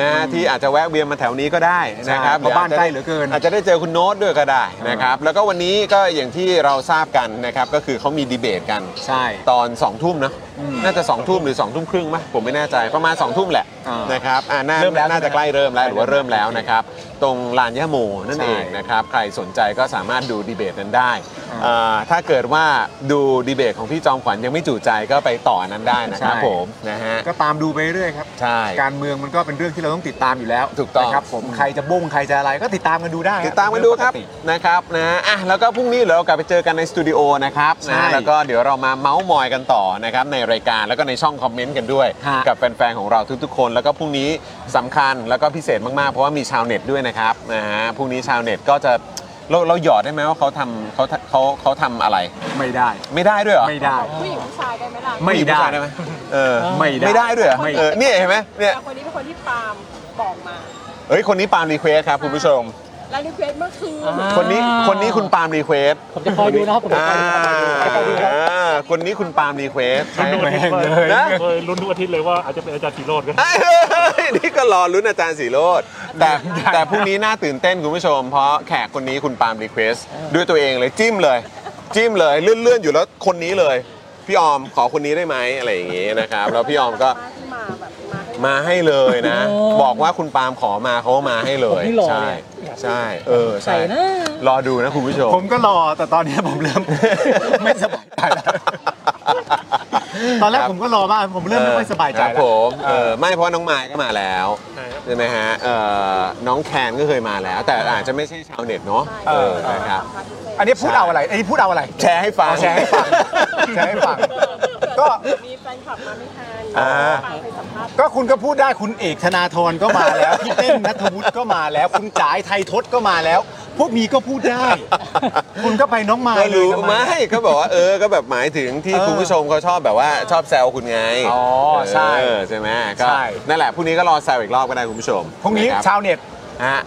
S1: นะที่อาจจะแวะเวียนมาแถวนี้ก็ได้นะครับ
S2: เพราะบ้านใกล้เหลือเกิน
S1: อาจจะได้เจอคุณโน้ตด้วยก็ได้นะครับแล้วก็วันนี้ก็อย่างที่เราทราบกันนะครับก็คือเขามีดีเบตกัน
S2: ใช่
S1: ตอน2องทุ่มเนอะน่าจะ2องทุ่มหรือ2องทุ่มครึ่งไหมยผมไม่แน่ใจประมาณ2องทุ่มแหละ
S2: อ่าน
S1: นะครับอ่าน่า
S2: เริ่มแล้ว
S1: น่าจะใกล้เริ่มแล้วหรือว่าเริ่มแล้วนะครับ ตรงลานย่าโมนั่น
S2: ใช่
S1: เองนะครับ ใครสนใจก็สามารถดูดีเบตนั้นได้เอ่อถ้าเกิดว่าดูดีเบตของพี่จอมขวัญยังไม่จุใจก็ไปต่ออันนั้นได้นะครับ
S2: ใช่
S1: ผมนะฮะ
S2: ก็ตามดูไปเรื่อยครับ
S1: ใช่
S2: การเมืองมันก็เป็นเรื่องที่เราต้องติดตามอยู่แล้ว
S1: ถูกต้อง
S2: นะครับผมใครจะบงใครจะอะไรก็ติดตามกันดูได้
S1: ติดตามกันดูครับ
S2: เองปกติ
S1: นะครับนะอ่ะแล้วก็พรุ่งนี้เดี๋ยวเรากลับไปเจอกันในสตูดิโอนะครับ
S2: ใช่
S1: นะแล้วก็เดี๋ยวเรามาเมาส์มอยกันต่อนะครับในรายการแล้วก็ในช่องคอมเมนต์กันด้วย
S2: ฮะ
S1: กับแฟนๆของเราทุกๆคน แล้วก็พรุ่งนี้สำคัญแล้วก็พิเศษมากๆ เพราะว่ามีชาวเน็ตด้วยนะครับนะฮะพรุ่งนี้ชาวเน็ตก็จะเราเราหยอดได้ไหมว่าเขาทำเขาเขาเขาทำอะไร
S2: ไม่ได้
S1: ไม่ได้ด้วยเหรอ
S2: ไม่ได้
S5: ผู้หญิงผู้ชายได้ไหมล่ะ
S2: ไม่ได้
S1: ผู้หญิงผู้ชายได้ไหมเออ
S2: ไม่ได้
S1: ไม่ได้ด้วยเหรอ
S2: ไม่ได้
S1: เออเนี่ยเห็นไหมเนี่ย
S5: แต่คนนี้เป็นคนที่ปาล์มบอกมา
S1: เฮ้ยคนนี้ปาล์มรีเควสครับคุณผู้ชม
S5: แล้วรีเควสเมื่อคืน
S1: คนนี้คนนี้คุณปาล์มรีเควสผมจะคอยดูนะครับผมจะคอยดูคนนี้คุณปาล์มรีเควสใช่ไหมนะ
S6: เคยลุ้นทุกอาทิตย์เลยว่าอาจจะเป็นอาจารย์สีโรดก็ได้
S1: เอ้ยเฮ้ยนี่ก็รอลุ้นอาจารย์สีโรดแต่แต่พรุ่งนี้น่าตื่นเต้นคุณผู้ชม เพราะแขกคนนี้คุณปาล์มรีเควสด้วยตัวเองเลยจิ้มเลย จิ้มเลยเลื่อนๆอยู่แล้วคนนี้เลย พี่ออมขอคนนี้ได้ไหมอะไรอย่างงี้นะครับแล้วพี่ออมก็มาให้เลยนะ
S14: โอ้
S1: บอกว่าคุณปาล์มขอมาเขามาให้เลยใช่ใช่เออใช่รอดูนะคุณผู้ชม
S2: ผมก็รอแต่ตอนนี้ผมเริ่ม ไม่สบายใจแล้วตอนแรกผมก็รอมากผมเริ่มไม่ค่อยสบายใจ
S1: ครับ
S2: แล้ว
S1: ผมเออไม่เพราะน้องไมายก็มาแล้วใช่ไหมฮะเอ่อน้องแคนก็เคยมาแล้ว แต่อาจจะไม่ใช่ชาวเน็ตเนาะเออนะครับ
S2: อันนี้พูดเอาอะไร อันนี้พูดเอาอะไร
S1: แชร์ให้ฟัง
S2: แชร์ให้ฟัง แชร์ให้ฟัง ก็
S5: มีแฟนคลับมาไม่ทัน
S2: อ่า
S5: ปาล์มไปสัมภาษณ์
S2: ก็คุณก็พูดได้คุณเอกธนาธรก็มา แล้ว พี่เต้นนัทวุฒิก็มาแล้ว คุณจ๋ายไทยทศก็มาแล้ว พวกนี้ก็พูดได้ คุณก็ไปน้องมาย
S1: ไม่รู้
S2: เลยทำ
S1: ไม่ก็บอกว่าเออก็แบบหมายถึงที่
S2: เออ
S1: คุณผู้ชมเขาชอบแบบว่าชอบแซวคุณไง
S2: อ๋อใช่
S1: เออใช่ไหมก็
S2: ใช่
S1: นั่นแหละพรุ่งนี้ก็รอแซวอีกรอบก็ได้คุณผู้ชม
S2: พรุ่งนี้
S1: ะคบ
S2: ชาวเน็ต
S1: ฮะ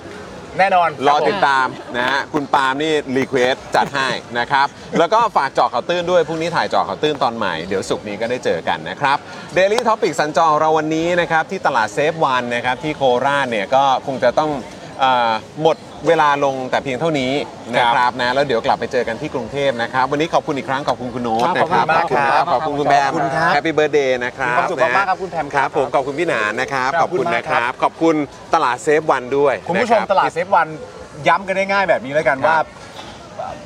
S2: แน่นอน
S1: รอติดตามนะฮะคุณปาล์มนี่รีเควสจัดให้นะครับ แล้วก็ฝากเจอข่าวตื้นด้วยพรุ่งนี้ถ่ายเจอข่าวตื้นตอนใหม่ เดี๋ยวสุกร์นี้ก็ได้เจอกันนะครับ Daily t o p i c สัญจรเราวันนี้นะครับที่ตลาดเซฟวันนะครับที่โคราชเนี่ยก็คงจะต้องเอ่อหมดเวลาลงแต่เพียงเท่านี้นะครับนะแล้วเดี๋ยวกลับไปเจอกันที่กรุงเทพนะครับ วันนี้ขอบคุณอีกครั้งขอบคุณคุณโน้ตนะค
S2: ครัขอ
S1: รับบ
S2: บคุณมากครับ
S1: ขอบคุณคุณแบม
S2: ขอบคุณครับ
S1: แฮปปี้เบิร์ดเดย์นะครับ
S2: มีความสุขมากๆครับคุณแพม
S1: นะครับ ผมขอบคุณพี่หนานนะครับขอบคุณนะค
S2: มาก
S1: รับขอบคุณตลาดเซฟวันด้วย
S2: คุณผู้ชม
S1: นะครับ
S2: ตลาดเซฟวันย้ำกันได้ง่ายแบบนี้แล้วกันว่า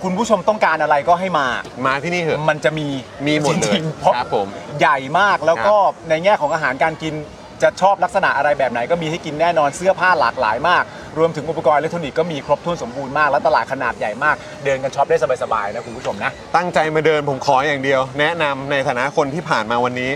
S2: คุณผู้ชมต้องการอะไรก็ให้มา
S1: มาที่นี่เหอะ
S2: มันจะมี
S1: มีหมดเลย
S2: จริงๆเพราะ
S1: ครับผม
S2: ใหญ่มากแล้วก็ในแง่ของอาหารการกินจะชอบลักษณะอะไรแบบไหนก็มีให้กินแน่นอนเสื้อผ้าหลากหลายมาก รวมถึงอุปกรณ์อิเล็กทรอนิกส์ก็มีครบถ้วนสมบูรณ์มากและตลาดขนาดใหญ่มาก เดินกันช็อปได้สบายๆนะคุณผู้ชมนะ
S1: ตั้งใจมาเดินผมขออย่างเดียว แนะนำในฐานะคนที่ผ่านมาวันนี้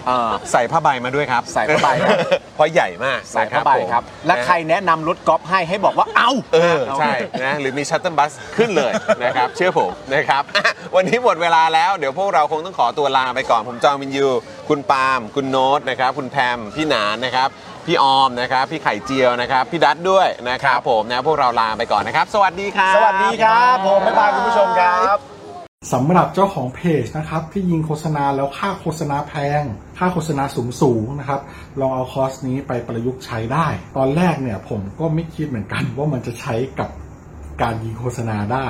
S1: ใส่ผ้าใบมาด้วยครับ
S2: ใส่ผ้าใบนะ
S1: เพราะใหญ่มาก
S2: สายผ้าใบ
S1: ผม
S2: ครับ และใครแนะนำรถกอล์ฟให้ให้บอกว่าเอา
S1: เออใช่ นะหรือมีชัตเตอร์บัสขึ้นเลยนะครับ เชื่อผมนะครับ อ่ะวันนี้หมดเวลาแล้วเดี๋ยวพวกเราคงต้องขอตัวลาไปก่อนผมจองวินยู คุณปาล์มคุณโน้ตนะครับคุณแพมพี่หนานนะครับพี่ออมนะครับพี่ไข่เจียวนะครับพี่ดัดด้วยนะครับผมนะพวกเราลาไปก่อนนะครับ สวัสดีครับ
S2: สวัสดีครับผมบ๊ายบายคุณผู้ชมครับ
S15: สำหรับเจ้าของเพจนะครับที่ยิงโฆษณาแล้วค่าโฆษณาแพง ค่าโฆษณาสูงสูงๆนะครับ ลองเอาคอร์สนี้ไปประยุกต์ใช้ได้ ตอนแรกเนี่ยผมก็ไม่คิดเหมือนกัน ว่ามันจะใช้กับการยิงโฆษณาได้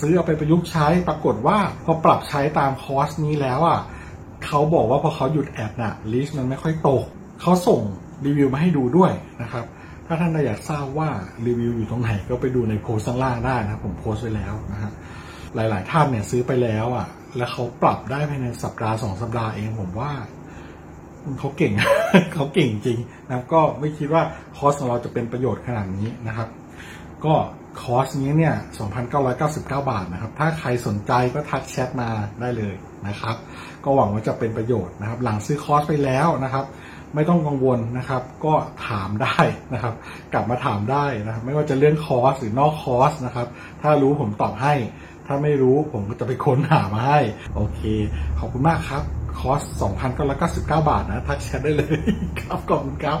S15: ซื้อเอาไปประยุกต์ใช้ปรากฏว่าพอปรับใช้ตามคอร์สนี้แล้วอ่ะเขาบอกว่าพอเขาหยุดแอดน่ะลิสต์มันไม่ค่อยตกเขาส่งรีวิวมาให้ดูด้วยนะครับ ถ้าท่านอยากทราบว่ารีวิวอยู่ตรงไหนก็ไปดูในโพสต์ข้างล่างได้นะครับผมโพสต์ไว้แล้วนะฮะ หลาย ๆ ท่านเนี่ยซื้อไปแล้วอ่ะ แล้วเขาปรับได้ภายในสัปดาห์สองสัปดาห์เองผมว่าเขาเก่ง เขาเก่งจริงนะครับก็ไม่คิดว่าคอร์สของเราจะเป็นประโยชน์ขนาดนี้นะครับ ก็คอร์สนี้เนี่ย 2,999 บาทนะครับ ถ้าใครสนใจก็ทักแชทมาได้เลยนะครับ ก็หวังว่าจะเป็นประโยชน์นะครับ หลังซื้อคอร์สไปแล้วนะครับ ไม่ต้องกังวลนะครับ ก็ถามได้นะครับ กลับมาถามได้นะครับ ไม่ว่าจะเรื่องคอร์สหรือนอกคอร์สนะครับ ถ้ารู้ผมตอบให้ ถ้าไม่รู้ผมก็จะไปค้นหามาให้ โอเค ขอบคุณมากครับ คอร์ส 2,999 บาทนะ ทักแชทได้เลยครับ ขอบคุณครับ